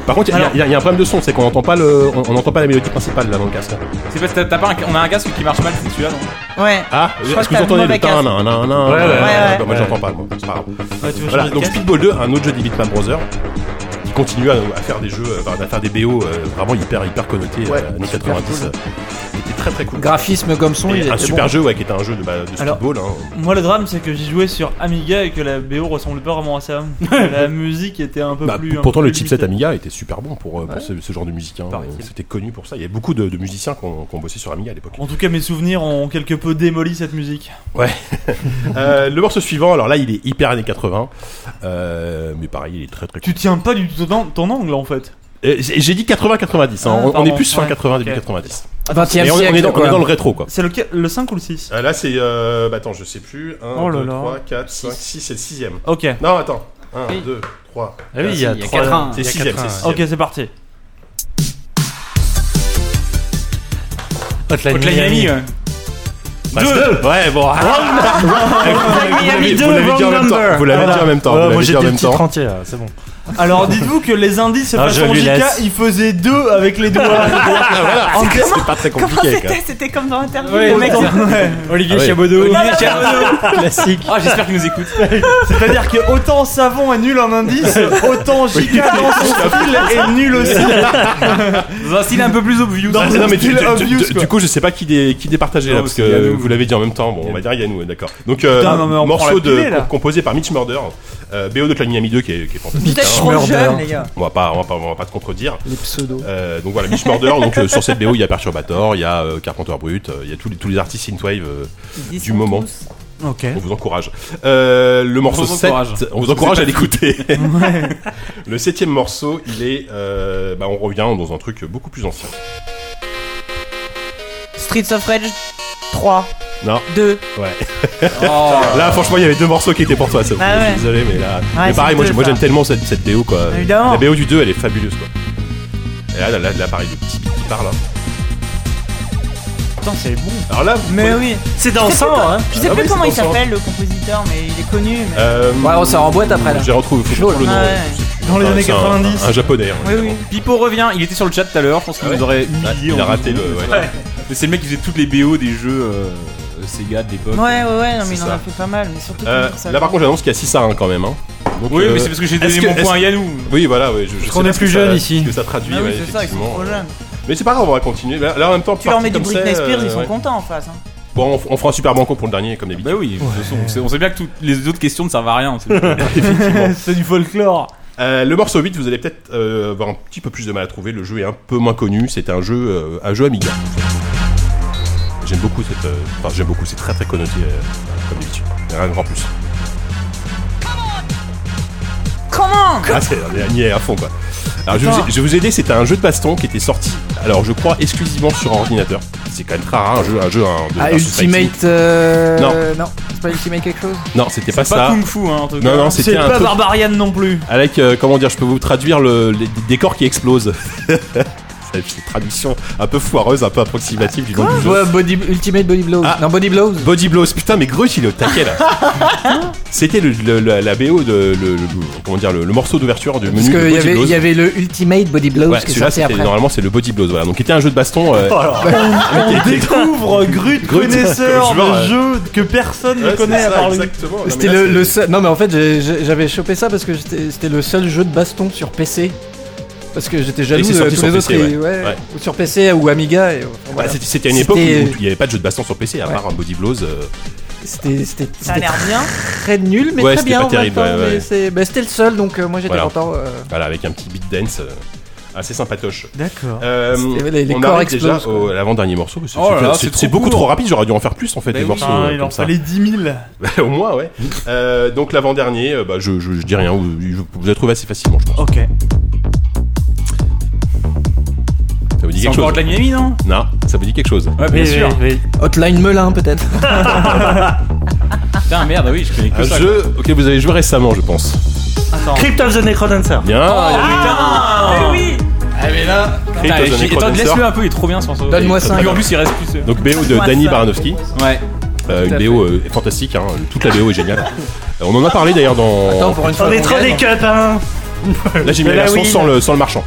S1: Par contre, il y a- il y, a- il y a un problème de son, c'est qu'on n'entend pas le, on on n'entend pas la mélodie principale là dans le casque.
S3: C'est parce que t'as- t'as pas un- on a un casque qui marche mal, c'est celui-là. non
S4: Ouais.
S1: Ah,
S4: crois
S1: est-ce
S4: que
S1: que vous
S4: t'as le
S1: entendez le
S4: mauvais
S1: tin,
S4: casque.
S1: nan, nan, nan,
S7: Ouais, ouais,
S1: nan,
S4: ouais,
S1: nan,
S4: ouais.
S1: bah, Moi, j'entends pas. Bon, c'est pas grave.
S2: Ouais, tu veux
S1: Voilà,
S2: changer
S1: donc
S2: de casque
S1: Speedball 2, un autre jeu des Beatman Brothers qui continue à, à faire des jeux, euh, enfin, à faire des BO euh, vraiment hyper hyper connotés
S6: Ouais,
S1: euh, années
S6: super
S1: 90.
S6: cool.
S1: euh, Il était très très cool.
S6: Graphisme comme son,
S1: Et
S6: il
S1: un
S6: était
S1: super
S6: bon.
S1: jeu, ouais, qui était un jeu de, bah, de
S2: Alors-
S1: Speedball. hein.
S2: Moi, le drame, c'est que j'y jouais sur Amiga et que la BO ressemblait pas vraiment à ça. la musique était un peu
S1: Bah,
S2: plus.
S1: pour-
S2: un
S1: pourtant,
S2: peu
S1: le
S2: plus
S1: chipset
S2: limitée.
S1: Amiga était super bon pour, euh, pour ce, ce genre de musique. hein. C'était connu pour ça. Il y avait beaucoup de, de musiciens qui ont qui ont bossé sur Amiga à l'époque.
S2: En tout cas, mes souvenirs ont quelque peu démoli cette musique.
S1: Euh, le morceau suivant, alors là, il est hyper années 80. euh, mais pareil, il est très très cool.
S2: Tu tiens pas du tout ton, ton angle en fait.
S1: Euh, J'ai j'ai dit 80-90. hein.
S2: Ah,
S1: On- on,
S2: pardon.
S1: est plus fin
S2: Ouais.
S1: 80, début
S2: Ok.
S1: 90.
S6: 20ème
S1: Et on, on
S6: siècle.
S1: est dans, on
S6: quoi.
S1: est dans le rétro quoi.
S2: C'est lequel Le 5 ou le 6
S1: Euh, là c'est euh, bah, attends je sais plus 1,
S2: Oh là
S1: 2,
S2: là.
S1: 3, 4, 5, 6 c'est le sixième.
S2: Ok.
S1: Non attends. 1, 2, 3.
S7: Ah oui, il y a trois-
S1: C'est
S7: il y a
S1: 6
S7: quatre uns,
S1: c'est
S7: ouais.
S2: Ok, c'est parti.
S7: Hotline
S3: Hotline
S7: Miami.
S3: Miami,
S8: euh.
S3: ouais.
S1: Deux Ouais, bon.
S2: Miami
S1: Vous
S2: 2,
S1: l'avez dit en
S2: wrong
S1: même temps.
S2: number.
S1: Vous l'avez dit en même temps.
S7: Voilà,
S1: vous
S7: moi
S1: l'avez dit
S7: j'ai
S1: en
S7: le
S1: même temps.
S7: titre entier, là, c'est bon.
S2: Alors dites-vous que les indices
S7: Non, je
S2: façon
S7: lui
S2: JK,
S7: laisse.
S2: il faisait deux avec les doigts.
S1: Voilà,
S2: En
S1: c'est- c'est pas très
S4: Comment
S1: compliqué. quoi.
S4: c'était C'était comme dans l'interview.
S2: Ouais,
S4: le mec.
S2: autant- ouais.
S5: Olivier
S1: Ah ouais.
S5: Chabodeau.
S3: Olivier Chanono.
S5: Classique.
S3: Ah, j'espère qu'il nous écoute.
S2: C'est-à-dire que autant savon est nul en indice, autant JK dans son fil est nul aussi.
S3: Dans un style un peu plus obvious.
S1: Ah, non, mais tu-
S2: Still
S1: tu- tu-
S2: obvious,
S1: du,
S2: quoi.
S1: coup, je sais pas qui, dé, qui départageait là,
S3: Non,
S1: parce
S3: c'est
S1: que
S3: Yannou.
S1: vous l'avez dit en même temps. Bon, on va dire Yannou, ouais, d'accord. Donc, euh,
S2: Putain, non, mais on prend
S1: morceau
S2: la pilée,
S1: de,
S2: là.
S1: composé par Mitch Murder, euh, BO de Clan Miami 2, qui est, qui est fantastique.
S4: Vous êtes
S1: hein.
S4: trop jeunes, les gars.
S1: On va pas, on va pas, on va pas te contredire.
S6: Les pseudos.
S1: Euh, donc voilà, Mitch Murder. donc euh, sur cette BO, il y a Perturbator, il y a euh, Carpenter Brut, euh, il y a tous les, tous les artistes synthwave. euh,
S4: Ils
S1: Du
S4: sont
S1: moment.
S4: tous.
S2: Ok.
S1: on vous encourage. Euh, le morceau
S3: vous
S1: 7,
S3: encourage.
S1: on vous encourage à l'écouter. le septième morceau, il est, euh, bah, on revient dans un truc beaucoup plus ancien.
S4: Streets of Rage 3,
S1: Non.
S4: 2.
S3: Oh.
S1: Là, franchement, il y avait deux morceaux qui étaient pour toi, ça.
S4: Ah
S1: je
S4: ouais.
S1: suis désolé, mais là.
S4: Ouais,
S1: mais pareil,
S4: c'est
S1: moi, j'ai-
S4: deux,
S1: moi
S4: ça.
S1: j'aime tellement cette, cette BO, quoi.
S4: Évidemment.
S1: La BO du 2, elle est fabuleuse, quoi. Et là, là, là, là, pareil, le petit beat qui parle. hein.
S2: Putain, c'est bon.
S1: Alors là,
S4: Mais
S1: vous-
S4: oui.
S5: C'est
S4: dansant,
S5: dansant, hein.
S4: Je sais
S1: Ah
S4: plus
S1: oui,
S4: comment
S1: c'est
S4: il
S1: dans le
S4: s'appelle le compositeur, mais il est connu. mais-
S1: euh,
S6: Ouais, on sort en boîte après, là.
S1: J'ai retrouvé, faut que je retrouve le nom.
S4: Ah ouais.
S1: je sais plus.
S2: Dans les
S1: Enfin,
S2: années
S1: c'est un-
S2: 90.
S1: Un, japonais. hein,
S4: Oui, oui.
S3: Pipo revient, il était sur le chat tout à l'heure, je pense qu'il
S1: Ah ouais
S3: nous aurait
S1: Ouais,
S3: humilié.
S1: il a raté le. ouais.
S3: Mais c'est le mec qui faisait toutes les BO des jeux euh, Sega de l'époque.
S4: Ouais, ouais, ouais, non,
S1: C'est
S4: mais il en
S1: ça.
S4: a fait pas mal, mais surtout
S1: Euh,
S4: pour ça.
S1: là, par contre, j'annonce qu'il y a 6 à 1 quand même. Hein. Donc,
S3: Oui,
S1: euh,
S3: mais c'est parce que j'ai
S1: est-ce
S3: donné
S1: que-
S3: mon
S1: est-ce-
S3: point à Yannou.
S1: Oui, voilà, oui. Je, je sais
S5: qu'on
S1: pas
S5: est
S1: ce
S5: plus
S1: que ça-
S5: jeune ici.
S1: Ce que ça traduit,
S4: Ah oui,
S1: ouais,
S4: c'est ça, ils sont
S1: effectivement.
S4: trop jeunes.
S1: Mais c'est pas grave, on va continuer. Là, là, en même temps,
S4: Tu leur mets du
S1: parti comme
S4: Britney
S1: ça,
S4: Spears,
S1: euh,
S4: ils sont
S1: ouais.
S4: contents en face. hein.
S1: Bon, on, on fera un super bon con pour le dernier, comme d'habitude.
S3: Bah oui, de toute façon, on sait- on sait bien que toutes les autres questions ne servent à rien. c'est-
S1: Effectivement.
S2: C'est du folklore.
S1: Euh, le morceau 8, vous allez peut-être euh, avoir un petit peu plus de mal à trouver. Le jeu est un peu moins connu. C'est un jeu, euh, un jeu Amiga. J'aime beaucoup cette. euh, Enfin, j'aime beaucoup. C'est très très connoté, euh, comme d'habitude. Il y a Rien de grand plus.
S4: Comment
S1: Ah, c'est on est aligné à fond quoi. Alors je vais vous, je vais vous aider, c'était un jeu de baston qui était sorti, alors je crois exclusivement sur ordinateur. C'est quand même très rare un jeu, un jeu hein, de
S6: Ah,
S1: versus fighting.
S6: Ultimate. euh, Non, c'est pas Ultimate quelque chose
S1: Non, c'était pas
S3: C'est pas
S1: ça.
S3: Kung Fu, hein, en tout cas.
S1: Non, non,
S2: C'est
S1: c'était un
S2: pas
S1: truc
S2: Barbarian non plus.
S1: avec euh, comment dire, je peux vous traduire le, les les décors qui explosent. C'est une traduction un peu foireuse, un peu approximative du nom du
S6: Je
S1: jeu.
S6: vois Body- Ultimate Body Blows.
S1: Ah.
S6: Non, Body Blows.
S1: Body Blows, putain, mais Grut il est au taquet là. C'était le, le- la, la BO de le, le- comment dire le, le morceau d'ouverture du
S6: Parce
S1: menu. de
S6: qu'il y
S1: Body
S6: avait,
S1: Blows.
S6: il y avait le Ultimate Body Blows
S1: Ouais,
S6: qui est
S1: celui-là,
S6: sorti
S1: c'était-
S6: après.
S1: normalement c'est le Body Blows, voilà. Donc, qui était un jeu de baston. euh,
S2: On découvre Grut,
S1: Grut,
S2: connaisseur
S1: comme je vois,
S2: de
S1: ouais.
S2: jeux que personne
S1: Ouais,
S2: ne
S1: c'est
S2: connaît
S1: ça,
S2: à part lui.
S1: exactement. Non, mais
S6: C'était
S1: là,
S6: le,
S1: c'est-
S6: le seul. Non, mais en fait, j'ai- j'ai- j'avais chopé ça parce que j'étais- c'était le seul jeu de baston sur PC. Parce que j'étais jaloux
S1: c'est
S6: de
S1: sorti
S6: tous
S1: sur
S6: les autres.
S1: PC,
S6: et-
S1: ouais.
S6: ouais,
S1: Ouais.
S6: ou Sur PC ou Amiga. et-
S1: Bah,
S6: voilà.
S1: c'était- C'était une époque où
S6: C'était-
S1: où il n'y avait pas de jeu de baston sur PC à
S6: Ouais.
S1: part un Body Blows. euh,
S6: C'était c'était-
S4: Ça a
S6: c'était
S4: l'air bien.
S6: très nul, mais
S1: Ouais,
S6: très
S1: c'était
S6: bien.
S1: pas
S6: en même
S1: terrible,
S6: temps,
S1: ouais,
S6: mais
S1: ouais.
S6: c'est- bah, C'était le seul, donc euh, moi j'étais
S1: Voilà.
S6: content. euh,
S1: voilà, avec un petit beat dance euh, assez sympatoche.
S2: D'accord.
S1: Euh,
S6: C'était- les- les
S1: on
S6: corps
S1: arrive déjà
S6: explosent,
S1: au- à l'avant-dernier morceau. parce que
S3: Oh là
S1: c'est-
S3: là,
S1: c'est-
S3: c'est
S1: C'est
S3: trop
S1: beaucoup
S3: court.
S1: trop rapide, j'aurais dû en faire plus en fait,
S3: Bah
S1: des
S3: oui.
S1: morceaux
S2: Putain,
S1: euh,
S2: Ah, il en
S1: comme ça.
S2: fallait 10 000.
S1: Bah, au moins, ouais. Euh, donc l'avant-dernier, euh, bah, je, je, je dis rien, vous, je- vous avez trouvé assez facilement, je pense.
S2: Ok.
S1: Ça vous dit
S3: C'est
S1: quelque
S3: encore
S1: chose
S3: de la hein. Miami, non
S1: Non, ça vous dit quelque chose.
S3: Ouais, bien sûr.
S6: Hotline Melun, peut-être.
S3: Putain, merde, ah oui, je connais que
S1: Un
S3: ça.
S1: jeu auquel vous avez joué récemment, je pense.
S2: Attends.
S5: Crypt of the Necrodancer.
S1: Bien,
S3: Oh, Ah,
S4: oui
S1: il y a
S3: Putain,
S1: Crypt of the
S3: j'ai- Attends,
S1: Necrodancer.
S3: laisse-le un peu, il est trop bien ce morceau.
S6: Donne-moi
S3: Et
S6: cinq.
S3: En plus, il reste plus. euh,
S1: Donc BO de Danny Baranowski.
S3: Ouais.
S1: Euh,
S6: Tout à
S1: une BO euh, fantastique, hein, toute la BO est géniale. Euh, on en a parlé d'ailleurs dans.
S6: Attends, pour une fois.
S5: On est
S6: qu'on
S5: trop
S6: gagne.
S5: des
S2: hein.
S5: copains.
S1: Là j'ai mis la
S5: Mais la
S1: version
S5: Wii.
S1: sans le, sans le marchand.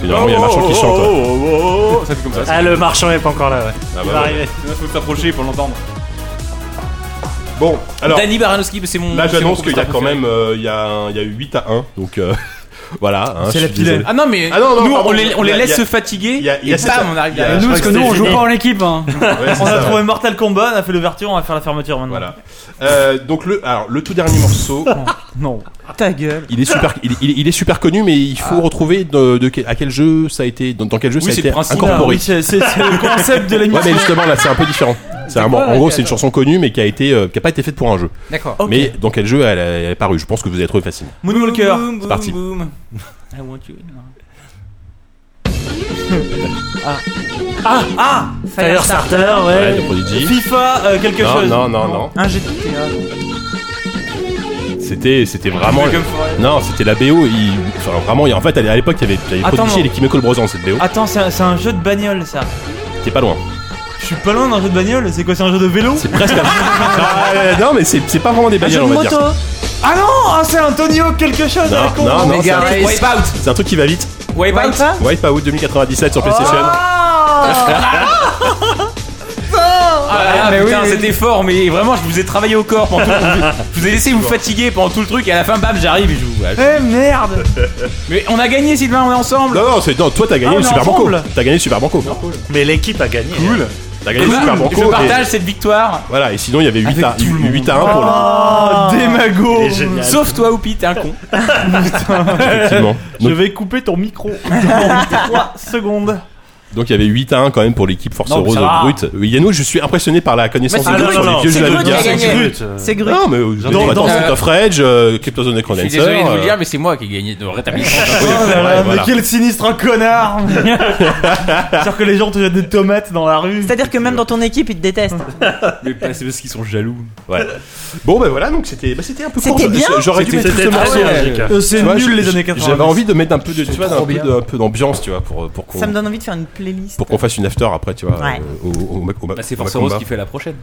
S1: Évidemment, Oh, il y a le marchand
S2: oh,
S1: qui chante. ouais.
S3: Oh, ça fait comme ça.
S5: Ah, le marchand est pas encore là, ouais.
S1: Ah,
S5: Il
S1: bah,
S5: va
S1: ouais.
S5: arriver.
S3: Il faut t'approcher pour l'entendre.
S1: Bon, alors
S3: Danny Baranowski, c'est mon.
S1: là
S3: c'est mon
S1: j'annonce qu'il y a
S3: compositeur préféré.
S1: quand même euh, il y, a un- il y a eu 8 à 1, donc euh, voilà. hein, je
S2: la
S1: suis
S2: pilée.
S1: désolé.
S3: Ah non, mais
S1: Ah non, non,
S3: nous,
S1: pardon,
S3: on les, on
S1: il
S3: les
S1: y a- il y
S3: laisse
S1: a-
S3: se fatiguer.
S1: il y a- il y a
S3: et
S1: ça.
S3: bam, on arrive
S1: Il y a-
S3: derrière.
S2: Nous, parce que nous, on joue pas en équipe. Hein.
S1: Ouais, c'est
S2: On a
S1: ça,
S2: trouvé
S1: ouais.
S2: Mortal Kombat, on a fait l'ouverture, on va faire la fermeture maintenant.
S1: Voilà. Euh, donc le, alors, le tout dernier morceau,
S2: Non.
S4: Ta gueule.
S1: il est super, il, il- il est super connu, mais il faut retrouver de, de quel- à quel jeu ça a été, dans, dans quel jeu
S3: Oui,
S1: ça a
S3: c'est
S1: été
S3: le principe,
S1: incorporé.
S2: Oui, c'est c'est- c'est le concept de
S1: Ouais, mais
S2: l'émission.
S1: justement là c'est un peu différent. C'est un- en gros c'est une chanson connue, mais qui a été, euh, qui a pas été faite pour un jeu.
S6: D'accord.
S2: Ok.
S1: Mais dans quel jeu elle, a- elle est parue Je pense que vous avez trouvé facilement.
S2: Moonwalker.
S3: Boum, boum,
S1: parti.
S3: boum. I want you. Non.
S2: Ah
S5: Firestarter,
S1: Ouais, de
S5: ouais.
S1: Prodigy.
S2: FIFA, euh, quelque
S1: Non,
S2: chose.
S1: non, non, non.
S4: Un jeu de théâtre.
S1: C'était, c'était vraiment.
S3: Malcolm Forest.
S1: Non, c'était la BO. il- Enfin, vraiment, il- en fait, à l'époque, il y avait, il y avait
S2: Attends,
S1: Prodigy
S2: non. Ah.
S1: et les Chemical Brothers dans cette BO.
S2: Attends, c'est un, c'est un jeu de bagnole ça.
S1: T'es pas loin.
S2: Je suis pas loin d'un jeu de bagnole, c'est quoi C'est un jeu de vélo
S1: C'est presque. Ah, euh, non, mais c'est c'est pas vraiment des bagnoles, on va dire.
S2: Ah non ah, C'est Antonio quelque chose
S1: Non,
S2: avec
S1: non, non, c'est un-
S3: Wipeout.
S1: C'est un truc qui va vite.
S3: Wipeout
S1: Wipeout 2097 sur PlayStation.
S2: Oh.
S3: Ah,
S5: mais
S3: putain,
S5: oui.
S3: c'était fort, mais vraiment, je vous ai travaillé au corps pendant tout Je vous ai laissé vous fatiguer pendant tout le truc, et à la fin, bam, j'arrive et je vous.
S2: Eh merde
S3: Mais on a gagné, Sylvain, on est ensemble
S1: Non, non, c'est non, toi t'as
S3: Ah,
S1: gagné
S3: on
S1: le
S3: est
S1: Super Banco.
S3: ensemble.
S1: T'as gagné le Super Banco.
S7: Mais l'équipe a gagné. Cool.
S1: T'as gagné le
S3: Bam,
S1: Super Banco.
S3: Je
S1: et-
S3: partage cette victoire.
S1: Voilà, et sinon il y avait 8 à, 8 à 1 pour le.
S2: Oh, démago
S7: Et génial.
S3: Sauf toi, Oupi, t'es un con.
S1: Effectivement.
S7: Je
S1: Donc,
S7: vais couper ton micro dans 3 secondes.
S1: donc il y avait 8 à 1 quand même pour l'équipe Force
S9: Non, mais
S1: Rose
S9: ça va.
S1: brute. Oui, Yano, je suis impressionné par la connaissance
S4: Mais
S1: de
S4: c'est
S1: Grut
S4: Grut,
S1: sur les vieux
S4: c'est
S1: jeux
S4: Grut qui a
S1: Amiga.
S4: gagné.
S8: euh,
S4: C'est Grut.
S1: Non, mais vous
S7: Dans-
S1: avez
S7: dans-
S1: Street of Rage, euh, Cryptozoan
S9: Je suis
S1: Necrodancer.
S9: désolé de vous le
S1: euh,
S9: dire, mais c'est moi qui ai gagné de rétablissement.
S2: Oh là là,
S1: Ouais,
S2: mais
S1: voilà.
S2: quel sinistre connard C'est-à-dire que les gens te jettent des tomates dans la rue.
S4: C'est-à-dire que même dans ton équipe, ils te détestent.
S3: Mais pas- c'est parce qu'ils sont jaloux.
S1: Ouais. Bon, ben voilà, donc c'était bah, c'était un peu court.
S4: C'était bien.
S1: J'aurais dû mettre tout ce
S7: C'était
S1: morceau.
S7: très magique.
S2: Euh, C'est
S1: Tu vois,
S2: nul
S1: je-
S2: les
S1: je-
S2: années 80.
S1: J'avais envie de mettre un peu de, tu vois, d'un peu de- un peu d'ambiance, tu vois, pour pour qu'on
S4: Ça me donne envie de faire une playlist.
S1: pour qu'on fasse une after après, tu vois,
S4: Ouais.
S1: euh, au, au, au, Mac- au Mac-
S3: Bah, c'est
S1: au
S3: Force
S1: Macumba.
S3: Rose qui fait la prochaine.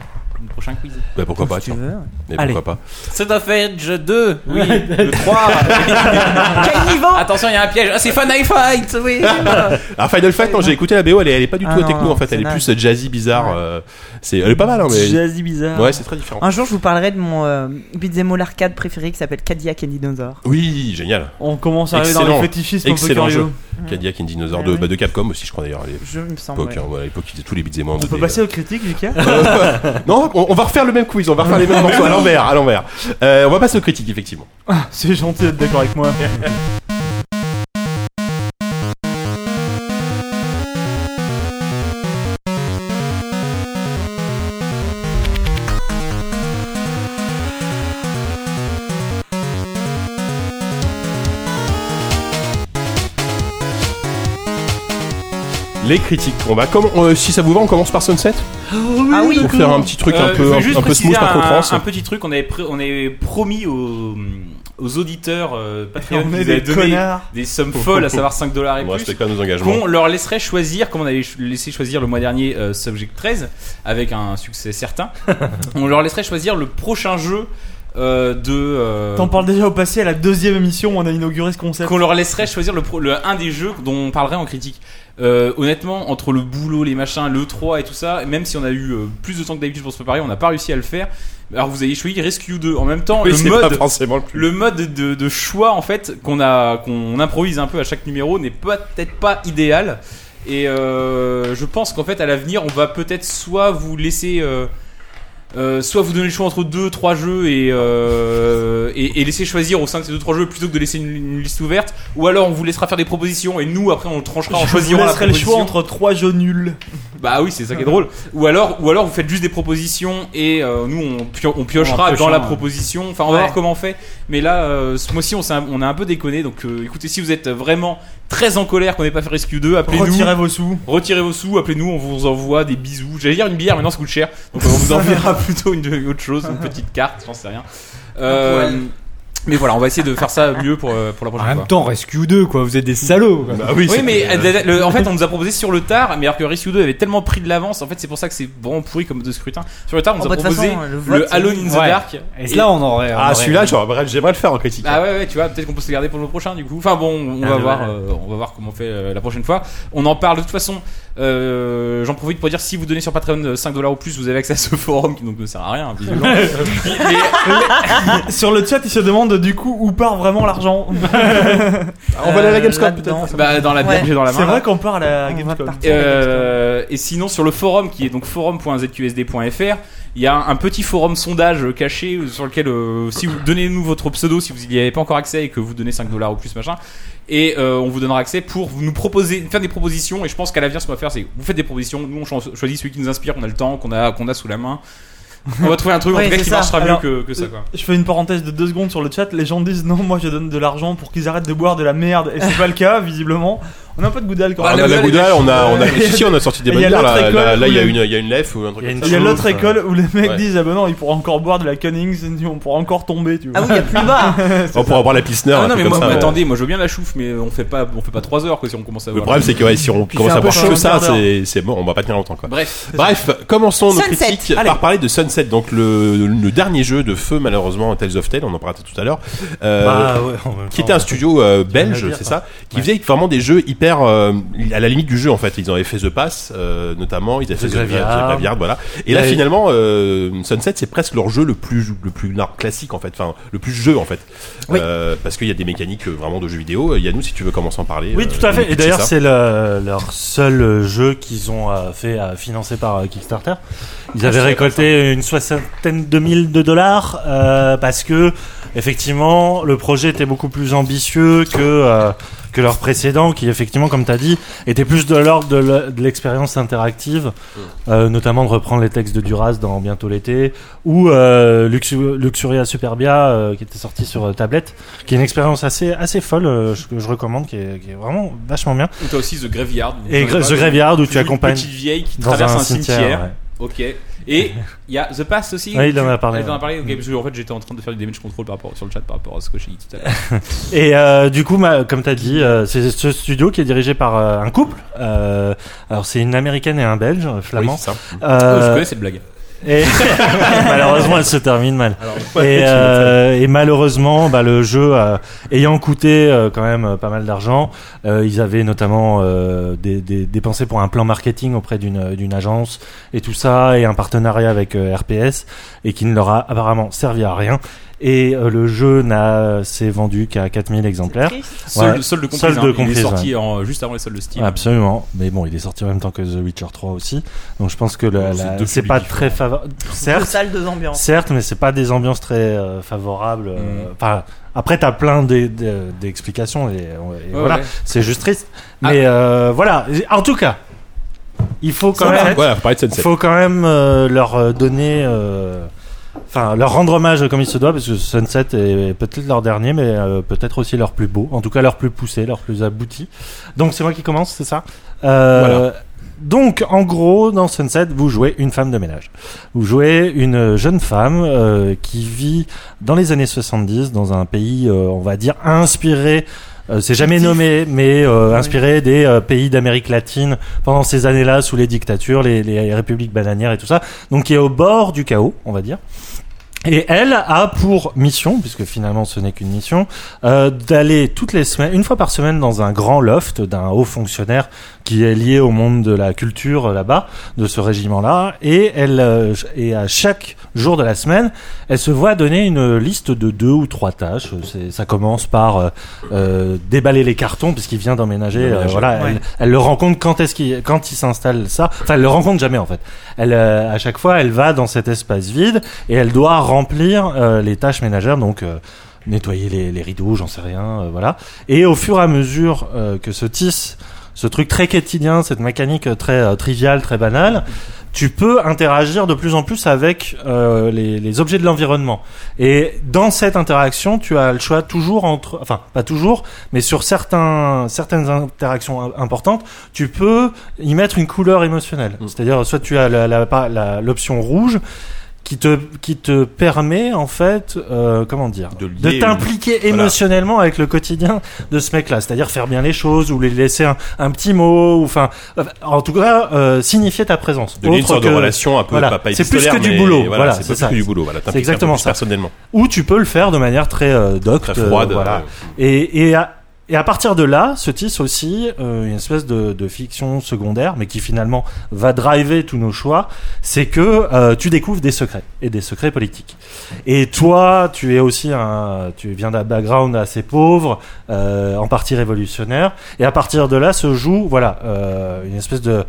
S3: Le prochain quiz.
S1: Bah, pourquoi pas,
S4: Si tu
S1: tiens.
S4: veux.
S1: Mais
S2: Allez.
S1: pourquoi pas.
S9: C'est of Edge 2.
S3: Oui, le 3.
S4: Quel niveau
S9: Attention, il y a un piège. Ah, c'est Fun High Fight. Oui.
S1: Alors Final Fight, non, j'ai écouté la BO, elle est, elle est pas du
S4: Ah
S1: tout
S4: non,
S1: techno
S4: non,
S1: en fait,
S4: c'est
S1: elle est
S4: naze.
S1: plus jazzy bizarre. euh, c'est, elle est pas mal, hein, mais
S2: Jazzy bizarre.
S1: ouais, c'est très différent.
S4: Un jour, je vous parlerai de mon euh, beat'em all arcade préféré qui s'appelle Cadillac and Dinosaur.
S1: Oui, génial.
S2: On commence à arriver dans
S1: Excellent.
S2: les fétichismes un peu
S1: Excellent
S2: curieux.
S1: jeu. Cadillac and Dinosaur de,
S4: Ouais.
S1: bah, de Capcom aussi, je crois d'ailleurs. à l'époque,
S4: Je il me
S2: Ah
S4: semble. ouais.
S1: hein, voilà, à l'époque, ils faisaient tous les beats et moi. en
S2: On peut
S1: 2D,
S2: passer aux critiques, Lucas
S1: euh. Non, on, on va refaire le même quiz, on va refaire les mêmes morceaux à l'envers, à l'envers. Euh, on va passer aux critiques, effectivement.
S2: C'est gentil d'être d'accord avec moi.
S1: Les critiques. On va, comme, euh, si ça vous va, on commence par Sunset
S4: Ah oui,
S1: pour faire un petit truc
S3: Euh,
S1: un
S3: je
S1: peu,
S3: veux
S1: un,
S3: juste
S1: un peu
S3: préciser
S1: smooth, un peu
S3: un,
S1: trance.
S3: un petit truc, on avait, pré- on avait promis aux, aux auditeurs euh, Patreon qui
S2: On est
S3: nous avaient
S2: des
S3: donné
S2: connards.
S3: des sommes folles, à savoir 5 dollars et
S1: On
S3: plus.
S1: respecte pas nos engagements.
S3: qu'on leur laisserait choisir, comme on avait ch- laissé choisir le mois dernier euh, Subject 13, avec un succès certain, on leur laisserait choisir le prochain jeu euh, de... euh,
S2: T'en parles déjà au passé à la deuxième émission, on a inauguré ce concept.
S3: qu'on leur laisserait choisir le, pro- le- un des jeux dont on parlerait en critique. Euh, honnêtement, entre le boulot, les machins, le 3 et tout ça, même si on a eu euh, plus de temps que d'habitude pour se préparer, on n'a pas réussi à le faire. Alors vous avez choisi Rescue 2 en même temps,
S1: Oui,
S3: le
S1: c'est pas
S3: mode
S1: forcément le plus.
S3: le mode de, de choix en fait qu'on a qu'on improvise un peu à chaque numéro n'est peut-être pas idéal et euh, je pense qu'en fait à l'avenir on va peut-être soit vous laisser euh, euh, soit vous donner le choix entre deux trois jeux et, euh, et, et laisser choisir au sein de ces deux trois jeux plutôt que de laisser une, une liste ouverte ou alors on vous laissera faire des propositions et nous après on tranchera en
S2: Je vous
S3: choisirant la
S2: laisserai le
S3: proposition
S2: choix entre trois jeux nuls.
S3: bah oui c'est ça qui est drôle ou alors ou alors vous faites juste des propositions et euh, nous on, pio- on piochera
S9: En piochant,
S3: dans la
S9: ouais.
S3: proposition enfin on va voir comment on fait mais là, euh, ce mois-ci, on, s'est un- on a un peu déconné. Donc, euh, écoutez, si vous êtes vraiment très en colère qu'on n'ait pas fait Rescue 2, appelez-nous.
S2: Retirez
S3: Retirez,
S2: vos sous.
S3: vos sous, appelez-nous, on vous envoie des bisous. J'allais dire une bière, mais non, ça coûte cher. Donc, euh, on vous enverra plutôt une autre chose, une petite carte, j'en sais rien. Euh, mais voilà, on va essayer de faire ça mieux pour, euh, pour la
S5: En
S3: prochaine
S5: même
S3: fois.
S5: temps, Rescue 2, quoi. Vous êtes des salauds. quoi.
S1: Bah oui,
S3: Oui,
S1: c'est-
S3: mais euh, le- en fait, on nous a proposé sur le tard, mais alors que Rescue 2 avait tellement pris de l'avance, en fait, c'est pour ça que c'est vraiment pourri comme de scrutin. Sur le tard, on nous
S4: Oh,
S3: a
S4: bah, de toute
S3: proposé
S4: façon, le vote,
S3: le
S4: c'est-
S3: Alone in the
S5: Ouais.
S3: Dark.
S5: Et là, on aurait. on
S1: Ah,
S5: aurait-
S1: celui-là, j'aurais- j'aimerais le faire en critique.
S3: Ah ouais, ouais, tu vois, peut-être qu'on peut se le garder pour le prochain du coup. Enfin bon, on
S7: Ah,
S3: va
S7: ouais.
S3: voir, euh, on va voir comment on fait euh, la prochaine fois. On en parle de toute façon. euh, J'en profite pour dire si vous donnez sur Patreon euh, 5 dollars ou plus, vous avez accès à ce forum qui donc ne sert à rien. visiblement. Mais-
S2: Sur le chat, ils se demandent du coup où part vraiment l'argent.
S1: Ah, On va aller à la Gamescom,
S4: là-dedans.
S1: peut-être.
S3: bah, dans la bière
S4: Ouais.
S3: que j'ai dans la main.
S2: C'est
S3: là.
S2: vrai qu'on part à la
S4: On va
S2: Gamescom.
S4: partir.
S3: Euh, et sinon sur le forum qui est donc forum.zqsd.fr il y a un petit forum sondage caché sur lequel euh, si vous donnez-nous votre pseudo si vous n'y avez pas encore accès et que vous donnez 5 dollars ou plus machin et euh, on vous donnera accès pour vous nous proposer faire des propositions et je pense qu'à l'avenir ce qu'on va faire c'est que vous faites des propositions nous on cho- choisit celui qui nous inspire qu'on a le temps qu'on a qu'on a sous la main on va trouver un truc en
S4: Ouais,
S3: tout cas
S4: c'est
S3: qui
S4: ça.
S3: marchera
S2: Alors,
S3: mieux que, que ça euh, quoi
S2: Je fais une parenthèse de deux secondes sur le chat. Les gens disent non, moi je donne de l'argent pour qu'ils arrêtent de boire de la merde. Et c'est pas le cas, visiblement. On a un peu de Goudal quand
S1: on a Bah, Ah, la Goudal, on a, on a, si, si, on a sorti des
S2: Et il y a
S1: bonnes bières.
S2: l'autre
S1: Là,
S2: école
S1: là, là,
S2: où
S1: il y a
S2: les-
S1: une, il y a une lef ou un truc. comme ça.
S2: Il y a l'autre école où les mecs
S1: Ouais.
S2: disent Ah bah non, il pourra encore boire de la Cunnings, on pourra encore tomber, tu vois.
S4: Ah oui, il y a plus bas.
S1: On pourra boire la Pilsner.
S3: Ah
S1: un
S3: non,
S1: truc
S3: mais
S1: comme
S3: moi,
S1: ça,
S3: mais
S1: ouais.
S3: attendez, moi je veux bien la chouffe, mais on fait pas, on fait pas 3 heures que si on
S8: Euh,
S3: commence à
S1: Le
S3: voir.
S1: problème, c'est que ouais, si on
S3: Puis
S1: commence
S3: fait un
S1: à
S3: peu
S1: boire
S3: chaud
S1: que ça,
S3: en quart d'heure.
S1: c'est c'est mort, on va pas tenir longtemps quoi.
S3: Bref.
S1: Bref, commençons nos
S3: Sunset.
S1: critiques
S3: Allez.
S1: par parler de Sunset, donc le, le dernier jeu de feu malheureusement Tales of Tale, on en parlera tout à l'heure, euh,
S8: Bah ouais, en même
S1: qui
S8: temps,
S1: était un studio euh, belge,
S8: dire,
S1: c'est
S8: ça.
S1: ça, qui faisait vraiment des jeux hyper euh, à la limite du jeu en fait. Ils avaient fait The Pass euh, notamment, ils avaient fait The
S8: Graveyard.
S1: The Graveyard, voilà. Et
S8: Il y
S1: là
S8: avait-
S1: finalement, euh, Sunset c'est presque leur jeu le plus le plus nar- classique en fait, enfin le plus jeu en fait, Euh, parce qu'il y a des mécaniques euh, vraiment de jeux vidéo. Euh, Yannou, si tu veux commencer à en parler.
S8: Oui,
S1: euh,
S8: tout à fait.
S1: pitcher
S8: Et d'ailleurs,
S1: ça.
S8: c'est le- leur seul euh, jeu qu'ils ont euh, fait euh, financé par euh, Kickstarter. Ils
S1: Ah, je savais
S8: avaient
S1: pas
S8: récolté une soixantaine de mille de dollars euh, parce que effectivement, le projet était beaucoup plus ambitieux que euh, que leur précédent, qui effectivement, comme tu as dit, était plus de l'ordre de le- de l'expérience interactive, euh, notamment de reprendre les textes de Duras dans Bientôt l'été, ou euh, Luxu- Luxuria Superbia, euh, qui était sorti sur euh, tablette, qui est une expérience assez assez folle, euh, je- que je recommande, qui est, qui est vraiment vachement bien.
S3: Ou t'as aussi The Graveyard.
S8: Et
S3: Vous savez
S8: The
S3: pas,
S8: Graveyard, où tu
S3: une
S8: accompagnes
S3: Petite vieille qui
S8: dans
S3: traverse
S8: un
S3: un cimetière.
S8: cimetière, ouais.
S3: Ok. Et il y a The Past aussi.
S8: Ouais, il
S3: Tu-
S8: en a parlé,
S3: Il en a
S8: ouais. Mm.
S3: parlé. Ok, parce que, en fait, j'étais en train de faire du damage control par rapport, sur le chat par rapport à ce que j'ai dit tout à l'heure.
S8: Et euh, du coup, ma- comme tu as dit, euh, c'est ce studio qui est dirigé par euh, un couple. Euh, alors, c'est une américaine et un belge, euh, flamand.
S1: Oui, c'est ça.
S8: Euh,
S3: Oh, je connais cette blague.
S8: Et malheureusement, elle se termine mal.
S3: Alors,
S8: et, euh, et malheureusement, bah, le jeu euh, ayant coûté euh, quand même euh, pas mal d'argent, euh, ils avaient notamment euh, des, des- dépensé pour un plan marketing auprès d'une euh, d'une agence et tout ça, et un partenariat avec euh, RPS, et qui ne leur a apparemment servi à rien. Et euh, le jeu n'a s'est vendu qu'à 4000 exemplaires.
S3: Solde,
S8: Ouais.
S3: solde comprise.
S8: Solde
S3: hein. Il
S8: comprise,
S3: est
S8: ouais. Ah,
S3: sorti en- juste avant les soldes de Steam.
S8: Absolument, mais bon, il est sorti en même temps que The Witcher 3 aussi, donc je pense que la-
S3: C'est
S8: la-
S3: deux
S8: c'est
S3: publics
S8: pas très favorable.
S4: Deux
S8: Certes,
S4: salles, deux ambiances.
S8: certes, mais c'est pas des ambiances très euh, favorables.
S3: Mm.
S8: euh, enfin, après, t'as plein d'e- d'e- d'explications et, euh, et voilà,
S3: ouais.
S8: c'est juste triste. Mais euh, voilà, en tout cas, il faut quand même,
S1: Voilà, faut parler de Sunset.
S8: faut quand même euh, leur euh, donner. euh, Enfin, leur rendre hommage comme il se doit, parce que Sunset est peut-être leur dernier, mais euh, peut-être aussi leur plus beau, en tout cas leur plus poussé, leur plus abouti. Donc c'est moi qui commence, c'est ça Euh, Donc en gros, dans Sunset, vous jouez une femme de ménage. Vous jouez une jeune femme euh, qui vit dans les années 70 dans un pays, euh, on va dire, inspiré. euh, c'est jamais nommé, mais euh, inspiré des euh, pays d'Amérique latine pendant ces années-là, sous les dictatures, les, les républiques bananières et tout ça. Donc qui est au bord du chaos, on va dire. Et elle a pour mission, puisque finalement ce n'est qu'une mission, euh, d'aller toutes les semaines, une fois par semaine, dans un grand loft d'un haut fonctionnaire qui est lié au monde de la culture euh, là-bas, de ce régiment-là. Et elle, euh, ch- et à chaque jour de la semaine, elle se voit donner une liste de deux ou trois tâches. C'est- Ça commence par euh, euh, déballer les cartons, puisqu'il vient d'emménager. euh, voilà, elle, elle le rencontre quand est-ce qu'il, quand il s'installe ça. Enfin, elle le rencontre jamais en fait. Elle, euh, à chaque fois, elle va dans cet espace vide et elle doit remplir euh, les tâches ménagères. Donc euh, nettoyer les, les rideaux, j'en sais rien, euh, voilà. Et au fur et à mesure euh, que se tisse ce truc très quotidien, cette mécanique euh, très euh, triviale, très banale, tu peux interagir de plus en plus avec euh, les, les objets de l'environnement. Et dans cette interaction, tu as le choix toujours entre, enfin pas toujours, mais sur certains, certaines interactions im- importantes, tu peux y mettre une couleur émotionnelle. C'est-à-dire, soit tu as la- la- pa- la- l'option rouge qui te, qui te permet, en fait, euh, comment dire,
S1: De lier
S8: de
S1: une-
S8: t'impliquer
S1: voilà.
S8: émotionnellement avec le quotidien de ce mec-là. C'est-à-dire faire bien les choses ou lui laisser un, un petit mot, ou enfin, en tout cas, euh, signifier ta présence.
S1: de lier une
S8: Autre
S1: sorte de
S8: que-
S1: relation un peu
S8: voilà.
S1: papa et
S8: C'est plus
S1: pistolaire,
S8: que du
S1: mais
S8: boulot. Voilà,
S1: c'est
S8: c'est
S1: pas plus
S8: ça.
S1: que du boulot voilà T'impliques un
S8: C'est
S1: peu
S8: exactement
S1: plus
S8: ça.
S1: personnellement
S8: Ou tu peux le faire de manière très euh, docte,
S1: très froide
S8: euh, voilà.
S1: euh,
S8: Et, et, à, et à partir de là, se tisse aussi euh, une espèce de, de fiction secondaire, mais qui finalement va driver tous nos choix, c'est que euh, tu découvres des secrets, et des secrets politiques. Et toi, tu es aussi un... Tu viens d'un background assez pauvre, euh, en partie révolutionnaire, et à partir de là se joue, voilà, euh, une espèce de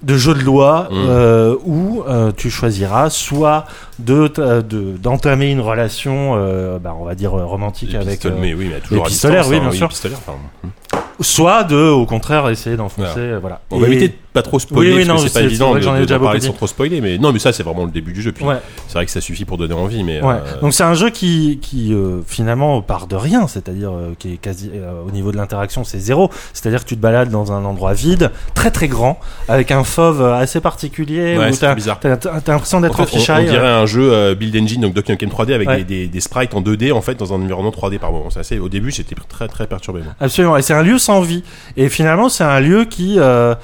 S8: de jeu de loi
S1: Mm.
S8: euh, où euh, tu choisiras soit de ta- de- d'entamer une relation, euh, bah, on va dire euh, romantique
S1: les
S8: avec,
S1: pistoles,
S8: euh,
S1: mais oui, mais toujours à
S8: pistolaires,
S1: distance,
S8: oui,
S1: hein,
S8: bien sûr.
S1: pistolaires, pardon.
S8: soit de, au contraire, essayer d'enfoncer. euh, Voilà.
S1: On va
S8: Et-
S1: éviter de pas trop spoiler
S8: Oui, oui,
S1: parce
S8: non,
S1: que c'est pas
S8: c'est- c'est
S1: évident de,
S8: vrai que j'en ai
S1: de-
S8: déjà
S1: d'en parler
S8: beaucoup
S1: sans
S8: dit.
S1: trop spoiler mais non mais ça c'est vraiment le début du jeu puis
S8: Ouais.
S1: c'est vrai que ça suffit pour donner envie mais
S8: Ouais.
S1: euh,
S8: Donc c'est un jeu qui, qui euh, finalement part de rien, c'est-à-dire euh, qui est quasi euh, au niveau de l'interaction c'est zéro, c'est-à-dire que tu te balades dans un endroit vide, très très grand, avec un fauve euh, assez particulier,
S1: Ouais,
S8: où
S1: c'est
S8: t'as
S1: bizarre.
S8: t'as- t'as- t'as l'impression d'être
S1: on,
S8: au
S1: on-
S8: fisheye.
S1: on dirait un jeu euh, build engine donc Donkey Kong 3D avec
S8: Ouais.
S1: des, des- des sprites en 2D en fait dans un environnement 3D par moment. C'est assez- au début j'étais très très perturbé. moi.
S8: Absolument, et c'est un lieu sans vie. Et finalement, c'est un lieu qui, euh,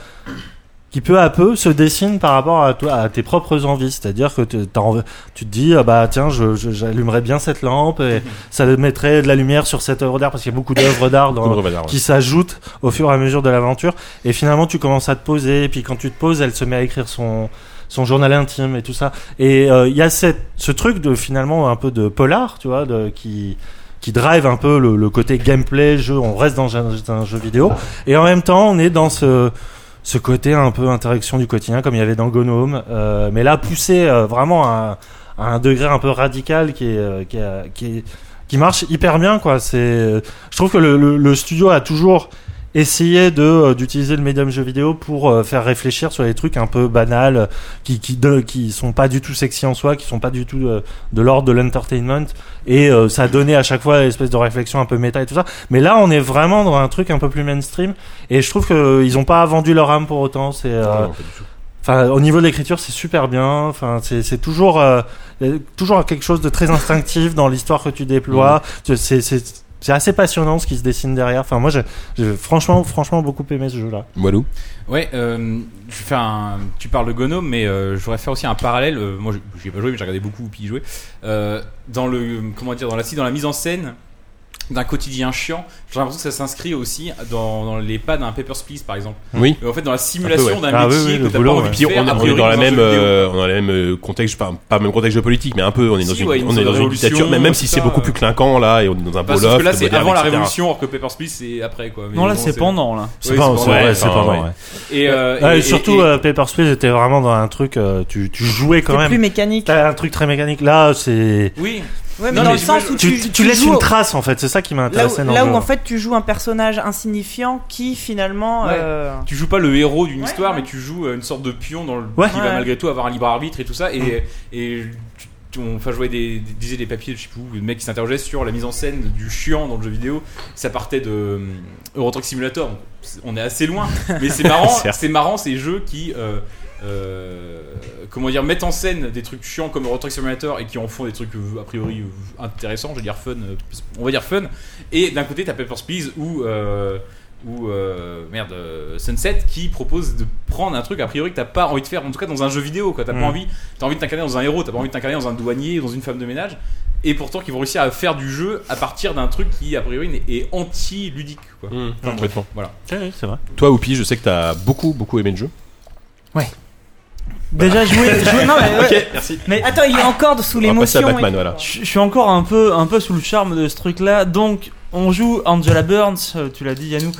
S8: qui peu à peu se dessine par rapport à, toi, à tes propres envies. C'est-à-dire que tu- t'as envie- tu te dis, ah bah tiens, je- je- j'allumerais bien cette lampe et ça mettrait de la lumière sur cette œuvre d'art parce qu'il y a beaucoup d'œuvres d'art dans-
S1: Beaucoup d'œuvres d'art, ouais.
S8: qui s'ajoutent au fur et à mesure de l'aventure. Et finalement, tu commences à te poser. Et puis quand tu te poses, elle se met à écrire son son journal intime et tout ça. Et euh, il y a cette, ce truc de finalement un peu de polar, tu vois, de, qui qui drive un peu le, le côté gameplay, jeu, on reste dans un, dans un jeu vidéo. Et en même temps, on est dans ce, ce côté un peu interaction du quotidien, comme il y avait dans Gnome, euh, mais là poussé euh, vraiment à, à un degré un peu radical qui est, euh, qui, est- qui est- qui marche hyper bien, quoi. C'est, euh, je trouve que le, le- le studio a toujours essayé de euh, d'utiliser le médium jeu vidéo pour euh, faire réfléchir sur les trucs un peu banals euh, qui qui de- qui sont pas du tout sexy en soi qui sont pas du tout euh, de l'ordre de l'entertainment et euh, ça donnait à chaque fois une espèce de réflexion un peu méta et tout ça mais là on est vraiment dans un truc un peu plus mainstream et je trouve que euh, ils ont pas vendu leur âme pour autant c'est euh,
S1: Non, non, pas du tout.
S8: Enfin, au niveau de l'écriture, c'est super bien. Enfin, c'est c'est toujours euh, y a toujours quelque chose de très instinctif dans l'histoire que tu déploies. Tu- C'est c'est- c'est assez passionnant ce qui se dessine derrière. Enfin, moi, j'ai j'ai franchement, franchement beaucoup aimé ce jeu-là.
S1: Walou.
S3: Ouais, euh, je vais faire un- tu parles de Gnome, mais euh, je voudrais faire aussi un parallèle. euh, moi, j'ai- j'y ai pas joué, mais j'ai regardé beaucoup Oupi y jouer. Euh, dans le, comment dire, dans la, si, dans la mise en scène d'un quotidien chiant, j'ai l'impression que ça s'inscrit aussi dans, dans les pas d'un Papers, Please, par exemple.
S1: Oui.
S3: Et en fait, dans la simulation
S1: Un peu, ouais.
S3: d'un
S1: Ah oui,
S3: métier
S1: oui,
S3: que
S1: le
S3: t'as
S1: boulot,
S3: pas envie
S1: ouais.
S3: de
S1: Puis on,
S3: faire, a
S1: on est
S3: priori,
S1: dans la
S3: un
S1: même,
S3: jeu vidéo.
S1: euh, on est dans le même euh, contexte, enfin, pas le même contexte géopolitique, mais un peu, on est dans
S3: Si,
S1: une,
S3: ouais, une
S1: on est dans une
S3: révolution,
S1: dictature, même, même si
S3: tout
S1: c'est
S3: ça,
S1: beaucoup
S3: euh.
S1: plus clinquant là, et on est dans un beau
S3: Parce que là,
S1: loft,
S3: c'est
S1: moderne,
S3: avant la
S1: etc..
S3: révolution, alors que Papers, Please, c'est après, quoi. Mais
S8: Non, là,
S3: bon,
S8: c'est pendant, là.
S3: Oui,
S8: C'est pendant,
S3: pendant,
S8: ouais, c'est pendant, ouais.
S3: Et, euh,
S8: Ouais,
S3: et-
S8: et surtout,
S3: et-
S8: euh, Papers, Please était vraiment dans un truc. euh, tu, tu jouais quand
S4: C'est
S8: même.
S4: plus mécanique.
S8: T'as un truc très mécanique. Là, c'est.
S3: Oui.
S4: Ouais, mais dans le sens où
S8: tu,
S4: tu,
S8: tu laisses
S4: joues
S8: une
S4: au-
S8: trace en fait. C'est ça qui m'a
S4: Là
S8: intéressé.
S4: où,
S8: dans
S4: là
S8: le
S4: où
S8: jeu.
S4: en fait tu joues un personnage insignifiant qui finalement.
S3: Ouais.
S4: euh,
S3: Tu joues pas le héros d'une histoire, mais tu joues euh, une sorte de pion dans le
S4: Ouais.
S3: qui
S4: Ouais.
S3: va malgré tout avoir un libre arbitre et tout ça. Et, et tu- tu- on enfin, je voyais des, des, disais des papiers, je sais plus où, le mec qui s'interrogeait sur la mise en scène du chiant dans le jeu vidéo. Ça partait de euh, Euro Truck Simulator. C'est- On est assez loin, mais c'est marrant.
S1: Certes.
S3: c'est marrant ces jeux qui euh, euh, comment dire mettent en scène des trucs chiants comme Euro Truck Simulator et qui en font des trucs euh, a priori euh, intéressants. Je veux dire fun, euh, on va dire fun. Et d'un côté, t'as Papers Please ou euh, ou euh, merde euh, Sunset qui propose de prendre un truc a priori que t'as pas envie de faire en tout cas dans un jeu vidéo quoi t'as
S8: Mm.
S3: pas envie t'as envie de t'incarner dans un héros t'as pas envie de t'incarner dans un douanier dans une femme de ménage et pourtant qui vont réussir à faire du jeu à partir d'un truc qui a priori est anti ludique quoi
S1: Mm,
S3: Enfin, bref,
S1: complètement.
S3: voilà
S8: c'est vrai.
S1: Toi, Oupi, je sais que t'as beaucoup, beaucoup aimé le jeu.
S2: Déjà jouer.
S4: jouer- non, mais ouais. Ok,
S1: merci.
S2: Mais
S4: Attends, il est encore sous
S1: On va passer à
S4: l'émotion.
S1: Batman,
S4: et-
S1: voilà.
S2: Je je suis encore un peu, un peu sous le charme de ce truc-là. Donc, on joue Angela Burns, euh, tu l'as dit, Yannou,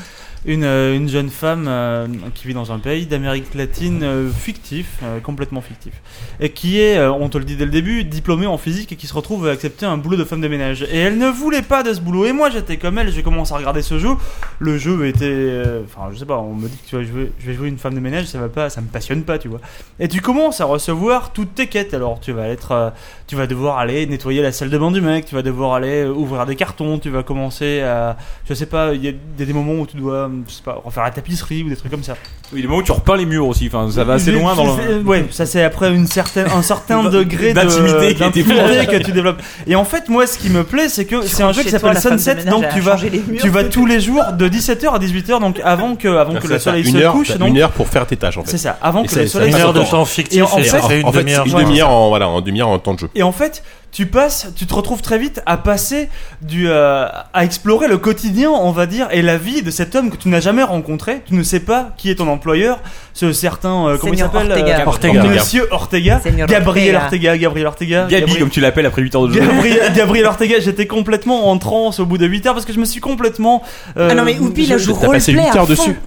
S2: une, euh, une jeune femme euh, qui vit dans un pays d'Amérique latine euh, fictif, euh, complètement fictif, et qui est, euh, on te le dit dès le début, diplômée en physique et qui se retrouve à accepter un boulot de femme de ménage. Et elle ne voulait pas de ce boulot. Et moi, j'étais comme elle, j'ai commencé à regarder ce jeu. Le jeu était, euh, enfin, je sais pas, on me dit que tu vas jouer, je vais jouer une femme de ménage, ça va pas, ça me passionne pas, tu vois. Et tu commences à recevoir toutes tes quêtes. Alors, tu vas être euh, tu vas devoir aller nettoyer la salle de bain du mec, tu vas devoir aller euh, ouvrir des cartons, tu vas commencer à. Je sais pas, il y a il y a des moments où tu dois, euh, je sais pas, refaire la tapisserie ou des trucs comme ça.
S3: oui, les moments où tu repeins les murs aussi enfin ça va assez
S2: Mais
S3: loin dans
S2: c'est-
S3: le
S2: euh, Ouais, ça c'est après une certaine, un certain degré de-
S3: D'intimité qui a été
S2: d'intimité
S3: prise.
S2: que tu développes. Et en fait, moi, ce qui me plaît, c'est que c'est un
S4: rentres
S2: jeu qui
S4: chez
S2: s'appelle
S4: toi, la femme de
S2: Sunset,
S4: ménage,
S2: donc
S4: elle a
S2: tu vas,
S4: changé les murs.
S2: tu vas tous les jours de 17h à 18h, donc avant que, avant que
S1: Ça,
S2: le
S1: ça,
S2: soleil
S1: une
S2: se
S1: heure,
S2: couche.
S1: t'as
S2: donc-
S1: une heure pour faire tes tâches, en fait.
S2: C'est ça, avant
S1: Et
S2: que le
S1: ça-
S2: soleil
S1: ça
S2: se
S1: passe
S2: couche.
S1: en temps.
S2: Et en, en fait,
S1: en fait, une demi-heure. Une demi-heure, en, voilà, en demi-heure en temps de jeu.
S2: Et en fait, tu passes, tu te retrouves très vite à passer du, euh, à explorer le quotidien, on va dire, et la vie de cet homme que tu n'as jamais rencontré. Tu ne sais pas qui est ton employeur, ce certain, euh, comment il
S4: Seigneur
S2: s'appelle
S4: Ortega.
S2: euh,
S1: Ortega.
S2: Monsieur Ortega,
S4: Seigneur
S2: Gabriel
S4: Ortega.
S2: Ortega, Gabriel Ortega,
S3: Gabi comme tu l'appelles après 8 heures de jeu
S2: Gabriel, Gabriel Ortega, j'étais complètement en transe au bout de 8 heures parce que je me suis complètement. euh,
S4: Ah non, mais Oupi, il a
S2: je-
S4: joué
S1: T'as passé
S4: roleplay
S1: 8
S4: à
S1: heures
S4: fond.
S1: dessus.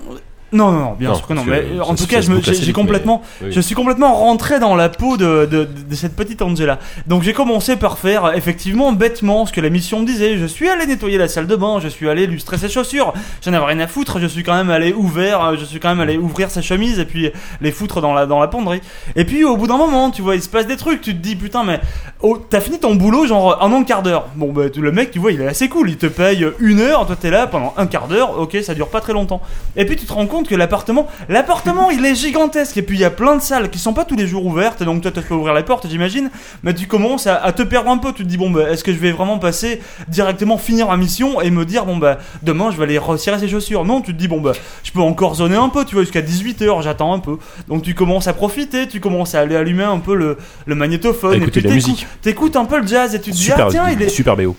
S2: Non, non, non, bien
S1: Non,
S2: sûr que non.
S1: parce
S2: Mais
S1: que
S2: euh,
S1: ça
S2: en tout
S1: se-
S2: cas,
S1: ça
S2: je me-
S1: se boucle
S2: j'ai
S1: assez
S2: j'ai
S1: vite,
S2: complètement,
S1: mais- oui.
S2: je suis complètement rentré dans la peau de, de, de cette petite Angela. Donc j'ai commencé par faire euh, effectivement bêtement ce que la mission me disait. Je suis allé nettoyer la salle de bain, je suis allé lustrer ses chaussures. J'en avais rien à foutre. Je suis quand même allé ouvert, euh, je suis quand même allé ouvrir sa chemise et puis les foutre dans la dans la penderie. Et puis au bout d'un moment, tu vois, il se passe des trucs. Tu te dis putain, mais oh, t'as fini ton boulot genre en un quart d'heure. Bon bah tu- le mec, tu vois, il est assez cool. Il te paye une heure, toi t'es là pendant un quart d'heure. Ok, ça dure pas très longtemps. Et puis tu te rends compte que l'appartement, l'appartement, il est gigantesque. Et puis il y a plein de salles qui sont pas tous les jours ouvertes. Donc toi, tu peux ouvrir la porte, j'imagine. Mais tu commences à, à te perdre un peu. Tu te dis bon bah, est-ce que je vais vraiment passer directement finir ma mission et me dire bon bah demain je vais aller retirer ses chaussures. Non, tu te dis bon bah je peux encore zoner un peu. Tu vois jusqu'à 18 h j'attends un peu. Donc tu commences à profiter. Tu commences à aller allumer un peu le, le magnétophone.
S1: À écouter
S2: et puis
S1: de la
S2: t'écoutes-
S1: musique.
S2: T'écoutes un peu le jazz et tu te dis ah
S1: Super,
S2: tiens il est
S1: super BO.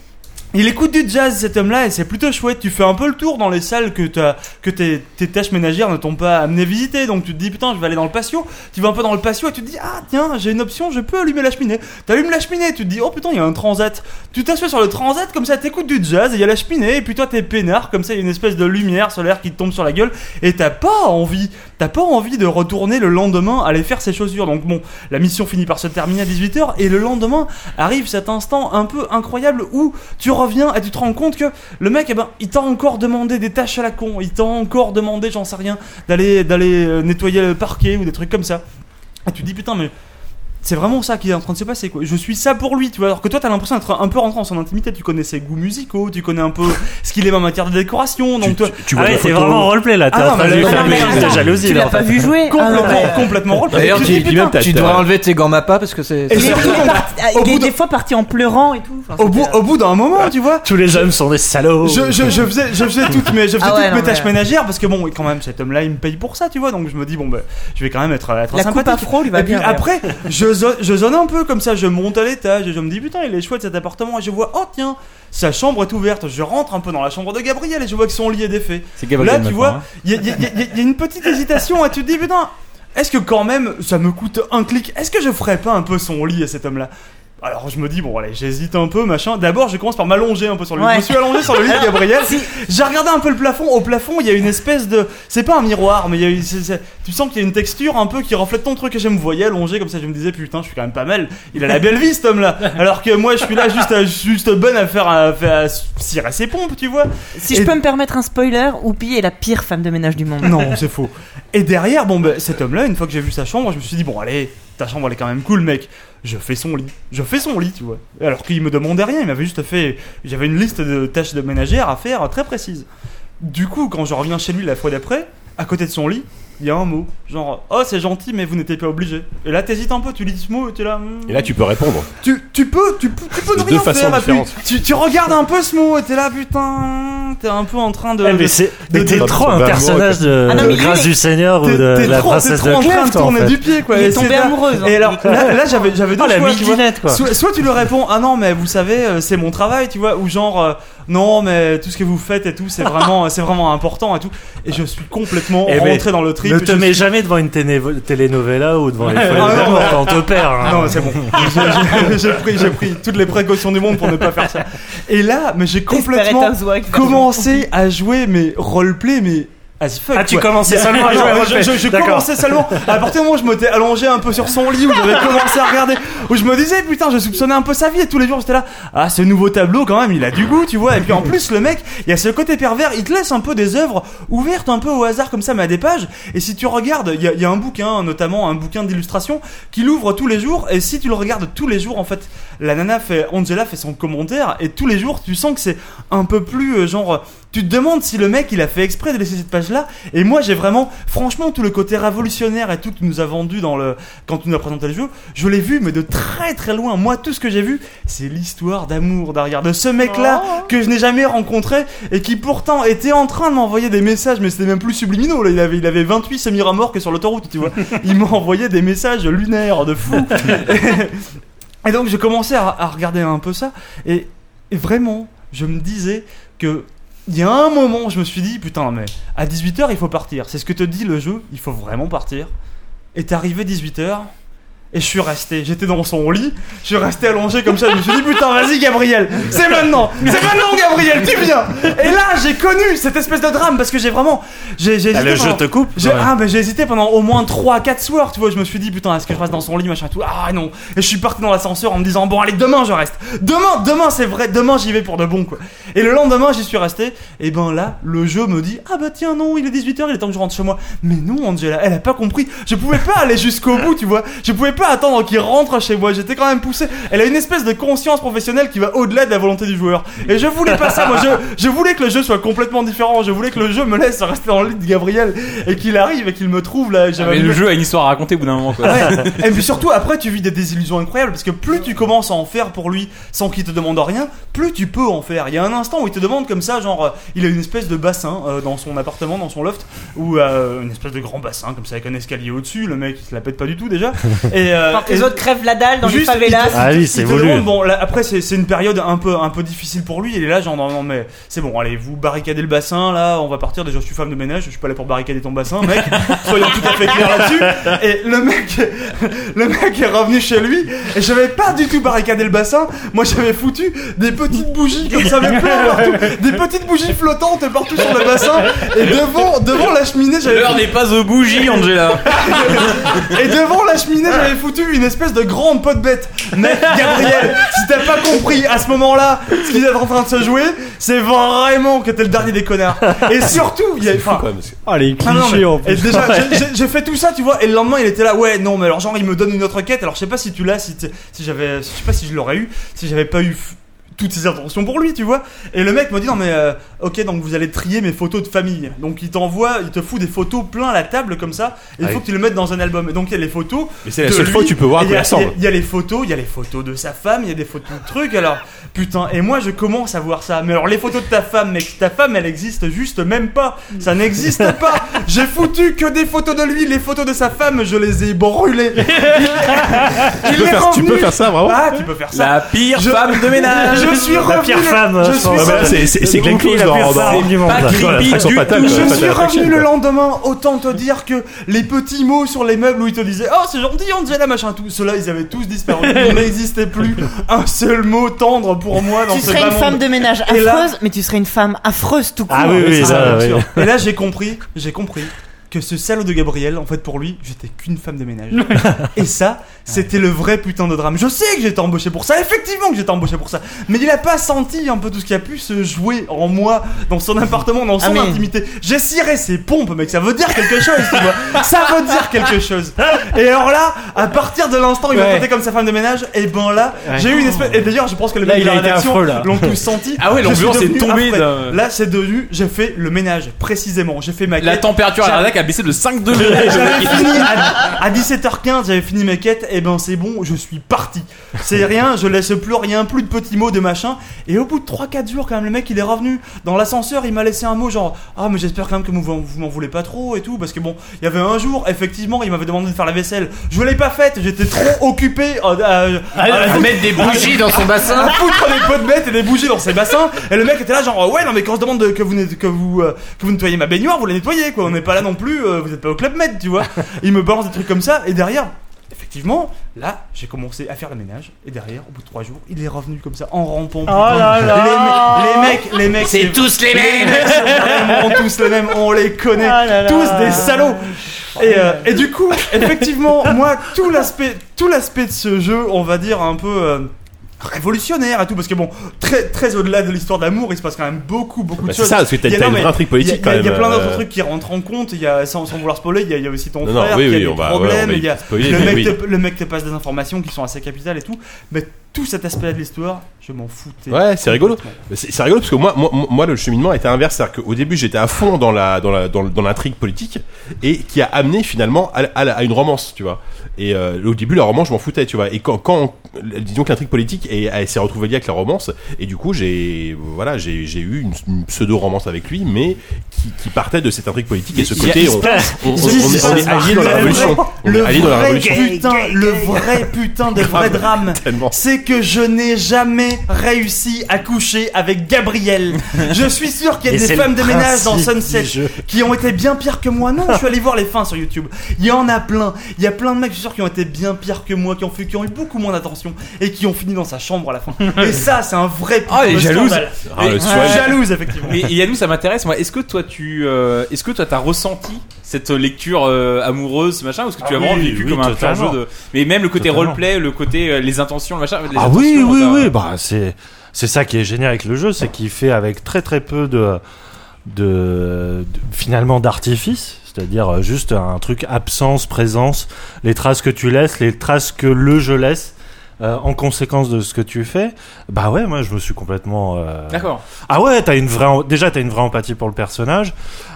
S2: il écoute du jazz cet homme-là et c'est plutôt chouette. Tu fais un peu le tour dans les salles que, t'as- que tes, tes tâches ménagères ne t'ont pas amené visiter. Donc tu te dis putain, je vais aller dans le patio. Tu vas un peu dans le patio et tu te dis ah tiens, j'ai une option, je peux allumer la cheminée. T'allumes la cheminée, tu te dis oh putain, il y a un transat. Tu t'assois sur le transat comme ça, t'écoutes du jazz et il y a la cheminée. Et puis toi t'es peinard comme ça, il y a une espèce de lumière solaire qui te tombe sur la gueule et t'as pas envie, t'as pas envie de retourner le lendemain aller faire ses chaussures. Donc bon, la mission finit par se terminer à 18h et le lendemain arrive cet instant un peu incroyable où tu reviens et tu te rends compte que le mec, eh ben, il t'a encore demandé des tâches à la con, il t'a encore demandé, j'en sais rien, d'aller d'aller euh, nettoyer le parquet ou des trucs comme ça. Et tu te dis putain mais c'est vraiment ça qui est en train de se passer quoi. Je suis ça pour lui, tu vois. Alors que toi, t'as l'impression d'être un peu rentré en son intimité. Tu connais ses goûts musicaux, tu connais un peu ce qu'il aime en matière de décoration. Donc toi,
S7: Ah ouais, c'est vraiment roleplay là, t'es
S2: Ah non,
S7: en train
S2: mais
S7: de lui
S2: attends,
S7: faire
S2: mais
S7: quelque chose
S2: attends,
S7: de jalousie
S4: tu
S7: là.
S4: l'as
S7: en
S4: pas
S7: fait.
S4: vu jouer
S2: complètement,
S4: Ah non, mais-
S2: complètement roleplay.
S6: D'ailleurs,
S2: Tu te
S6: tu,
S2: dis,
S6: tu-
S2: putain,
S6: tu dois enlever tes gants MAPA parce que c'est.
S2: Et
S6: c'est-
S2: surtout,
S4: Il est parti- ah,
S2: au
S4: il
S2: bout
S4: est
S2: d'un-
S4: des fois parti en pleurant et tout. Enfin,
S2: au bout,
S4: c'était- euh,
S2: au bout d'un moment, tu vois,
S7: Tous les hommes sont des salauds.
S2: je, je, je faisais, je faisais toutes mes, je faisais
S4: Oh. Ah ouais,
S2: toutes mes
S4: non,
S2: tâches
S4: mais-
S2: ménagères parce que bon, quand même, cet homme-là, il me paye pour ça, tu vois. Donc je me dis bon, bah, je vais quand même être, être
S4: La coupe
S2: sympathique.
S4: afro lui va
S2: et puis
S4: bien, d'ailleurs.
S2: après, je zone, je zone un peu comme ça, je monte à l'étage et je me dis putain, il est chouette cet appartement et je vois oh tiens, sa chambre est ouverte. Je rentre un peu dans la chambre de Gabriel et je vois que son lit est défait.
S9: C'est
S2: Là,
S9: Gabriel.
S2: tu vois, il y, a- y a- y a- y a une petite hésitation et tu te dis putain, est-ce que quand même ça me coûte un clic Est-ce que je ferais pas un peu son lit à cet homme-là alors je me dis bon allez j'hésite un peu machin. D'abord je commence par m'allonger un peu sur le lit.
S4: Ouais.
S2: Je me suis allongé sur le lit de Gabriel. J'ai regardé un peu le plafond. Au plafond il y a une espèce de c'est pas un miroir mais il y a une- c'est- c'est- tu sens qu'il y a une texture un peu qui reflète ton truc et je me voyais allongé comme ça je me disais putain je suis quand même pas mal. Il a la belle vie cet homme là. Alors que moi je suis là juste à- juste bonne à faire à, à, à cirer ses pompes tu vois.
S4: Si je
S2: Et-
S4: peux me permettre un spoiler, Oupi est la pire femme de ménage du monde.
S2: Non, c'est faux. Et derrière, bon, bah, cet homme-là, une fois que j'ai vu sa chambre, je me suis dit, bon, allez, ta chambre, elle est quand même cool, mec. Je fais son lit. Je fais son lit, tu vois. Alors qu'il me demandait rien, il m'avait juste fait. J'avais une liste de tâches de ménagère à faire euh, très précise. Du coup, quand je reviens chez lui la fois d'après, à côté de son lit, il y a un mot. Genre, oh, c'est gentil, mais vous n'étiez pas obligé. Et là, t'hésites un peu, tu lis ce mot et t'es là. hmm
S1: Et là, tu peux répondre.
S2: tu, tu peux, tu, peux- tu peux ne
S1: De
S2: rien
S1: deux façons
S2: faire, là,
S1: différentes.
S2: puis Tu, tu regardes un peu ce mot et t'es là, putain, t'es un peu en train de.
S7: Eh,
S2: de-
S7: mais c'est-
S2: de-
S7: mais t'es
S1: de-
S7: trop
S1: de-
S7: un
S1: de-
S7: personnage de
S4: Ah non, mais il
S7: Grâce
S4: est-
S7: du Seigneur ou
S2: T'es-
S7: de
S2: t'es
S7: la
S2: trop-
S7: princesse
S2: t'es
S7: de
S2: trop en train de
S7: Clef, en
S2: tourner
S7: fait.
S2: du pied quoi.
S4: Il est
S2: Et c'est
S4: tombé
S2: là-
S4: amoureuse, hein.
S2: Et alors là, là, j'avais j'avais deux
S7: Oh, la
S2: choix, tu vois.
S7: midinette, quoi.
S2: Soit, soit tu lui réponds ah non mais vous savez euh, c'est mon travail tu vois ou genre euh, non mais tout ce que vous faites et tout c'est vraiment euh, c'est vraiment important et tout et je suis complètement
S7: Eh ben,
S2: rentré dans le trip.
S7: Ne te
S2: Je
S7: mets
S2: suis-
S7: jamais devant une téné- telenovela ou devant les
S2: Ouais,
S7: folies
S2: ouais,
S7: d'amour,
S2: ouais.
S7: quand on te perd. hein.
S2: Non, c'est bon. J'ai- j'ai- J'ai pris, j'ai pris toutes les précautions du monde pour ne pas faire ça. Et là, mais j'ai complètement
S4: Desperate Housewives.
S2: commencé à jouer mes roleplay, mais as fuck.
S7: Ah, tu
S2: quoi.
S7: commençais seulement à
S2: Ah,
S7: jouer
S2: non,
S7: à
S2: je, je- je
S7: D'accord.
S2: commençais seulement. À partir du moment où je m'étais allongé un peu sur son lit, où j'avais commencé à regarder, où je me disais, putain, je soupçonnais un peu sa vie, et tous les jours j'étais là, ah, ce nouveau tableau, quand même, il a du goût, tu vois. Et puis en plus, le mec, il y a ce côté pervers, il te laisse un peu des œuvres ouvertes un peu au hasard, comme ça, mais à des pages. Et si tu regardes, il y, a- il y a un bouquin, notamment un bouquin d'illustration, qu'il ouvre tous les jours, et si tu le regardes tous les jours, en fait, la nana fait, Angela fait son commentaire, et tous les jours, tu sens que c'est un peu plus, euh, genre, tu te demandes si le mec il a fait exprès de laisser cette page là. Et moi j'ai vraiment, franchement, tout le côté révolutionnaire et tout que nous a vendu dans le quand tu nous a présenté le jeu, je l'ai vu mais de très très loin. Moi tout ce que j'ai vu, c'est l'histoire d'amour derrière de ce mec là que je n'ai jamais rencontré et qui pourtant était en train de m'envoyer des messages, mais c'était même plus subliminaux. Là, il avait il avait 28 semi-remorques sur l'autoroute, tu vois. Il m'a envoyé des messages lunaires de fou. Et donc je commençais à, à regarder un peu ça et, et vraiment je me disais que il y a un moment je me suis dit putain mais à 18h il faut partir. C'est ce que te dit le jeu, il faut vraiment partir. Et t'es arrivé 18h Et je suis resté, j'étais dans son lit, je suis resté allongé comme ça, je me suis dit putain vas-y Gabriel, c'est maintenant, c'est maintenant Gabriel, tu viens Et là j'ai connu cette espèce de drame parce que j'ai vraiment... J'ai, j'ai
S7: Ah,
S2: hésité
S7: le jeu te coupe,
S2: j'ai,
S7: ouais.
S2: Ah mais j'ai hésité pendant au moins 3-4 soirs, tu vois, je me suis dit putain est-ce que je reste dans son lit, machin et tout, ah non Et je suis parti dans l'ascenseur en me disant bon allez demain je reste, demain, demain c'est vrai, demain j'y vais pour de bon quoi. Et le lendemain j'y suis resté, et ben là le jeu me dit ah bah tiens non il est 18h, il est temps que je rentre chez moi. Mais non Angela, elle a pas compris, je pouvais pas aller jusqu'au bout tu vois, je pouvais pas attendre qu'il rentre chez moi, j'étais quand même poussé. Elle a une espèce de conscience professionnelle qui va au-delà de la volonté du joueur. Et je voulais pas ça, moi je, je voulais que le jeu soit complètement différent, je voulais que le jeu me laisse rester dans le lit de Gabriel et qu'il arrive et qu'il me trouve là. j'avais
S3: Ah, mais
S2: allumé-
S3: le jeu a une histoire à raconter au bout d'un moment quoi.
S2: Ouais. Et puis surtout, après, tu vis des désillusions incroyables parce que plus tu commences à en faire pour lui sans qu'il te demande rien, plus tu peux en faire. Il y a un instant où il te demande comme ça, genre, euh, il a une espèce de bassin euh, dans son appartement, dans son loft, ou euh, une espèce de grand bassin comme ça avec un escalier au-dessus. Le mec, il se la pète pas du tout déjà. Et, euh,
S4: Alors que les
S2: et-
S4: autres crèvent la dalle dans les
S2: Juste, il
S4: favelas.
S2: te-
S7: Ah
S2: il te-
S7: oui,
S2: il
S7: c'est
S2: te
S7: voulu.
S2: demande, bon, là, après, c'est c'est une période un peu, un peu difficile pour lui. Il est là, genre, non, non, mais c'est bon, allez, vous barricadez le bassin, là, on va partir. Déjà, je suis femme de ménage, je suis pas là pour barricader ton bassin, mec. Soyons tout à fait clairs là-dessus. Et le mec, le mec est revenu chez lui, et j'avais pas du tout barricadé le bassin. Moi, j'avais foutu des petites bougies comme ça, mais plein partout. Des petites bougies flottantes partout sur le bassin. Et devant, devant la cheminée, j'avais
S3: L'heure n'est pas aux bougies, Angela.
S2: et devant la cheminée, j'avais foutu une espèce de grande pote bête. Mec, Gabriel, si t'as pas compris à ce moment-là ce qu'il est en train de se jouer, c'est vraiment que t'es le dernier des connards. Et surtout, il y avait. enfin,
S1: Quand même, c'est-
S5: Ah, les
S2: ah non,
S5: clichés
S2: mais-
S5: en
S2: et
S5: plus.
S2: déjà, j'ai- j'ai- j'ai fait tout ça, tu vois, et le lendemain il était là, ouais, non, mais alors genre il me donne une autre quête, alors je sais pas si tu l'as, si, t'es- si j'avais, je sais pas si je l'aurais eu, si j'avais pas eu f- toutes ces intentions pour lui, tu vois. Et le mec me dit, non, mais euh, ok, donc vous allez trier mes photos de famille. Donc il t'envoie, il te fout des photos plein à la table comme ça, et il
S1: Ah
S2: faut
S1: oui.
S2: que tu le mettes dans un album. Et donc il y a les photos.
S1: Mais c'est la
S2: de
S1: seule
S2: lui,
S1: fois que tu peux voir
S2: et
S1: à
S2: il y
S1: quoi
S2: a-
S1: il ressemble.
S2: Il y a les photos, il y a les photos de sa femme, il y a des photos de trucs, alors putain, et moi je commence à voir ça. Mais alors les photos de ta femme, mec, ta femme elle existe juste même pas, ça n'existe pas. J'ai foutu que des photos de lui, les photos de sa femme, je les ai brûlées. Il, il
S1: Tu peux
S2: est
S1: faire- tu
S2: revenu-
S1: peux faire ça vraiment
S2: Ah, tu peux faire ça.
S3: La pire
S2: Je-
S3: femme de ménage.
S2: Je suis
S7: La
S2: revenu.
S7: pire femme.
S2: je
S7: je
S2: suis
S7: pense.
S1: Ah bah,
S2: sorti-
S1: c'est- c'est c'est Glenn Close dans, dans,
S3: femme
S1: dans-
S3: du monde.
S1: dans
S3: Pas
S1: la
S3: creepy
S1: façon
S3: du
S1: fatale,
S3: tout.
S1: quoi,
S2: Je
S1: Fatal
S2: suis
S1: Attraction,
S2: revenu le
S1: quoi.
S2: lendemain, autant te dire que les petits mots sur les meubles où ils te disaient Oh, c'est gentil, Angela, machin, tout. Ceux-là, ils avaient tous disparu. Il n'existait plus un seul mot tendre pour moi dans
S4: Tu
S2: ce
S4: serais
S2: bas
S4: une
S2: monde.
S4: femme de ménage
S2: Et
S4: affreuse,
S2: là-
S4: mais tu serais une femme affreuse tout court.
S7: Ah oui, oui,
S2: C'est ça,
S7: là,
S2: bien
S7: oui.
S2: sûr. Et là, j'ai compris, j'ai compris que ce salaud de Gabriel, en fait, pour lui, j'étais qu'une femme de ménage. Et ça, c'était le vrai putain de drame. Je sais que j'étais embauché pour ça, effectivement que j'étais embauché pour ça. Mais il a pas senti un peu tout ce qui a pu se jouer en moi, dans son appartement, dans son
S4: Ah, mais-
S2: intimité. J'ai ciré ses pompes, mec, ça veut dire quelque chose, tu vois. Ça veut dire quelque chose. Et alors là, à partir de l'instant où il m'a
S5: Ouais.
S2: traité comme sa femme de ménage, et ben là, j'ai eu une espèce. Et d'ailleurs, je pense que les
S5: Là,
S2: mecs de
S5: il a
S2: la
S5: été
S2: rédaction
S5: affreux, là.
S2: l'ont tous senti.
S3: Ah ouais,
S2: Je
S3: l'ambiance
S2: suis
S3: est
S2: devenu
S3: tombée
S2: affreux.
S3: d'un-
S2: Là, c'est devenu, j'ai fait le ménage, précisément. J'ai fait ma
S3: La
S2: quête.
S3: température à la DAC a baissé de 5 degrés.
S2: J'avais fini à, à 17h15, j'avais fini ma quête, et ben c'est bon, je suis parti. C'est rien, je laisse plus rien, plus de petits mots, de machin. Et au bout de 3-4 jours, quand même, le mec il est revenu dans l'ascenseur, il m'a laissé un mot genre Ah, mais j'espère quand même que vous, vous m'en voulez pas trop et tout. Parce que bon, il y avait un jour, effectivement, il m'avait demandé de faire la vaisselle. Je l'ai pas faite, j'étais trop occupé euh, à, à-
S3: Ah,
S2: à- à-
S9: mettre des bougies dans
S6: Ah.
S9: son bassin.
S2: à foutre des pots de bêtes et des bougies dans ses bassins. Et le mec était là genre ouais non mais quand je demande de- que vous net- que vous euh, que vous nettoyez ma baignoire, vous la nettoyez quoi. On n'est pas là non plus, euh, vous n'êtes pas au club med, tu vois. Il me balance des trucs comme ça et derrière. Effectivement, là, j'ai commencé à faire le ménage et derrière, au bout de trois jours, il est revenu comme ça en rampant.
S4: Oh là là.
S2: les, me- les mecs, les mecs, c'est
S9: tous les
S2: les mecs sont vraiment tous les mêmes, on les connaît,
S4: Ah là là.
S2: tous des salauds. Et, euh, et du coup, effectivement, moi, tout l'aspect, tout l'aspect de ce jeu, on va dire un peu. euh, révolutionnaire et tout parce que bon très très au-delà de l'histoire d'amour il se passe quand même beaucoup beaucoup
S1: Bah,
S2: de
S1: c'est
S2: choses
S1: ça, parce que t'as
S2: Il y a-
S1: t'as
S2: non,
S1: une
S2: mais
S1: vraie intrigue
S2: il y a-
S1: politique quand
S2: il
S1: même.
S2: y a plein d'autres
S1: euh,
S2: trucs qui rentrent en compte il y a sans, sans vouloir spoiler il y a, il y a aussi ton
S1: Non, non,
S2: frère
S1: oui,
S2: qui
S1: oui,
S2: a
S1: on
S2: des
S1: va- ouais,
S2: problèmes
S1: on va
S2: il y a-
S1: y spoiler,
S2: le,
S1: mais
S2: mec
S1: oui.
S2: te, le mec te passe des informations qui sont assez capitales et tout mais tout cet aspect de l'histoire je m'en foutais
S1: Ouais, c'est rigolo.
S2: complètement.
S1: Mais C'est c'est rigolo parce que moi, moi, moi, le cheminement était inverse, c'est-à-dire qu'au début j'étais à fond dans la dans la dans, le- dans l'intrigue politique et qui a amené finalement à, à la- à une romance, tu vois. Et euh, au début la romance je m'en foutais, tu vois. Et quand quand on- disons que l'intrigue politique est- elle s'est retrouvée liée avec la romance et du coup j'ai voilà j'ai j'ai eu une, pseudo romance avec lui, mais qui, qui partait de cette intrigue politique et ce
S3: Il y a-
S1: côté
S3: il se
S1: on,
S3: oh,
S1: on, on- on est, on est allié dans la
S2: Le
S1: révolution,
S2: vrai-
S1: on est
S2: le
S1: allié dans la
S2: vrai
S1: révolution.
S2: putain le vrai putain de vrai drame
S1: Tellement.
S2: c'est que je n'ai jamais réussi à coucher avec Gabriel. Je suis sûr qu'il y a
S9: Et
S2: des
S9: c'est
S2: femmes de
S9: le
S2: ménage dans
S9: principe du
S2: Sunset
S9: jeu.
S2: qui ont été bien pires que moi. Non, je suis allé voir les fins sur YouTube. Il y en a plein. Il y a plein de mecs, je suis sûr, qui ont été bien pires que moi, qui ont, fait, qui ont eu beaucoup moins d'attention et qui ont fini dans sa chambre à la fin. Et ça, c'est un vrai
S3: Ah, elle est
S2: putain de
S3: jalouse.
S2: scandale.
S3: Ah, le
S2: Et-
S3: swag.
S2: Jalouse, effectivement.
S3: Mais Yannou, ça m'intéresse. Moi, est-ce que toi, tu, euh, est-ce que toi, t'as ressenti cette lecture euh, amoureuse, machin, ou est-ce que tu
S8: Ah
S3: as vraiment
S8: oui,
S3: vécu
S8: oui,
S3: comme un pur jeu
S8: totalement.
S3: de, mais même le côté
S8: Totalement.
S3: roleplay, le côté euh, les intentions, le machin. les
S8: Ah oui,
S3: intentions,
S8: oui,
S3: t'as-
S8: oui. Bah, c'est c'est ça qui est génial avec le jeu, c'est qu'il fait avec très très peu de de, de- finalement d'artifice, c'est-à-dire euh, juste un truc absence présence, les traces que tu laisses, les traces que le jeu laisse. euh, en conséquence de ce que tu fais, bah ouais, moi je me suis complètement. euh,
S3: D'accord.
S8: Ah ouais, t'as une vraie. em- Déjà, t'as une vraie empathie pour le personnage.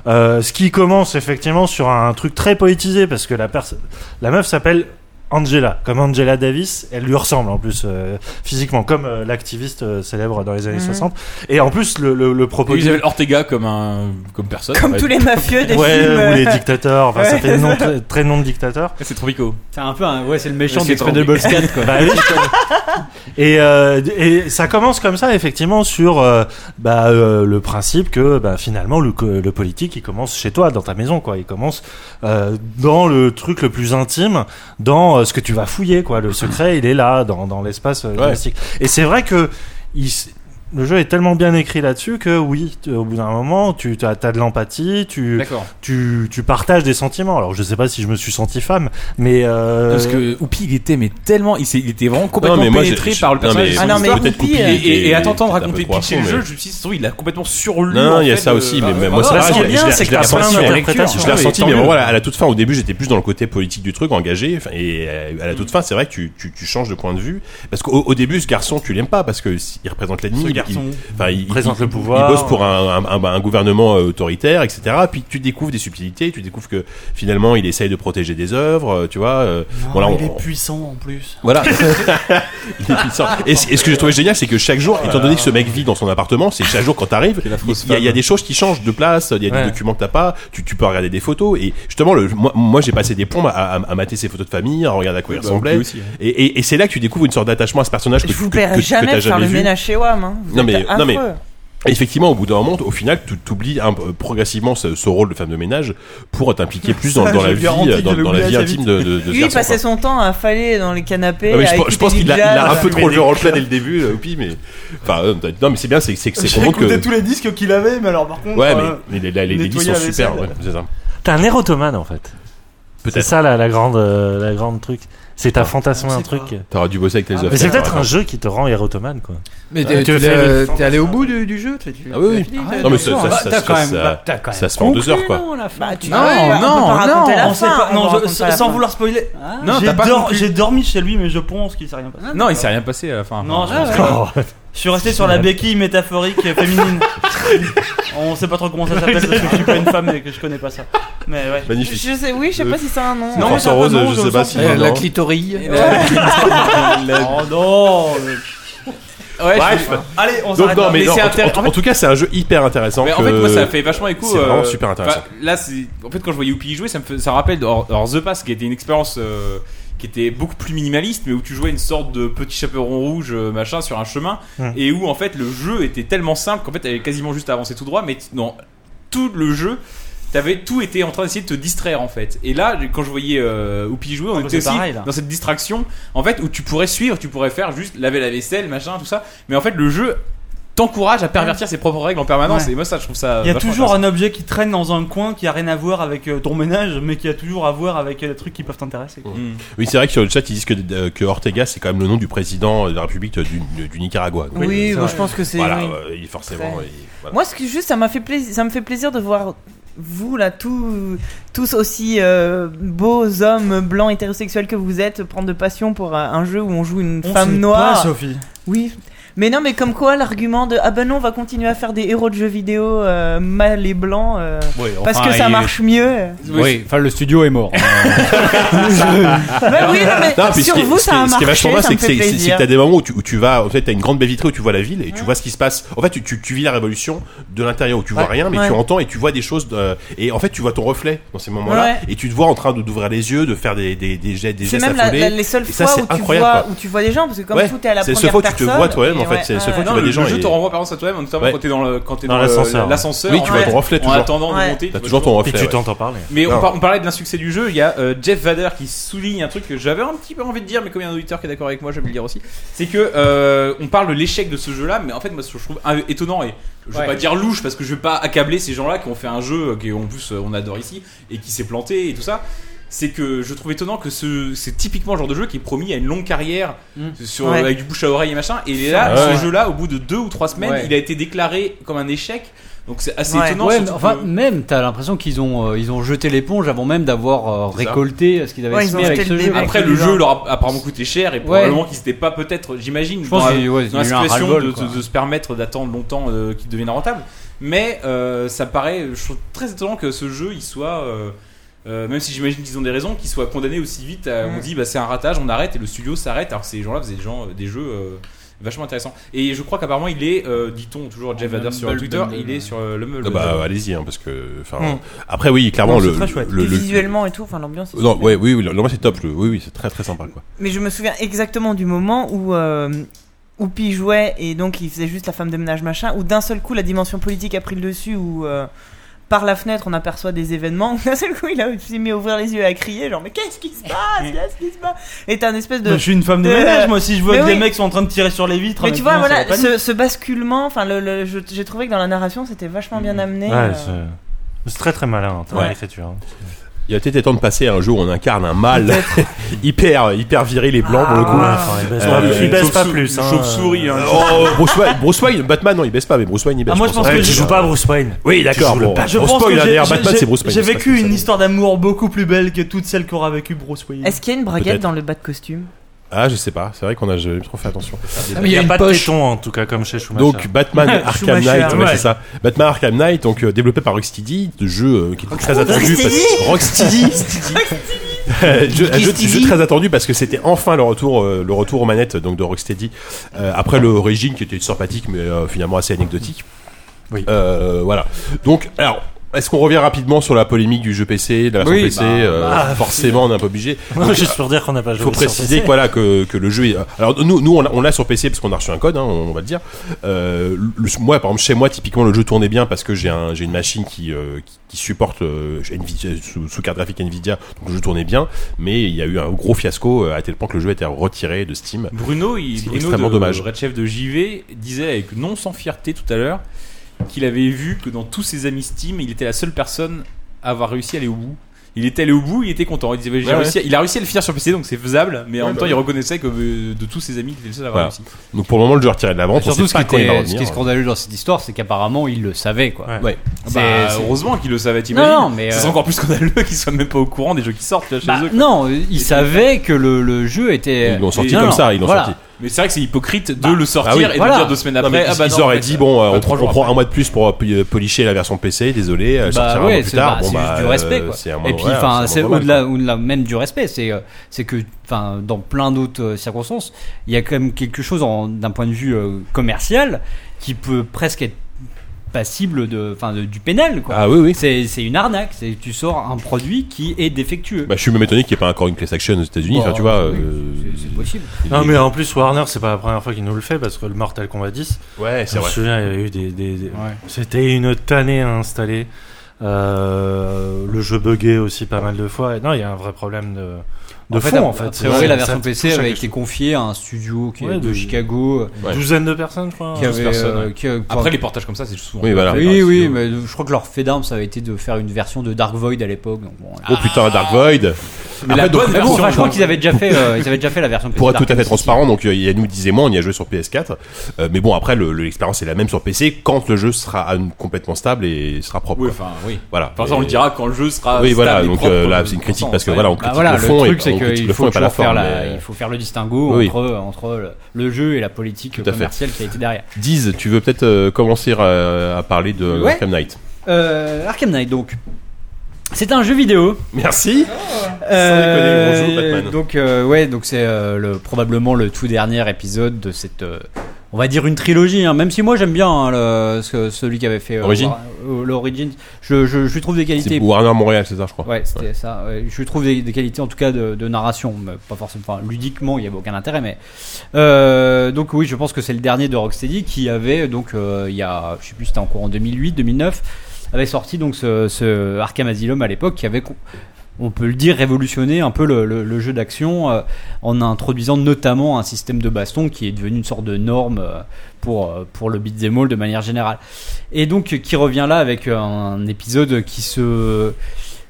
S8: Euh, ce qui commence effectivement sur un truc très poétisé parce que la personne, la meuf s'appelle Angela, comme Angela Davis, elle lui ressemble en plus euh, physiquement, comme euh, l'activiste euh, célèbre dans les années
S4: Mhm.
S8: 60. Et en plus, le, le, le propos.
S3: Et Isabelle Ortega comme un, comme personne.
S4: Comme
S3: en fait.
S4: tous les mafieux des
S8: Ouais,
S4: films.
S8: ou les dictateurs, enfin ça
S4: Ouais,
S8: fait
S4: c'est
S8: nom,
S4: ça.
S8: très, très nom de dictateur.
S3: C'est Tropico.
S5: C'est un peu un. Ouais, c'est le méchant
S3: C'est
S5: d'Expendables
S3: trop-
S5: 4, quoi.
S8: Bah oui, je connais. et, euh, et ça commence comme ça, effectivement, sur euh, bah, euh, le principe que bah, finalement le, co- le politique il commence chez toi, dans ta maison, quoi. Il commence euh, dans le truc le plus intime, dans euh, ce que tu vas fouiller, quoi. Le secret, il est là, dans, dans l'espace euh, domestique. Et c'est vrai que il s- le jeu est tellement bien écrit là-dessus que oui, t- au bout d'un moment, tu as, de l'empathie, tu,
S3: D'accord.
S8: tu, tu partages des sentiments. Alors je sais pas si je me suis senti femme, mais euh,
S3: Parce que Oupi, il était mais tellement, il, s'est- il était vraiment complètement
S1: mais moi,
S3: pénétré
S1: j'ai-
S3: par le
S1: non, mais
S3: personnage. et son
S4: Ah non, mais
S3: histoire.
S1: peut-être
S4: Oupi,
S1: Oupi
S4: euh,
S3: et,
S1: est-
S3: et, et attends, attends, de
S1: est un peu
S3: raconter,
S1: trop à
S3: pitcher
S1: fond,
S3: le
S1: mais-
S3: jeu, je me suis dit, ça se trouve, il a complètement surlu.
S1: Non,
S3: en
S1: il y a
S3: fait,
S1: ça
S3: euh,
S1: aussi,
S3: bah,
S1: mais même
S3: bah,
S1: moi,
S3: bah,
S1: c'est
S3: bah,
S1: pareil,
S3: c'est
S1: je-
S3: bien,
S1: je-
S3: c'est
S1: je
S3: que t'as
S1: l'ai
S3: plein
S1: ressenti avec
S3: d'interprétations.
S1: Je l'ai ressenti,
S8: Ah tant
S1: mais
S8: mieux.
S1: voilà, à la toute fin, au début, j'étais plus dans le côté politique du truc, engagé, enfin, et euh, à la toute fin, c'est vrai que tu, tu, tu changes de point de vue, parce qu'au au début, ce garçon, tu l'aimes pas, parce que s- il représente l'ennemi,
S2: Ce
S1: il-
S2: garçon.
S1: il- enfin, il,
S8: Présente
S1: il-
S8: le pouvoir.
S1: il bosse pour un, un- un- un gouvernement euh, autoritaire, etc. Puis tu découvres des subtilités, tu découvres que finalement, il essaye de protéger des œuvres, euh, tu vois. euh, voilà,
S2: il
S1: on-
S2: est puissant en plus.
S1: voilà. Il est puissant. Et, c- et ce que j'ai trouvé génial, c'est que chaque jour,
S2: Oh
S1: étant donné que ce mec vit dans son appartement, c'est chaque jour quand t'arrives, il y, a- il y a des choses qui changent de place, il y a
S8: Ouais.
S1: des documents que t'as pas, tu, tu peux regarder des photos. Et justement, le, moi, moi, j'ai passé des plombs à, à, à mater ses photos de famille, à regarder
S2: Bah,
S1: à quoi il ressemblait.
S2: hein.
S1: Et, et, et c'est là que tu découvres une sorte d'attachement à ce personnage que,
S4: Je vous
S1: que, que,
S4: paierai
S1: que
S4: jamais
S1: t'as
S4: de faire
S1: jamais
S4: le
S1: vu.
S4: ménage chez WAM. hein. Vous
S1: Non, mais-
S4: êtes
S1: non, mais-
S4: affreux.
S1: Et effectivement, au bout d'un moment, au final, tu t'oublies un peu- progressivement ce, ce rôle de femme de ménage pour t'impliquer plus dans,
S2: Ça,
S1: dans
S2: je
S1: la
S2: lui
S1: vie,
S2: garantis qu'il
S1: dans, dans la
S2: l'oublie
S1: vie
S2: assez
S1: intime de, de, de ce
S4: Lui, il
S1: garçon,
S4: passait
S1: quoi.
S4: son temps à faller dans les canapés.
S1: Ah, mais
S4: à
S1: je, pense- je
S4: écouter
S1: pense
S4: du
S1: qu'il a,
S4: jazz.
S1: il a un peu trop joué au roleplay dès le début, le Hopi, mais. Enfin, euh, non, mais c'est bien, c'est c'est- c'est
S2: J'ai
S1: qu'on montre
S2: écouté
S1: que.
S2: tous les disques qu'il avait, mais alors par contre.
S1: Ouais,
S2: euh,
S1: mais les, les, les, les disques
S2: nettoyer
S1: sont
S2: la
S1: super, ouais,
S2: vaisselle.
S1: c'est ça.
S8: t'es un érotomane en fait. C'est
S1: Peut-être.
S8: ça la, la grande euh, la grande truc. C'est t'as fantasmé
S2: on
S8: un
S2: sait
S8: truc.
S2: pas.
S1: T'auras dû bosser avec tes
S2: Ah,
S1: œufs.
S8: Mais c'est
S1: frère,
S8: peut-être
S1: par
S8: un
S1: exemple.
S8: jeu qui te rend érotomane quoi.
S6: Mais
S8: Ouais,
S6: t'es
S8: tu
S6: tu
S8: fais
S6: l'as-
S8: le-
S6: t'es allé au bout du, du jeu tu- tu-
S1: Ah oui, oui.
S6: tu l'as fini,
S1: Non, mais ça,
S6: t'as-
S1: ça, ça,
S5: T'as quand
S1: ça,
S5: même.
S1: ça,
S5: t'as quand même
S1: ça se fait en deux heures, quoi.
S5: conclu, non, la fin.
S4: Bah, tu
S6: Non,
S4: vois, on va- on peut
S3: non,
S4: pas raconter
S3: non,
S4: la
S2: on sait
S4: fin,
S2: pas-
S4: on
S2: non,
S4: va
S2: je-
S4: raconter la
S2: sans
S4: fin.
S2: vouloir spoiler.
S5: Ah.
S3: Non,
S2: j'ai
S3: t'as pas
S2: dor-
S3: conclu.
S2: j'ai dormi chez lui, mais je pense qu'il s'est rien passé.
S3: Non, il s'est rien passé à la fin.
S2: Non, je,
S3: Enfin,
S2: pense pas. je suis resté sur la béquille métaphorique féminine. On sait pas trop comment ça s'appelle parce que je suis pas une femme et que je connais pas ça. Mais ouais.
S1: Magnifique.
S4: Je sais, oui,
S2: Euh,
S4: je sais pas si c'est un nom.
S1: Non,
S4: Ouais.
S1: Force Rose, je sais pas si.
S6: Euh, La
S5: Eh,
S1: non.
S6: clitorille.
S2: Oh non mais-
S3: Ouais, je-
S1: Bref.
S2: Allez, on
S1: Donc,
S2: s'arrête
S1: non,
S2: là.
S1: mais
S3: Mais
S1: non,
S3: c'est
S1: en-
S3: intér-
S1: en- en tout cas, c'est un jeu hyper intéressant.
S3: Mais en fait,
S1: que-
S3: moi, ça fait vachement écho. euh,
S1: c'est vraiment super intéressant.
S3: enfin, Là, c'est en fait quand je voyais Oupi jouer, ça me, fait- ça rappelle hors, hors The Pass, qui était une expérience euh, qui était beaucoup plus minimaliste, mais où tu jouais une sorte de petit chaperon rouge, euh, machin, sur un chemin,
S1: Mmh.
S8: Mm.
S3: et où en fait le jeu était tellement simple qu'en fait, t'avais quasiment juste à avancer tout droit, mais t- dans tout le jeu. T'avais tout était en train d'essayer de te distraire en fait. Et là, quand je voyais euh, Oupi jouer, on
S2: Ah, bah,
S3: était
S2: c'est
S3: aussi
S2: pareil, là.
S3: dans cette distraction en fait où tu pourrais suivre, tu pourrais faire juste laver la vaisselle, machin, tout ça. Mais en fait, le jeu t'encourage à pervertir ses propres règles en permanence.
S2: Ouais.
S3: Et moi, ça, je trouve ça.
S2: Il y a
S3: vachement
S2: toujours un objet qui traîne dans un coin qui a rien à voir avec euh, ton ménage, mais qui a toujours à voir avec euh, les trucs qui peuvent t'intéresser.
S3: intéressant. Mm.
S1: Oui, c'est vrai que sur le chat, ils disent que, euh, que Ortega, c'est quand même le nom du président de la République du, du- du Nicaragua. Donc, euh,
S4: Oui, bon, je pense que c'est.
S1: Voilà,
S4: oui.
S1: euh, il- forcément.
S4: Très.
S1: il- voilà.
S4: Moi, ce que juste, ça m'a fait plaisir, ça me fait plaisir de voir vous là, tous, tous aussi euh, beaux hommes blancs euh, Ah,
S6: Ah,
S4: hétérosexuels que vous êtes, prendre de passion pour un, un jeu où on joue une femme noire.
S2: Sophie.
S4: Oui. Mais non, mais comme quoi l'argument de ah ben non, on va continuer à faire des héros de jeux vidéo euh, mâles et blancs euh,
S5: Oui, enfin,
S4: parce que ça
S5: il-
S4: marche mieux.
S5: Oui, enfin le studio est mort.
S4: Bah oui, non,
S1: Ah.
S4: mais
S1: Non, puis ce
S4: sur
S1: qui est-
S4: vous,
S1: ce qui
S4: ça a
S1: est- ce qui est
S4: marché,
S1: vachement bien,
S4: ça
S1: c'est
S4: me
S1: que c'est-
S4: fait
S1: c'est- c'est
S4: plaisir.
S1: que t'as des moments où tu, où tu vas, en fait, t'as une grande baie vitrée où tu vois la ville et tu vois ce qui se passe. En fait, tu, tu, tu vis la révolution de l'intérieur où tu vois
S4: Ouais.
S1: rien, mais
S4: Ouais.
S1: tu entends et tu vois des choses. euh, et en fait, tu vois ton reflet dans ces moments-là
S4: Ouais.
S1: et tu te vois en train de- d'ouvrir les yeux, de faire des, des, des jets, des
S4: C'est
S1: gestes
S4: même la-
S1: affolés.
S4: la- les seules
S1: Et ça,
S4: fois
S1: c'est
S4: où tu,
S1: incroyable,
S4: vois,
S1: quoi.
S4: où tu vois des gens, parce que comme
S1: Ouais,
S4: tout est à la
S1: c'est la
S4: première
S1: seule fois où tu te
S4: personne,
S1: vois toi-même, en
S4: et
S1: fait,
S4: ouais, euh,
S1: c'est la seule
S4: ouais,
S1: fois où
S4: ouais.
S1: tu vois
S3: le
S1: des gens
S3: jeu
S1: et-
S3: te renvoie par exemple à toi-même, hein, notamment
S1: Ouais.
S3: quand t'es dans le- quand t'es
S7: Dans
S3: dans
S7: l'ascenseur.
S3: le- l'ascenseur.
S1: Oui, tu
S3: en-
S1: vois ton reflet
S3: En
S1: toujours.
S3: attendant
S4: Ouais.
S3: de monter.
S1: T'as toujours ton
S8: Puis
S1: reflet.
S8: tu
S1: ouais.
S8: t'entends parler.
S3: Mais
S1: Non.
S3: on, par- on parlait de l'insuccès du jeu, il y a euh, Jeff Vader qui souligne un truc que j'avais un petit peu envie de dire, mais comme il y a un auditeur qui est d'accord avec moi, je vais le dire aussi. C'est que euh, on parle de l'échec de ce jeu-là, mais en fait, moi, ce que je trouve un- étonnant et je vais
S4: Ouais.
S3: pas dire louche parce que je vais pas accabler ces gens-là qui ont fait un jeu qui en plus euh, on adore ici et qui s'est planté et tout ça. C'est que je trouve étonnant que ce, c'est typiquement le genre de jeu qui est promis à une longue carrière sur,
S4: Ouais.
S3: avec du bouche à oreille et machin. Et là,
S1: Ouais.
S3: ce jeu-là, au bout de deux ou trois semaines,
S9: Ouais.
S3: il a été déclaré comme un échec. Donc c'est assez
S4: Ouais.
S3: étonnant.
S5: ouais,
S3: surtout
S5: mais enfin,
S3: que-
S5: même, t'as l'impression qu'ils ont, euh, ils ont jeté l'éponge avant même d'avoir euh,
S1: C'est ça.
S5: récolté ce qu'ils avaient
S4: Ouais, ils
S5: semé
S4: ont
S5: avec
S4: jeté
S5: ce
S4: le
S5: jeu.
S4: débat.
S3: Après,
S4: Avec
S3: le
S4: les
S3: jeu
S4: gens.
S3: leur a apparemment coûté cher et probablement qu'ils n'étaient pas peut-être, j'imagine,
S5: Je
S3: dans,
S5: pense
S3: la-
S5: qu'il y a eu- ouais, il y
S3: dans
S5: a
S3: la
S5: eu un
S3: situation
S5: ras-le-bol,
S3: de,
S5: quoi.
S3: de- de se permettre d'attendre longtemps euh, qu'il devienne rentable. Mais euh, ça paraît, je trouve très étonnant que ce jeu, il soit, euh, euh, même si j'imagine qu'ils ont des raisons, qu'il soit condamné aussi vite. à-
S4: Mm.
S3: On dit, bah, c'est un ratage, on arrête et le studio s'arrête. Alors que ces gens-là faisaient des, gens, des jeux euh, vachement intéressants. Et je crois qu'apparemment, il est, euh, dit-on toujours, Jeff Vader sur
S9: Humble
S3: Twitter,
S9: Bundle.
S3: il est sur euh, le
S1: Ah
S3: meuble.
S1: bah, allez-y, hein, parce que. enfin,
S4: Hmm.
S7: Mm.
S1: Après, oui, clairement,
S7: Non, c'est
S1: le,
S7: très chouette.
S1: le-
S4: Et
S1: le-
S4: visuellement et tout, enfin l'ambiance. est
S1: Non,
S4: super.
S1: ouais, oui, oui, l'ambiance est top. le- Oui, oui, c'est très, très sympa, quoi.
S4: Mais je me souviens exactement du moment où euh, Oupi jouait et donc il faisait juste la femme de ménage machin, où d'un seul coup la dimension politique a pris le dessus, où euh, par la fenêtre on aperçoit des événements, où d'un seul coup il a s'est mis à ouvrir les yeux et à crier genre mais qu'est-ce qui se passe, qu'est-ce qui se passe Et t'as un espèce de
S2: Je suis une femme de
S4: de-
S2: ménage, moi, si je vois
S4: Mais
S2: que des
S4: oui.
S2: mecs sont en train de tirer sur les vitres.
S4: mais tu vois,
S2: honnêtement, ça
S4: voilà,
S2: va pas
S4: ce, ce basculement, enfin, le, le- je- j'ai trouvé que dans la narration, c'était vachement bien amené.
S8: Ouais,
S4: euh.
S8: c'est- c'est très très malin, hein, t'as
S1: Ouais.
S8: l'écriture. hein.
S1: Il y a peut-être temps de passer à un jeu où on incarne un mâle hyper, hyper viril et blanc pour le coup.
S4: Ah.
S8: Enfin, il baisse
S1: Euh,
S8: pas plus.
S7: il baisse pas
S3: Chauve-sou-
S7: plus. hein.
S3: Chauve-souris, hein.
S1: Oh, Bruce Wayne, Bruce Wayne, Batman, non, il baisse pas, mais Bruce Wayne, il baisse.
S2: Ah, moi, je pense
S7: Ouais,
S2: que
S7: tu
S2: j'ai-
S7: joues pas à Bruce Wayne.
S1: Oui, d'accord. Bon,
S2: Je
S1: on
S2: pense
S1: spoil,
S2: que
S1: hein,
S2: j'ai-
S1: d'ailleurs,
S2: j'ai-
S1: Batman,
S2: j'ai-
S1: c'est Bruce Wayne.
S2: J'ai
S1: c'est pas
S2: vécu
S1: comme ça.
S2: une histoire d'amour beaucoup plus belle que toute celle qu'aura vécu Bruce Wayne.
S4: Est-ce qu'il y a une braguette
S1: Peut-être.
S4: dans le bas de costume
S1: Ah, je sais pas. C'est vrai qu'on a jamais trop fait attention.
S8: Il n'y a,
S5: une
S8: pas de
S5: poche.
S8: téton en tout cas, comme chez Schumacher.
S1: Donc Batman Arkham
S2: Schumacher,
S1: Knight, ouais,
S2: ouais.
S1: c'est ça. Batman Arkham Knight, donc euh, développé par Rocksteady, de jeu euh, qui était très attendu. parce- Rocksteady, Euh, jeu, un jeu, jeu très attendu parce que c'était enfin le retour, euh, le retour aux manettes donc de Rocksteady euh, après le Origin qui était sympathique mais euh, finalement assez anecdotique.
S8: Oui.
S1: Euh, voilà. Donc alors. Est-ce qu'on revient rapidement sur la polémique du jeu PC, de la version
S5: Oui,
S1: PC
S5: bah,
S1: euh, Forcément, on est un peu obligé.
S8: Non, juste pour dire qu'on n'a pas
S1: Il
S8: joué.
S1: faut
S8: sur
S1: préciser que,
S8: PC.
S1: voilà, que, que le jeu est. Alors, nous, nous on l'a- on l'a sur PC parce qu'on a reçu un code, hein, on, on va le dire. Euh, le- moi, par exemple, chez moi, typiquement, le jeu tournait bien parce que j'ai un, j'ai une machine qui, euh, qui, qui supporte euh, Nvidia, sous, sous carte graphique Nvidia, donc le jeu tournait bien, mais il y a eu un gros fiasco euh, à tel point que le jeu a été retiré de Steam.
S3: Bruno, il,
S1: C'est
S3: Bruno
S1: extrêmement
S3: de,
S1: dommage.
S3: Red Chef de JV disait avec non sans fierté tout à l'heure qu'il avait vu que dans tous ses amis Steam, il était la seule personne à avoir réussi à aller au bout. Il était allé au bout, il était content. Il, disait, J'ai
S1: Ouais,
S3: réussi à- il a réussi à le faire sur PC, donc c'est faisable, mais en
S1: Ouais,
S3: même
S1: bah
S3: temps, il
S1: oui.
S3: reconnaissait que euh, de tous ses amis, il était le seul à avoir
S1: Voilà.
S3: réussi.
S1: Donc, pour le moment, le jeu est retiré de la vente. on
S5: Surtout
S1: sait
S5: ce
S1: pas
S5: qui,
S1: quand il va
S5: était, ce
S1: revenir.
S5: qui est scandaleux dans cette histoire, c'est qu'apparemment ils le savaient quoi.
S8: Ouais.
S5: C'est-
S3: Bah,
S5: c'est-
S3: heureusement qu'il le savait,
S5: Non,
S3: t'imagines
S5: non, mais
S3: C'est
S5: euh,
S3: encore plus scandaleux qu'il soit même pas au courant des jeux qui sortent là, chez
S5: bah,
S3: eux. quoi.
S5: non, ils savaient que le, le jeu était.
S1: Ils l'ont sorti
S5: Non,
S1: comme
S5: non,
S1: ça, ils l'ont
S5: voilà.
S1: sorti.
S3: Mais c'est vrai que c'est hypocrite de le sortir
S1: Ah oui,
S3: et
S5: Bah, voilà.
S3: de dire deux semaines
S1: Non,
S3: après.
S1: mais
S3: ah
S1: ils-
S3: bah
S1: ils
S3: non, en
S1: auraient
S3: fait,
S1: dit bon, euh,
S3: bah,
S1: on,
S3: trois
S1: on
S3: jours
S1: prend
S3: après.
S1: un mois de plus pour euh, poli- euh, policher la version PC, désolé, euh,
S5: Bah
S1: sortira un
S5: ouais,
S1: mois plus
S5: c'est-
S1: tard.
S5: bah,
S1: bon,
S5: c'est
S1: bah,
S5: juste du respect,
S1: euh,
S5: quoi.
S1: c'est un mois-
S5: Et puis,
S1: ouais,
S5: enfin, c'est
S1: un mois
S5: au-delà
S1: normal,
S5: au-delà même du respect. C'est euh, c'est que, enfin, dans plein d'autres euh, circonstances, il y a quand même quelque chose en- d'un point de vue euh, commercial qui peut presque être passible de, enfin, de- du pénal.
S1: quoi.
S5: Quoi.
S1: Ah oui, oui.
S5: C'est c'est une arnaque. C'est tu sors un produit qui est défectueux.
S1: Bah, je suis même étonné qu'il n'y ait pas encore une class action aux États-Unis.
S5: Bah,
S1: enfin, tu vois.
S5: oui, Ah,
S1: euh,
S5: c'est- c'est possible.
S8: Non, mais en plus, Warner, c'est pas la première fois qu'il nous le fait parce que le Mortal Kombat 10,
S1: Ouais, c'est
S8: je me
S1: vrai.
S8: souviens, il y avait eu des. des- des- C'était une tannée à installer. Euh, le jeu buguait aussi pas mal de fois. Et non, il y a un vrai problème de, de fond
S5: a-
S8: en fait.
S5: A priori, la
S8: Ça-
S5: version
S8: ça
S5: PC
S8: touche à
S5: avait
S8: quelque
S5: été confiée à un studio qui est
S8: Ouais,
S5: de
S8: de-
S5: Chicago, euh,
S8: chose. Douzaine de personnes, je
S1: Ah,
S8: crois.
S5: qui avait,
S3: personnes,
S5: euh,
S3: ouais.
S5: qui a-
S3: Après, les portages comme ça, c'est souvent.
S1: Oui, voilà.
S5: oui,
S3: euh,
S5: oui, mais je crois que leur fait d'armes, ça avait été de faire une version de Dark Void à l'époque. donc bon.
S1: Oh putain, Dark Void.
S5: Ah. Mais la bonne version, enfin, je crois qu'ils avaient déjà fait, euh, ils avaient déjà fait la version PC.
S1: Pour être tout à
S5: d'Arkham
S1: fait
S5: City.
S1: transparent, donc euh, Yannou disait moi, on y a joué sur PS4. euh, mais bon, après, le- le- l'expérience est la même sur PC quand le jeu sera euh, complètement stable et sera propre.
S3: Oui,
S1: quoi.
S3: enfin, oui.
S1: Voilà.
S3: Enfin, ça, on
S1: Et-
S3: le dira quand le jeu sera.
S1: Oui,
S3: stable
S1: voilà.
S3: et
S1: Donc
S3: propre,
S1: euh, là,
S3: dans
S1: c'est une
S3: le
S1: critique
S3: sens,
S1: parce que
S3: ouais.
S1: voilà, on
S5: Bah
S1: critique
S5: voilà,
S1: le fond
S5: truc,
S1: et
S5: c'est
S1: on critique
S5: qu'il
S1: le fond
S5: faut
S1: et pas la
S5: toujours faire
S1: forme.
S5: la-
S1: mais, euh,
S5: il faut faire le distinguo
S1: Oui.
S5: entre, euh, entre le, le jeu et la politique
S1: à fait.
S5: commerciale qui a été derrière.
S1: Diz, tu veux peut-être euh, commencer euh, à parler de
S5: Ouais.
S1: Arkham Knight.
S5: Euh, Arkham Knight, donc. C'est un jeu vidéo.
S1: Merci.
S5: Euh,
S1: Sans déconner, bonjour, Batman.
S5: donc euh, ouais, donc c'est euh, le, probablement le tout dernier épisode de cette, euh, on va dire une trilogie. hein, même si moi j'aime bien hein, le- ce- celui qui avait fait euh,
S1: Origin.
S5: War- euh, l'Origin. Je, je, je lui trouve des
S1: C'est
S5: qualités.
S1: Warner Montréal, c'est ça, je crois.
S5: Ouais, c'était ça. Ouais, Je lui trouve des, des qualités en tout cas de, de narration, mais pas forcément. Enfin, ludiquement, il n'y avait aucun intérêt, mais euh, donc oui, je pense que c'est le dernier de Rocksteady qui avait donc euh, il y a, je sais plus, c'était encore en 2008, 2009, avait sorti donc ce, ce Arkham Asylum à l'époque qui avait, con- on peut le dire, révolutionné un peu le, le- le jeu d'action euh, en introduisant notamment un système de baston qui est devenu une sorte de norme euh, pour euh, pour le beat'em all de manière générale. Et donc euh, qui revient là avec un épisode qui se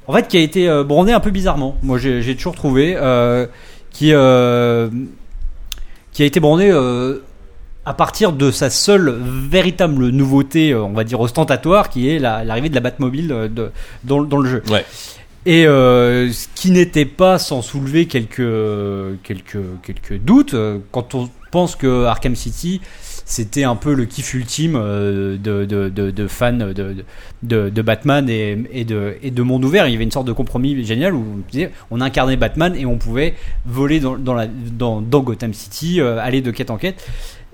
S5: en fait, qui a été euh, brandé un peu bizarrement. Moi, j'ai j'ai toujours trouvé euh, qui euh, qui a été brandé euh, à partir de sa seule véritable nouveauté, euh, on va dire ostentatoire, qui est la- l'arrivée de la Batmobile euh, de- dans, le- dans le jeu.
S1: Ouais.
S5: Et euh, ce qui n'était pas sans soulever quelques, quelques, quelques doutes, euh, quand on pense que Arkham City, c'était un peu le kiff ultime euh, de, de, de- de fans de, de- de, de Batman et, et de, et de monde ouvert. Il y avait une sorte de compromis génial où on, disait, on incarnait Batman et on pouvait voler dans, dans, la, dans, dans Gotham City, euh, aller de quête en quête.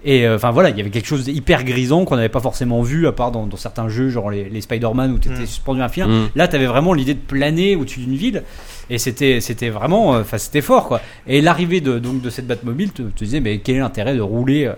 S5: Et euh, enfin voilà, il y avait quelque chose d'hyper grisant qu'on n'avait pas forcément vu, à part dans, dans certains jeux, genre les, les Spider-Man où tu étais
S7: Mm.
S5: suspendu à un fil.
S1: Mm.
S5: Là, tu avais vraiment l'idée de planer au-dessus d'une ville. Et c'était c'était vraiment, euh, enfin c'était fort quoi. Et l'arrivée de donc de cette Batmobile, tu te disais mais quel est l'intérêt de rouler euh,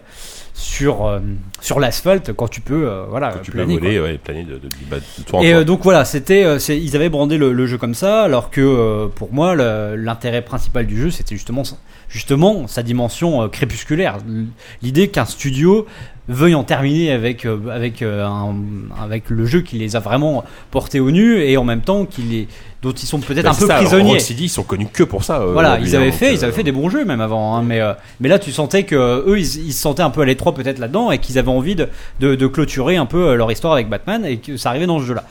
S5: sur euh, sur l'asphalte quand tu peux euh, voilà
S1: Tu peux
S5: planer, quoi.
S1: voler, ouais, et planer de, de, de- bah, de toi en
S5: Et
S1: toi.
S5: euh, donc voilà, c'était, euh, c'est- ils avaient brandé le, le jeu comme ça, alors que euh, pour moi, le- l'intérêt principal du jeu, c'était justement, sa- justement sa dimension euh, crépusculaire. L- L'idée qu'un studio veuille en terminer avec, euh, avec, euh, un- avec le jeu qui les a vraiment portés au nu et en même temps qu'il les- dont ils sont peut-être
S1: Bah,
S5: un
S1: c'est
S5: peu
S1: ça, alors,
S5: prisonniers.
S1: Rocksteady, ils sont connus que pour ça. euh,
S5: Voilà,
S1: aujourd'hui,
S5: ils avaient
S1: hein,
S5: fait,
S1: donc,
S5: ils avaient
S1: euh,
S5: fait des bons jeux même avant, hein, mais euh, mais là tu sentais que euh, eux ils, ils se sentaient un peu à l'étroit peut-être là-dedans et qu'ils avaient envie de, de, de clôturer un peu euh, leur histoire avec Batman et que ça arrivait dans ce jeu-là.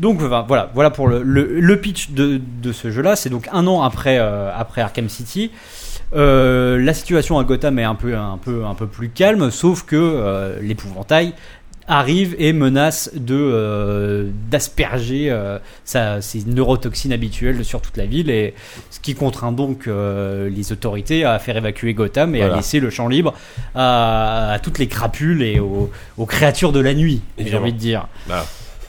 S5: Donc enfin, voilà, voilà pour le, le, le pitch de, de ce jeu-là. C'est donc un an après euh, après Arkham City. Euh, la situation à Gotham est un peu un peu un peu plus calme, sauf que euh, l'épouvantail arrive et menace de euh, d'asperger euh, sa- ses neurotoxines habituelles sur toute la ville et ce qui contraint donc euh, les autorités à faire évacuer Gotham et à
S1: Voilà.
S5: laisser le champ libre à, à toutes les crapules et aux, aux créatures de la nuit, j'ai
S1: Évidemment.
S5: envie de dire.
S1: Bah.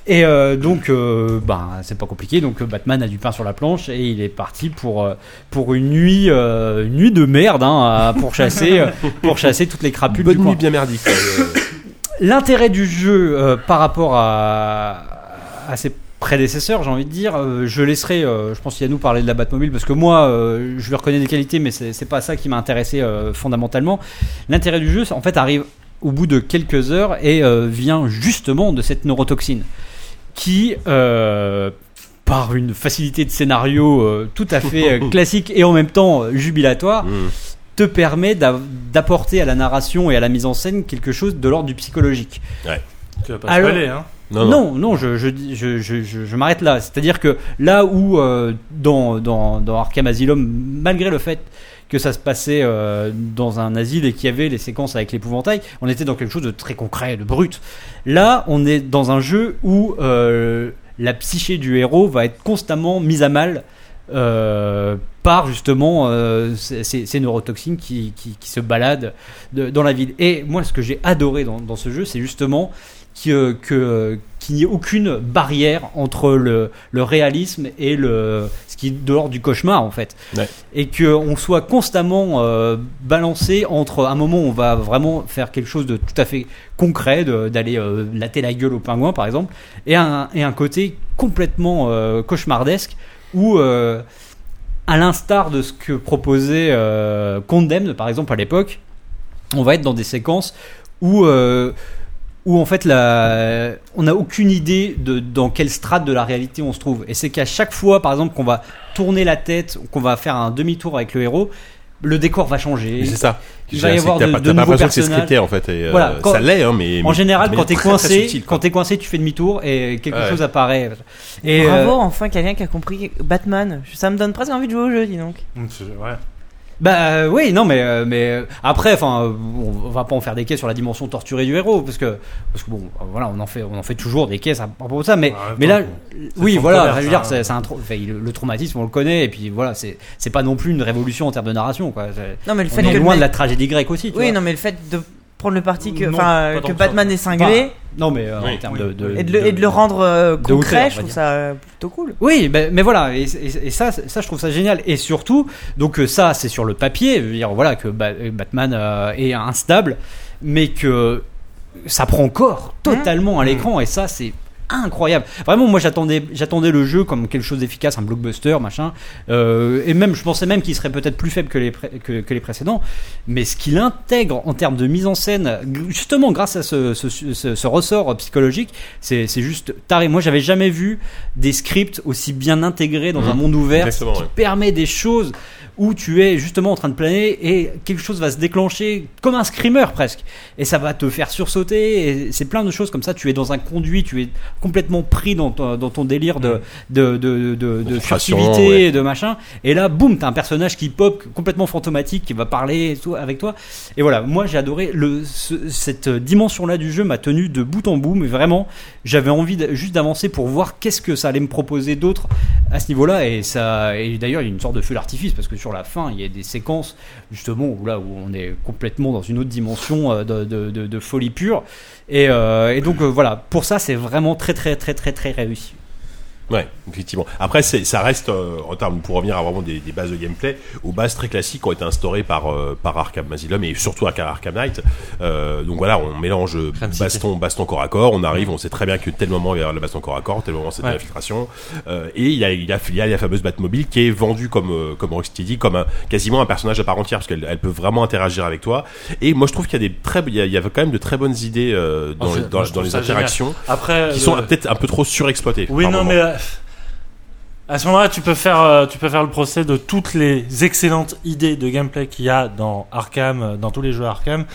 S5: Et euh, donc, euh, ben, c'est pas compliqué. Donc, euh, Batman a du pain sur la planche et il est parti pour euh, pour une nuit euh, une nuit de merde hein, à- pour chasser euh, pour chasser toutes les crapules
S1: Bonne
S5: du coin.
S1: nuit bien merdique. quoi, euh,
S5: L'intérêt du jeu euh, par rapport à, à ses prédécesseurs, j'ai envie de dire, euh, je laisserai, euh, je pense, Yannou parler de la Batmobile, parce que moi, euh, je lui reconnais des qualités, mais c'est c'est pas ça qui m'a intéressé euh, fondamentalement. L'intérêt du jeu, c'est- en fait, arrive au bout de quelques heures et euh, vient justement de cette neurotoxine qui, euh, par une facilité de scénario euh, tout à fait euh, classique et en même temps euh, jubilatoire,
S1: hmm.
S5: te permet d'a- d'apporter à la narration et à la mise en scène quelque chose de l'ordre du psychologique.
S8: euh,
S7: Tu vas pas
S5: Alors-
S7: spoiler, hein.
S1: Non, non.
S5: Non, non, je, je, dis- je, je, je- je m'arrête là. C'est-à-dire que là où euh, dans, dans, dans Arkham Asylum, malgré le fait que ça se passait euh, dans un asile et qu'il y avait les séquences avec l'épouvantail, on était dans quelque chose de très concret, de brut. Là, on est dans un jeu où euh, la psyché du héros va être constamment mise à mal euh, par justement euh, ces, ces- ces neurotoxines qui, qui, qui se baladent de- dans la ville. Et moi, ce que j'ai adoré dans, dans ce jeu, c'est justement qui, euh, que, euh, qu'il n'y ait aucune barrière entre le, le réalisme et le, ce qui est de l'ordre du cauchemar, en fait.
S1: Ouais.
S5: Et qu'on soit constamment euh, balancé entre un moment où on va vraiment faire quelque chose de tout à fait concret, de- d'aller euh, latter la gueule au pingouin, par exemple, et un, et un côté complètement euh, cauchemardesque où. euh, à l'instar de ce que proposait euh, Condemned, par exemple, à l'époque, on va être dans des séquences où euh, où en fait la, on n'a aucune idée de dans quelle strate de la réalité on se trouve. Et c'est qu'à chaque fois, par exemple, qu'on va tourner la tête, qu'on va faire un demi-tour avec le héros, le décor va changer.
S1: Mais c'est ça.
S5: Il
S1: J'ai-
S5: va
S1: c'est
S5: y avoir
S1: que t'as
S5: de,
S1: pas-
S5: de
S1: t'as pas
S5: nouveaux
S1: l'impression que c'est
S5: personnages.
S1: scripté, en fait, et, euh,
S5: Voilà, quand-
S1: ça l'est, hein, mais-
S5: en
S1: mais
S5: général,
S1: de
S5: quand
S1: manière
S5: t'es
S1: très, très
S5: coincé,
S1: subtile,
S5: quand t'es coincé, tu fais demi-tour et quelque
S1: Ouais.
S5: chose apparaît. Et
S4: Bravo,
S5: euh,
S4: enfin quelqu'un qui a compris Batman. Ça me donne presque envie de jouer au jeu, dis donc.
S5: Bah euh, oui, non, mais euh, mais euh, après, enfin, euh, on va pas en faire des caisses sur la dimension torturée du héros, parce que parce que bon, euh, voilà, on en fait on en fait toujours des caisses à propos de ça, mais mais là, oui,
S11: son
S5: voilà,
S11: commerce,
S5: je veux dire,
S11: hein.
S5: c'est c'est un tra- enfin, il- le traumatisme, on le connaît, et puis voilà, c'est c'est pas non plus une révolution en termes de narration, quoi. C'est-
S4: Non, mais le
S5: on
S4: fait
S5: est
S4: que le
S5: loin
S4: mec-
S5: de la tragédie grecque aussi. Tu
S4: Oui,
S5: vois.
S4: non, mais le fait de prendre le parti que,
S5: Non,
S4: enfin,
S5: pas tant
S4: que
S5: que ça.
S4: Batman est cinglé
S5: Enfin, non, mais, euh, en
S4: Oui.
S5: termes de- de-
S4: et, de le, et de le rendre euh,
S5: de
S4: concret,
S5: hauteur, on va
S4: je trouve
S5: dire.
S4: ça euh, plutôt cool.
S5: Oui, ben, mais voilà, et, et- et ça, ça, je trouve ça génial. Et surtout, donc euh, ça, c'est sur le papier, je veux dire, voilà, que Ba- Batman euh, est instable, mais que ça prend corps totalement
S1: Mmh.
S5: à l'écran, et ça, c'est incroyable. Vraiment, moi, j'attendais, j'attendais le jeu comme quelque chose d'efficace, un blockbuster, machin, Euh, et même, je pensais même qu'il serait peut-être plus faible que les, pré- que, que les précédents, mais ce qu'il intègre en termes de mise en scène, g- justement grâce à ce, ce- ce- ce ressort psychologique, c'est c'est juste taré. Moi, j'avais jamais vu des scripts aussi bien intégrés dans
S1: Mhm.
S5: un monde ouvert, ce
S1: Exactement,
S5: qui
S1: ouais.
S5: permet des choses où tu es justement en train de planer et quelque chose va se déclencher comme un screamer presque, et ça va te faire sursauter. et C'est plein de choses comme ça. Tu es dans un conduit, tu es complètement pris dans ton, dans ton délire de de de, de, de- de
S1: Mm. Frustration,
S5: furtivité,
S1: ouais.
S5: et de machin. Et là, boum, t'as un personnage qui pop complètement fantomatique, qui va parler et tout avec toi. Et voilà, moi j'ai adoré le, ce- cette dimension-là du jeu m'a tenu de bout en bout, mais vraiment, j'avais envie de- juste d'avancer pour voir qu'est-ce que ça allait me proposer d'autre à ce niveau-là. Et ça, et d'ailleurs, il y a une sorte de feu d'artifice parce que sur la fin, il y a des séquences justement où là où on est complètement dans une autre dimension euh, de, de- de- de folie pure. Et, euh, et donc euh, voilà, pour ça, c'est vraiment très très très très très réussi.
S1: Ouais, effectivement. Après, c'est, ça reste, euh, en termes, pour revenir à vraiment des, des bases de gameplay, aux bases très classiques qui ont été instaurées par, euh, par Arkham Asylum et surtout Arkham Arkham Knight. Euh, donc voilà, on mélange baston, baston corps à corps, on arrive, on sait très bien que tel moment il y a le baston corps à corps, tel moment c'est de
S12: Ouais.
S1: l'infiltration. Euh, et il y, a, il, y a, il y a la fameuse Batmobile qui est vendue comme, euh, comme Rocksteady, dit, comme un, quasiment un personnage à part entière parce qu'elle elle peut vraiment interagir avec toi. Et moi je trouve qu'il y a des très, il y a, il y a quand même de très bonnes idées euh, dans,
S8: Oh,
S1: les,
S8: c'est-
S1: dans,
S8: moi, je
S1: dans
S8: trouve
S1: les
S8: ça génial.
S1: interactions
S8: Après,
S1: qui sont
S8: le-
S1: euh, peut-être un peu trop surexploitées.
S8: Oui,
S1: par
S8: non,
S1: moment.
S8: mais euh, à ce moment-là, tu peux faire, euh, tu peux faire le procès de toutes les excellentes idées de gameplay qu'il y a dans Arkham, euh, dans tous les jeux Arkham.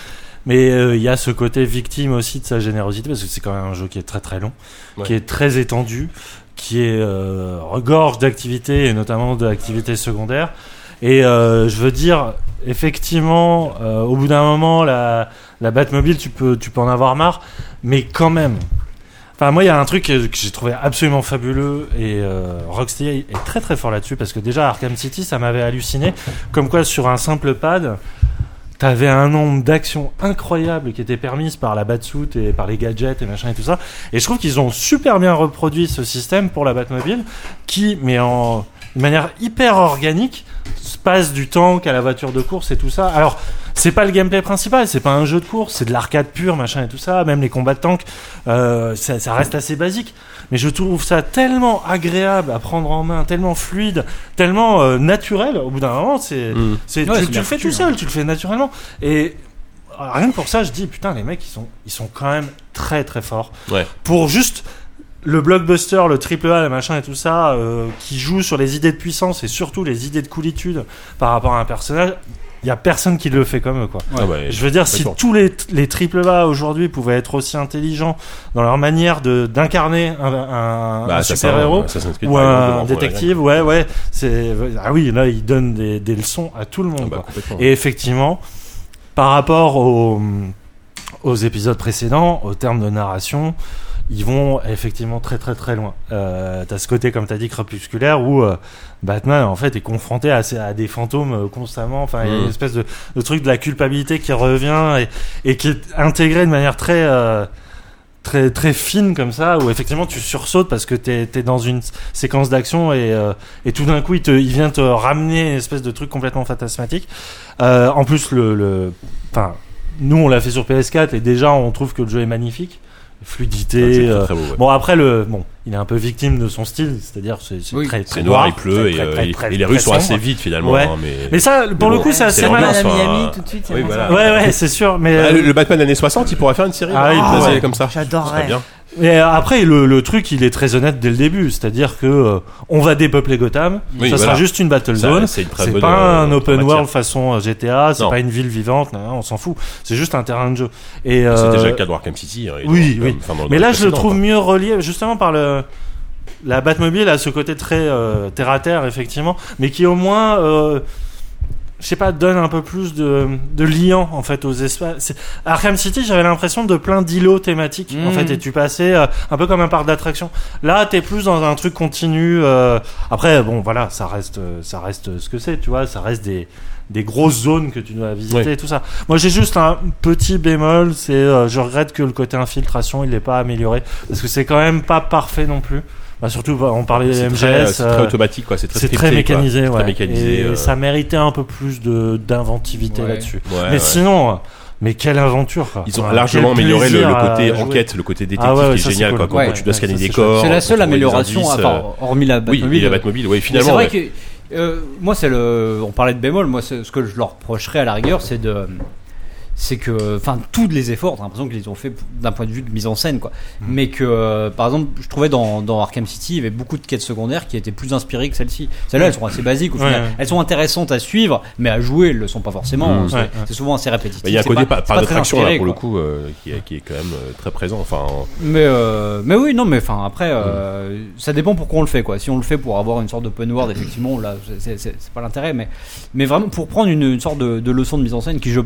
S8: Mais euh, il y a ce côté victime aussi de sa générosité parce que c'est quand même un jeu qui est très très long,
S1: Ouais.
S8: qui est très étendu, qui est euh, regorge d'activités et notamment d'activités secondaires. Et euh, je veux dire, effectivement, euh, au bout d'un moment, la, la Batmobile, tu peux, tu peux en avoir marre, mais quand même, Enfin, moi, il y a un truc que que j'ai trouvé absolument fabuleux et euh, Rocksteady est très très fort là-dessus parce que déjà Arkham City, ça m'avait halluciné. Comme quoi, sur un simple pad, t'avais un nombre d'actions incroyables qui étaient permises par la Batsuit et par les gadgets et machin et tout ça. Et je trouve qu'ils ont super bien reproduit ce système pour la Batmobile qui, mais en de manière hyper organique, se passe du tank à la voiture de course et tout ça. Alors, c'est pas le gameplay principal, c'est pas un jeu de course, c'est de l'arcade pure, machin et tout ça. Même les combats de tank, euh, ça, ça reste assez basique. Mais je trouve ça tellement agréable à prendre en main, tellement fluide, tellement euh, naturel. Au bout d'un moment, c'est,
S1: Mm.
S8: c'est-
S5: Ouais,
S8: tu-
S5: c'est
S8: tu
S5: bien
S8: le fais
S5: foutu, hein.
S8: tout seul, tu le fais naturellement. Et rien que pour ça, je dis putain, les mecs, ils sont, ils sont quand même très très forts
S1: Ouais.
S8: pour juste le blockbuster, le triple A, le machin et tout ça, euh, qui joue sur les idées de puissance et surtout les idées de coolitude par rapport à un personnage, il y a personne qui le fait comme eux, quoi.
S1: Ah ouais,
S8: Je veux dire, si
S1: complètement.
S8: tous les, les triple A aujourd'hui pouvaient être aussi intelligents dans leur manière de d'incarner un, un-
S1: Bah,
S8: un
S1: Assassin,
S8: super-héros
S1: Assassin's Creed,
S8: ou
S1: par exemple,
S8: un
S1: devant
S8: détective, ouais, ouais, c'est ah oui, là ils donnent des, des leçons à tout le monde.
S1: Ah bah,
S8: quoi.
S1: complètement.
S8: Et effectivement, par rapport aux, aux épisodes précédents, au terme de narration, ils vont effectivement très très très loin. Euh, t'as ce côté, comme t'as dit, crépusculaire où euh, Batman en fait est confronté à, ces- à des fantômes euh, constamment. Enfin, il y a une
S1: Mhm.
S8: espèce de, de truc de la culpabilité qui revient et, et qui est intégré de manière très euh, très très fine comme ça où effectivement tu sursautes parce que t'es es dans une s- séquence d'action et, euh, et tout d'un coup il, te, il vient te ramener une espèce de truc complètement fantasmatique Euh, en plus le, le enfin nous on l'a fait sur PS4 et déjà on trouve que le jeu est magnifique
S1: Ah, c'est
S8: fluidité.
S1: très,
S8: euh,
S1: très beau, ouais.
S8: Bon après le bon, il est un peu victime de son style, c'est-à-dire c'est c'est
S1: Oui.
S8: très,
S1: C'est
S8: très
S1: noir, il pleut
S8: très,
S1: et,
S8: très,
S1: euh,
S8: très,
S1: et-
S8: très,
S1: et les
S8: très
S1: rues sont
S8: sombre.
S1: assez vides, finalement,
S8: Ouais.
S1: hein, mais-
S8: mais ça pour
S1: mais
S8: le
S1: bon,
S8: coup c'est assez
S1: c'est
S8: malin.
S1: l'ambiance, Miami, enfin, tout de suite, il y a oui, moins voilà. ça.
S8: Ouais ouais c'est sûr mais euh,
S1: Bah, le, le Batman années 60, il pourrait faire une série
S8: Ah,
S1: là,
S8: il
S1: basée
S8: pourrait.
S1: comme ça.
S8: J'adorerais.
S1: Ce serait bien.
S8: Mais après, le, le truc, il est très honnête dès le début. C'est-à-dire que euh, on va dépeupler Gotham.
S1: Oui, voilà.
S8: ça sera juste une battle
S1: Ça,
S8: zone.
S1: c'est
S8: C'est
S1: une très
S8: pas
S1: bonne, euh,
S8: un open
S1: matière.
S8: world façon euh, GTA. C'est
S1: Non.
S8: pas une ville vivante. non, on s'en fout. C'est juste un terrain de jeu. Et
S1: Ah, C'est
S8: euh,
S1: déjà le cas de Arkham City. hein, et
S8: oui,
S1: dans-
S8: oui.
S1: enfin, dans- dans
S8: Mais
S1: les
S8: là, je le
S1: précédents,
S8: trouve
S1: quoi.
S8: mieux relié justement par le. La Batmobile a ce côté très euh, terre à terre, effectivement, mais qui au moins, euh, je sais pas, donne un peu plus de, de liant en fait aux espaces. C'est- Arkham City, j'avais l'impression de plein d'îlots thématiques en
S7: Mhm.
S1: Hmm.
S8: fait, et tu passais euh, un peu comme un parc d'attractions. Là, t'es plus dans un truc continu. euh, Après, bon, voilà, ça reste, euh, ça reste ce que c'est, tu vois, ça reste des des grosses zones que tu dois visiter
S7: Ouais.
S8: et tout ça. Moi, j'ai juste un petit bémol, c'est euh, je regrette que le côté infiltration, il n'est pas amélioré parce que c'est quand même pas parfait non plus. Bah, surtout, bah, on parlait
S1: C'est
S8: des MGS,
S1: très, euh, c'est très
S8: euh,
S1: automatique, quoi, c'est très
S8: c'est
S1: scripté,
S8: très
S1: quoi.
S8: mécanisé,
S1: C'est très
S8: ouais.
S1: mécanisé,
S8: Et
S1: euh.
S8: ça méritait un peu plus de d'inventivité
S1: Ouais.
S8: là-dessus.
S1: Ouais,
S8: mais
S1: ouais.
S8: sinon, euh, mais quelle aventure quoi.
S1: Ils ont
S8: Enfin,
S1: largement
S8: quel
S1: amélioré le,
S8: plaisir
S1: le
S8: à
S1: côté
S8: jouer.
S1: enquête, le côté détective
S8: Ah ouais, ouais,
S1: qui
S8: ça,
S1: est
S8: c'est
S1: génial,
S8: cool.
S1: quoi, quand,
S8: Ouais,
S1: quand tu dois
S8: ouais,
S1: scanner
S8: ça,
S1: des
S8: c'est
S1: corps.
S5: C'est la
S1: quand
S5: seule
S1: tu trouves des
S5: amélioration,
S1: indices,
S5: à part,
S1: euh,
S5: hormis la
S1: Oui,
S5: Batmobile.
S1: et la Batmobile, oui,
S5: Mais
S1: finalement. ouais.
S5: C'est vrai que euh, moi, c'est le. On parlait de bémol. Moi, c'est- ce que je leur reprocherais à la rigueur, c'est de. C'est que, enfin, tous les efforts, j'ai l'impression qu'ils les ont fait p- d'un point de vue de mise en scène, quoi.
S1: Mmh.
S5: Mais que, euh, par exemple, je trouvais dans, dans Arkham City, il y avait beaucoup de quêtes secondaires qui étaient plus inspirées que celles-ci. Celles-là, elles sont assez basiques au
S1: Ouais,
S5: final.
S1: ouais.
S5: Elles sont intéressantes à suivre, mais à jouer, elles le sont pas forcément. hein.
S1: Mmh.
S5: C'est
S1: Ouais, ouais.
S5: c'est souvent assez répétitif.
S1: Bah, Il y a un
S5: C'est
S1: côté par,
S5: pas- c'est
S1: par
S5: pas très
S1: d'attraction là
S5: inspiré,
S1: pour le
S5: quoi.
S1: coup euh, qui, est- qui est quand même euh, très présent. Enfin, en-
S5: Mais, euh, mais oui, non, mais enfin, après, euh,
S1: Mm.
S5: ça dépend pourquoi on le fait, quoi. Si on le fait pour avoir une sorte d'open world, effectivement, là, c'est- c'est c'est- c'est pas l'intérêt, mais, mais vraiment pour prendre une, une sorte de, de leçon de mise en scène qui, je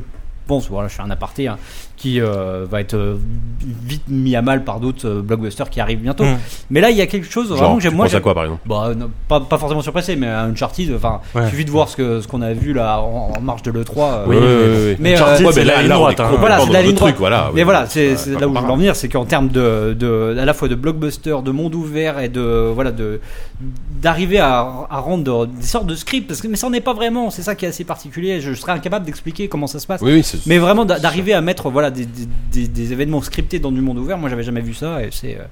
S5: pense, voilà, je fais un aparté, hein, qui euh, va être euh, vite mis à mal par d'autres euh, blockbusters qui arrivent bientôt.
S8: Mm.
S5: Mais là, il y a quelque chose
S1: Genre,
S5: vraiment que j'aime.
S1: tu
S5: moi,
S1: penses à
S5: j'aime-
S1: quoi, par exemple
S5: bah, non, pas, pas forcément surpressé, mais un Uncharted, enfin,
S1: Ouais.
S5: il suffit de voir ce qu'on ce qu'on a vu là en, en marge de l'E3. euh,
S1: Oui, oui, oui, oui.
S5: mais
S1: Uncharted,
S5: euh,
S1: c'est la ligne droite, hein.
S5: Voilà, c'est
S1: Dans
S5: la
S1: le
S5: ligne droite.
S1: truc, voilà, Ah oui.
S5: mais voilà, c'est
S1: Ouais,
S5: c'est
S1: pas
S5: là où je veux en
S1: comparable.
S5: venir, c'est qu'en termes de, de, à la fois de blockbuster, de monde ouvert et de, voilà, de, d'arriver à, à rendre des sortes de scripts, parce que, mais ça n'en est pas vraiment, c'est ça qui est assez particulier, je, serais incapable d'expliquer comment ça se passe.
S1: Oui, oui, c'est-
S5: mais vraiment d'a- d'arriver à mettre, voilà, des, des, des- des événements scriptés dans du monde ouvert, moi j'avais jamais vu ça et c'est, euh,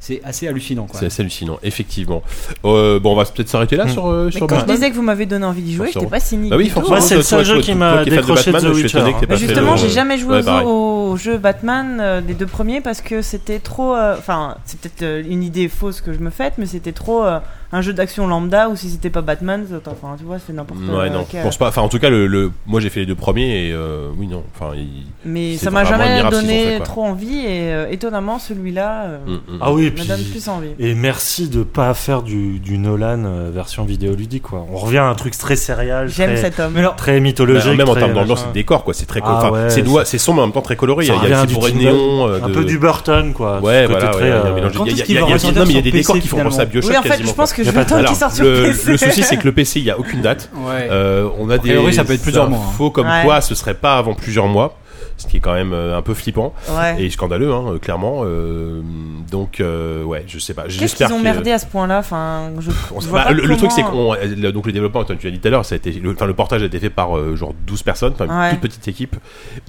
S5: c'est assez hallucinant, quoi.
S1: C'est assez hallucinant, effectivement. Euh, bon, on va peut-être s'arrêter là
S5: Mm.
S1: sur, euh,
S4: Mais
S1: sur
S4: quand je
S1: Batman.
S4: disais que vous m'avez donné envie d'y jouer,
S1: Forcément.
S4: j'étais pas cynique.
S1: Bah oui,
S4: du tout,
S1: forcément.
S4: hein.
S1: Moi, c'est le seul
S8: Toi,
S1: jeu
S8: toi,
S1: qui
S8: toi,
S1: m'a
S8: toi qui es fan de
S1: décroché de
S8: Batman,
S1: The
S8: je suis
S1: Witcher.
S8: étonné que t'aies
S1: Mais
S8: pas fait
S1: justement,
S8: le-
S1: j'ai
S4: J'ai jamais joué
S1: Ouais,
S4: aux,
S1: pareil.
S4: aux jeux Batman, euh, les deux premiers, parce que c'était trop. euh, Enfin, c'est peut-être euh, une idée fausse que je me fête, mais c'était trop euh, un jeu d'action lambda ou si c'était pas Batman, c'est- enfin, tu vois, c'est n'importe quoi.
S1: Ouais, non, je pense pas. Enfin, en tout cas, le, le- moi j'ai fait les deux premiers et euh, oui, non. Enfin, il-
S4: Mais
S1: c'est
S4: ça m'a
S1: vraiment
S4: jamais
S1: admirable ce qu'ils ont
S4: donné
S1: fait, quoi.
S4: trop envie, et euh, étonnamment, celui-là euh,
S1: Mm,
S8: Ah oui, et
S4: me
S8: puis,
S4: donne plus envie.
S8: et merci de pas faire du, du Nolan euh, version vidéoludique quoi. On revient à un truc très serial,
S4: J'aime
S8: très,
S4: cet homme.
S8: Mais alors- très mythologique,
S1: Bah, même en
S8: très
S1: termes d'ambiance
S8: machin.
S1: et de décor, quoi. C'est très,
S8: Ah
S1: enfin,
S8: ouais,
S1: c'est noir-
S8: c'est-
S1: c'est sombre en même temps très coloré.
S8: Ça
S1: il y a
S8: revient
S1: c'est
S8: du
S1: pour
S8: Tim
S1: néon,
S8: Burton.
S1: euh,
S8: Un
S1: de-
S8: peu du Burton, quoi. Ce
S1: Ouais,
S8: côté
S1: voilà. ouais,
S8: très,
S1: Il y a
S8: euh,
S1: un mélange.
S8: Quand
S1: Il y a-
S8: est-ce
S1: il y a-
S8: qu'il va
S1: il y a-
S8: ressortir
S1: non, mais il y a
S8: sur
S1: des
S8: PC,
S1: décors qui font penser à
S8: finalement
S1: Bioshock.
S8: Oui, en fait, je
S1: quasiment,
S8: pense
S1: quoi.
S8: que je vais attendre
S1: Alors,
S8: qu'il sorte sur
S1: le-
S8: PC.
S1: Le souci, c'est que le PC, il y a aucune date.
S5: Ouais.
S1: Euh, On a
S5: A
S1: des.
S5: priori, ça peut être plusieurs mois, hein.
S1: Faux comme
S5: Ouais.
S1: quoi, ce serait pas avant plusieurs mois. Ce qui est quand même euh, un peu flippant
S4: Ouais.
S1: et scandaleux, hein, euh, clairement. euh, donc, euh, ouais, je sais pas.
S4: Qu'est-ce
S1: J'espère
S4: qu'ils ont
S1: que-
S4: merdé à ce point-là enfin, je,
S1: on
S4: je
S1: sait
S4: vois
S1: pas.
S4: pas
S1: Bah, le, le truc c'est
S4: comment-
S1: qu'on euh, le- donc le développement comme tu l'as dit tout à l'heure ça a été le, enfin, le portage a été fait par euh, genre 12 personnes enfin
S4: Ouais.
S1: une toute petite équipe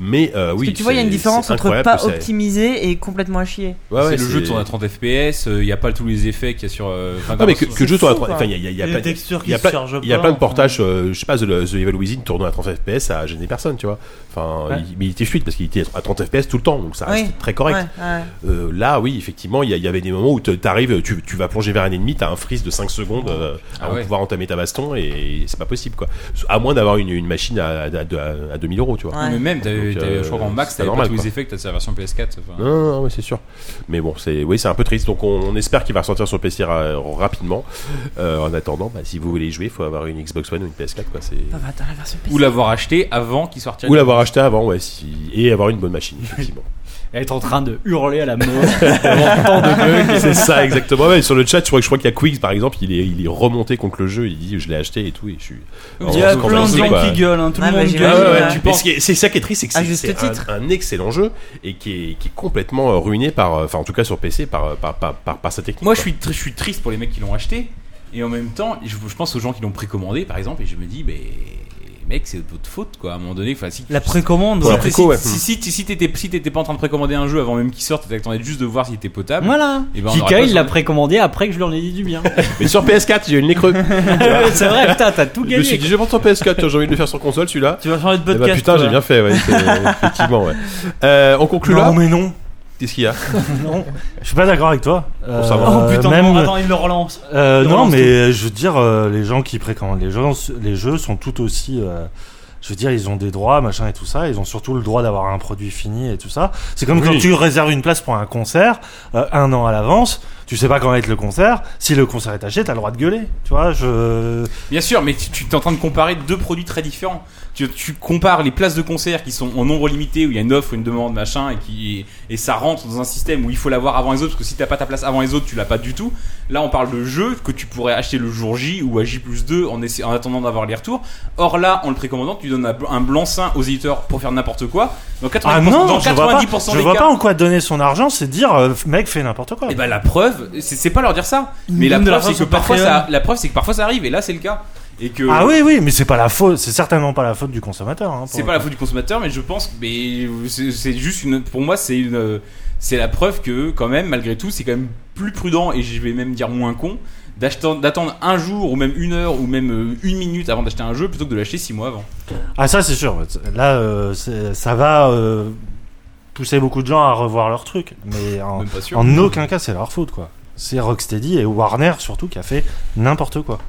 S1: mais euh, oui
S4: Parce que tu vois, il y a une
S1: c'est-
S4: différence
S1: c'est
S4: entre
S1: incroyable
S4: pas
S1: que ça-
S4: optimisé et complètement à chier.
S1: Ah Ouais, ouais,
S3: c'est le
S1: c'est-
S3: jeu tourne à 30 FPS, euh, il n'y a pas tous les effets qu'il y a sur. euh, enfin,
S1: non mais que,
S3: dans-
S1: que le jeu tourne à
S3: fou,
S1: 30
S3: quoi.
S1: enfin il y a, il y a- il y a
S3: Les
S1: plein-
S3: textures
S1: il y a
S3: qui
S1: plein-
S3: se chargent
S1: il y a
S3: pas,
S1: plein de
S3: enfin.
S1: portages euh, je sais pas The, The Evil Within tournant à 30 FPS ça a gêné personne tu vois enfin
S4: Ouais.
S1: il, mais il était fluide parce qu'il était à 30 FPS tout le temps donc ça reste
S4: Oui.
S1: très correct
S4: Ouais, ouais.
S1: Euh, là oui effectivement il y, a- il y avait des moments où te- t'arrives tu, tu vas plonger vers un ennemi t'as un freeze de 5 secondes euh, avant
S3: ouais.
S1: de pouvoir entamer ta baston et c'est pas possible quoi à moins d'avoir une, une machine à, à, à- à 2000 euros tu vois
S3: Oui, Mais même, t'avais-
S1: Donc,
S3: t'avais-
S1: euh,
S3: je crois qu'en max,
S1: c'est
S3: t'avais pas
S1: normal,
S3: tous
S1: quoi.
S3: les effets que t'as sur la version PS4. enfin.
S1: Non, non, non, ouais, c'est sûr. Mais bon, c'est oui, c'est un peu triste. Donc on, on espère qu'il va ressortir sur PC ra- rapidement. Euh, en attendant, bah, si vous voulez y jouer, il faut avoir une Xbox One ou une PS4. Quoi. C'est...
S3: Ou l'avoir acheté avant qu'il sorte.
S1: Ou l'avoir acheté avant, ouais, si- et avoir une bonne machine, effectivement.
S5: Être en train de hurler à la mort devant tant de bugs.
S1: c'est ça, exactement. Ouais, sur le chat, je crois, je crois qu'il y a Quiggs, par exemple, il est, il est remonté contre le jeu, il dit je l'ai acheté et tout, et je suis.
S2: Il y a
S1: Alors,
S2: plein de
S1: scandalisé,
S2: gens
S1: quoi.
S2: qui gueulent, hein, tout le
S1: Ah,
S2: monde
S1: ouais,
S2: gueule.
S1: ouais, ouais,
S2: Ouais.
S1: ouais.
S2: Tu
S1: Mais
S2: penses-
S1: ce qui est- C'est ça qui est triste, c'est que
S2: À
S1: c'est
S2: juste
S1: c'est un-
S2: titre.
S1: un, excellent jeu et qui est, qui est complètement euh, ruiné par, euh, enfin en tout cas sur PC par, euh, par, par, par, par sa technique.
S3: Moi, je suis,
S1: quoi.
S3: tr- je suis triste pour les mecs qui l'ont acheté. Et en même temps, je, je pense aux gens qui l'ont précommandé, par exemple, et je me dis, mais mec, c'est de votre faute, quoi. À un moment donné, enfin, si
S5: La précommande,
S3: si
S5: ouais.
S3: t'es-
S5: La
S3: si-
S5: préco, ouais.
S3: si- si- si- si t'étais si t'étais pas en train de précommander un jeu avant même qu'il sorte, t'attendais juste de voir s'il était potable.
S5: Voilà.
S3: Et
S1: Bah,
S3: ben, on
S5: Kika,
S3: aurait pas
S5: il l'a
S3: sorti.
S5: précommandé après que je lui en ai dit du bien.
S1: Mais sur PS4, j'ai eu le nez creux.
S5: c'est vrai, putain, t'as tout
S1: Je me suis
S5: gagné.
S1: dit, je vais prendre sur PS4, tiens, j'ai envie de le faire sur console celui-là.
S2: Tu vas changer de
S1: Eh ben,
S2: podcast.
S1: putain,
S2: toi.
S1: j'ai bien fait, ouais, c'est- effectivement, ouais. Euh, on conclut là
S8: Non, mais non.
S1: Qu'est-ce qu'il y a
S8: non. Je suis pas d'accord avec toi. Euh,
S1: ça va.
S2: Oh putain,
S8: même,
S2: non, attends, il le relance.
S8: euh,
S2: Il
S8: non,
S2: relance
S8: mais je veux dire, euh, les gens qui précommandent les jeux, les jeux sont tout aussi. euh, je veux dire, ils ont des droits, machin et tout ça. Ils ont surtout le droit d'avoir un produit fini et tout ça. C'est comme quand tu réserves une place pour un concert euh, un an à l'avance. Tu sais pas quand va être le concert. Si le concert est taché, t'as le droit de gueuler. Tu vois, je.
S3: Bien sûr, mais tu, tu es en train de comparer deux produits très différents. Tu, tu compares les places de concert qui sont en nombre limité, où il y a une offre, une demande, machin, et, qui, et ça rentre dans un système où il faut l'avoir avant les autres, parce que si t'as pas ta place avant les autres, tu l'as pas du tout. Là, on parle de jeux que tu pourrais acheter le jour J ou à J plus 2 en, essa- en attendant d'avoir les retours. Or là, en le précommandant, tu donnes un un blanc-seing aux éditeurs pour faire n'importe quoi. Dans 90%,
S8: Ah non,
S3: dans
S8: je vois pas.
S3: 90%
S8: Je
S3: des
S8: vois
S3: cas,
S8: pas en quoi donner son argent, c'est dire euh, mec fais n'importe quoi.
S3: et bah la preuve, c'est c'est pas leur dire ça,
S2: Ils
S3: mais
S2: nous
S3: la
S2: donnent de
S3: preuve,
S2: l'argent
S3: c'est que
S2: sur
S3: parfois
S2: Patreon.
S3: ça, la preuve, c'est que parfois ça arrive, et là c'est le cas. Et que
S8: Ah oui oui, mais c'est pas la faute, c'est certainement pas la faute du consommateur. hein, pour
S3: C'est
S8: le
S3: pas la
S8: coup.
S3: faute du consommateur, mais je pense, mais c'est c'est juste une, pour moi, c'est une, euh, c'est la preuve que quand même, malgré tout, c'est quand même plus prudent et je vais même dire moins con d'acheter- d'attendre un jour ou même une heure ou même euh, une minute avant d'acheter un jeu plutôt que de l'acheter six mois avant.
S8: Ah ça c'est sûr. ouais. Là euh, c'est- ça va euh, pousser beaucoup de gens à revoir leur truc, mais en,
S3: Même pas sûr.
S8: en aucun cas c'est leur faute quoi. C'est Rocksteady et Warner surtout qui a fait n'importe quoi.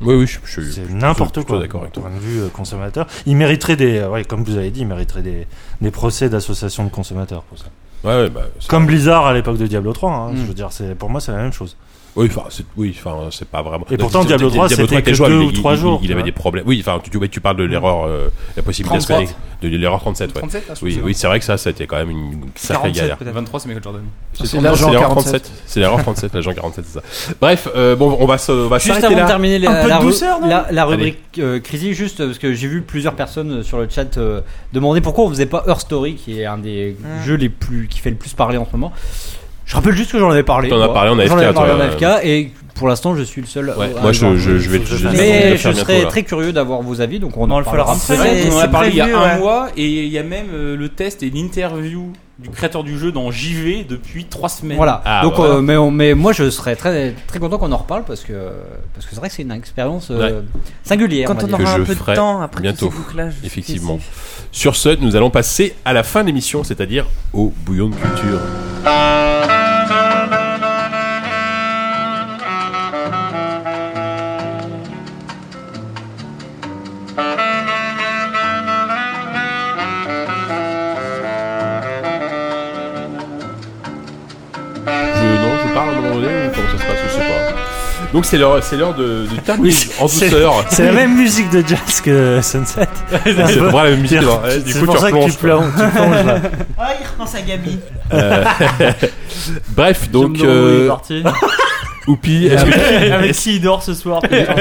S1: Oui, oui, je je-
S8: C'est n'importe
S1: plutôt
S8: quoi.
S1: d'accord avec
S8: d'un point de vue euh, consommateur, il mériterait des, euh, ouais, comme vous avez dit, il mériterait des, des procès d'associations de consommateurs pour ça.
S1: Ouais, ouais, bah. c'est- Hmm.
S8: Comme Blizzard à l'époque de Diablo 3. hein,
S9: Mm.
S8: Je veux dire, c'est pour moi c'est la même chose.
S1: Oui, enfin, c'est oui, enfin, c'est pas vraiment.
S8: Et pourtant,
S1: Diablo
S8: Diablo 3, c'était
S1: était
S8: que
S1: jouable,
S8: deux
S1: mais
S8: ou
S1: il-
S8: trois
S1: il-
S8: jours,
S1: Il,
S8: tu
S1: avait
S8: vois. Mmh.
S1: des problèmes. Oui, enfin, tu, tu- ouais, tu parles de l'erreur, euh, la possibilité de se
S3: 37.
S1: connecter- de l'erreur 37, ouais.
S3: 37, là, je
S1: Oui,
S3: pense.
S1: oui, c'est vrai que ça, c'était quand même une sacrée
S9: 47,
S1: galère.
S9: peut-être.
S3: 23, c'est Michael Jordan.
S1: C'est
S6: l'agent
S1: non, c'est l'erreur
S6: 47.
S1: 37. C'est l'erreur 37, l'agent 47, c'est ça. Bref, euh, bon, on va se, on va
S5: Juste
S1: s'arrêter
S5: avant de
S1: là.
S5: terminer
S2: Un
S5: la,
S2: peu de
S5: la, ru-
S2: douceur, non
S5: la- la rubrique euh, Crazy, juste parce que j'ai vu plusieurs personnes euh, sur le chat euh, demander pourquoi on faisait pas Her Story, qui est un des jeux les plus qui fait le plus parler en ce moment. Je rappelle juste que j'en avais parlé.
S1: T'en as
S5: moi.
S1: parlé en AFK,
S5: J'en avais parlé
S1: toi,
S5: en AFK, et pour l'instant, je suis le seul. euh,
S1: Ouais,
S5: à
S1: moi,
S5: le
S1: je,
S5: voir.
S1: je, je vais,
S8: Faut que
S1: je vais-
S8: je
S1: je vais
S8: fasse.
S5: Mais
S1: le
S5: je
S1: faire euh, bientôt,
S5: serais
S1: là.
S5: très curieux d'avoir vos avis, donc on
S2: Dans
S5: en
S2: le Falloir
S5: parlera.
S2: Hamster.
S3: vrai qu'on en a
S4: c'est
S3: parlé il y
S4: prévu,
S3: a un
S4: ouais.
S3: mois et il y a même euh, le test et l'interview du créateur du jeu dans JV depuis trois semaines.
S5: Voilà.
S1: Ah,
S5: Donc,
S1: voilà.
S5: euh, mais, on- mais moi, je serais très très content qu'on en reparle parce que parce que c'est vrai que c'est une expérience euh, singulière. on
S4: Quand
S5: va
S4: on
S5: dire.
S1: que
S4: aura
S1: je
S4: un peu
S1: ferai
S4: de temps après
S1: bientôt.
S4: tous ces bouclages
S1: Effectivement.
S4: successifs.
S1: Sur ce, nous allons passer à la fin de l'émission, c'est-à-dire au bouillon de culture. Je, non, je parle à un moment donné ou comment ça se passe, je sais pas. Donc c'est l'heure, c'est l'heure de, de terminer en douceur.
S8: C'est la même musique de jazz que Sunset.
S1: C'est vraiment la même musique. hein. Ouais, Du
S8: C'est
S1: coup,
S8: pour
S1: tu
S8: ça que
S1: replonges.
S8: tu plonges, tu plonges là.
S2: Oh,
S4: Ah, il repense à Gabi.
S1: Euh, Bref, donc,
S2: Jump Doro, il est
S1: euh,
S2: parti.
S1: Oupi, est-ce que,
S2: Avec qui il dort ce soir putain.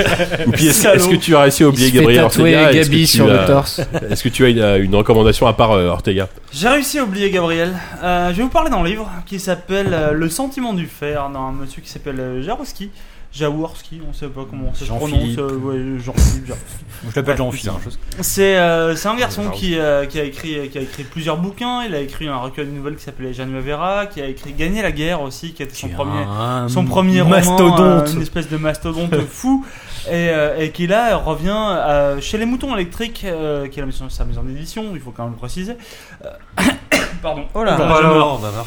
S1: Oupi, est-ce- est-ce que tu as réussi à
S6: Il
S1: oublier
S6: se fait
S1: Gabriel
S6: tatouer
S1: Ortega Est-ce que
S6: Gabi
S1: tu
S6: sur
S1: as-
S6: le torse.
S1: Est-ce que tu as une, euh, une recommandation à part euh, Ortega
S2: J'ai réussi à oublier Gabriel. Euh, je vais vous parler d'un livre qui s'appelle euh, Le sentiment du fer d'un monsieur qui s'appelle euh, Jaworski. Jaworski, on sait pas comment ça se prononce.
S9: Jean-Philippe.
S2: euh, ouais, Jean-Philippe, Jaworski.
S9: Je l'appelle Jean-Philippe.
S2: C'est euh, c'est un garçon qui, euh, qui, a écrit, qui a écrit plusieurs bouquins. Il a écrit un recueil de nouvelles qui s'appelait Jeanne Vera, qui a écrit Gagner la guerre aussi, qui était son premier, son premier roman,
S9: mastodonte.
S2: euh, une espèce de mastodonte fou, et, euh, et qui là revient euh, chez les moutons électriques, euh, qui est la maison, sa maison d'édition, il faut quand même le préciser. Euh, Pardon.
S4: Oh là.
S2: Bah, je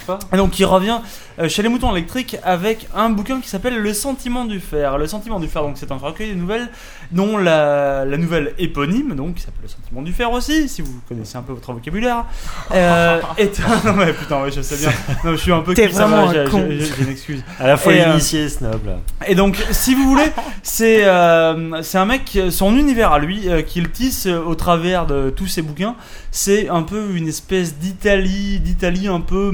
S2: meurs. Et donc il revient euh, chez les moutons électriques avec un bouquin qui s'appelle Le sentiment du fer. Le sentiment du fer, donc c'est un recueil de nouvelles dont la, la nouvelle éponyme, donc qui s'appelle Le sentiment du fer aussi, si vous connaissez un peu votre vocabulaire, euh, est un... Non mais putain, ouais, je sais bien. Non, je suis un peu...
S4: T'es
S2: cuit, ça va,
S4: vraiment un
S2: j'ai-
S4: con.
S2: j'ai- J'ai j'ai une excuse.
S8: À la fois
S2: Et, euh,
S8: initié et snob là.
S2: Et donc, si vous voulez, c'est euh, c'est un mec, son univers à lui, euh, qu'il tisse euh, au travers de tous ses bouquins, c'est un peu une espèce d'Italie, d'Italie un peu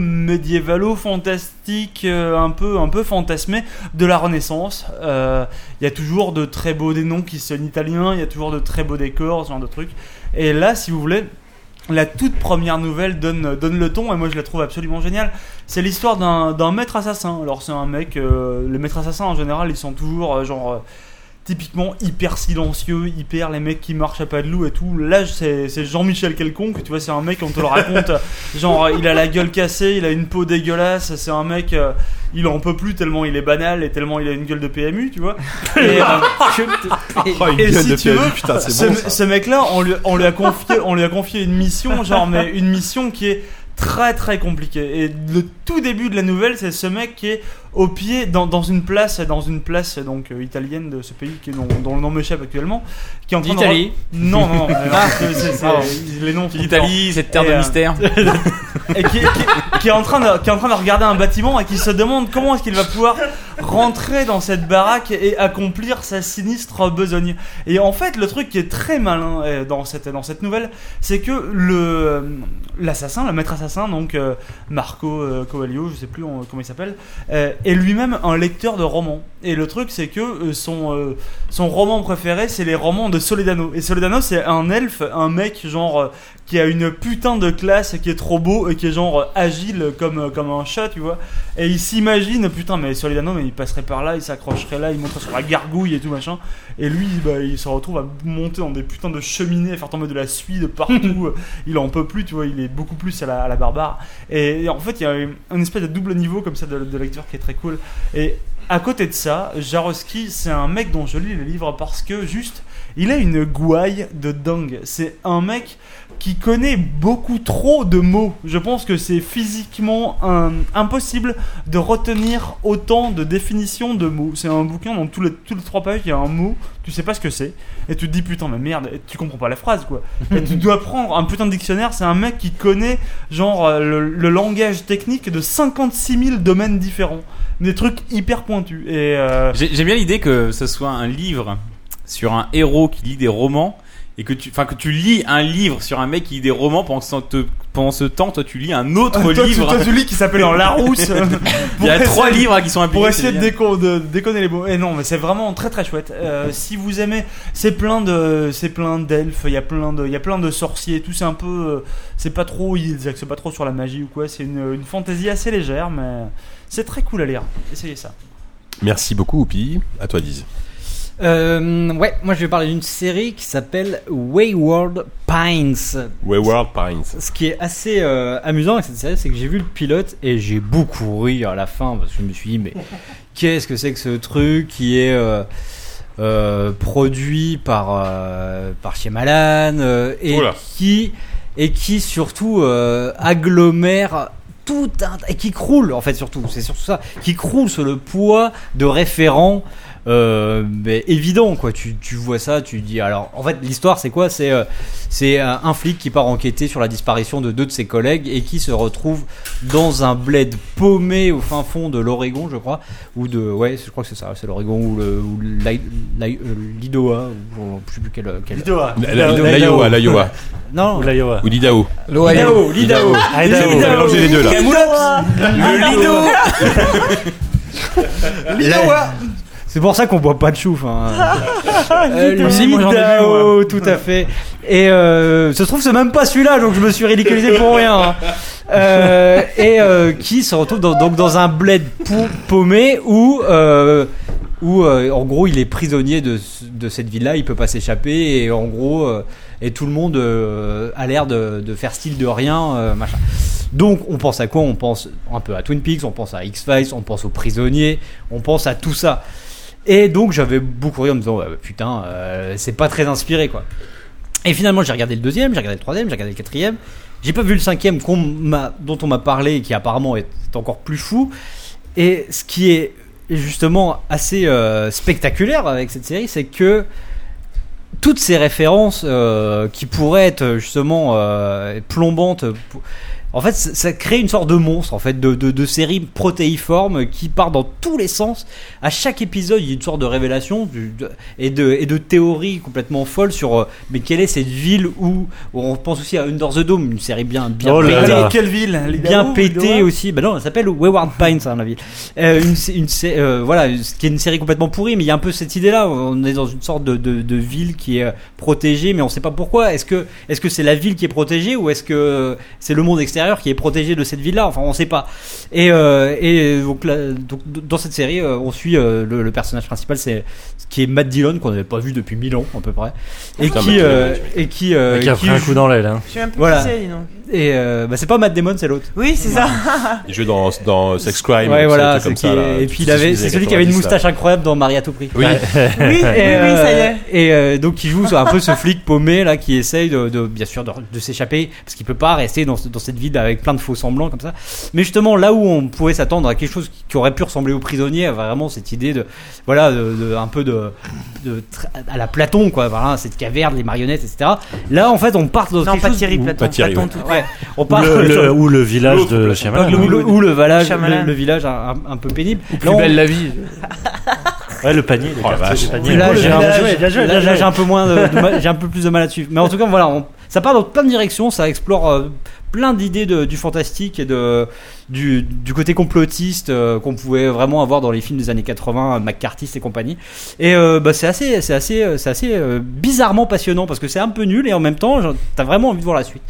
S2: médiévalo-fantastique, euh, un peu un peu fantasmée de la Renaissance. Euh, Il y a toujours de très beaux des noms qui sonnent italiens, il y a toujours de très beaux décors, ce genre de trucs. Et là, si vous voulez, la toute première nouvelle donne, donne le ton et moi je la trouve absolument géniale. C'est l'histoire d'un d'un maître assassin. Alors c'est un mec, euh, les maîtres assassins en général ils sont toujours euh, genre euh, typiquement hyper silencieux, hyper les mecs qui marchent à pas de loup et tout. Là, c'est c'est Jean-Michel quelconque, tu vois, c'est un mec, on te le raconte, genre euh, il a la gueule cassée, il a une peau dégueulasse, c'est un mec, euh, il en peut plus tellement il est banal et tellement il a une gueule de PMU, tu vois. Et, euh,
S1: Oh, une
S2: et
S1: gueule
S2: si
S1: de
S2: tu
S1: PMU,
S2: veux,
S1: putain, c'est
S2: ce,
S1: bon, ça.
S2: ce mec-là, on lui, on lui a confié, on lui a confié une mission, genre mais une mission qui est très très compliquée. Et le tout début de la nouvelle, c'est ce mec qui est au pied dans, dans une place, dans une place donc euh, italienne de ce pays qui est- dont, dont le nom m'échappe actuellement, qui est en train de-
S9: D'Italie.
S2: Non non, non, euh,
S9: Ah.
S2: c'est- c'est- c'est-
S9: Pardon.
S2: les noms. sont
S9: L'Italie,
S2: forts.
S9: cette terre
S2: Et,
S9: de
S2: euh,
S9: mystère.
S2: et qui, qui- qui est en train de, qui est en train de regarder un bâtiment et qui se demande comment est-ce qu'il va pouvoir rentrer dans cette baraque et accomplir sa sinistre besogne. Et en fait, le truc qui est très malin euh, dans cette, dans cette nouvelle, c'est que le euh, l'assassin, le maître assassin, donc euh, Marco euh, Coelho, je sais plus euh, comment il s'appelle, euh, est lui-même un lecteur de romans. Et le truc, c'est que euh, son, euh, son roman préféré, c'est les romans de Soledano. Et Soledano, c'est un elfe, un mec genre euh, qui a une putain de classe, et qui est trop beau et qui est genre euh, agile comme, euh, comme un chat, tu vois. Et il s'imagine, putain, mais Soledano, mais il passerait par là, il s'accrocherait là, il monterait sur la gargouille et tout machin. Et lui, bah, il se retrouve à monter dans des putains de cheminées, à faire tomber de la suie de partout. il en peut plus, tu vois, il est beaucoup plus à la, à la barbare. Et, et en fait, il y a un espèce de double niveau comme ça de, de lecture qui est très cool. Et à côté de ça, Jaroski, c'est un mec dont je lis les livres parce que juste, il a une gouaille de dingue. C'est un mec qui connaît beaucoup trop de mots. Je pense que c'est physiquement un- impossible de retenir autant de définitions de mots. C'est un bouquin dans tous les, tous les trois pages, il y a un mot, tu sais pas ce que c'est, et tu te dis putain mais merde, et tu comprends pas la phrase quoi. Et tu dois prendre un putain de dictionnaire, c'est un mec qui connaît genre euh, le, le langage technique de 56 000 domaines différents. Des trucs hyper pointus. Et euh,
S3: J'ai- J'aime bien l'idée que ce soit un livre sur un héros qui lit des romans et que tu, enfin que tu lis un livre sur un mec qui lit des romans pendant ce, temps- te- pendant ce temps, toi tu lis un autre
S2: Ah, toi, tu-
S3: livre.
S2: toi, tu lis qui s'appelle en Larousse.
S3: Il y a
S2: Pour
S3: trois
S2: essayer-
S3: livres qui sont impliqués.
S2: Pour essayer de,
S3: c'est
S2: déco- de déconner les mots. Et non, mais c'est vraiment très très chouette. Euh, si vous aimez, c'est plein de, c'est plein d'elfes. Il y a plein de, il y a plein de sorciers. et Tout c'est un peu, euh, c'est pas trop, ils axent pas trop sur la magie ou quoi. C'est une, une fantaisie assez légère, mais c'est très cool à lire. Essayez ça.
S1: Merci beaucoup, Oupi. À toi, Diz.
S5: Euh, ouais, moi je vais parler d'une série qui s'appelle Wayward Pines.
S1: Wayward Pines.
S5: Ce qui est assez euh, amusant avec cette série, c'est que j'ai vu le pilote et j'ai beaucoup ri à la fin parce que je me suis dit, mais qu'est-ce que c'est que ce truc qui est euh, euh, produit par, euh, par chez Malan euh, et,
S1: Oula.
S5: qui, et qui surtout euh, agglomère tout un. et qui croule en fait surtout, c'est surtout ça, qui croule sur le poids de référents. euh, mais évident quoi tu, tu vois ça tu dis alors en fait l'histoire c'est quoi c'est euh, c'est un un flic qui part enquêter sur la disparition de deux de ses collègues et qui se retrouve dans un bled paumé au fin fond de l'Oregon, je crois, ou de ouais, je crois que c'est ça, c'est l'Oregon ou le- ou l'I- l'I- euh, l'Idaho, ou je sais plus quel, quel-
S7: L'Idaho.
S1: L'Iowa, l'Iowa.
S5: Non,
S7: Ou l'Iowa.
S1: Ou l'Idaho.
S5: l'Idaho, l'Idaho.
S7: Idaho.
S1: Vous avez
S8: Euh,
S1: mélangé les deux, là.
S3: Le Lido.
S5: C'est pour ça qu'on boit pas de chouf. Hein. Euh,
S9: Aussi, moi, j'en ai vu,
S5: l'Idaho, tout à fait. Et euh, se trouve, c'est même pas celui-là, donc je me suis ridiculisé pour rien. hein. Euh, et euh, qui se retrouve dans, donc dans un bled pou- paumé où, euh, où euh, en gros, il est prisonnier de, ce- de cette ville-là, il peut pas s'échapper, et en gros, euh, et tout le monde euh, a l'air de, de faire style de rien, euh, machin. Donc, on pense à quoi On pense un peu à Twin Peaks, on pense à X-Files, on pense aux prisonniers, on pense à tout ça. Et donc j'avais beaucoup ri en me disant Ouais, bah, putain, euh, c'est pas très inspiré quoi. Et finalement j'ai regardé le deuxième, j'ai regardé le troisième, j'ai regardé le quatrième. J'ai pas vu le cinquième qu'on m'a- dont on m'a parlé et qui apparemment est, est encore plus fou. Et ce qui est justement assez euh, spectaculaire avec cette série, c'est que toutes ces références euh, qui pourraient être justement euh, plombantes. pour- En fait, ça ça crée une sorte de monstre, en fait, de, de, de série protéiforme qui part dans tous les sens. À chaque épisode, il y a une sorte de révélation du- de- et, de, et de théorie complètement folle sur euh, mais quelle est cette ville où, où on pense aussi à Under the Dome, une série bien bien
S7: Oh là
S5: pétée,
S7: là.
S2: Quelle ville L'Idaho,
S5: bien pété
S2: l'Iowa
S5: aussi. Bah non, elle s'appelle Wayward Pines, hein, la ville. Euh, une, sé- une, sé- euh, voilà, ce qui est une série complètement pourrie, mais il y a un peu cette idée-là. On est dans une sorte de, de, de ville qui est euh, protégée, mais on ne sait pas pourquoi. Est-ce que est-ce que c'est la ville qui est protégée ou est-ce que euh, c'est le monde extérieur l'intérieur qui est protégé de cette ville-là. Enfin, on sait pas. Et, euh, et donc, là, donc, dans cette série, euh, on suit euh, le, le personnage principal, c'est ce qui est Matt Dillon qu'on n'avait pas vu depuis 1000 ans à peu près, et
S8: Putain,
S5: qui
S8: Matt
S5: euh,
S8: Dillon,
S5: et qui euh,
S8: Et qui a pris un coup dans l'aile, hein.
S4: Je suis un peu
S5: Voilà.
S4: voilà. dis donc.
S5: Et euh, bah, c'est pas Matt Damon, c'est l'autre.
S4: Oui, c'est ça.
S1: Il jouait dans, dans Sex Crime.
S5: ouais,
S1: ou
S5: voilà,
S1: des trucs
S5: c'est
S1: comme
S5: qui
S1: ça,
S5: est-
S1: là,
S5: et
S1: tout
S5: puis il
S1: ce
S5: avait,
S1: qu'ils
S5: c'est
S1: faisaient
S5: celui qui avait une
S1: 90, là.
S5: moustache incroyable dans Marie à tout prix.
S1: Oui.
S4: Eh Oui, oui, oui,
S5: Et, euh,
S4: ça y est.
S5: Et euh, donc il joue un peu ce flic paumé là qui essaye de, de- bien sûr de, de s'échapper parce qu'il peut pas rester dans, ce- dans cette ville avec plein de faux semblants comme ça. Mais justement là où on pouvait s'attendre à quelque chose qui, qui aurait pu ressembler aux prisonniers, vraiment cette idée de voilà de, de- un peu de, de tra- à la Platon quoi, voilà cette caverne, les marionnettes, etc. Là en fait on part
S1: Euh,
S5: dans
S4: Non,
S5: quelque
S4: pas
S5: chose-
S4: Thierry Platon.
S1: Pas Thierry,
S4: Platon
S1: ouais.
S4: tout court.
S5: Ouais, on
S8: Ou
S5: part
S8: le,
S5: sur-
S8: le- ou le village de Shyamalan. hein.
S5: ou le, ou le village,
S4: Shyamalan.
S5: le, le village un, un- un peu pénible.
S8: Plus
S5: Là, on-
S8: belle
S6: Oh.
S8: la vie. ouais, le panier, le
S1: Oh la
S8: quartier
S1: vache.
S8: du panier.
S5: Là,
S8: Ouais,
S5: j'ai
S8: bien
S5: un-
S8: joué, bien joué,
S5: là,
S8: bien
S5: là,
S8: joué.
S5: j'ai un peu moins, de- de mal- j'ai un peu plus de mal à suivre. Mais en tout cas, voilà, on- ça part dans plein de directions, ça explore euh, plein d'idées de- du fantastique et de du, du côté complotiste euh, qu'on pouvait vraiment avoir dans les films des années 80, McCarthy et compagnie. Et euh, bah, c'est assez, c'est assez, euh, c'est assez euh, bizarrement passionnant parce que c'est un peu nul et en même temps, genre, t'as vraiment envie de voir la suite.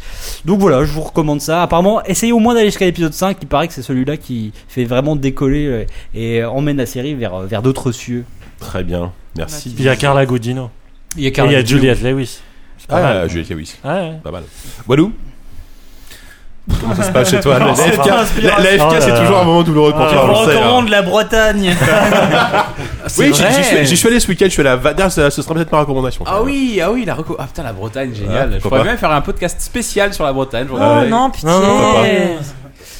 S5: Donc voilà, je vous recommande ça. Apparemment, essayez au moins d'aller jusqu'à l'épisode 5, qui paraît que c'est celui-là qui fait vraiment décoller euh, et emmène la série vers euh, vers d'autres cieux.
S1: Très bien, merci.
S8: Il y a Carla Gugino.
S5: Il y a
S8: Et il y a Juliette Lewis. C'est pas
S1: Ah,
S8: mal.
S1: Juliette Lewis,
S8: Ouais, ouais.
S1: pas mal. Walou Comment ça se passe chez toi La
S2: c'est
S1: FK,
S2: pas inspirant.
S1: la- la
S8: Oh
S1: FK,
S8: là
S1: c'est
S8: là.
S1: toujours un moment douloureux pour
S8: Ah,
S1: toi,
S2: On
S1: on le sait. hein.
S2: recommande la Bretagne.
S3: Ah
S1: Oui, j'y-
S3: vrai.
S1: j'y suis- j'y suis allé ce week-end, je suis allé à Vadar, ça- ce sera peut-être ma recommandation.
S3: Ah oui, ah oui, la reco. Ah putain, la Bretagne, génial.
S1: Ah,
S3: je
S1: pourquoi
S3: pourrais
S1: pas.
S3: même faire un podcast spécial sur la
S1: Ah
S3: Bretagne. j'en
S4: Oh
S3: ai-
S4: non, pitié.
S8: Non, non,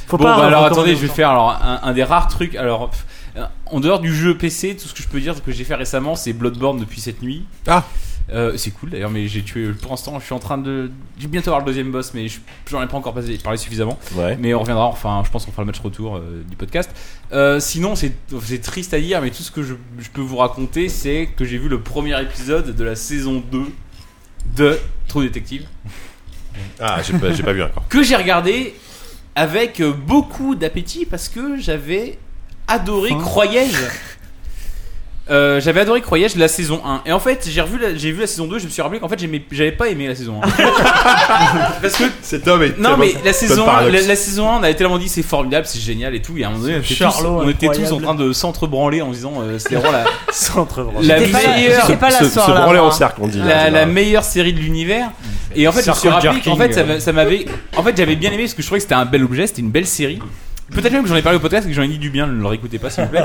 S3: Bon, bah, alors attendez, je vais faire alors un, un des rares trucs. Alors, pff, euh, en dehors du jeu PC, tout ce que je peux dire que j'ai fait récemment, c'est Bloodborne depuis cette nuit.
S1: Ah.
S3: Euh, c'est cool d'ailleurs, mais j'ai tué. Pour l'instant, je suis en train de. Je vais bientôt avoir le deuxième boss, mais je- j'en ai pas encore passé- parlé suffisamment.
S1: Ouais.
S3: Mais on reviendra, enfin, je pense qu'on fera le match retour euh, du podcast. Euh, sinon, c'est c'est triste à dire, mais tout ce que je, je peux vous raconter, c'est que j'ai vu le premier épisode de la saison 2 de True Detective,
S1: Ah, j'ai pas, j'ai pas vu encore.
S3: que j'ai regardé avec euh, beaucoup d'appétit parce que j'avais adoré Croyais-je. Euh, j'avais adoré Croyais-je la saison 1 et en fait j'ai revu la- j'ai vu la saison 2 je me suis rappelé qu'en fait j'aimais- j'avais pas aimé la saison 1 parce que
S1: Cet homme est.
S3: non
S1: tellement-
S3: mais la saison, 1, la,
S1: paradoxe.
S3: la saison 1 on avait tellement dit c'est formidable, c'est génial et tout et à un moment donné on était,
S2: Charlot,
S3: tous, on était tous en
S2: incroyable.
S3: train de s'entrebranler en disant euh, c'est vraiment la,
S8: Centre-Bretagne.
S3: la
S4: J'étais pas là-
S3: meilleure,
S4: j'étais pas là
S1: se,
S4: ce soir,
S1: se
S4: là,
S1: branler
S4: moi,
S1: en
S4: hein.
S1: cercle, on dit. Ah, bah. en
S3: la, la
S1: général.
S3: meilleure série de l'univers et en fait je me suis
S8: Circle
S3: rappelé qu'en
S8: jerking.
S3: fait ça, m'a- ça m'avait en fait j'avais bien aimé parce que je trouvais que c'était un bel objet, c'était une belle série. Peut-être même que j'en ai parlé au podcast et que j'en ai dit du bien, ne le réécoutez pas s'il vous plaît.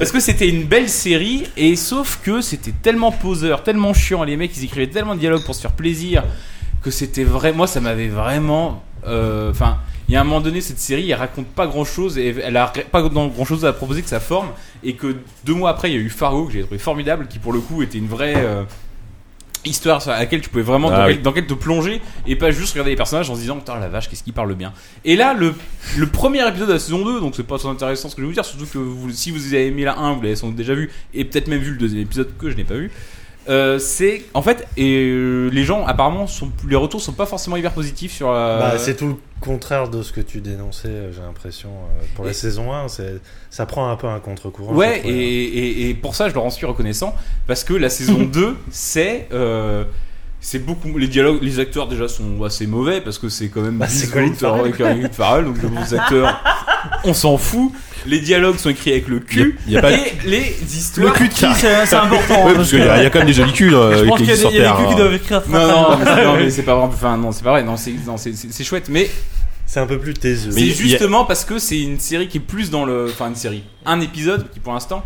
S3: Parce que c'était une belle série et sauf que c'était tellement poseur, tellement chiant, les mecs ils écrivaient tellement de dialogues pour se faire plaisir que c'était vrai. Moi, ça m'avait vraiment. euh, Enfin, il y a un moment donné, cette série, elle raconte pas grand chose et elle a ré- pas grand chose à proposer que sa forme. Et que deux mois après, il y a eu Fargo que j'ai trouvé formidable, qui pour le coup était une vraie. euh, Histoire sur laquelle tu pouvais vraiment
S1: Ah
S3: dans,
S1: oui.
S3: laquelle- dans laquelle te plonger et pas juste regarder les personnages en se disant putain la vache qu'est-ce qu'il parle bien. Et là le, le premier épisode de la saison 2 donc c'est pas très intéressant ce que je vais vous dire surtout que vous- si vous avez aimé la 1 vous l'avez sans doute déjà vu et peut-être même vu le deuxième épisode que je n'ai pas vu. Euh, c'est en fait et euh, les gens apparemment sont les retours sont pas forcément hyper positifs sur la-
S8: Bah, c'est tout le contraire de ce que tu dénonçais, euh, j'ai l'impression, euh, pour la
S3: Et-
S8: saison 1. c'est- Ça prend un peu un contre-courant.
S3: ouais
S8: je
S3: et,
S8: trouve, euh.
S3: et- et pour ça je leur en suis reconnaissant parce que la saison 2 c'est euh, c'est beaucoup les dialogues les acteurs déjà sont assez mauvais parce que c'est quand même
S8: Bah, c'est
S3: 10
S8: Colin
S3: secondes avec Colin Farrell donc les bons acteurs on s'en fout les dialogues sont écrits avec le cul
S1: Y a- y a pas-
S3: et les histoires
S1: de qui
S2: C'est c'est important.
S1: Ouais,
S2: hein,
S1: parce
S2: parce
S1: qu'il y, a y a quand même des jolis culs euh,
S2: Je pense
S1: qui
S2: qu'il y a
S1: existent
S2: des- il y a
S1: sur
S2: des culs qui
S1: Terre,
S2: doivent écrire.
S3: non non mais c'est- non, mais c'est pas vrai enfin non c'est pas vrai non c'est non, c'est- c'est c'est chouette mais
S8: C'est un peu plus taiseux.
S1: Mais
S3: C'est
S1: il y a-
S3: justement parce que c'est une série qui est plus dans le. Enfin, une série. Un épisode qui, pour l'instant,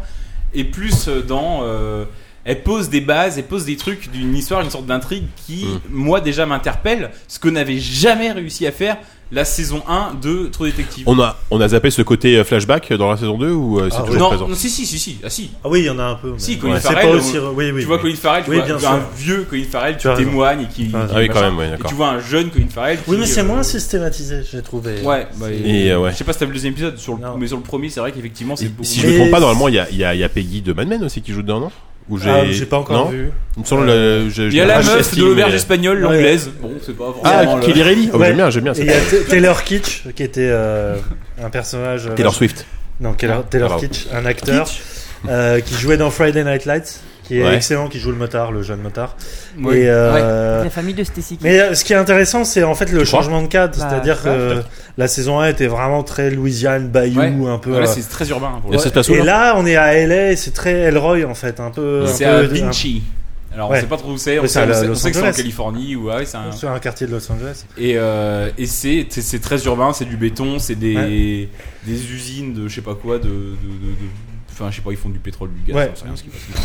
S3: est plus euh, dans. euh, elle pose des bases, elle pose des trucs d'une histoire, une sorte d'intrigue qui,
S1: Mm.
S3: moi, déjà m'interpelle. Ce que n'avait jamais réussi à faire la saison 1 de Trop Détective.
S1: On a, on a zappé ce côté euh, flashback dans la saison 2 ou euh, c'est
S8: Ah,
S1: toujours
S3: Non,
S1: présent
S3: non, si, si, si, si. Ah, si.
S8: Ah oui, il y en a un peu. mais-
S3: Si, Colin
S8: Ouais, c'est
S3: Farrell,
S8: pas
S3: on-
S8: aussi. Oui, oui.
S3: tu vois
S8: oui.
S3: Colin Farrell, tu
S8: Oui, bien
S3: vois un
S8: sûr.
S3: vieux Colin Farrell, tu
S8: Tu as raison.
S3: témoignes et qui.
S8: Ah,
S3: qui-
S1: Ah oui,
S3: machin.
S1: quand même, ouais,
S3: Et
S1: d'accord.
S3: tu vois un jeune Colin Farrell.
S8: Oui, mais
S3: qui,
S8: c'est
S3: euh,
S8: moins systématisé, j'ai trouvé.
S3: Ouais, bah,
S1: Et, euh, ouais.
S3: je sais pas si t'as vu le deuxième épisode, sur le-
S8: Non.
S3: mais sur le premier, c'est vrai qu'effectivement, c'est
S1: Et
S3: beaucoup
S1: Si je me
S8: Mais
S1: trompe pas,
S8: c'est-
S1: normalement, il y a, il y, a, il y a Peggy de Mad Men aussi qui joue dedans, non Ou
S8: Ah, J'ai pas encore
S1: non
S8: vu.
S1: Il me semble, euh, j'ai-
S3: Il y a
S1: j'ai
S3: la
S1: pas le
S3: meuf
S1: casting,
S3: de l'auberge
S1: mais-
S3: espagnole,
S8: Ouais.
S3: l'anglaise. Bon, c'est pas
S1: Ah,
S3: forcément.
S1: Kelly Reilly Oh,
S8: Ouais.
S1: J'aime bien, j'aime bien.
S8: Et il y a T- Taylor Kitsch, qui était euh, un personnage. euh,
S1: Taylor Swift.
S8: Non, Taylor, Taylor
S1: Bravo.
S8: Kitsch, un acteur euh, qui jouait dans Friday Night Lights,
S7: qui est
S1: Ouais.
S7: excellent, qui joue le motard, le jeune motard.
S4: Oui.
S7: Et, euh,
S4: La famille de Stacy Keach.
S7: Mais euh, ce qui est intéressant, c'est en fait le
S4: crois
S7: changement de cadre.
S4: Bah,
S7: C'est-à-dire que
S4: ouais,
S7: euh, la saison 1 était vraiment très Louisiane, Bayou,
S3: Ouais.
S7: un peu.
S3: Ouais, là,
S7: euh,
S3: c'est très urbain, hein, pour
S1: le coup. Et ça se passe où,
S7: Et
S1: là
S7: là, on est à LA, c'est très Elroy en fait, un peu. un
S3: C'est
S7: peu-
S3: à
S7: un-
S3: Vinci. Alors
S7: Ouais.
S3: on sait pas trop où c'est, on,
S7: Ouais,
S3: sait,
S7: à
S3: on
S7: la-
S3: sait- on
S7: Los
S3: sait que c'est en
S7: Angeles.
S3: Californie ou ah ouais, c'est un-
S7: Sur un quartier de Los Angeles.
S3: Et, euh, et c'est c'est- c'est très urbain, c'est du béton, c'est des,
S7: Ouais.
S3: des usines de je sais pas quoi, de. de- de- de- Enfin, je sais pas, ils font du pétrole, du gaz,
S7: Ouais.
S3: j'en sais rien ce qu'ils font.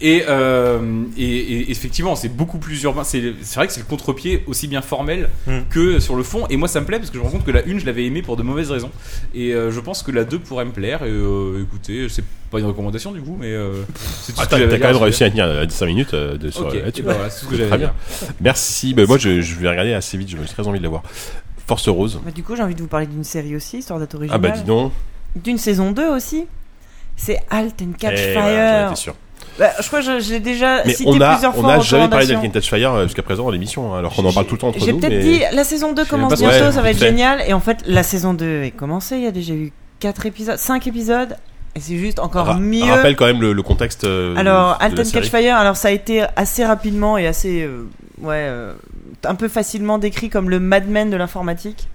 S3: Et, euh, et, et effectivement, c'est beaucoup plus urbain. C'est c'est vrai que c'est le contre-pied aussi bien formel
S7: Mm.
S3: que sur le fond. Et moi, ça me plaît parce que je me rends compte que la une, je l'avais aimée pour de mauvaises raisons. Et euh, je pense que la deux pourrait me plaire. Et euh, écoutez, c'est pas une recommandation du coup, mais euh, c'est tout ce
S1: Ah,
S3: que
S1: T'as
S3: j'avais à
S1: t'as
S3: dire
S1: quand même
S3: sur-
S1: réussi à tenir euh, 5 minutes euh, de sur
S3: Ok,
S1: euh, là-dessus.
S3: et ben voilà, c'est tout ce que j'avais
S1: Très
S3: à dire.
S1: bien. Merci. Bah, moi, je, je vais regarder assez vite. J'ai très envie de la voir. Force Rose.
S4: Bah, du coup, j'ai envie de vous parler d'une série aussi, histoire d'être
S1: Ah
S4: original.
S1: bah dis donc.
S4: D'une saison 2 aussi. C'est Halt and Catch
S1: Eh,
S4: Fire.
S1: voilà, j'en étais sûr.
S4: Bah, je crois que je, je l'ai déjà
S1: Mais
S4: cité
S1: on a,
S4: plusieurs
S1: on
S4: fois
S1: a
S4: en
S1: jamais parlé
S4: recommandation.
S1: d'Alien Touch Fire euh, jusqu'à présent dans l'émission, hein, alors qu'on en parle tout le temps entre
S4: J'ai
S1: nous.
S4: peut-être
S1: mais-
S4: dit la saison 2
S1: Je sais
S4: commence
S1: pas ce que
S4: bientôt,
S1: c'est.
S4: ça va être
S1: Vite fait.
S4: génial. Et en fait, la saison 2 est commencée. Il y a déjà eu 4 épisodes, 5 épisodes. Et c'est juste encore
S1: Ra-
S4: mieux.
S1: Rappelle quand même le, le contexte. euh,
S4: Alors,
S1: de la
S4: Alton
S1: série.
S4: Catchfire, alors ça a été assez rapidement et assez, euh, ouais, euh, un peu facilement décrit comme le madman de l'informatique.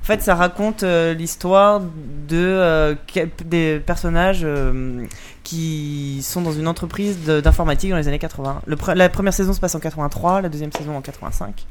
S4: En fait, ça raconte euh, l'histoire de euh, quel- des personnages euh, qui sont dans une entreprise de- d'informatique dans les années 80. Le pre- la première saison se passe en 83, la deuxième saison en 85.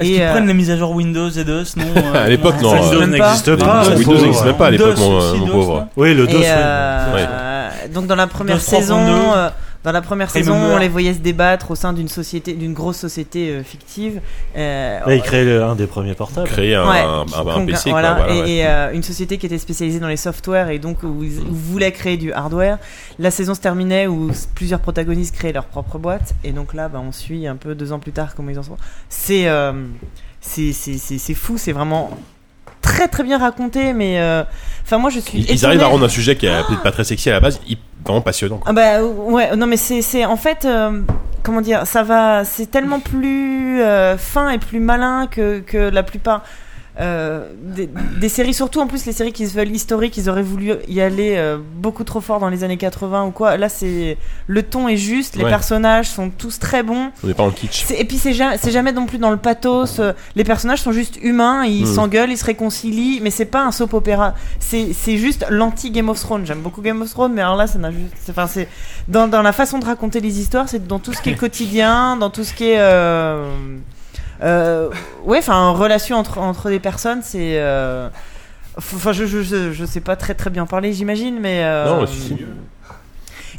S2: Est-ce qu'ils
S4: euh,
S2: prennent les mises à jour Windows et DOS Non. euh,
S1: À l'époque, non.
S2: Ça
S1: euh,
S2: existe même pas.
S7: n'existe pas.
S1: Windows-
S7: Ah,
S1: Windows
S7: faut-
S1: n'existe même pas à l'époque,
S2: DOS
S1: mon
S2: aussi,
S1: mon
S2: DOS,
S1: pauvre.
S7: Oui, le 2.
S4: Et, euh, Donc dans la première
S2: Dans 3.2.
S4: saison, euh, dans la première
S2: Remember.
S4: saison, on les voyait se débattre au sein d'une société, d'une grosse société euh, fictive. Euh,
S8: Là, il crée le- un des premiers portables.
S1: Créer un,
S4: Ouais,
S1: un-
S4: qui
S1: un- bah, un
S4: congra-
S1: PC, quoi,
S4: voilà,
S1: voilà,
S4: et,
S1: ouais.
S4: et, euh, une société qui était spécialisée dans les softwares et donc où ils où voulaient créer du hardware. La saison se terminait où s- plusieurs protagonistes créaient leur propre boîte et donc là, bah, on suit un peu deux ans plus tard comment ils en sont. C'est euh, c'est c'est- c'est- c'est fou, c'est vraiment très très bien raconté, mais euh, enfin moi je suis.
S1: Ils, ils
S4: étonnée.
S1: arrivent à rendre un sujet qui est peut-être pas très sexy à la base, hy- vraiment passionnant. quoi.
S4: Ah bah ouais, non mais c'est c'est- en fait euh, comment dire, ça va, c'est tellement plus euh, fin et plus malin que que la plupart. euh, des, des séries, surtout en plus les séries qui se veulent historiques, ils auraient voulu y aller euh, beaucoup trop fort dans les années 80 ou quoi. Là, c'est le ton est juste, les
S1: Ouais.
S4: personnages sont tous très bons.
S1: On n'est pas en kitsch.
S4: C'est- Et puis c'est jamais, c'est jamais non plus dans le pathos. euh, Les personnages sont juste humains, ils
S1: Mm.
S4: s'engueulent, ils se réconcilient, mais c'est pas un soap opéra. C'est c'est juste l'anti Game of Thrones. J'aime beaucoup Game of Thrones, mais alors là, ça n'a juste. c'est- Enfin, c'est dans, dans la façon de raconter les histoires, c'est dans tout ce qui est quotidien, dans tout ce qui est. Euh, euh, ouais, enfin, relation entre entre des personnes, c'est. euh, Enfin, je, je, je, je sais pas très très bien parler, j'imagine, mais. euh,
S1: Non, si, si.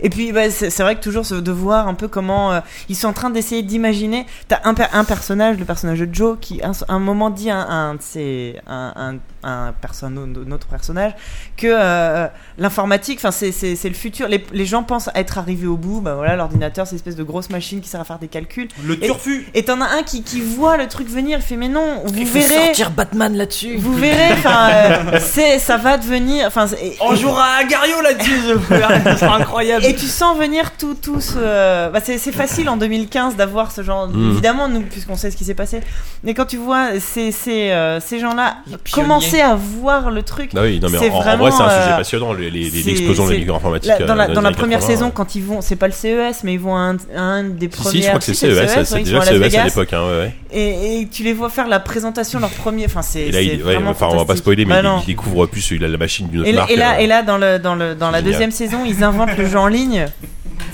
S4: et puis bah, c'est c'est vrai que toujours ce- de voir un peu comment euh, ils sont en train d'essayer d'imaginer. T'as un, per- un personnage, le personnage de Joe, qui un, un moment dit à un, un de ses- un, un, un perso- un autre personnage que euh, l'informatique, enfin c'est- c'est c'est le futur. Les, les gens pensent être arrivés au bout. Bah voilà, l'ordinateur, c'est une espèce de grosse machine qui sert à faire des calculs.
S2: Le turfu.
S4: Et t'en as un qui, qui voit le truc venir. Il fait mais non, vous
S6: Il faut
S4: verrez.
S6: sortir Batman là-dessus.
S4: Vous verrez, enfin, euh, c'est, ça va devenir, enfin, c'est- et-
S2: On jouera à Gario là-dessus, ce sera incroyable.
S4: et tu sens venir tout, tout ce. Bah, c'est, c'est facile en 2015 d'avoir ce genre.
S1: Mm.
S4: Évidemment, nous, puisqu'on sait ce qui s'est passé. Mais quand tu vois ces, ces, euh, ces gens-là
S9: pionniers.
S4: commencer à voir le truc.
S1: Ah oui, non, mais
S4: C'est
S1: en, en
S4: vraiment,
S1: vrai, c'est un sujet
S4: euh,
S1: passionnant, les- les- les-
S4: c'est-
S1: l'explosion de
S4: c'est-
S1: la nucléaire informatique.
S4: Là, dans
S1: euh,
S4: la,
S1: dans
S4: dans
S1: les
S4: la
S1: années
S4: première
S1: 80,
S4: saison,
S1: ouais.
S4: quand ils vont, c'est pas le CES, mais ils vont à un, à un des
S1: Si, si, je
S4: premières.
S1: crois que c'est
S4: si, le
S1: CES,
S4: CES,
S1: c'est
S4: ouais, ils
S1: déjà
S4: sont à Las
S1: CES à
S4: Vegas.
S1: l'époque. hein, ouais, ouais.
S4: Et, et tu les vois faire la présentation de leur premier. Enfin, c'est.
S1: Et là,
S4: c'est
S1: il, ouais,
S4: vraiment
S1: enfin, on va pas
S4: fantastique.
S1: spoiler, mais
S4: Bah
S1: il-
S4: non.
S1: il, découvre plus, il a la machine d'une autre
S4: Et,
S1: marque.
S4: et là,
S1: euh.
S4: et là, dans, le, dans, le, dans la
S1: génial.
S4: deuxième saison, ils inventent le jeu en ligne.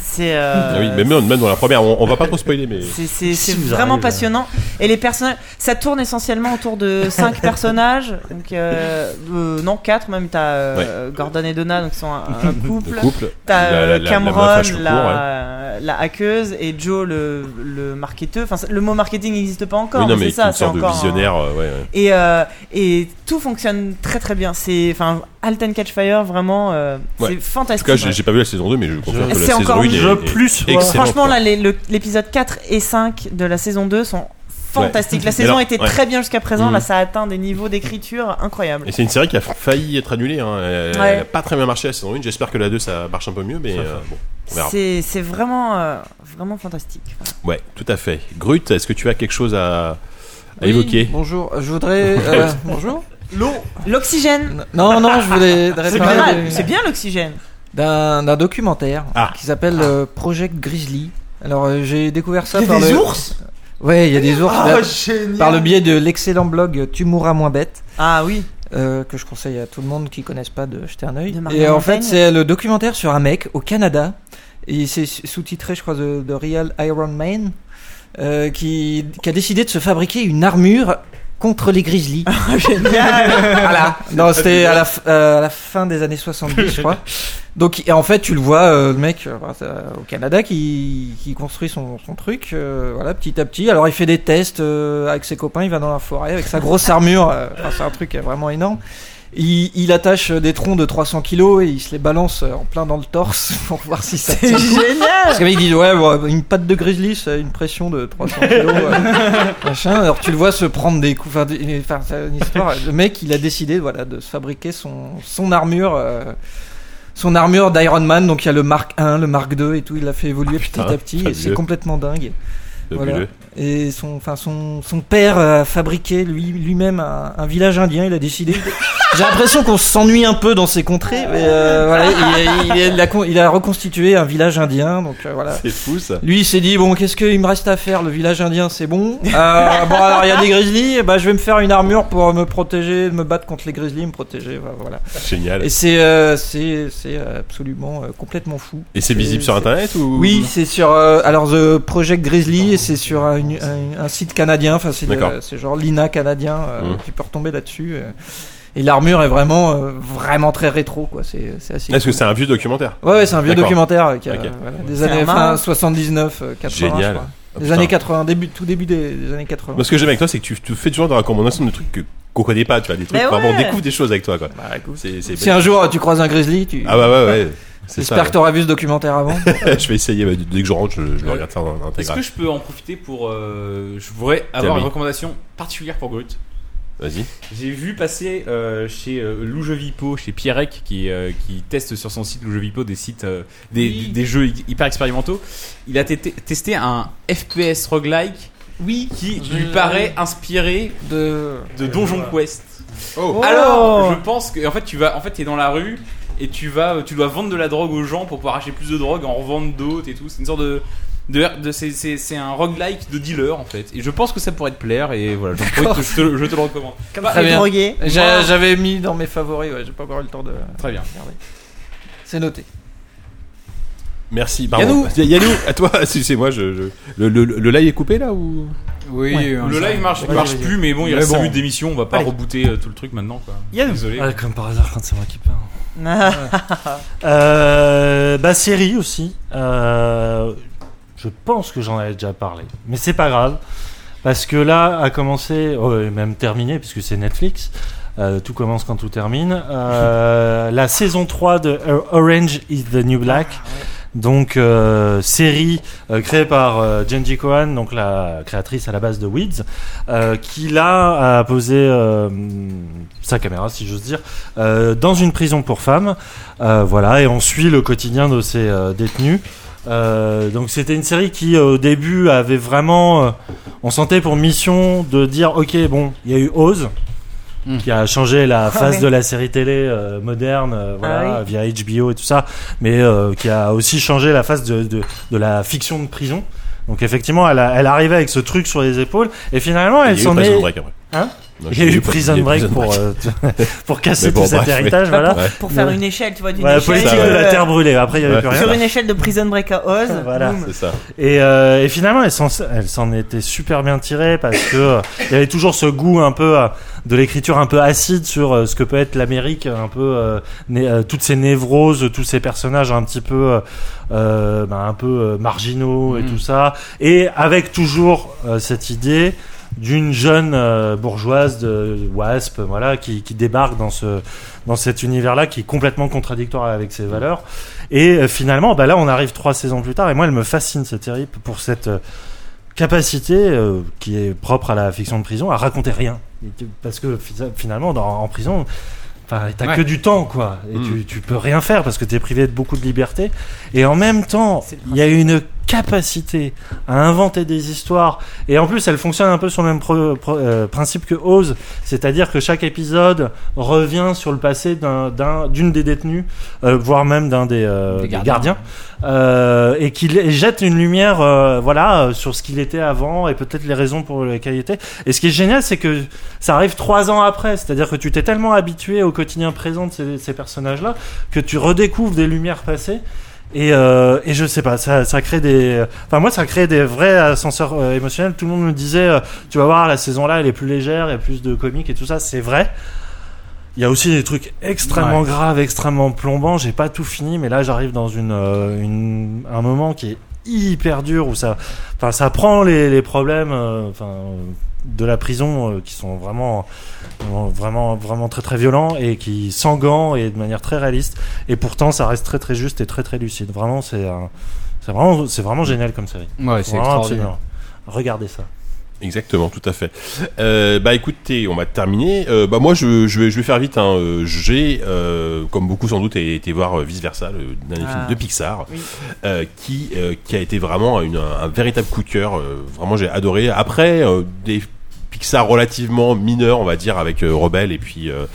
S4: C'est. euh,
S1: Ah oui, même, même dans la première, on, on va pas trop spoiler, mais.
S4: C'est- C'est
S8: Si
S4: c'est
S8: vous arrivez
S4: vraiment
S8: à-
S4: passionnant. Et les personnages, ça tourne essentiellement autour de cinq personnages. Donc, euh, euh, non, quatre même. T'as euh, Gordon et Donna, donc ils sont un, un
S1: Le
S4: couple.
S1: couple.
S4: T'as
S1: la-
S4: euh,
S1: la- la- la
S4: Cameron,
S1: meuf à
S4: la,
S1: cheveux
S4: la hackeuse, et Joe, le, le marketeur. Enfin, le mot marketing n'existe pas encore,
S1: Oui, non,
S4: mais
S1: mais
S4: c'est ça,
S1: une
S4: c'est
S1: sorte de
S4: encore. un-
S1: visionnaire, euh, ouais, ouais.
S4: Et, euh, et tout fonctionne très très bien. C'est, enfin, Alten Catch Fire, vraiment, euh,
S1: Ouais.
S4: c'est
S1: En tout
S4: fantastique.
S1: cas, j'ai j'ai pas vu la saison 2, mais je confirme que la
S4: C'est
S1: saison
S4: encore
S1: 1 est,
S4: mieux.
S1: est
S7: Plus, ouais.
S1: excellente,
S4: Franchement,
S1: quoi.
S4: là, les- le- l'épisode 4 et 5 de la saison 2 sont fantastiques.
S1: Mais
S4: La saison
S1: alors,
S4: était
S1: ouais.
S4: très bien jusqu'à présent.
S1: Mhm.
S4: Là, ça a atteint des niveaux d'écriture incroyables.
S1: Et c'est une série qui a failli être annulée. Hein. Elle,
S4: Ouais.
S1: elle a pas très bien marché la saison 1. J'espère que la 2 ça marche un peu mieux, mais euh, bon, on verra.
S4: C'est c'est vraiment, euh, vraiment fantastique.
S1: Ouais, tout à fait. Grut, est-ce que tu as quelque chose à, à évoquer
S6: Bonjour, je voudrais. euh, bonjour
S4: L'eau, l'oxygène.
S6: Non, non, je voulais.
S4: C'est
S6: parler
S4: bien,
S6: de-
S4: c'est bien l'oxygène.
S6: d'un d'un documentaire qui s'appelle euh, Project Grizzly. Alors euh, j'ai découvert ça
S2: Il y a
S6: par
S2: des
S6: le...
S2: ours
S6: Ouais, il y a des ours.
S2: Ah,
S6: bah,
S2: génial
S6: par le biais de l'excellent blog Tu mourras moins bête. euh,
S4: Ah oui.
S6: que je conseille à tout le monde qui connaisse pas de jeter un œil.
S4: De Marvin
S6: Et en
S4: Montaigne.
S6: fait, c'est le documentaire sur un mec au Canada. Et c'est sous-titré, je crois, de, de Real Iron Man, euh, qui, qui a décidé de se fabriquer une armure contre les grizzlies. voilà. Non, c'était à la, f- euh, à la fin des années 70, je crois. Donc, et en fait, tu le vois, euh, le mec euh, bah, euh, au Canada qui, qui construit son, son truc, euh, voilà, petit à petit. Alors, il fait des tests euh, avec ses copains, il va dans la forêt avec sa grosse armure. euh, enfin, c'est un truc euh, vraiment énorme. Il, il attache euh, des troncs de 300 kilos et il se les balance euh, en plein dans le torse pour voir si ça
S4: C'est
S6: tient. Parce
S4: génial
S6: que les mecs disent ouais bon, une patte de grizzly c'est une pression de 300 kilos euh, machin. Alors tu le vois se prendre des coups. Enfin, des- enfin, c'est une histoire. Le mec il a décidé voilà de se fabriquer son son armure. euh, son armure d'Iron Man, donc il y a le Mark 1, le Mark 2 et tout, il l'a fait évoluer petit à petit, et c'est
S1: fabuleux.
S6: complètement dingue.
S1: Fabuleux.
S6: Voilà. Et son, enfin son, son père a fabriqué lui- lui-même un, un village indien, il a décidé. J'ai l'impression qu'on s'ennuie un peu dans ces contrées, mais euh, voilà, il, il- il a, con- il a reconstitué un village indien, donc euh, voilà.
S1: C'est fou ça.
S6: Lui, il s'est dit bon, qu'est-ce qu'il me reste à faire Le village indien, c'est bon. Euh, bon, alors il y a des grizzlies. eh ben, je vais me faire une armure pour me protéger, me battre contre les grizzlies, me protéger. voilà, Voilà.
S1: Génial.
S6: Et c'est euh, c'est c'est absolument euh, complètement fou.
S1: Et c'est visible sur
S6: c'est-
S1: internet ou
S6: Oui, c'est sur euh, alors The Project Grizzly et c'est sur un, un- un site canadien. Enfin, c'est de-
S1: D'accord.
S6: c'est genre l'INA canadien. euh,
S1: Mm.
S6: Tu peux retomber là-dessus. euh. Et l'armure est vraiment euh, vraiment très rétro quoi. C'est c'est assez.
S1: Est-ce que
S6: cool.
S1: c'est un vieux documentaire
S6: Ouais, ouais, c'est un vieux
S1: D'accord.
S6: documentaire euh, qui a,
S1: Ok.
S6: voilà, des
S4: C'est
S6: années
S4: un
S6: fin
S4: marrant.
S6: 79, euh, 80. je
S1: Génial.
S6: crois.
S1: Ah,
S6: Des
S1: putain.
S6: années 80, début, tout début des, des années 80.
S1: Moi, ce que j'aime avec toi, c'est que tu, tu fais toujours des recommandations de trucs que qu'on connaît pas, tu vois, des trucs
S4: Mais
S1: vraiment on
S4: ouais.
S1: découvre des choses avec toi quoi.
S6: Bah, écoute,
S1: C'est c'est
S6: si un jour tu croises un grizzly, tu.
S1: Ah bah ouais ouais. C'est ça.
S6: J'espère que t'auras vu ce documentaire avant.
S1: ouais. je vais essayer bah, dès que je rentre, je, je le regarde ça en
S3: Est-ce que
S1: intégral.
S3: je peux en profiter pour. euh, je voudrais avoir
S1: Termine.
S3: une recommandation particulière pour Grut.
S1: Vas-y.
S3: J'ai vu passer euh, chez euh, Lou Jeux Vipo, chez Pierrec, qui, euh, qui teste sur son site Lou Jeux Vipo des sites, euh, des, des- des jeux hy- hyper expérimentaux. Il a tété- testé un FPS roguelike
S6: Oui.
S3: qui
S6: Je-
S3: lui paraît inspiré
S6: De.
S3: de Donjon Quest.
S1: Oh.
S3: Alors, je pense que en fait tu vas, en fait t'es dans la rue et tu vas, tu dois vendre de la drogue aux gens pour pouvoir acheter plus de drogue, en revendre d'autres et tout. C'est une sorte de, de, de- c'est, c'est- c'est un roguelike de dealer en fait. Et je pense que ça pourrait te plaire et voilà, j'en profite que je, te, je te le recommande. Bah,
S6: Très bien.
S4: Drogué.
S6: J'a- J'avais mis dans mes favoris, ouais, j'ai pas encore eu le temps de.
S3: Très bien.
S6: Regardez. C'est noté.
S1: Merci. Pardon. Yannou, à toi. Excusez-moi, je, je- Le, le, le live est coupé là ou
S5: Oui, euh,
S3: Le
S5: ça-
S3: live marche,
S6: Vas-y,
S3: marche
S6: vas-y.
S3: plus, mais bon, il
S5: Mais
S3: reste 5
S5: bon.
S3: minutes d'émission, on va pas
S2: Allez.
S3: rebooter euh, tout le truc maintenant. Quoi.
S2: Yannou.
S3: Désolé.
S8: Ah, comme par hasard, quand c'est moi qui parle.
S4: Ah,
S8: Euh, bah, série aussi. Euh, je pense que j'en avais déjà parlé, mais c'est pas grave. Parce que là, a commencé, oh, et même terminé, puisque c'est Netflix. euh, tout commence quand tout termine. Euh, la saison 3 de Orange is the New Black. Donc, euh, série euh, créée par euh, Jenji Kohan, donc la créatrice à la base de Weeds, euh, qui là a posé euh, sa caméra, si j'ose dire, euh, dans une prison pour femmes. Euh, voilà, et on suit le quotidien de ces euh, détenus. Euh, donc c'était une série qui euh, au début avait vraiment, euh, on sentait pour mission de dire ok bon, il y a eu Oz
S5: Mm.
S8: qui a changé la face
S4: ouais.
S8: de la série télé euh, moderne, euh, voilà,
S4: Ah
S8: via HBO et tout ça, mais euh, qui a aussi changé la face de, de, de la fiction de prison. Donc effectivement, elle, a- elle arrivait avec ce truc sur les épaules et finalement elle
S1: Il y a eu
S8: s'en
S1: Prison
S8: est
S1: Break après.
S8: Hein
S1: Non,
S8: il y a eu Prison
S1: il y
S8: Break pour, euh, pour casser
S1: Mais bon,
S8: tout cet
S1: bref, oui.
S8: héritage, voilà.
S1: Ouais.
S4: Pour faire
S8: Ouais.
S4: une échelle, tu vois, d'une
S8: Voilà, la
S4: échelle.
S8: politique
S1: ça,
S8: de la
S4: euh,
S8: terre brûlée. Après, il n'y avait
S1: Ouais.
S8: plus
S4: Sur
S8: rien.
S4: une échelle de Prison Break à Oz.
S8: Voilà.
S4: boum.
S1: C'est ça.
S8: Et, euh, et finalement, elle s'en, elle s'en était super bien tirée parce que euh, il y avait toujours ce goût un peu euh, de l'écriture un peu acide sur euh, ce que peut être l'Amérique, un peu euh, né- euh, toutes ces névroses, tous ces personnages un petit peu, euh, euh, ben, un peu euh, marginaux et
S5: Mhm.
S8: tout ça, et avec toujours euh, cette idée d'une jeune euh, bourgeoise de Wasp, voilà, qui, qui débarque dans ce dans cet univers-là qui est complètement contradictoire avec ses valeurs. Et euh, finalement, bah là, on arrive trois saisons plus tard, et moi, elle me fascine cette série pour cette euh, capacité euh, qui est propre à la fiction de prison à raconter rien, Et que- parce que fi- finalement, dans- en prison. enfin, T'as
S5: Ouais.
S8: que du temps, quoi. Et
S1: Mm.
S8: tu, tu peux rien faire parce que t'es privé de beaucoup de liberté. Et en même temps,
S4: C'est le
S8: il y a une capacité à inventer des histoires, et en plus elle fonctionne un peu sur le même pro- pro- euh, principe que Oz, c'est-à-dire que chaque épisode revient sur le passé d'un- d'un- d'une des détenues, euh, voire même d'un des, euh,
S13: Des
S8: des
S13: gardiens.
S8: gardiens, euh, et qu'il et jette une lumière euh, voilà, euh, sur ce qu'il était avant et peut-être les raisons pour lesquelles il était. Et ce qui est génial, c'est que ça arrive trois ans après, c'est-à-dire que tu t'es tellement habitué au quotidien présent de ces, ces personnages-là que tu redécouvres des lumières passées. Et, euh, et je sais pas, ça, ça crée des. Enfin, moi, ça crée des vrais ascenseurs euh, émotionnels. Tout le monde me disait, euh, tu vas voir, la saison-là, elle est plus légère, il y a plus de comiques et tout ça. C'est vrai. Il y a aussi des trucs extrêmement
S13: Ouais.
S8: graves, extrêmement plombants. J'ai pas tout fini, mais là, j'arrive dans une, euh, une- un moment qui est hyper dur où ça, enfin, ça prend les, les problèmes, euh, enfin, euh, de la prison euh, qui sont vraiment, euh, vraiment, vraiment très très violents et qui sanguins et de manière très réaliste. Et pourtant, ça reste très très juste et très très lucide. Vraiment, c'est un- c'est vraiment, c'est vraiment génial comme série.
S5: Ouais, c'est
S8: Vraiment
S5: extraordinaire.
S8: absolument. Regardez ça.
S1: Exactement, tout à fait. Euh, bah écoutez, on va terminer. Euh, bah moi, je, je, vais, je vais faire vite. Hein. Euh, J'ai, euh, comme beaucoup sans doute, été voir euh, Vice Versa, le dernier
S4: Ah.
S1: film de Pixar,
S4: Oui.
S1: euh, qui, euh, qui a été vraiment une- un, un véritable coup de cœur. Euh, vraiment, j'ai adoré. Après, euh, des Pixar relativement mineurs, on va dire, avec euh, Rebelle et puis euh,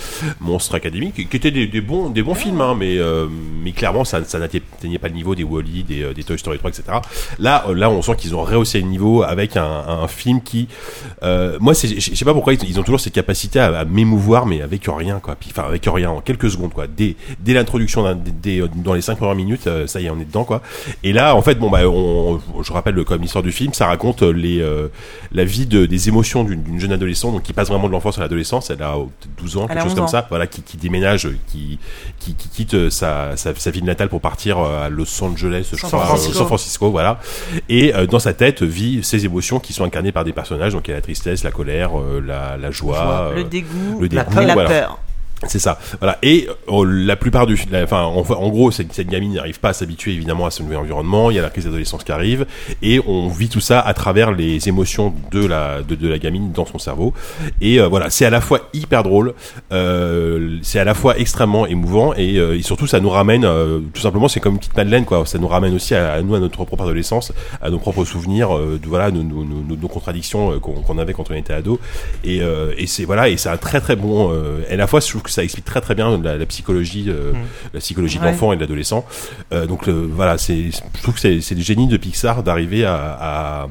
S1: Monstre Academy, qui, qui étaient des, des bons, des bons
S4: Ah.
S1: films, hein, mais, euh, mais clairement, ça, ça n'atteignait pas le niveau des Wall-E, des, euh, des Toy Story 3, etc. Là, euh, là, on sent qu'ils ont rehaussé le niveau avec un, un film qui, euh, moi, c'est- je je sais pas pourquoi ils, ils ont toujours cette capacité à, à m'émouvoir, mais avec rien, quoi. Puis, enfin, avec rien en quelques secondes, quoi. Dès, dès l'introduction, d'un- dès- dès- dans les cinq premières minutes, euh, ça y est, on est dedans, quoi. Et là, en fait, bon, bah, on, on- je rappelle comme l'histoire du film, ça raconte euh, les, euh, la vie de, des émotions d'une d'une jeune adolescente, donc qui passe vraiment de l'enfance à l'adolescence. Elle a euh, 12 ans,
S4: Elle
S1: quelque
S4: a
S1: chose
S4: 11
S1: comme
S4: ans.
S1: ça. Voilà, qui, qui déménage, euh, qui, qui, qui quitte euh, sa, sa, sa ville natale pour partir euh, à Los Angeles, je
S4: San
S1: crois, euh,
S4: Francisco.
S1: San Francisco, voilà. Et euh, dans sa tête vit ces émotions qui sont incarnées par des personnages, donc il y a la tristesse, la colère, euh, la, la joie,
S4: le
S1: euh,
S4: dégoût,
S1: le dégoût,
S4: et la
S1: voilà. Ah,
S4: peur.
S1: c'est ça. Voilà. Et euh, la plupart du, la- enfin, en, en gros, cette, cette gamine n'arrive pas à s'habituer évidemment à ce nouvel environnement. Il y a la crise d'adolescence qui arrive, et on vit tout ça à travers les émotions de la de, de la gamine dans son cerveau. Et euh, voilà, c'est à la fois hyper drôle, euh, c'est à la fois extrêmement émouvant, et, euh, et surtout ça nous ramène, euh, tout simplement, c'est comme une petite Madeleine, quoi. Ça nous ramène aussi à, à nous, à notre propre adolescence, à nos propres souvenirs, euh, de- voilà, nos, nos- nos- nos contradictions euh, qu'on qu'on avait quand on était ado et, euh, et c'est voilà et c'est un très très bon euh, et à la fois je trouve que ça explique très très bien la, la psychologie euh, la psychologie de
S4: Ouais.
S1: l'enfant et de l'adolescent Euh, donc euh, voilà c'est je trouve que c'est c'est le génie de Pixar d'arriver à, à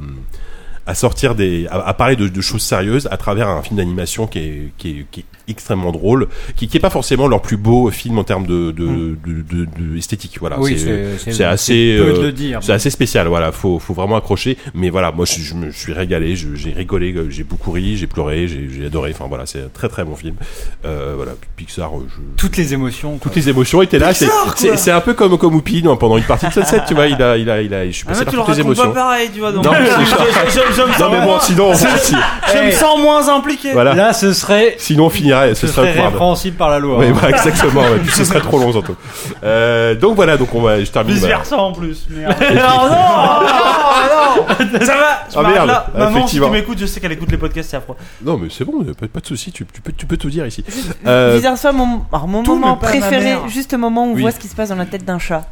S1: à sortir des à, à parler de, de choses sérieuses à travers un film d'animation qui est, qui est qui est extrêmement drôle qui qui est pas forcément leur plus beau film en termes de de, de, de- de esthétique voilà
S5: Oui,
S1: C'est-
S5: c'est- c'est-
S1: c'est assez
S5: c'est peu de
S1: euh,
S5: le dire.
S1: c'est assez spécial voilà faut faut vraiment accrocher mais voilà moi je, je me je suis régalé je- j'ai rigolé euh, j'ai beaucoup ri j'ai pleuré j'ai j'ai adoré enfin voilà c'est un très très bon film euh, voilà Pixar euh, je...
S5: Toutes les émotions.
S1: toutes les émotions étaient là c'est c'est- c'est un peu comme comme Oupi non, pendant une partie de Sunset tu vois il a il a il a je suis
S2: Ah,
S1: passé
S2: mais tu le
S1: par toutes les
S2: racontes pas
S1: émotions
S2: pareil, tu vois. Donc.
S1: Non, mais c'est ça.
S2: je, je- je me
S1: non
S2: sens
S1: mais bon
S2: moins,
S1: sinon on va- si-
S2: je me
S5: Hey.
S2: sens moins impliqué.
S1: voilà
S5: Là, ce serait,
S1: sinon on finirait ce
S5: ce
S1: serait
S5: serait
S1: le programme
S5: répréhensible par la loi. hein.
S1: oui, voilà, exactement. ouais. Puis ce serait trop long, surtout. Euh, donc voilà, donc on va, je termine.
S2: Vice
S1: voilà.
S2: versa en plus. Merde. non, non, non, non. Ça va, je
S1: Ah,
S2: m'arrête
S1: merde.
S2: là. Maman, si tu
S1: Effectivement.
S2: m'écoutes, je sais qu'elle écoute les podcasts, c'est affreux.
S1: Non, mais c'est bon, pas, pas de souci. Tu, tu peux, tu peux tout dire ici. Euh,
S4: Bizarre soit mon, alors, mon
S1: tout,
S4: moment
S1: mais pas ma
S4: préféré,
S1: mère.
S4: juste le moment où on
S1: Oui.
S4: voit ce qui se passe dans la tête d'un chat.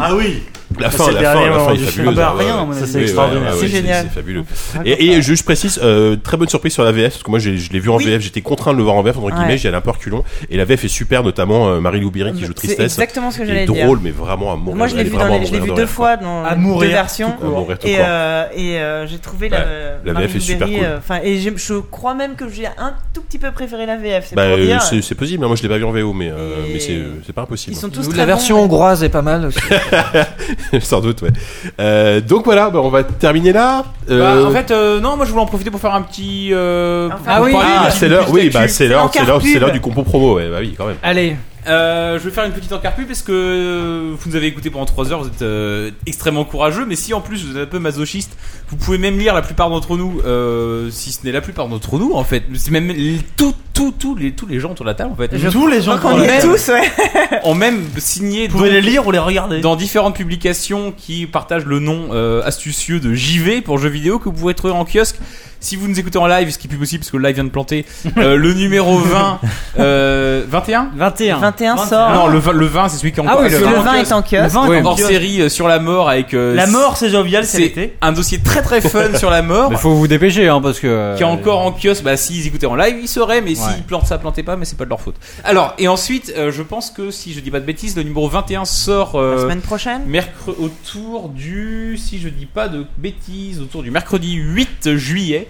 S2: Ah oui.
S1: La
S8: Ça,
S1: fin,
S8: c'est
S1: la
S8: le
S1: fin,
S8: dernier
S1: la fin
S8: moment
S1: est
S8: du
S1: fabuleuse.
S8: film.
S1: hein,
S2: Ah bah,
S1: ouais,
S2: rien, à
S1: ouais.
S2: mon
S8: Ça,
S2: avis.
S8: c'est
S1: Oui,
S8: extraordinaire.
S1: ouais, ouais,
S4: C'est
S1: ouais,
S4: génial.
S1: C'est fabuleux. Et, et juste précise, euh, très bonne surprise sur la VF, parce que moi j'ai- je l'ai vu en
S4: Oui.
S1: VF, j'étais contraint de le voir en VF, entre guillemets,
S4: Ouais.
S1: j'y allais un peu reculon. Et la VF est super, notamment euh, Marie Loubiri qui joue
S4: C'est
S1: Tristesse.
S4: exactement ce que
S1: qui
S4: j'allais
S1: est
S4: dire.
S1: drôle, mais vraiment à mourir.
S4: Moi, je l'ai
S1: Elle est
S4: vu, dans
S1: vraiment
S4: les- je l'ai
S1: à
S4: vu
S1: mourir de
S4: deux
S1: rire,
S4: fois dans
S2: À
S4: deux
S2: mourir,
S4: versions.
S1: quoi. À mourir tout
S4: Et,
S1: court.
S4: euh, et euh, j'ai trouvé la,
S1: Ouais, la
S4: Marie
S1: VF est super
S4: Berry,
S1: cool.
S4: euh, Enfin, et j'aime- je crois même que j'ai un tout petit peu préféré la VF. C'est
S1: Bah,
S4: pour
S1: euh,
S4: dire.
S1: c'est- c'est possible, hein, moi je l'ai pas vu en VO, mais, euh,
S4: Et-
S1: mais c'est c'est pas impossible.
S4: Ils sont tous
S6: Ou
S4: très
S6: La version
S4: bons.
S6: hongroise est pas mal aussi.
S1: Sans doute, ouais. Euh, donc voilà, bah, on va terminer là. Euh,
S3: Bah, en fait, euh, non, moi je voulais en profiter pour faire un petit. euh,
S4: Enfin,
S3: pour
S4: Ah oui.
S3: parler d'un
S1: ah,
S3: petit
S1: c'est
S3: peu
S1: l'heure,
S3: plus
S1: oui,
S3: d'actu.
S1: bah, c'est l'heure, c'est
S4: l'encart
S1: l'heure, c'est
S4: pub.
S1: l'heure du compo promo, ouais, bah oui, quand même.
S3: Allez. Euh, je vais faire une petite encart pub parce que euh, vous nous avez écouté pendant 3 heures, vous êtes euh, extrêmement courageux, mais si en plus vous êtes un peu masochiste, vous pouvez même lire la plupart d'entre nous, euh, si ce n'est la plupart d'entre nous en fait, c'est même les- tout, tout, tout, les, tous les gens autour de la table en fait,
S2: Tous les gens
S4: Donc, on
S2: qui
S4: y est
S2: l'aiment,
S4: tous, ouais.
S3: ont même signé
S2: Vous pouvez les
S3: donc,
S2: lire ou les regarder.
S3: dans différentes publications qui partagent le nom euh, astucieux de JV pour jeux vidéo que vous pouvez trouver en kiosque Si vous nous écoutez en live, ce qui est plus possible parce que le live vient de planter, euh, le numéro 20, euh, 21
S5: 21.
S4: 21
S2: Ah.
S4: sort.
S3: Non, le, 20 le 20, c'est celui qui est en
S4: Ah oui,
S3: celui
S4: le,
S3: qui est en
S4: 20
S3: kiosque.
S4: est en kiosque.
S3: Oui, hors série euh, sur la mort avec euh,
S2: La mort, c'est jovial, c'est
S3: c'est
S2: l'été.
S3: un dossier très très fun sur la mort
S5: Il faut vous dépêcher, hein, parce que. euh,
S3: qui est encore en kiosque, bah s'ils écoutaient en live, ils sauraient, mais s'ils plantent ça, plantait pas, mais c'est pas de leur faute. Alors, et ensuite, euh, je pense que si je dis pas de bêtises, le numéro 21 sort
S4: La
S3: euh,
S4: semaine prochaine.
S3: mercredi autour du, si je dis pas de bêtises, autour du mercredi 8 juillet.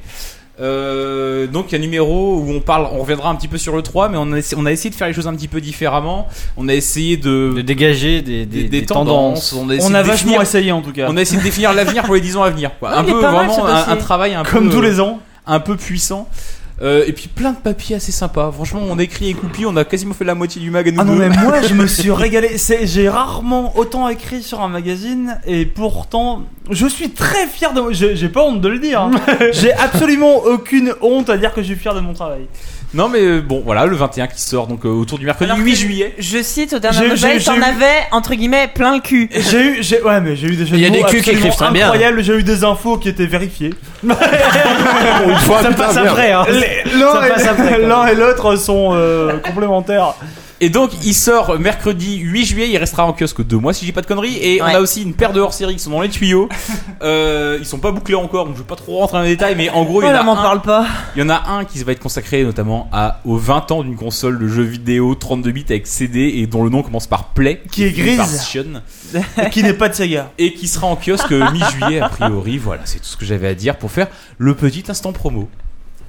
S3: Euh, donc il y a un numéro où on parle, on reviendra un petit peu sur le 3, mais on a, on a essayé de faire les choses un petit peu différemment. On a essayé de,
S5: De dégager des,
S3: des,
S5: des,
S3: des
S5: des
S3: tendances.
S5: tendances.
S3: On a, essayé
S2: On a
S3: de définir-
S2: vachement essayé en tout cas.
S3: on a essayé de définir l'avenir pour les 10 ans à venir. Quoi.
S4: Ouais,
S3: un
S4: il est
S3: peu
S4: pas mal,
S3: vraiment
S4: ce
S3: un,
S4: dossier.
S3: un travail un
S2: Comme
S3: peu,
S2: tous
S3: euh,
S2: les ans.
S3: un peu puissant. Euh, et puis plein de papiers assez sympas. Franchement, on a écrit et coupé, on a quasiment fait la moitié du mag à nous
S2: Ah non
S3: deux.
S2: mais moi je me suis régalé. C'est- J'ai rarement autant écrit sur un magazine et pourtant je suis très fier de moi. J'ai j'ai pas honte de le dire. hein. J'ai absolument aucune honte à dire que je suis fier de mon travail.
S3: Non mais euh, bon, voilà, le 21 qui sort donc euh, autour du mercredi
S4: Alors
S3: 8
S4: que-
S3: juillet.
S4: Je cite aux
S2: J'ai-
S4: dernières nouvelles,
S2: j'ai-
S4: t'en
S2: j'ai eu-
S4: avais entre guillemets plein le cul.
S2: J'ai eu, j'ai- ouais mais j'ai eu des jeux
S5: Il y a
S2: de
S5: des
S2: mots
S5: culs qui
S2: absolument
S5: écrivent très bien.
S2: incroyables. J'ai eu des infos qui étaient vérifiées.
S4: Ah,
S1: Pour une fois,
S2: Ça
S1: putain,
S2: passe
S1: merde.
S2: après. hein.
S5: Ça passe après, quand même.
S2: L'un et l'autre sont euh, complémentaires.
S3: Et donc il sort mercredi 8 juillet, il restera en kiosque deux mois si je dis pas de conneries. Et on
S4: Ouais.
S3: a aussi une paire de hors-série qui sont dans les tuyaux. euh, ils sont pas bouclés encore, donc je vais pas trop rentrer dans les détails, mais en gros il y en a
S4: Voilà, m'en
S3: un-
S4: parle pas.
S3: Il y en a un qui va être consacré notamment à, aux 20 ans d'une console de jeux vidéo 32 bits avec CD et dont le nom commence par Play.
S2: Qui est
S3: fini par
S2: grise.
S3: Sion,
S2: Qui n'est pas de Sega.
S3: Et qui sera en kiosque mi-juillet a priori. Voilà, c'est tout ce que j'avais à dire pour faire le petit instant promo.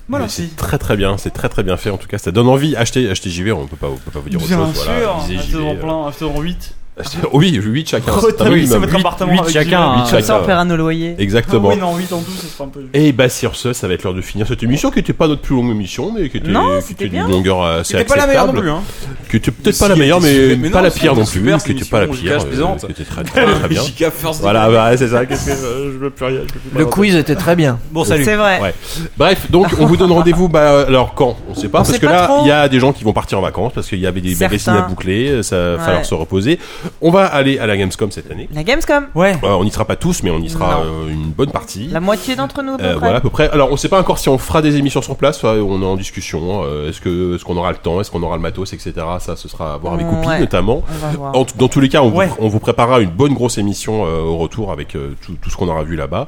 S2: Moi
S1: Mais C'est très très bien, c'est très très bien fait en tout cas. Ça donne envie. Achetez, achetez JV, on peut pas, on peut pas vous dire
S2: Bien
S1: autre
S2: sûr.
S1: chose. voilà. Lisez JV,
S2: Achetez-en
S1: euh,
S2: plein, achetez-en 8.
S1: achetez- oui, 8 chacun. Ah c'est un
S2: Rétablissez
S1: minimum.
S2: votre
S1: Huit-
S2: appartement
S5: huit
S2: avec
S5: chacun,
S2: Jimmy.
S5: hein.
S1: huit
S4: Comme ça,
S1: chacun.
S4: on paiera nos loyers.
S1: Exactement.
S2: Ah oui, non, 8 en tout, ça sera un peu.
S1: Et bah sur ce, ça va être l'heure de finir cette émission qui était pas notre plus longue émission, mais qui était,
S4: Non,
S1: qui
S4: c'était
S1: était
S4: bien.
S1: d'une longueur euh, assez
S3: C'était pas la meilleure non
S1: acceptable,
S3: plus. Hein.
S1: qui était peut-être
S3: Mais
S1: pas la
S3: si,
S1: meilleure,
S3: mais
S1: mais,
S3: si, mais
S1: pas
S3: non,
S1: la
S3: c'est
S1: pire non
S3: super,
S1: plus,
S3: c'est
S1: qui
S3: une
S1: était pas la
S3: émission, je
S1: pire,
S3: gâche,
S1: euh,
S3: plaisante.
S1: qui était très très, très, très bien.
S3: Giga Force
S1: Voilà, bah, c'est ça. Qu'est-ce que je, je veux plus rien. je veux plus
S6: Le
S1: rien.
S6: quiz était très bien.
S5: Bon, salut.
S4: C'est vrai.
S1: Ouais. Bref, donc on vous donne rendez-vous. Bah, euh, alors quand On sait pas
S4: On
S1: parce
S4: sait
S1: que
S4: pas
S1: là,
S4: trop.
S1: il y a des gens qui vont partir en vacances parce qu'il y avait des
S4: Certains.
S1: magazines à boucler. euh, Ça va
S4: Ouais.
S1: falloir se reposer. On va aller à la Gamescom cette année.
S4: La Gamescom.
S2: Ouais.
S1: Euh, on n'y sera pas tous, mais on y sera
S4: Non.
S1: euh, une bonne partie.
S4: La moitié d'entre nous, à peu
S1: Euh,
S4: près.
S1: voilà à peu près. Alors on sait pas encore si on fera des émissions sur place, soit on est en discussion. euh, est-ce que est-ce qu'on aura le temps, est-ce qu'on aura le matos, etc. Ça, ce sera à voir avec
S4: Ouais.
S1: Oupi notamment.
S4: On va voir.
S1: En tout- dans tous les cas, on,
S2: Ouais.
S1: vous, on vous préparera une bonne grosse émission euh, au retour avec euh, tout, tout ce qu'on aura vu là-bas.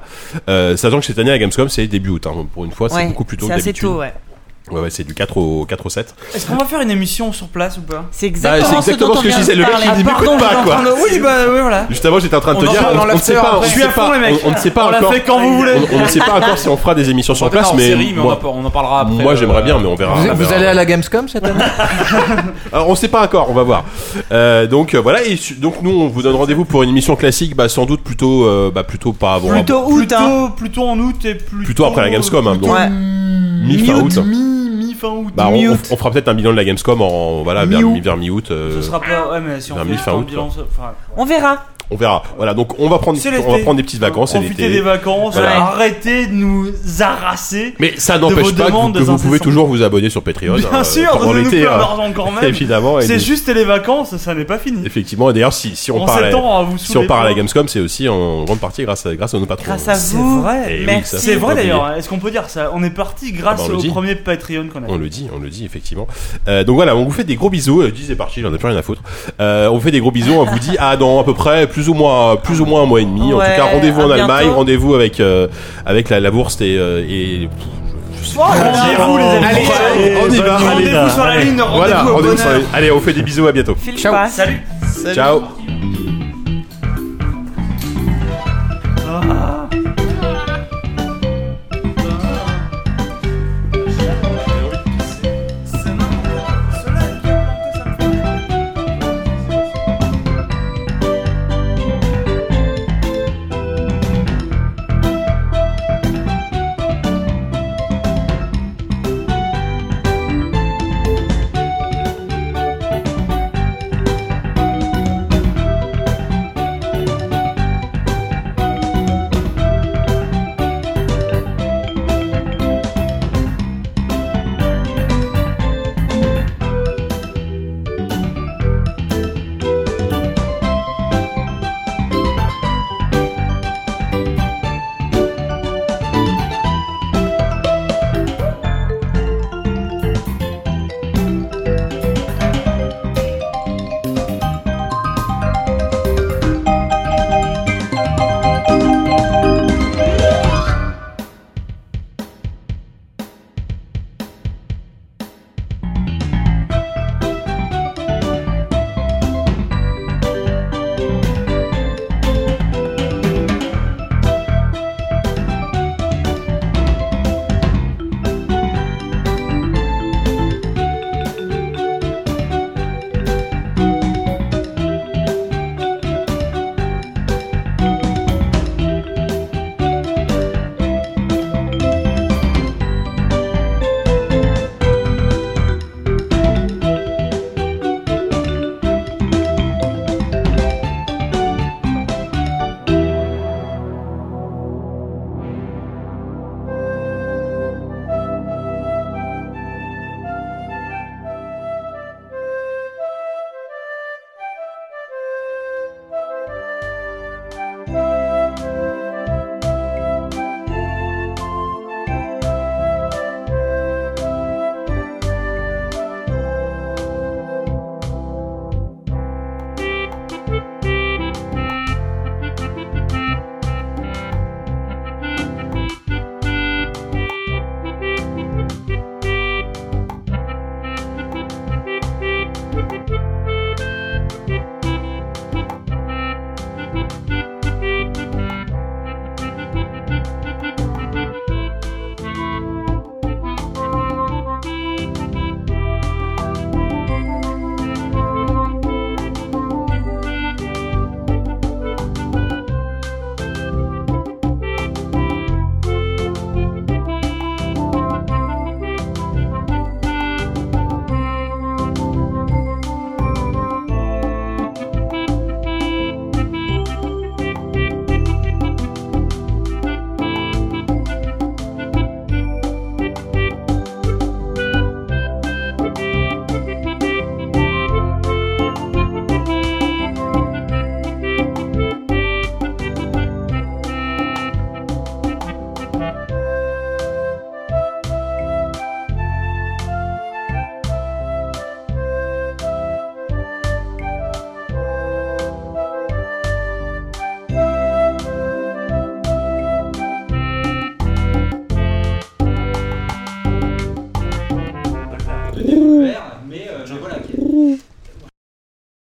S1: Euh, sachant que cette année à Gamescom, c'est début août. hein. Pour une fois, c'est
S4: Ouais,
S1: beaucoup plus tôt
S4: C'est
S1: que
S4: assez
S1: d'habitude.
S4: tôt, ouais.
S1: Ouais, ouais, c'est du 4 au 4 au 7.
S2: Est-ce qu'on va faire une émission sur place ou pas
S4: C'est
S1: Bah,
S4: exactement,
S1: c'est exactement
S4: ce,
S1: ce que je
S4: dont on
S1: disais. Le
S4: vient
S1: mec
S4: de
S1: il
S4: parler.
S1: dit m'écoute pas quoi.
S2: Oui, bah oui, voilà.
S1: Juste avant, j'étais en train de
S3: On
S1: te
S3: en
S1: dire,
S3: parle dans
S1: on ne
S3: l'after,
S1: sait pas, on
S3: après.
S1: sait
S3: Je suis à
S1: pas-
S2: fond, les mecs.
S1: on- on ne sait pas
S2: On l'a
S1: encore,
S2: fait quand vous voulez.
S1: on on ne sait pas encore si on fera des émissions sur place,
S3: en
S1: mais
S3: série, mais on,
S1: moi-
S3: en, par- on en parlera après.
S1: moi
S3: euh,
S1: j'aimerais bien, mais on verra.
S6: Vous,
S1: on
S6: vous
S1: verra.
S6: allez à la Gamescom cette année
S1: Alors, on sait pas encore, on va voir. Euh, donc euh, voilà, et su- donc nous on vous donne rendez-vous pour une émission classique, bah sans doute plutôt, euh, bah plutôt pas avant,
S4: Plutôt août, hein.
S2: Plutôt, plutôt en août et plutôt.
S1: plutôt après la Gamescom, hein, donc
S4: Ouais.
S1: mi fin août. hein.
S2: Mi, mi fin août.
S1: Bah on,
S2: mi
S1: on-
S2: août.
S1: on fera peut-être un bilan de la Gamescom en voilà vers
S2: Mi-août.
S1: mi- vers mi-août. euh,
S2: Ce sera pas. Ouais, mais si
S1: vers
S2: on fait
S1: mi-fin
S2: un
S1: août,
S2: bilan, ça- enfin,
S4: On verra.
S1: on verra. Voilà, donc on va prendre
S2: C'est
S1: on va
S2: l'été.
S1: prendre des petites vacances, c'est
S2: Profitez
S1: l'été.
S2: des vacances,
S1: Voilà.
S2: arrêtez de nous harasser.
S1: Mais ça
S2: de vos
S1: n'empêche pas que vous,
S2: demandes
S1: que vous pouvez
S2: incessantes.
S1: toujours vous abonner sur Patreon.
S2: Bien
S1: hein,
S2: sûr,
S1: pendant
S2: donnez-nous
S1: l'été,
S2: plein
S1: hein.
S2: d'argent quand même.
S1: Évidemment. et
S2: C'est
S1: des-
S2: juste les vacances, ça n'est pas fini.
S1: Effectivement. Et d'ailleurs, si, si on
S2: En
S1: parle, à,
S2: septembre, on va vous
S1: si on
S2: saouler
S1: parle à la
S2: plein.
S1: Gamescom, c'est aussi en grande partie grâce à, grâce à nos patrons.
S4: Grâce à
S2: C'est
S4: vous.
S2: vrai.
S1: Eh oui,
S4: Merci.
S1: ça,
S2: C'est vrai
S1: oublié.
S2: d'ailleurs, hein. est-ce qu'on peut dire ça On est parti grâce
S1: Ah bah, on le
S2: au
S1: dit.
S2: premier Patreon qu'on a.
S1: On le dit, on le dit effectivement. Euh, donc voilà, on vous fait des gros bisous. Euh, 10 c'est parti, j'en ai plus rien à foutre. Euh, on vous fait des gros bisous. On vous dit ah dans à peu près plus ou moins plus ou moins un mois et demi. en tout
S4: Ouais,
S1: cas, rendez-vous
S4: à
S1: en Allemagne,
S4: bientôt.
S1: rendez-vous avec euh, avec la, la bourse et, euh, et
S2: Rendez-vous les amis.
S1: Allez, allez, on y va.
S2: Rendez-vous sur la ligne, rendez-vous
S1: voilà.
S2: au
S1: Rendez-vous.
S2: bonheur.
S1: sur- Allez, on vous fait des bisous. À bientôt.
S4: File
S6: Ciao.
S4: pas.
S2: Salut.
S1: Ciao.
S10: Thank
S5: peut-être le faire, mais euh,